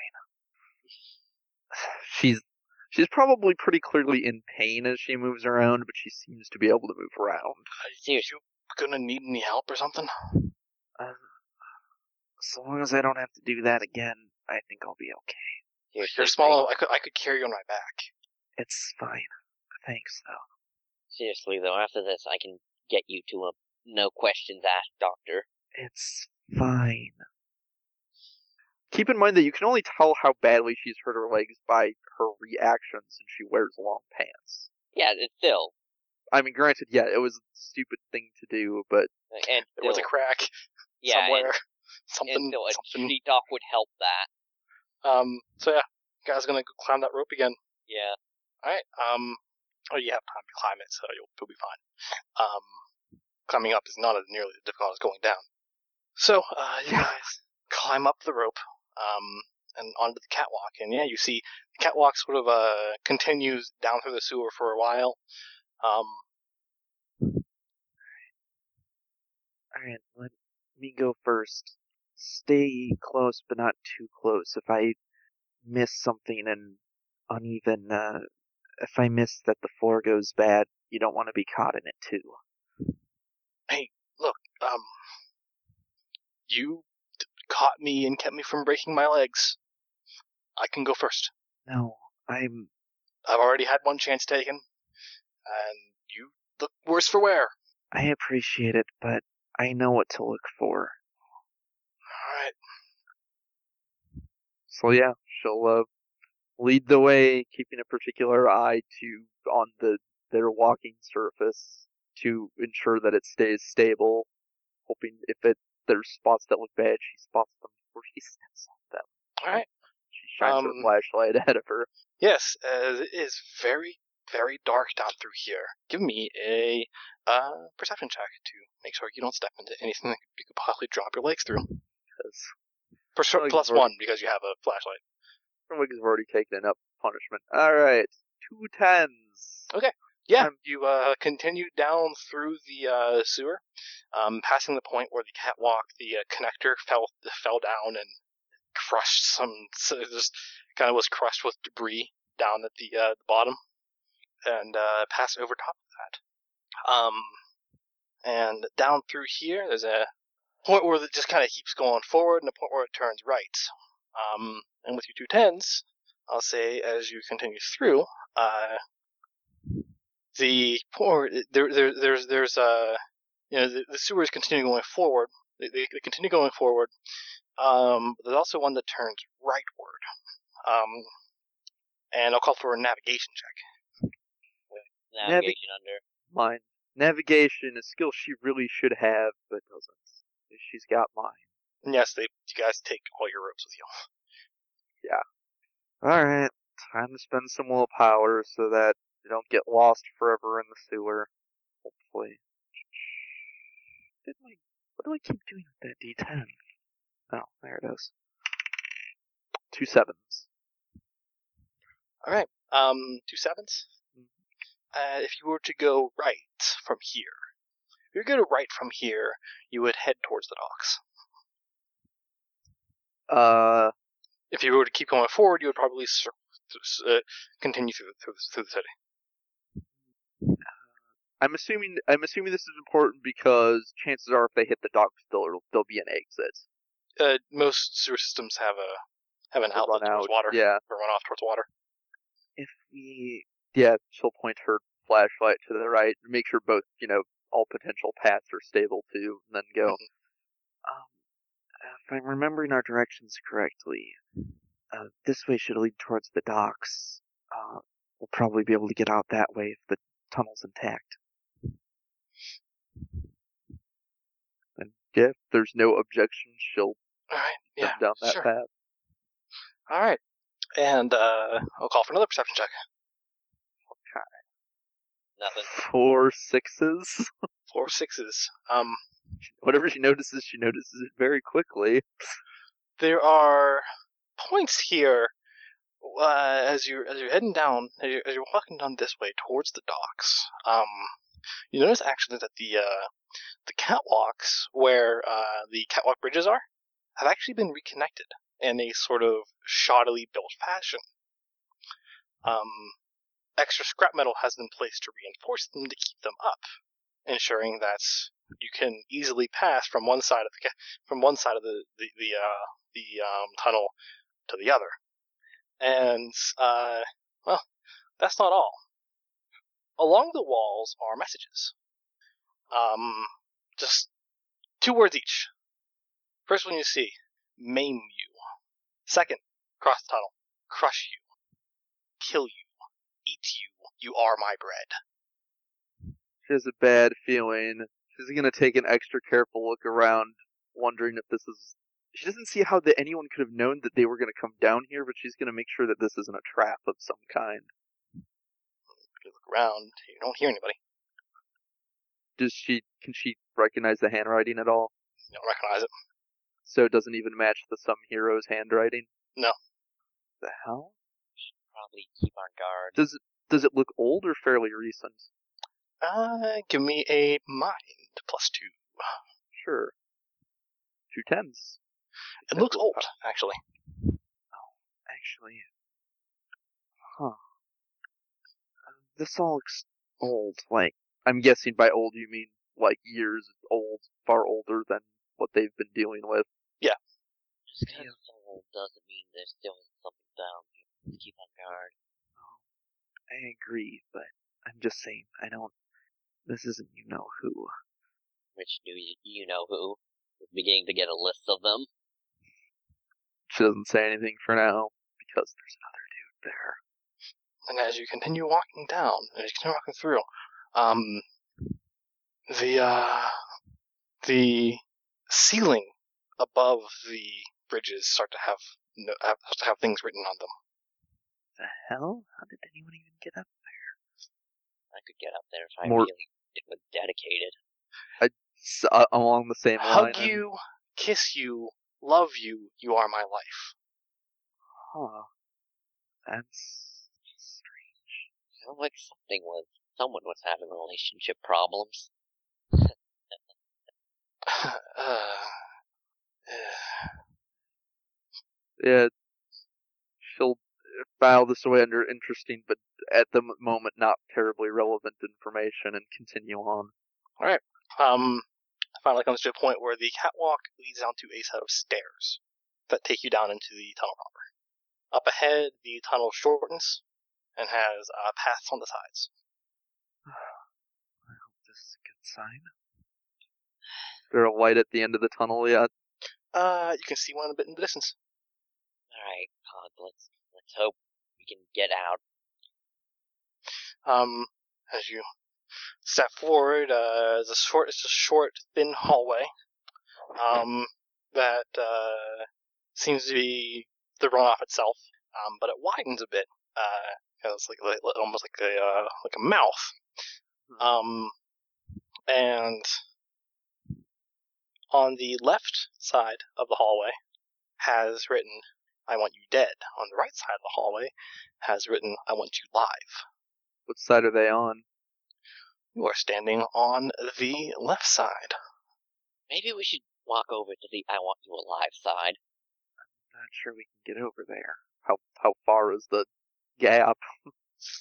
Speaker 5: She's she's probably pretty clearly in pain as she moves around, but she seems to be able to move around.
Speaker 2: Seriously.
Speaker 1: Uh, Gonna need any help or something?
Speaker 5: So long Um, as I don't have to do that again, I think I'll be okay.
Speaker 2: seriously
Speaker 1: You're small. I could I could carry you on my back.
Speaker 5: It's fine. Thanks though.
Speaker 2: Seriously though, after this I can get you to a no questions asked doctor.
Speaker 5: It's fine. Keep in mind that you can only tell how badly she's hurt her legs by her reactions since she wears long pants.
Speaker 2: Yeah, it's still
Speaker 5: I mean, granted, yeah, it was a stupid thing to do, but
Speaker 2: and
Speaker 1: There was a
Speaker 2: still-
Speaker 1: crack
Speaker 2: yeah, and-
Speaker 1: somewhere.
Speaker 2: And,
Speaker 1: something.
Speaker 2: still a
Speaker 1: something.
Speaker 2: street doc would help that.
Speaker 1: Um. So yeah, guy's gonna go climb that rope again.
Speaker 2: Yeah.
Speaker 1: All right. Um. Oh, you have time to climb it, so you'll, you'll be fine. Um. Climbing up is not as nearly as difficult as going down. So uh, you
Speaker 5: Yeah.
Speaker 1: guys climb up the rope. Um. And onto the catwalk, and yeah, you see the catwalk sort of uh continues down through the sewer for a while. Um.
Speaker 5: alright, let me go first. Stay close, but not too close. If I miss something and uneven, uh, if I miss that the floor goes bad, you don't want to be caught in it too.
Speaker 1: Um. You t- caught me and kept me from breaking my legs. I can go first.
Speaker 5: No, I'm
Speaker 1: I've already had one chance taken, and you look worse for wear.
Speaker 5: I appreciate it, but I know what to look for.
Speaker 1: All right.
Speaker 5: So yeah, she'll uh, lead the way, keeping a particular eye to on the their walking surface to ensure that it stays stable. Hoping if it there's spots that look bad, she spots them before she steps on them.
Speaker 1: All right.
Speaker 5: She shines
Speaker 1: Um,
Speaker 5: her flashlight ahead of her.
Speaker 1: Yes, uh, it is very, very dark down through here. Give me a uh, perception check to make sure you don't step into anything that you could possibly drop your legs through.
Speaker 5: 'cause
Speaker 1: Perce-
Speaker 5: Like
Speaker 1: plus
Speaker 5: we're-
Speaker 1: one because you have a flashlight.
Speaker 5: Wiggins have already taken enough punishment. All right, two tens.
Speaker 1: Okay. Yeah,
Speaker 5: Um,
Speaker 1: you uh, continue down through the uh, sewer, um, passing the point where the catwalk, the uh, connector fell fell down and crushed some, so it just kind of was crushed with debris down at the, uh, the bottom and uh, pass over top of that. Um, and down through here, there's a point where it just kind of keeps going forward and a point where it turns right. Um, and with your two tens, I'll say as you continue through, uh, the port there, there there's there's uh you know the, the sewer is continuing going forward. They, they, they continue going forward. Um, there's also one that turns rightward. Um, and I'll call for a navigation check.
Speaker 2: Navigation under.
Speaker 5: Mine. Navigation, a skill she really should have, but doesn't. She's got mine.
Speaker 1: And yes, they you guys take all your ropes with you.
Speaker 5: Alright, time to spend some willpower so that you don't get lost forever in the sewer. Hopefully. Did my, what do I keep doing with that D10? Oh, there it is. Two sevens.
Speaker 1: Um, two sevens. Uh, if you were to go right from here, if you were to go right from here, you would head towards the docks.
Speaker 5: Uh,
Speaker 1: If you were to keep going forward, you would probably cir- s- uh, continue through, through, through the city.
Speaker 5: I'm assuming I'm assuming this is important because chances are if they hit the docks, there'll there'll be an exit.
Speaker 1: Uh, most sewer systems have a have an
Speaker 5: They'll
Speaker 1: outlet
Speaker 5: run
Speaker 1: towards
Speaker 5: out.
Speaker 1: water
Speaker 5: Yeah.
Speaker 1: or run off towards water.
Speaker 5: If we, yeah, she'll point her flashlight to the right, make sure both you know all potential paths are stable too, and then go.
Speaker 1: Mhm.
Speaker 5: Um, if I'm remembering our directions correctly, uh, this way should lead towards the docks. Uh, we'll probably be able to get out that way if the tunnel's intact. And yeah, if there's no objection,
Speaker 1: All
Speaker 5: she'll
Speaker 1: right.
Speaker 5: jump
Speaker 1: Yeah.
Speaker 5: down that
Speaker 1: sure.
Speaker 5: path.
Speaker 1: All right. And uh, I'll call for another perception check.
Speaker 2: Nothing.
Speaker 5: Four sixes.
Speaker 1: Four sixes. Um,
Speaker 5: Whatever she notices, she notices it very quickly.
Speaker 1: there are points here uh, as you as you're heading down as you're, as you're walking down this way towards the docks. Um, you notice actually that the uh, the catwalks where uh, the catwalk bridges are have actually been reconnected in a sort of shoddily built fashion. Um, extra scrap metal has been placed to reinforce them to keep them up, ensuring that you can easily pass from one side of the ca- from one side of the the the, uh, the um, tunnel to the other. And uh, well, that's not all. Along the walls are messages. Um, just two words each. First one you see, maim you. Second, cross the tunnel, crush you, kill you, eat you. You are my bread.
Speaker 5: She has a bad feeling. She's gonna take an extra careful look around, wondering if this is. She doesn't see how that anyone could have known that they were gonna come down here, but she's gonna make sure that this isn't a trap of some kind.
Speaker 1: You look around, you don't hear anybody.
Speaker 5: Does she? Can she recognize the handwriting at all?
Speaker 1: You don't recognize it.
Speaker 5: So it doesn't even match the some hero's handwriting.
Speaker 1: No.
Speaker 5: The hell?
Speaker 2: Probably keep on guard.
Speaker 5: Does it? Does it look old or fairly recent?
Speaker 1: Uh, give me a mind plus two.
Speaker 5: Sure. Two tens.
Speaker 1: It looks old, actually.
Speaker 5: actually. Huh. This all looks old. Like, I'm guessing by old you mean, like, years old, far older than what they've been dealing with.
Speaker 2: Just 'cause it's old doesn't mean there's still something down here. Keep on guard.
Speaker 5: I agree, but I'm just saying, I don't. This isn't you know who.
Speaker 2: Which do you, you know who? We're beginning to get a list of them.
Speaker 5: She doesn't say anything for now, because there's another dude there.
Speaker 1: And as you continue walking down, as you continue walking through, um, the uh, the ceiling above the bridges start to have no, have, start to have things written on them.
Speaker 5: The hell? How did anyone even get up?
Speaker 2: I could get up there if I
Speaker 5: More-
Speaker 2: really it was dedicated.
Speaker 5: S- uh, along the same line?
Speaker 1: Hug you, kiss you, love you. You are my life.
Speaker 5: Huh. That's.
Speaker 2: Sounds like something was someone was having relationship problems.
Speaker 1: uh, uh,
Speaker 5: yeah, she'll file this away under interesting, but at the m- moment not terribly relevant information, and continue on.
Speaker 1: Um, finally comes to a point where the catwalk leads down to a set of stairs that take you down into the tunnel proper. Up ahead, the tunnel shortens and has uh, paths on the sides.
Speaker 5: This is a good sign. Is there a light at the end of the tunnel yet?
Speaker 1: Uh, you can see one a bit in the distance.
Speaker 2: Alright, Pod, let's, let's hope we can get out.
Speaker 1: Um, as you step forward, uh, it's a short, it's a short, thin hallway. Um, that uh, seems to be the runoff itself. Um, but it widens a bit. Uh, 'cause it's like, like like- almost like a uh, like a mouth. Um, and on the left side of the hallway has written "I want you dead." On the right side of the hallway has written "I want you live."
Speaker 5: What side are they on?
Speaker 1: You are standing on the left side.
Speaker 2: Maybe we should walk over to the I want you alive side.
Speaker 5: Not sure we can get over there. How how far is the gap?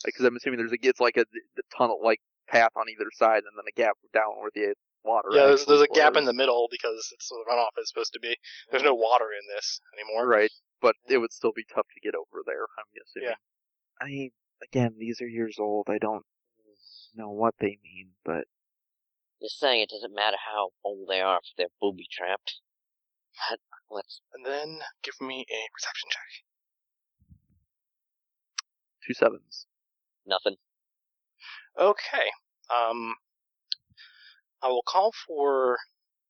Speaker 5: Because I'm assuming there's a it's like a the tunnel like path on either side, and then a gap down where the water.
Speaker 1: Yeah, there's,
Speaker 5: actually
Speaker 1: there's a gap in
Speaker 5: flows.
Speaker 1: the middle because it's where the runoff is supposed to be. There's no water in this anymore.
Speaker 5: right, but it would still be tough to get over there. I'm assuming.
Speaker 1: Yeah.
Speaker 5: I again, these are years old. I don't know what they mean, but
Speaker 2: Just saying, it doesn't matter how old they are if they're booby trapped. But let's.
Speaker 1: And then give me a perception check.
Speaker 5: two sevens.
Speaker 2: Nothing.
Speaker 1: Okay. Um, I will call for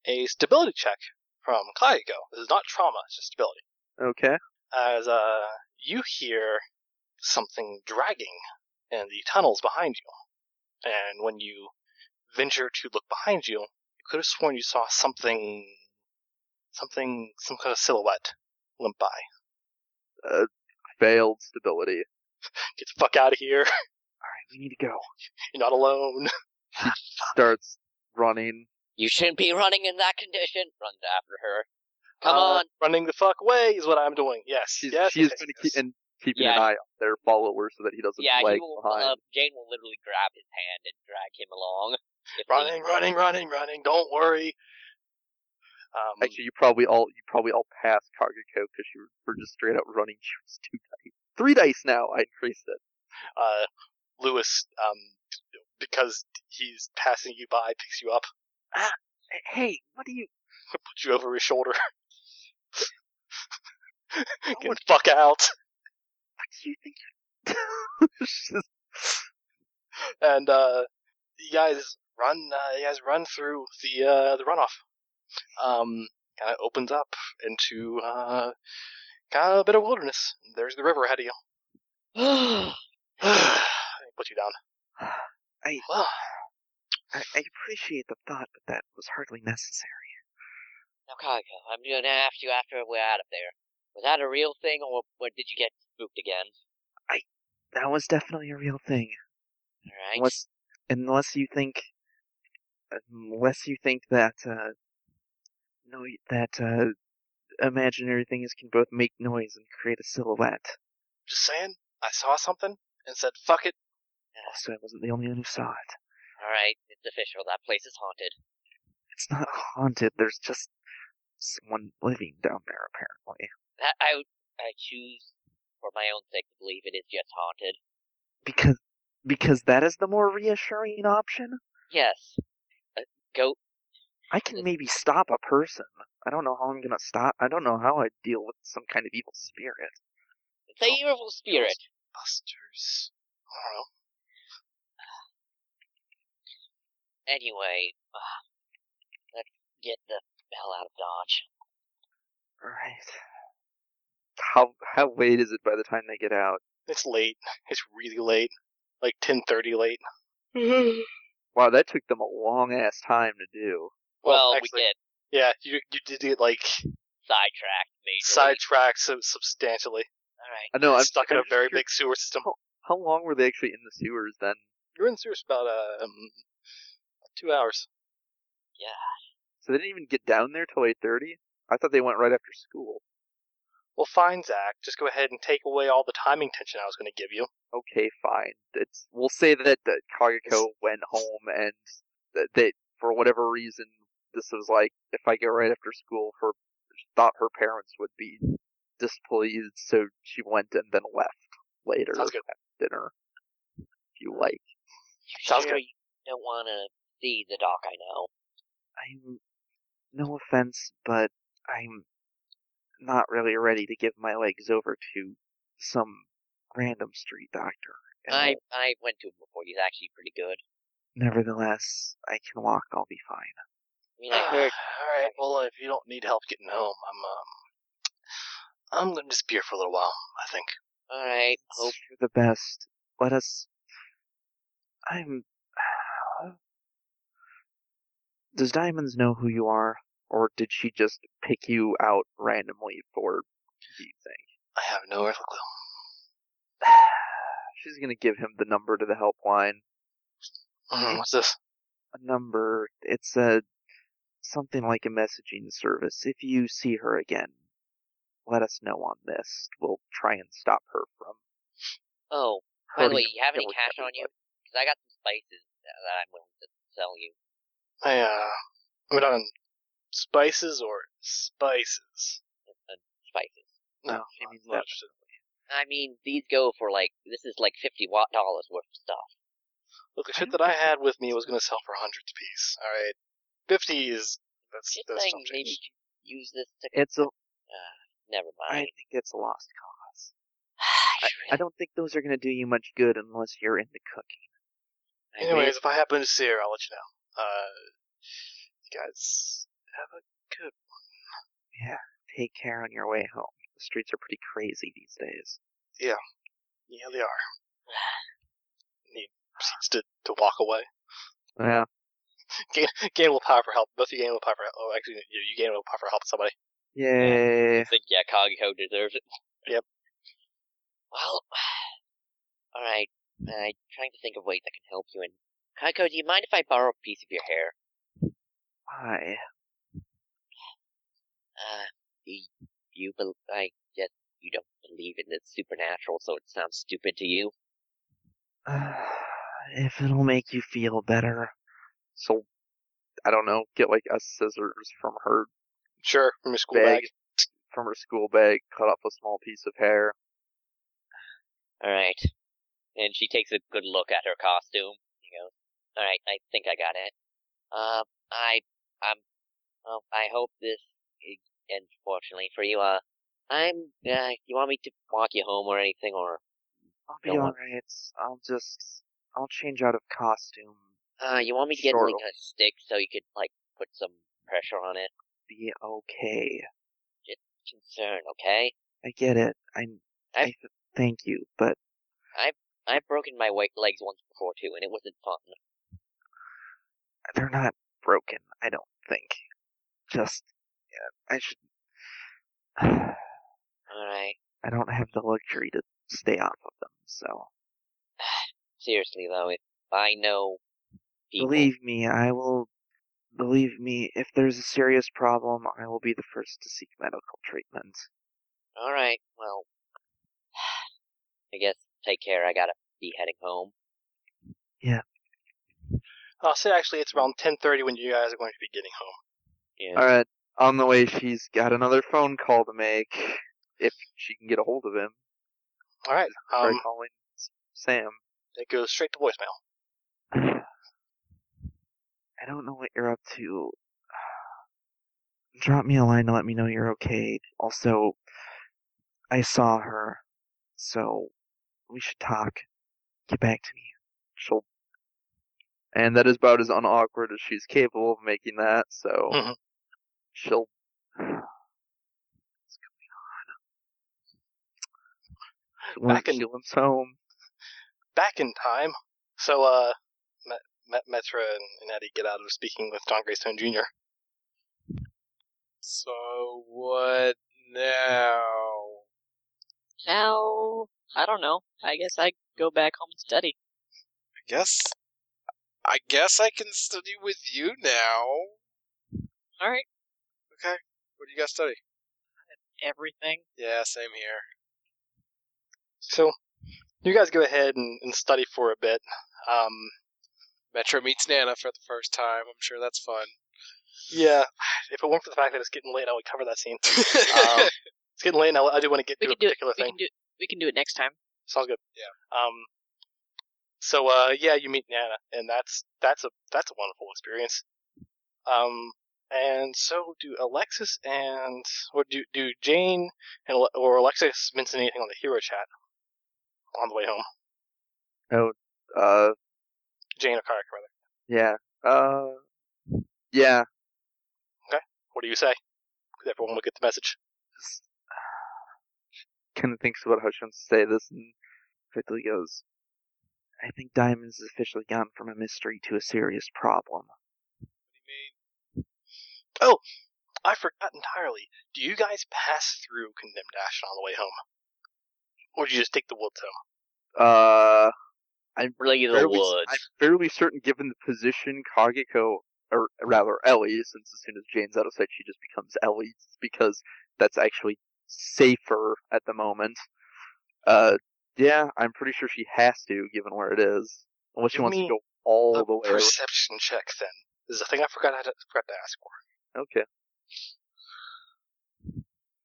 Speaker 1: a stability check from Kaigo. This is not trauma, it's just stability.
Speaker 5: Okay.
Speaker 1: As uh, you hear something dragging in the tunnels behind you. And when you venture to look behind you, you could have sworn you saw something, something, some kind of silhouette limp by.
Speaker 5: Failed stability.
Speaker 1: Get the fuck out of here.
Speaker 5: All right, we need to go.
Speaker 1: You're not alone.
Speaker 5: Starts running.
Speaker 2: You shouldn't be running in that condition! Runs after her. Come
Speaker 1: Uh,
Speaker 2: on!
Speaker 1: Running the fuck away is what I'm doing. Yes.
Speaker 5: She's
Speaker 1: yes.
Speaker 5: she's
Speaker 1: yes,
Speaker 5: going to
Speaker 1: yes.
Speaker 5: keep and keeping
Speaker 2: Yeah.
Speaker 5: an eye on their follower so that he doesn't
Speaker 2: Yeah,
Speaker 5: lag
Speaker 2: he will.
Speaker 5: behind.
Speaker 2: Uh, Jane will literally grab his hand and drag him along. If
Speaker 1: running,
Speaker 2: needed.
Speaker 1: running, running, running. Don't worry. Um,
Speaker 2: mm.
Speaker 5: Actually, you probably all you probably all passed Kagako because you were just straight up running. She was two dice, three dice now. I increased it.
Speaker 1: uh, Lewis, um, because he's passing you by, picks you up,
Speaker 5: Hey, what do you?
Speaker 1: puts you over his shoulder. Get the fuck out.
Speaker 5: What do you think? you're- It's just-
Speaker 1: And uh, you guys run. Uh, you guys run through the uh, the runoff. Um, kind of opens up into uh, kind of a bit of wilderness. There's the river ahead of you. Put you down.
Speaker 5: I-
Speaker 1: Well,
Speaker 5: I, I appreciate the thought, but that was hardly necessary.
Speaker 2: Now, Kaiko, I'm gonna ask you after we're out of there. Was that a real thing, or, or did you get spooked again?
Speaker 5: That was definitely a real thing.
Speaker 2: Alright.
Speaker 5: Unless, unless you think, unless you think that, uh, no, that uh, imaginary things can both make noise and create a silhouette.
Speaker 1: just saying. I saw something and said, "Fuck it."
Speaker 5: So I wasn't the only one who saw it.
Speaker 2: Alright, it's official. That place is haunted.
Speaker 5: It's not haunted. There's just someone living down there, apparently.
Speaker 2: That I, I choose, for my own sake, to believe it is just haunted.
Speaker 5: Because because that is the more reassuring option.
Speaker 2: Yes. Uh, go.
Speaker 5: I can maybe stop a person. I don't know how I'm gonna stop. I don't know how I deal with some kind of evil spirit.
Speaker 2: It's a evil spirit.
Speaker 1: Busters. I don't know.
Speaker 2: Anyway, uh, let's get the hell out of Dodge.
Speaker 5: Right. How how late is it by the time they get out?
Speaker 1: It's late. It's really late. Like ten thirty late.
Speaker 5: Wow, that took them a long ass time to do.
Speaker 2: Well,
Speaker 1: actually,
Speaker 2: we did
Speaker 1: Yeah, you you did get like
Speaker 2: sidetracked, majorly.
Speaker 1: sidetracked sub- substantially.
Speaker 2: Alright.
Speaker 5: I know. I'm
Speaker 1: stuck in
Speaker 5: I'm
Speaker 1: a very
Speaker 5: sure- Oh.
Speaker 1: big sewer system.
Speaker 5: How long were they actually in the sewers then?
Speaker 1: You're in the sewers about um two hours.
Speaker 5: So they didn't even get down there till eight thirty. I thought they went right after school.
Speaker 1: Well, fine, Zach. Just go ahead and take away all the timing tension I was going to give you.
Speaker 5: Okay, fine. It's we'll say that, that Kageko went home and that, that for whatever reason this was like if I go right after school, her thought her parents would be displeased, so she went and then left later
Speaker 1: Sounds good.
Speaker 5: at dinner. If you like,
Speaker 2: Sounds good. You don't want to see the doc, I know.
Speaker 5: I'm no offense, but I'm not really ready to give my legs over to some random street doctor. And
Speaker 2: I I went to him before. He's actually pretty good.
Speaker 5: nevertheless, I can walk. I'll be fine.
Speaker 2: I mean, I heard.
Speaker 1: All right. Well, if you don't need help getting home, I'm um, I'm going to disappear for a little while. I think.
Speaker 2: All right.
Speaker 5: hope
Speaker 2: Hope
Speaker 5: for the best. Let us. I'm. Does Diamonds know who you are, or did she just pick you out randomly for the thing?
Speaker 1: I have no earthly clue.
Speaker 5: She's gonna give him the number to the helpline.
Speaker 1: Mm, what's this?
Speaker 5: A number. It's a something like a messaging service. If you see her again, let us know on this. We'll try and stop her from.
Speaker 2: Oh, by the
Speaker 5: hurting
Speaker 2: way, you have any
Speaker 5: everybody.
Speaker 2: cash on you? Because I got some spices that that I'm willing to sell you.
Speaker 1: I uh, I'm on spices or spices.
Speaker 2: Spices.
Speaker 1: No,
Speaker 5: No, she
Speaker 1: I'm
Speaker 5: means
Speaker 1: not
Speaker 5: that.
Speaker 1: interested.
Speaker 2: I mean, these go for like this is like fifty watt dollars worth of stuff.
Speaker 1: Look, the shit that I had with me was going to sell for hundreds a piece. All right, fifty is that's
Speaker 2: Just
Speaker 1: that's
Speaker 2: saying,
Speaker 1: some
Speaker 2: maybe you
Speaker 1: change.
Speaker 2: should use this to.
Speaker 5: It's a.
Speaker 2: Never
Speaker 5: I
Speaker 2: mind.
Speaker 5: think it's a lost cause.
Speaker 2: I,
Speaker 5: I don't think those are going to do you much good unless you're into cooking.
Speaker 2: I really-
Speaker 1: Anyways, if I happen to see her, I'll let you know. Uh, you guys have a good.
Speaker 5: Take care on your way home. The streets are pretty crazy these days.
Speaker 1: Yeah, they are. Need proceeds to, to walk away.
Speaker 5: Yeah.
Speaker 1: Gain willpower for help. Both of you gain willpower for help. Oh, actually, you, you gain willpower for help somebody.
Speaker 5: Yay.
Speaker 2: I think yeah, Kageho deserves it.
Speaker 1: Yep.
Speaker 2: Well, all right. I'm trying to think of ways I can help you. And Kageho, do you mind if I borrow a piece of your hair?
Speaker 5: Why?
Speaker 2: Uh, do you bel I guess you don't believe in the supernatural, so it sounds stupid to you.
Speaker 5: uh, if it'll make you feel better. So, I don't know, get like a scissors from her
Speaker 1: Sure, from your school
Speaker 5: bag,
Speaker 1: bag.
Speaker 5: from her school bag, cut off a small piece of hair.
Speaker 2: All right. And she takes a good look at her costume. You know, all right. I think I got it. Um, I, um, well, I hope this. Unfortunately for you, uh, I'm. Uh, you want me to walk you home or anything, or
Speaker 5: I'll be
Speaker 2: Don't worry.
Speaker 5: alright. I'll just, I'll change out of costume.
Speaker 2: uh, you want me to get
Speaker 5: Sure.
Speaker 2: like a stick so you could like put some pressure on it?
Speaker 5: Be okay.
Speaker 2: Concern, okay?
Speaker 5: I get it. I, I,
Speaker 2: I-
Speaker 5: thank you, but
Speaker 2: I've broken my white legs once before too, and it wasn't fun.
Speaker 5: they're not broken. I don't think. Just yeah, I should. I
Speaker 2: All right.
Speaker 5: don't have the luxury to stay off of them. So
Speaker 2: Seriously though, if I know people,
Speaker 5: believe me, I will. Believe me, if there's a serious problem, I will be the first to seek medical treatment.
Speaker 2: all right, well, I guess take care. I gotta be heading home.
Speaker 1: I'll say actually it's around 10.30 when you guys are going to be getting home.
Speaker 2: Yeah.
Speaker 5: All right. On the way, she's got another phone call to make. If she can get a hold of him
Speaker 1: All right.
Speaker 5: by
Speaker 1: Um,
Speaker 5: calling S- Sam.
Speaker 1: it goes straight to voicemail.
Speaker 5: I don't know what you're up to. Drop me a line to let me know you're okay. Also, I saw her, so we should talk. Get back to me. She'll. And that is about as unawkward as she's capable of making that, so
Speaker 1: Mhm.
Speaker 5: she'll. What's going on?
Speaker 1: Back in-
Speaker 5: Ambulance home.
Speaker 1: Back in time. So, uh, Met, Met, Metra and, and Eddie get out of speaking with John Greystone Jr.
Speaker 4: So what now?
Speaker 7: Now, I don't know. I guess I go back home and study.
Speaker 4: I guess. I guess I can study with you now.
Speaker 7: All right.
Speaker 4: What do you guys study?
Speaker 7: everything.
Speaker 4: Yeah, same here.
Speaker 1: So you guys go ahead and, and study for a bit. Um,
Speaker 4: Metro meets Nana for the first time. I'm sure that's fun.
Speaker 1: yeah, if it weren't for the fact that it's getting late, I would cover that scene. Um, it's getting late, and I, I do want to get
Speaker 7: We
Speaker 1: to a
Speaker 7: can do it.
Speaker 1: particular
Speaker 7: We
Speaker 1: thing.
Speaker 7: can do. it- We can do it next time.
Speaker 1: Sounds good.
Speaker 4: Yeah.
Speaker 1: Um. So uh, yeah, you meet Nana, and that's that's a that's a wonderful experience. Um, and so do Alexis and or do do Jane and Ale- or Alexis mention anything on the hero chat on the way home?
Speaker 5: Uh,
Speaker 1: Jane or Karak, rather.
Speaker 5: yeah. Uh, yeah.
Speaker 1: What do you say? 'Cause everyone will get the message.
Speaker 5: Kind of thinks about how she wants to say this and quickly goes, I think Diamonds has officially gone from a mystery to a serious problem.
Speaker 1: I forgot entirely. Do you guys pass through Condemned Ash on the way home, or do you just take the woods home?
Speaker 5: Uh,
Speaker 2: Really, the
Speaker 5: fairly,
Speaker 2: woods.
Speaker 5: I'm fairly certain, given the position Kageko, or rather Ellie, since as soon as Jane's out of sight, she just becomes Ellie, because that's actually safer at the moment. Uh, yeah, I'm pretty sure she has to, given where it is, unless she
Speaker 1: Give
Speaker 5: wants
Speaker 1: me
Speaker 5: to go all
Speaker 1: a
Speaker 5: the way.
Speaker 1: perception check then. This is a thing I forgot I had- forgot to ask for.
Speaker 5: Okay.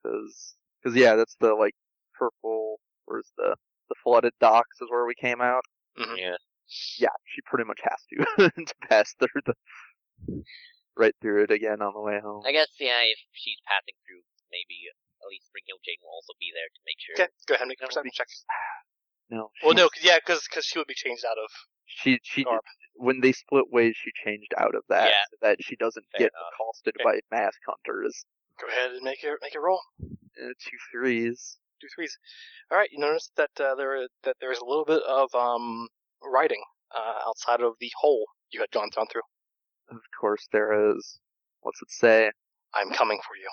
Speaker 5: Because, yeah, that's the like purple. Where's the the flooded docks is where we came out.
Speaker 2: Yeah.
Speaker 5: Yeah, she pretty much has to to pass through the right through it again on the way home.
Speaker 2: I guess yeah. If she's passing through, maybe uh, at least Spring Hill Jane will also be there to make sure.
Speaker 1: Okay, go ahead and make a
Speaker 5: That would
Speaker 1: perception
Speaker 5: be-
Speaker 1: check.
Speaker 5: No.
Speaker 1: Well,
Speaker 5: she-
Speaker 1: no, 'cause- yeah, because she would be changed out of.
Speaker 5: She she
Speaker 1: Garb.
Speaker 5: when they split ways, she changed out of that
Speaker 2: Yeah.
Speaker 5: so that she doesn't
Speaker 2: Fair
Speaker 5: get
Speaker 2: enough.
Speaker 5: accosted
Speaker 1: Okay.
Speaker 5: by mask hunters.
Speaker 1: Go ahead and make it make it roll.
Speaker 5: Uh, two threes.
Speaker 1: Two threes. All right, you notice that uh, there that there is a little bit of um writing uh, outside of the hole you had gone down through.
Speaker 5: Of course, there is. What's it say?
Speaker 1: I'm coming for you.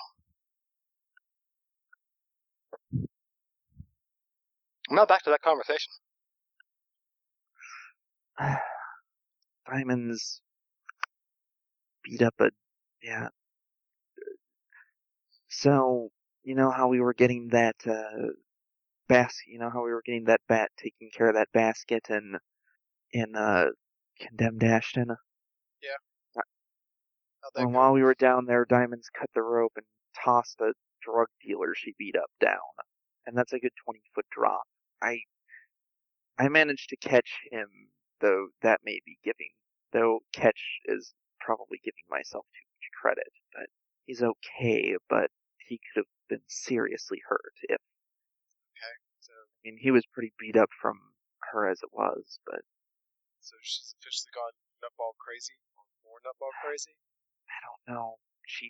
Speaker 1: I'm now back to that conversation.
Speaker 5: Diamonds beat up a yeah. So you know how we were getting that uh bas you know how we were getting that bat taking care of that basket and and uh condemned Ashton.
Speaker 4: How'd that
Speaker 5: Well,
Speaker 4: go?
Speaker 5: while we were down there, Diamonds cut the rope and tossed a drug dealer she beat up down, and that's a good twenty foot drop. I I managed to catch him, though that may be giving though catch is probably giving myself too much credit, but he's okay, but he could have been seriously hurt if
Speaker 4: So,
Speaker 5: I mean he was pretty beat up from her as it was, but
Speaker 4: so she's officially gone nutball crazy, or more nutball crazy.
Speaker 5: I don't know. She,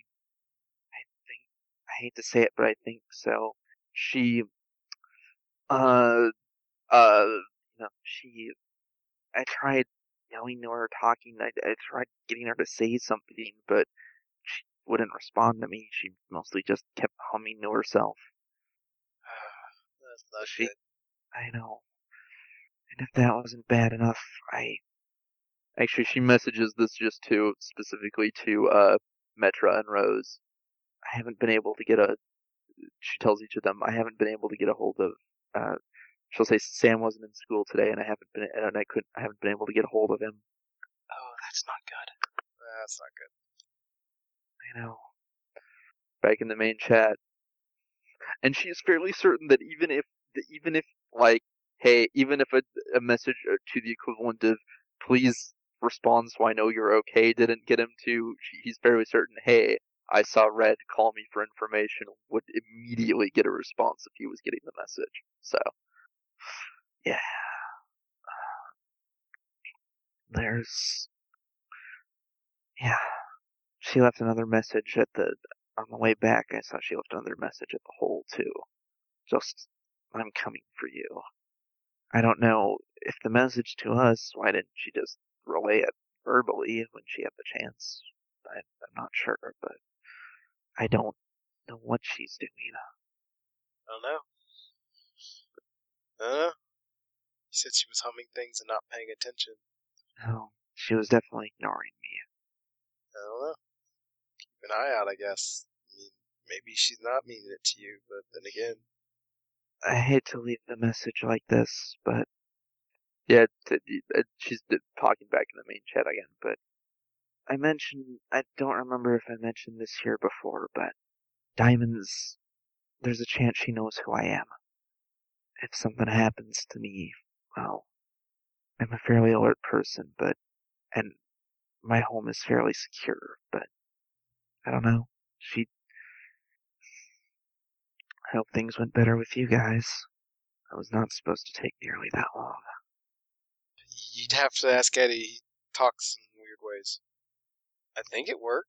Speaker 5: I think, I hate to say it, but I think so. She, uh, uh, no, she, I tried yelling to her, talking, I, I tried getting her to say something, but she wouldn't respond to me. She mostly just kept humming to herself.
Speaker 4: That's not
Speaker 5: She-
Speaker 4: good.
Speaker 5: I know. And if that wasn't bad enough, I. Actually, she messages this just to specifically to uh Metra and Rose. I haven't been able to get a. She tells each of them, I haven't been able to get a hold of. Uh, she'll say Sam wasn't in school today, and I haven't been, and I couldn't, I haven't been able to get a hold of him.
Speaker 1: Oh, that's not good.
Speaker 4: That's not good.
Speaker 5: I know. Back in the main chat, and she is fairly certain that even if, that even if like, hey, even if a, a message uh, to the equivalent of "please respond so I know you're okay" didn't get him to, she, he's fairly certain, hey, I saw red, call me for information, would immediately get a response if he was getting the message. So, yeah, there's, yeah. She left another message at the on the way back. I saw she left another message at the hole too. Just, I'm coming for you. I don't know if the message to us. Why didn't she just relay it verbally when she had the chance? I, I'm not sure, but I don't know what she's doing.
Speaker 4: I don't know. Uh, you said she was humming things and not paying attention.
Speaker 5: No, she was definitely ignoring me.
Speaker 4: I don't know. Keep an eye out, I guess. I mean, Maybe she's not meaning it to you, but then again,
Speaker 5: I hate to leave the message like this, but yeah, t- t- uh, she's d- talking back in the main chat again. But I mentioned I don't remember if I mentioned this here before, but Diamonds, there's a chance she knows who I am. If something happens to me, well, I'm a fairly alert person, but and my home is fairly secure, but I don't know. She I hope things went better with you guys. I was not supposed to take nearly that long.
Speaker 4: you'd have to ask Eddie. He talks in weird ways. I think it worked.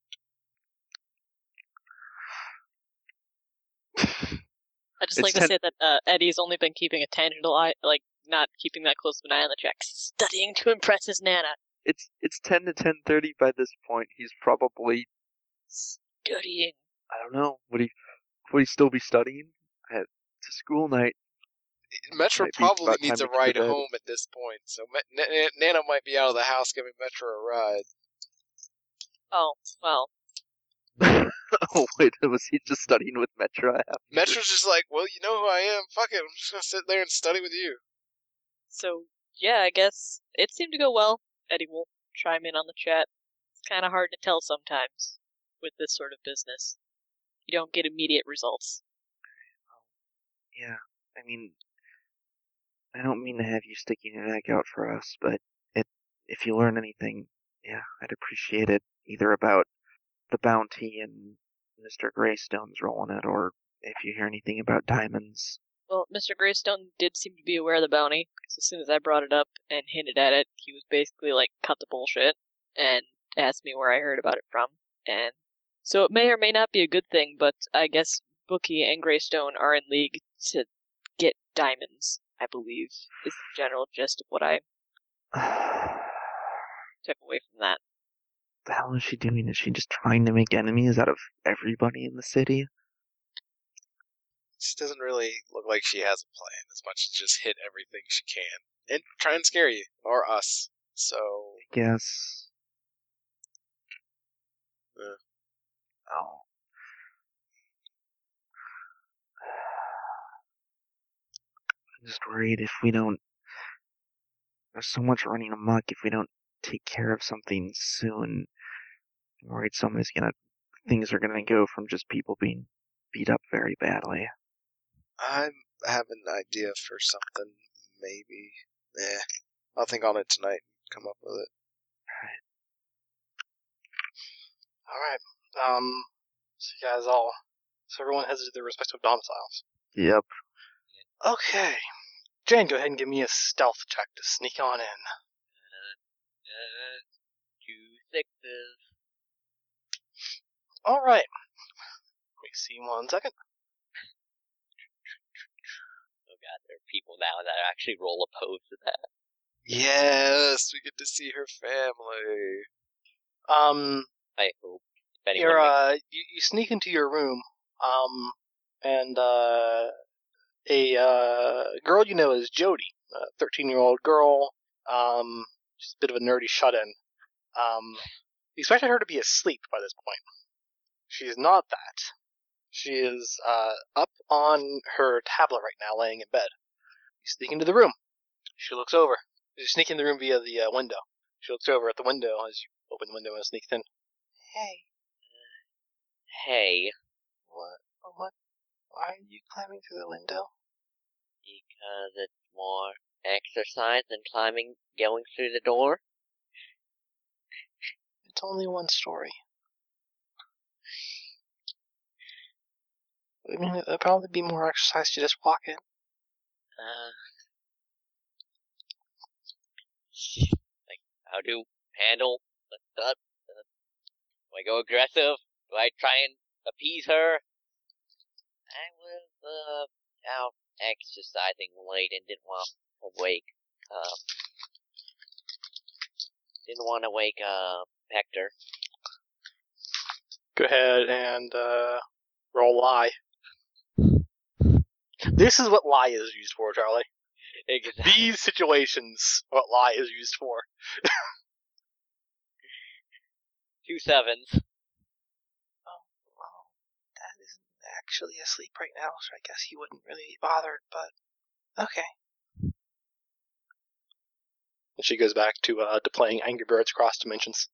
Speaker 7: I just
Speaker 5: It's
Speaker 7: like to
Speaker 5: ten-
Speaker 7: say that uh, Eddie's only been keeping a tangential eye, like not keeping that close of an eye on the track, studying to impress his nana.
Speaker 5: It's it's ten to ten thirty by this point. He's probably
Speaker 7: Studying.
Speaker 5: I don't know. Would he would he still be studying? At to school night.
Speaker 4: Metro
Speaker 5: Might be
Speaker 4: probably
Speaker 5: about
Speaker 4: needs a
Speaker 5: time we
Speaker 4: ride
Speaker 5: took a bed.
Speaker 4: home at this point, so Ma- N- N- Nana might be out of the house giving Metro a ride.
Speaker 7: Oh well,
Speaker 5: oh wait, was he just studying with Metra?
Speaker 4: Metro's just like, well, you know who I am. Fuck it, I'm just gonna sit there and study with you.
Speaker 7: so yeah, I guess it seemed to go well. Eddie will chime in on the chat. It's kind of hard to tell sometimes with this sort of business. You don't get immediate results.
Speaker 5: I mean, I don't mean to have you sticking your neck out for us, but it, if you learn anything, yeah, I'd appreciate it. Either about the bounty and Mr. Greystone's rolling it, or if you hear anything about diamonds.
Speaker 7: Well, Mr. Greystone did seem to be aware of the bounty, 'cause as soon as I brought it up and hinted at it, he was basically like, cut the bullshit, and asked me where I heard about it from. And so it may or may not be a good thing, but I guess Bookie and Greystone are in league to get diamonds, I believe, is the general gist of what I
Speaker 5: the
Speaker 7: took away from that.
Speaker 5: hell is she doing? Is she just trying to make enemies out of everybody in the city?
Speaker 4: She doesn't really look like she has a plan as much as just hit everything she can and try and scare you or us. So
Speaker 5: Guess.
Speaker 4: Yeah.
Speaker 5: Oh. I'm just worried if we don't. There's so much running amok. If we don't take care of something soon, I'm worried somebody's gonna. Things are gonna go from just people being beat up very badly.
Speaker 4: I have an idea for something, maybe. Eh, I'll think on it tonight and come up with it.
Speaker 1: All right. Um, so you guys all, so everyone heads to their respective domiciles.
Speaker 5: Yep.
Speaker 1: Okay. Jane, go ahead and give me a stealth check to sneak on in.
Speaker 2: Uh, two sixes.
Speaker 1: All right. Let me see one second.
Speaker 2: Oh god, there are people now that actually roll opposed to that.
Speaker 4: Yes, we get to see her family.
Speaker 1: Um,
Speaker 2: I hope. If anyone
Speaker 1: you're,
Speaker 2: makes-
Speaker 1: uh, you, you sneak into your room, um, and uh, a uh, girl you know is Jody, a 13 year old girl. Um, she's a bit of a nerdy shut in. Um, you expected her to be asleep by this point. She is not that. She is uh, up on her tablet right now, laying in bed. You sneak into the room. She looks over. You sneak in the room via the uh, window. She looks over at the window as you open the window and sneak in. Hey,
Speaker 2: hey,
Speaker 1: what? oh, What? Why are you climbing through the window?
Speaker 2: because it's more exercise than climbing, going through the door.
Speaker 1: It's only one story. I mean, it'd probably be more exercise to just walk in.
Speaker 2: Uh, like, how do handle the thought? Uh, do I go aggressive? Do I try and appease her? I was uh, out exercising late and didn't want to wake. Uh, didn't want to wake uh, Hector.
Speaker 1: Go ahead and uh, roll lie. This is what lie is used for, Charlie.
Speaker 2: Exactly.
Speaker 1: These situations, are what lie is used for.
Speaker 2: Two sevens.
Speaker 1: Well, that isn't actually asleep right now, so I guess he wouldn't really be bothered, but okay. And she goes back to uh, to playing Angry Birds Cross Dimensions.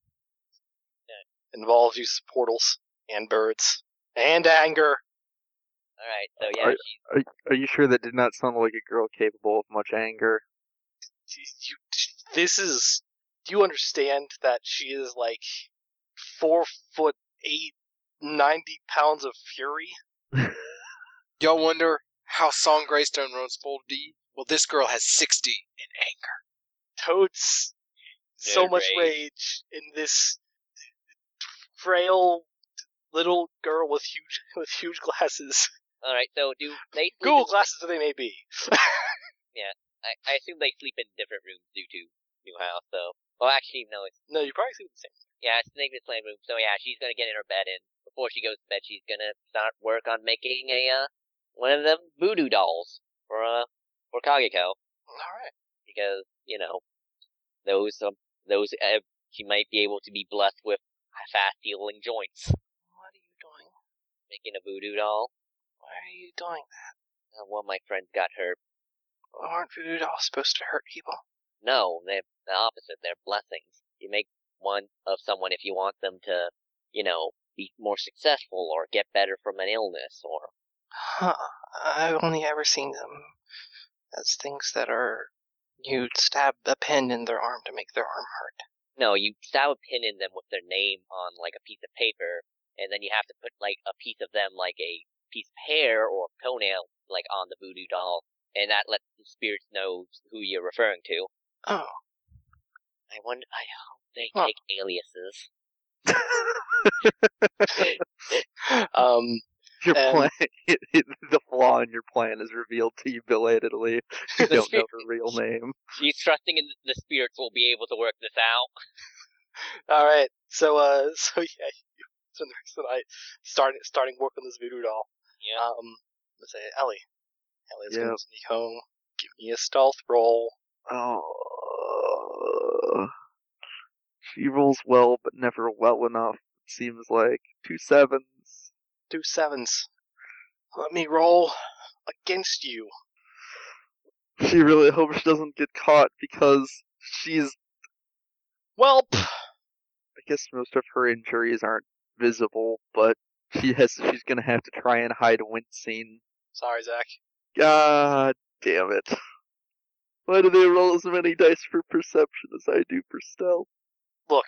Speaker 1: Involves use of portals and birds and anger.
Speaker 2: All right, so yeah,
Speaker 5: Alright.
Speaker 2: she,
Speaker 5: Are you sure that did not sound like a girl capable of much anger?
Speaker 1: You, this is. Do you understand that she is like four foot eight, ninety pounds of fury?
Speaker 4: Y'all wonder how Song Greystone runs full D? Well, this girl has 60 in anger.
Speaker 1: totes so
Speaker 2: Nerd
Speaker 1: much
Speaker 2: rage.
Speaker 1: rage in this frail little girl with huge with huge glasses.
Speaker 2: all right, so do they? Sleep
Speaker 1: Google
Speaker 2: in-
Speaker 1: glasses that they may be.
Speaker 2: I, I assume they sleep in different rooms due to new house. So, well, actually, no, it's
Speaker 1: no, you probably see the same.
Speaker 2: yeah, it's naked slam room. So yeah, she's gonna get in her bed, and before she goes to bed, she's gonna start work on making a uh, one of them voodoo dolls for uh for Kageko
Speaker 1: All right.
Speaker 2: because you know those um, those uh, she might be able to be blessed with fast healing joints.
Speaker 1: What are you doing?
Speaker 2: Making a voodoo doll.
Speaker 1: Why are you doing that?
Speaker 2: Uh, one of my friends got hurt.
Speaker 1: Aren't voodoo dolls supposed to hurt people?
Speaker 2: No, they're the opposite. They're blessings. You make one of someone if you want them to, you know, be more successful or get better from an illness or
Speaker 1: Huh. I've only ever seen them as things that are you stab a pin in their arm to make their arm hurt.
Speaker 2: no, you stab a pin in them with their name on like a piece of paper, and then you have to put like a piece of them, like a piece of hair or a toenail, like on the voodoo doll, and that lets the spirits know who you're referring to.
Speaker 1: Oh,
Speaker 2: I wonder. I hope they
Speaker 1: Huh.
Speaker 2: take aliases.
Speaker 1: um,
Speaker 5: Your
Speaker 1: And-
Speaker 5: plan, it, it, the flaw in your plan is revealed to you belatedly. You don't know her real name.
Speaker 2: She's trusting in the spirits will be able to work this out.
Speaker 1: All right. So uh, so yeah, you spend the rest of the night starting starting work on this voodoo doll.
Speaker 2: Yeah.
Speaker 1: Um, let's say Ellie. Ellie's
Speaker 5: Yeah.
Speaker 1: gonna sneak home. Give me a stealth roll.
Speaker 5: Oh, she rolls well, but never well enough. It seems like two sevens.
Speaker 1: Two sevens. Let me roll against you.
Speaker 5: She really hopes she doesn't get caught because she's.
Speaker 1: Welp.
Speaker 5: I guess most of her injuries aren't visible, but she has. She's gonna have to try and hide wincing.
Speaker 1: Sorry, Zach.
Speaker 5: God damn it! Why do they roll as many dice for perception as I do for stealth?
Speaker 1: Look.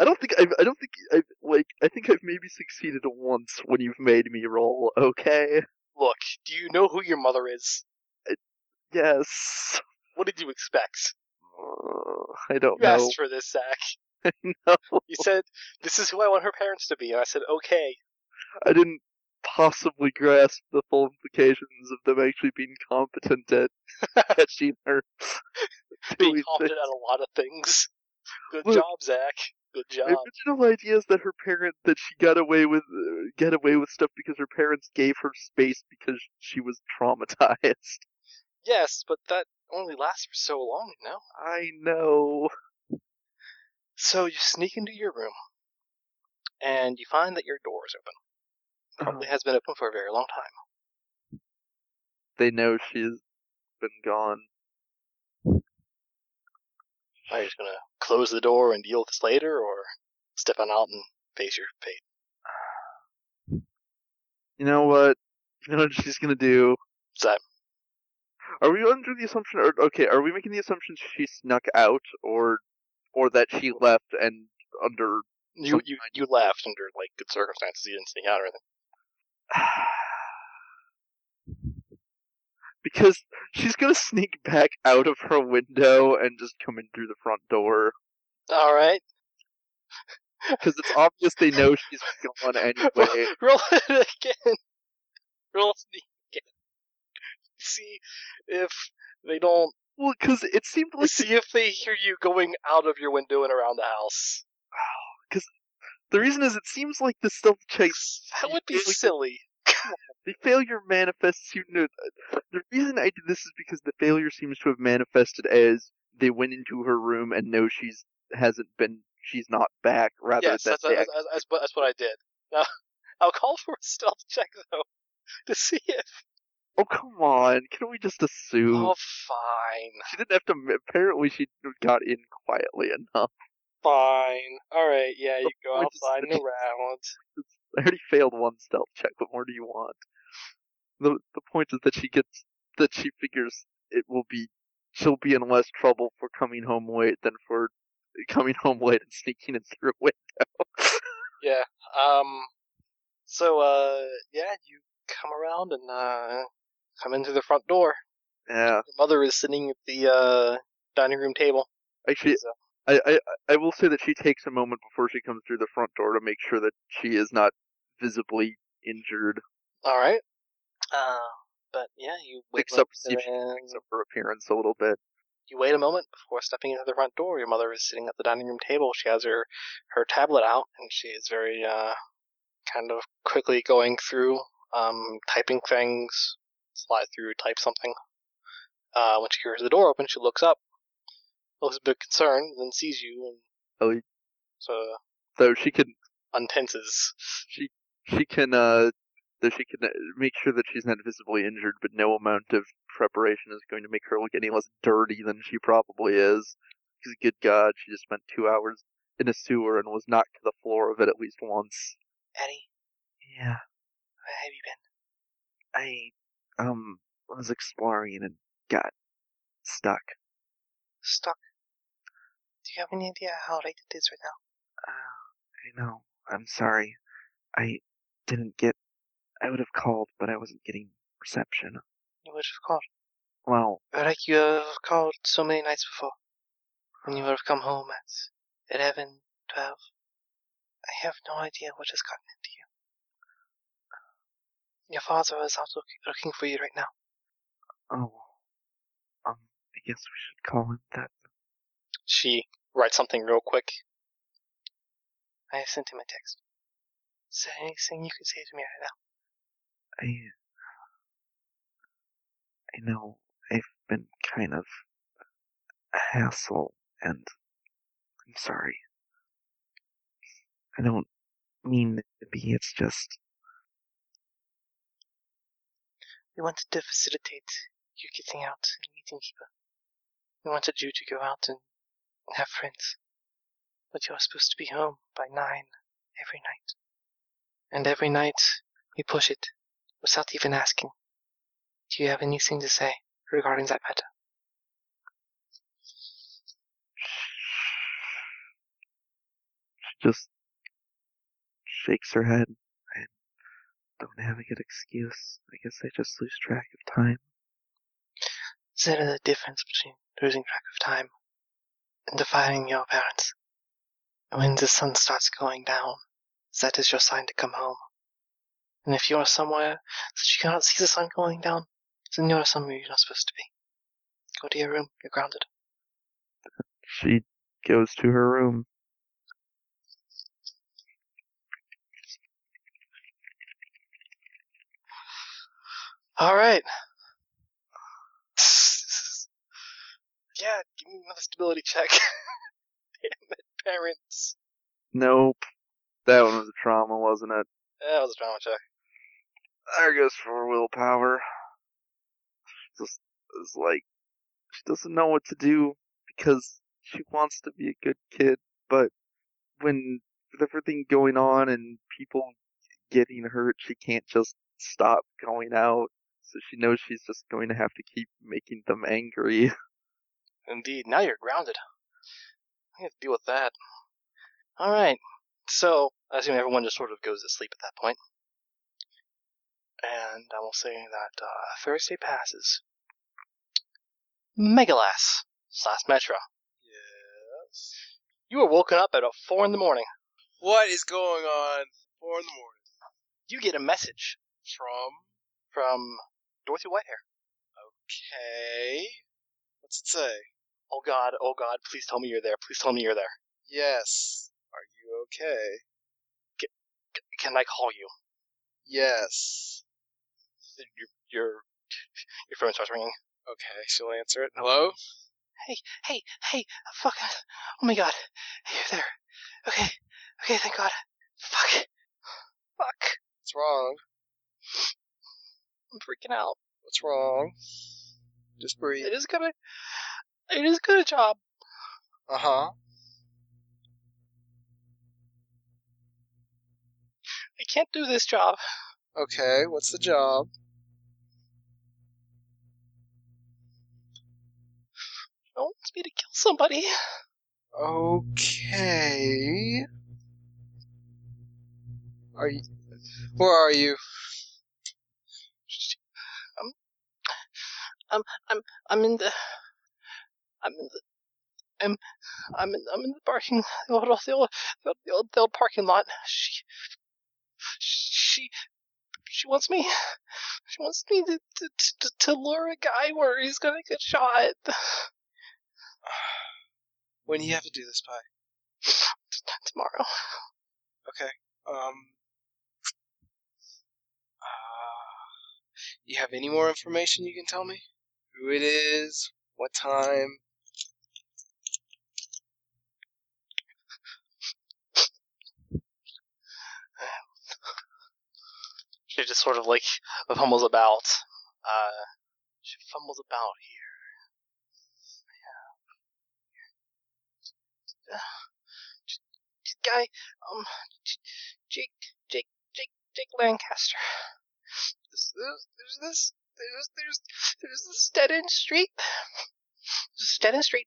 Speaker 5: I don't think I've. I don't think I've. Like, I think I've maybe succeeded once when you've made me roll. Okay.
Speaker 1: Look. Do you know who your mother is?
Speaker 5: Yes.
Speaker 1: What did you expect?
Speaker 5: Uh, I don't
Speaker 1: You
Speaker 5: know.
Speaker 1: asked for this, Zach.
Speaker 5: No,
Speaker 1: You said this is who I want her parents to be, and I said okay.
Speaker 5: I didn't possibly grasp the full implications of them actually being competent at catching her.
Speaker 1: Being
Speaker 5: doing
Speaker 1: confident
Speaker 5: things.
Speaker 1: at a lot of things. Good
Speaker 5: Look.
Speaker 1: job, Zach. Good job.
Speaker 5: My original idea is that her parent that she got away with uh, get away with stuff because her parents gave her space because she was traumatized.
Speaker 1: Yes, but that only lasts for so long, no?
Speaker 5: I know.
Speaker 1: So you sneak into your room, and you find that your door is open.
Speaker 5: Uh-huh. Uh,
Speaker 1: Probably has been open for a very long time.
Speaker 5: They know she's been gone.
Speaker 1: Are you just gonna close the door and deal with this later, or step on out and face your fate?
Speaker 5: You know what? You know what she's gonna do.
Speaker 1: What's that?
Speaker 5: Are we under the assumption? Or, okay, are we making the assumption she snuck out, or or that she left and under?
Speaker 1: You
Speaker 5: Some-
Speaker 1: you you left under like good circumstances. You didn't sneak out or anything.
Speaker 5: because she's gonna sneak back out of her window and just come in through the front door.
Speaker 1: All right.
Speaker 5: Because it's obvious they know she's gone anyway.
Speaker 1: Roll it again. Roll sneak again. See if they don't.
Speaker 5: Well, because it seemed like
Speaker 1: See if they hear you going out of your window and around the house.
Speaker 5: the reason is it seems like the stealth check
Speaker 1: That would be
Speaker 5: Like-
Speaker 1: silly.
Speaker 5: the failure manifests. You know, the reason I did this is because the failure seems to have manifested as they went into her room and know she's hasn't been, she's not back. Rather
Speaker 1: Yes,
Speaker 5: than
Speaker 1: that's,
Speaker 5: they
Speaker 1: that's, that's, that's, what- that's what I did. Now, I'll call for a stealth check though to see if.
Speaker 5: Oh come on! Can we just assume
Speaker 1: Oh, fine.
Speaker 5: she didn't have to? Apparently, she got in quietly enough.
Speaker 1: Fine. Alright, yeah, you go
Speaker 5: point is
Speaker 1: outside and
Speaker 5: that-
Speaker 1: around.
Speaker 5: I already failed one stealth check. What more do you want? The the point is that she gets that she figures it will be she'll be in less trouble for coming home late than for coming home late and sneaking in through a window.
Speaker 1: Yeah. Um. So, uh, yeah, you come around and uh, come in through the front door.
Speaker 5: yeah.
Speaker 1: Your mother is sitting at the uh, dining room table.
Speaker 5: Actually,
Speaker 1: So-
Speaker 5: I, I I will say that she takes a moment before she comes through the front door to make sure that she is not visibly injured,
Speaker 1: all right. Uh, but yeah, you wait.
Speaker 5: Except
Speaker 1: a moment
Speaker 5: if she
Speaker 1: and-
Speaker 5: except for appearance a little bit.
Speaker 1: You wait a moment before stepping into the front door. Your mother is sitting at the dining room table. She has her her tablet out, and she is very uh, kind of quickly going through, um, typing things, slide through, type something. Uh, when she hears the door open, she looks up, looks a bit concerned, then sees you and
Speaker 5: Oh.
Speaker 1: so
Speaker 5: So she can
Speaker 1: untenses.
Speaker 5: she can uh though she can uh, make sure that she's not visibly injured, but no amount of preparation is going to make her look any less dirty than she probably is. Because good God, she just spent two hours in a sewer and was knocked to the floor of it at least once.
Speaker 1: Eddie,
Speaker 5: Yeah,
Speaker 1: where have you been?
Speaker 5: I um was exploring and got stuck.
Speaker 1: Stuck. Do you have any idea how late it is right now?
Speaker 5: I know. I'm sorry. I didn't get. I would have called, but I wasn't getting reception.
Speaker 1: You would have called.
Speaker 5: Well,
Speaker 1: Like you have called so many nights before. And you would have come home at 11, 12. I have no idea what has gotten into you. Your father is out look- looking for you right now.
Speaker 5: oh, um, I guess we should call him that.
Speaker 1: She writes something real quick. I sent him a text. Is there anything you can say to me right now?
Speaker 5: I, I know I've been kind of a hassle, and I'm sorry. I don't mean to be. It's just
Speaker 1: We wanted to facilitate you getting out and meeting people. We wanted you to go out and have friends. But you are supposed to be home by nine every night. And every night we push it without even asking. Do you have anything to say regarding that matter?
Speaker 5: she just shakes her head. I don't have a good excuse. I guess I just lose track of time.
Speaker 1: Is there a difference between losing track of time and defying your parents? When the sun starts going down, that is your sign to come home. And if you are somewhere that you cannot see the sun going down, then you are somewhere you're not supposed to be. Go to your room, you're grounded.
Speaker 5: She goes to her room.
Speaker 1: Alright. Yeah, give me another stability check. Damn it, parents.
Speaker 5: Nope. That one was a trauma, wasn't it?
Speaker 4: Eh,
Speaker 1: That was a drama check.
Speaker 5: There goes for willpower. Just is like she doesn't know what to do because she wants to be a good kid, but when with everything going on and people getting hurt, she can't just stop going out. So she knows she's just going to have to keep making them angry.
Speaker 1: Indeed. Now you're grounded. I have to deal with that. All right. So I assume everyone just sort of goes to sleep at that point. And I will say that uh, Thursday passes. Megalass slash Metro.
Speaker 4: Yes.
Speaker 1: You were woken up at uh, four in the morning.
Speaker 4: What is going on? Four in the morning.
Speaker 1: You get a message
Speaker 4: From
Speaker 1: from Dorothy Whitehair.
Speaker 4: K. What's it say?
Speaker 1: Oh God! Oh God! Please tell me you're there. Please tell me you're there.
Speaker 4: Yes. Are you okay?
Speaker 1: Can I call you?
Speaker 4: Yes.
Speaker 1: Your your your phone starts ringing.
Speaker 4: Okay, she'll answer it. Hello?
Speaker 1: hey, hey, fuck, oh my god, you're there. Okay, okay, thank god. Fuck, fuck.
Speaker 4: What's wrong?
Speaker 1: I'm freaking out.
Speaker 4: What's wrong? Just breathe.
Speaker 1: I just got a, I just got a job.
Speaker 4: Uh huh.
Speaker 1: I can't do this job.
Speaker 4: Okay, what's the job?
Speaker 1: It wants me to kill somebody.
Speaker 4: Okay. Are you. Where are you?
Speaker 1: Um, I'm in the, I'm in the, I'm, I'm in, I'm in the parking, the old, the old, the old, the old parking lot. She, she, she wants me, she wants me to, to, to, to lure a guy where he's gonna get shot.
Speaker 4: When do you have to do this, Pi?
Speaker 1: Tomorrow.
Speaker 4: Um. Uh, you have any more information you can tell me? Who it is? What time?
Speaker 1: She just sort of like fumbles about. Uh, she fumbles about here. Yeah. Uh, guy, um, J- Jake, Jake, Jake, Jake Lancaster. There's, there's, there's this, there's, there's, there's this dead end street. This dead end street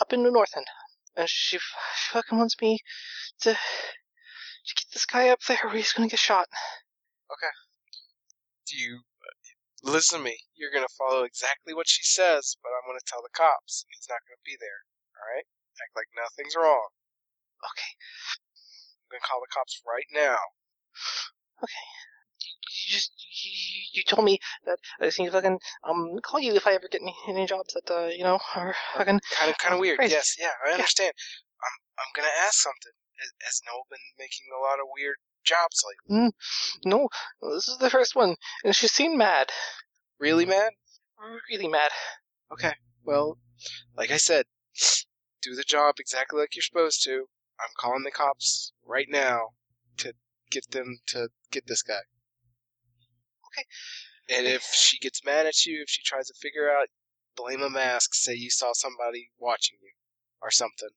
Speaker 1: up in the north end. And she, f- she fucking wants me to, to get this guy up there or he's gonna get shot.
Speaker 4: Do you. uh, Listen to me. You're gonna follow exactly what she says, but I'm gonna tell the cops. He's not gonna be there. Alright? Act like nothing's wrong.
Speaker 1: Okay.
Speaker 4: I'm gonna call the cops right now.
Speaker 1: you just you, you told me that I was gonna fucking um call you if I ever get any, any jobs that uh you know are fucking
Speaker 4: Kind of, kind
Speaker 1: Oh,
Speaker 4: of weird.
Speaker 1: crazy.
Speaker 4: Yes, yeah, I understand. I'm, I'm gonna ask something. Has, has Noel been making a lot of weird jobs lately?
Speaker 1: no this is the first one and she seemed mad
Speaker 4: Really, man?
Speaker 1: really mad
Speaker 4: Okay. Well, like I said, do the job exactly like you're supposed to. I'm calling the cops right now to get them to get this guy.
Speaker 1: Okay.
Speaker 4: And if she gets mad at you, if she tries to figure out, blame a mask. Say you saw somebody watching you, or something.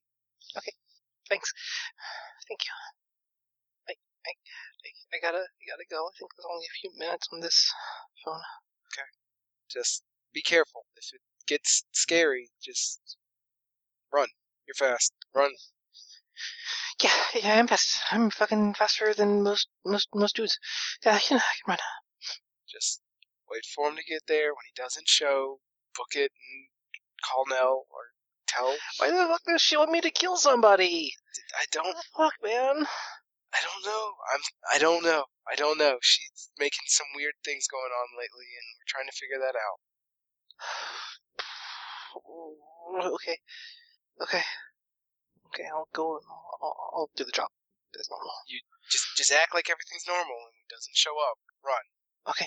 Speaker 1: thanks thank you I I I, I gotta I gotta go I think there's only a few minutes on this phone
Speaker 4: Just be careful. If it gets scary, just run. You're fast. Run.
Speaker 1: yeah yeah I'm fast I'm fucking faster than most most most dudes yeah you know I can run
Speaker 4: Just wait for him to get there. When he doesn't show, book it and call Nell or tell.
Speaker 1: why the fuck does she want me to kill somebody
Speaker 4: I don't.
Speaker 1: what the fuck man
Speaker 4: I don't know. I'm. I don't know. I don't know. She's making some weird things going on lately, and we're trying to figure that out.
Speaker 1: okay, okay, okay. I'll go. and I'll, I'll, I'll do the job. It's normal.
Speaker 4: Just, just act like everything's normal, and he doesn't show up. Run.
Speaker 1: Okay.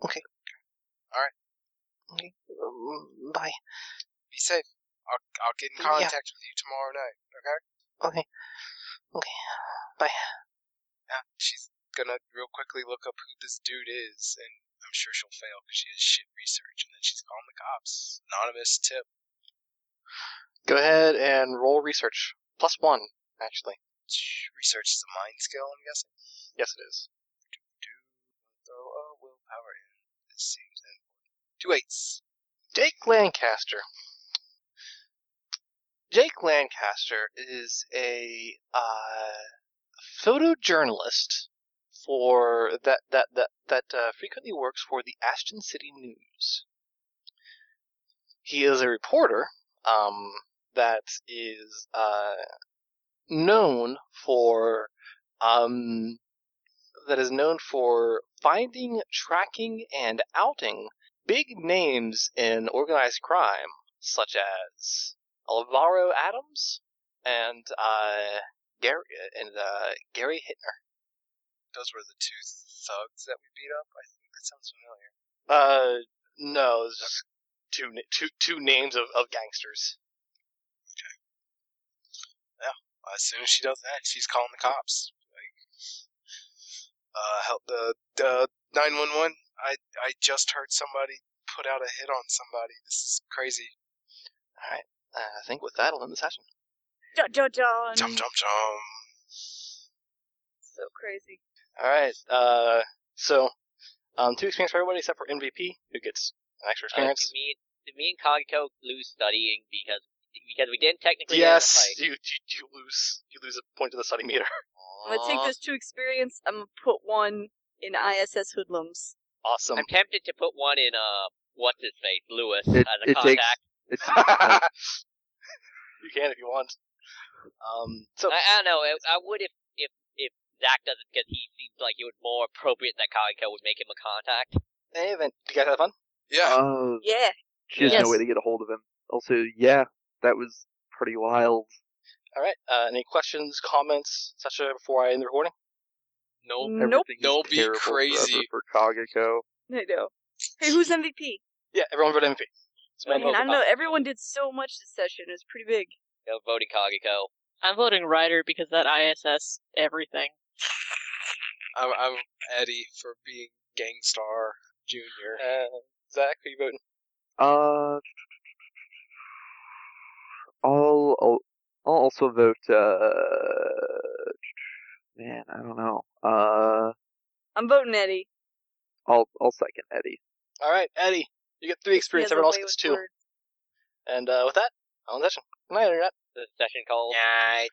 Speaker 1: Um, bye.
Speaker 4: Be safe. I'll. I'll get in
Speaker 1: Yeah.
Speaker 4: contact with you tomorrow night. Okay.
Speaker 1: Okay. Okay.
Speaker 4: Yeah. She's gonna real quickly look up who this dude is, and I'm sure she'll fail because she has shit research, and then she's calling the cops. Anonymous tip.
Speaker 1: Go ahead and roll research plus one. Actually,
Speaker 4: Research is a mind skill, I'm guessing.
Speaker 1: yes, it is.
Speaker 4: Throw a willpower in. This seems important. Two eights.
Speaker 1: Jake Lancaster. Jake Lancaster is a uh, photojournalist for that that that that uh, frequently works for the Ashton City News. He is a reporter um, that is uh, known for um, that is known for finding, tracking, and outing big names in organized crime, such as Alvaro Adams and uh, Gary and uh, Gary Hitner.
Speaker 4: Those were the two thugs that we beat up. I think that sounds familiar.
Speaker 1: Uh, no, it's just two na- two two names of, of gangsters.
Speaker 4: As soon as she does that, she's calling the cops. Like, uh, help the the nine one one. I I just heard somebody put out a hit on somebody. This is crazy.
Speaker 1: Uh, I think with that, I'll end the session.
Speaker 3: Dun, dun, dun.
Speaker 4: Dum dum dum.
Speaker 3: So crazy.
Speaker 1: All right. Uh, so, um, two experience for everybody except for MVP, who gets an extra
Speaker 2: Uh,
Speaker 1: experience.
Speaker 2: did me, did me and Kagito lose studying because because we didn't technically
Speaker 1: yes,
Speaker 2: end
Speaker 1: you, you you lose you lose a point to the study meter.
Speaker 2: the
Speaker 3: I'm
Speaker 2: fight?
Speaker 3: gonna take those two experience. I'm gonna put one in ISS hoodlums.
Speaker 1: Awesome.
Speaker 2: I'm tempted to put one in uh what's his face Lewis
Speaker 5: It-
Speaker 2: as a
Speaker 5: it takes-
Speaker 2: contact.
Speaker 5: It's
Speaker 1: you can if you want. Um, so
Speaker 2: I, I don't know. I, I would if if if Zach doesn't because he seems like it would more appropriate that Kagito would make him a contact.
Speaker 1: hey, then, did you guys have fun?
Speaker 4: Yeah.
Speaker 5: uh,
Speaker 3: Yeah.
Speaker 5: she has
Speaker 3: Oh, Yes.
Speaker 5: no way to get a hold of him. Also, yeah, that was pretty wild.
Speaker 1: All right. Uh, any questions, comments, etc. Before I end the recording?
Speaker 4: no.
Speaker 3: Nope.
Speaker 5: Everything is
Speaker 4: Don't be
Speaker 5: terrible forever
Speaker 4: crazy.
Speaker 5: for Kagiko.
Speaker 3: I know. Hey, who's MVP?
Speaker 1: Yeah, everyone vote MVP.
Speaker 2: I'm
Speaker 3: Man, I
Speaker 2: voting
Speaker 3: don't know. Everyone did so much this session. It was pretty big.
Speaker 2: Kagiko, voting Kagiko.
Speaker 7: I'm voting Ryder because that ISS everything.
Speaker 4: I'm, I'm Eddie for being Gangstar Junior.
Speaker 1: Uh, Zach, who you voting?
Speaker 5: Uh, I'll, I'll, I'll also vote. Uh, man, I don't know. Uh,
Speaker 3: I'm voting Eddie.
Speaker 5: I'll I'll second Eddie.
Speaker 1: All right, Eddie, you get three experience.
Speaker 3: He has a
Speaker 1: Everyone else
Speaker 3: way
Speaker 1: gets
Speaker 3: with
Speaker 1: two.
Speaker 3: words.
Speaker 1: And uh, with that, I'll end the session. Good night, internet.
Speaker 2: The session calls.
Speaker 4: Night.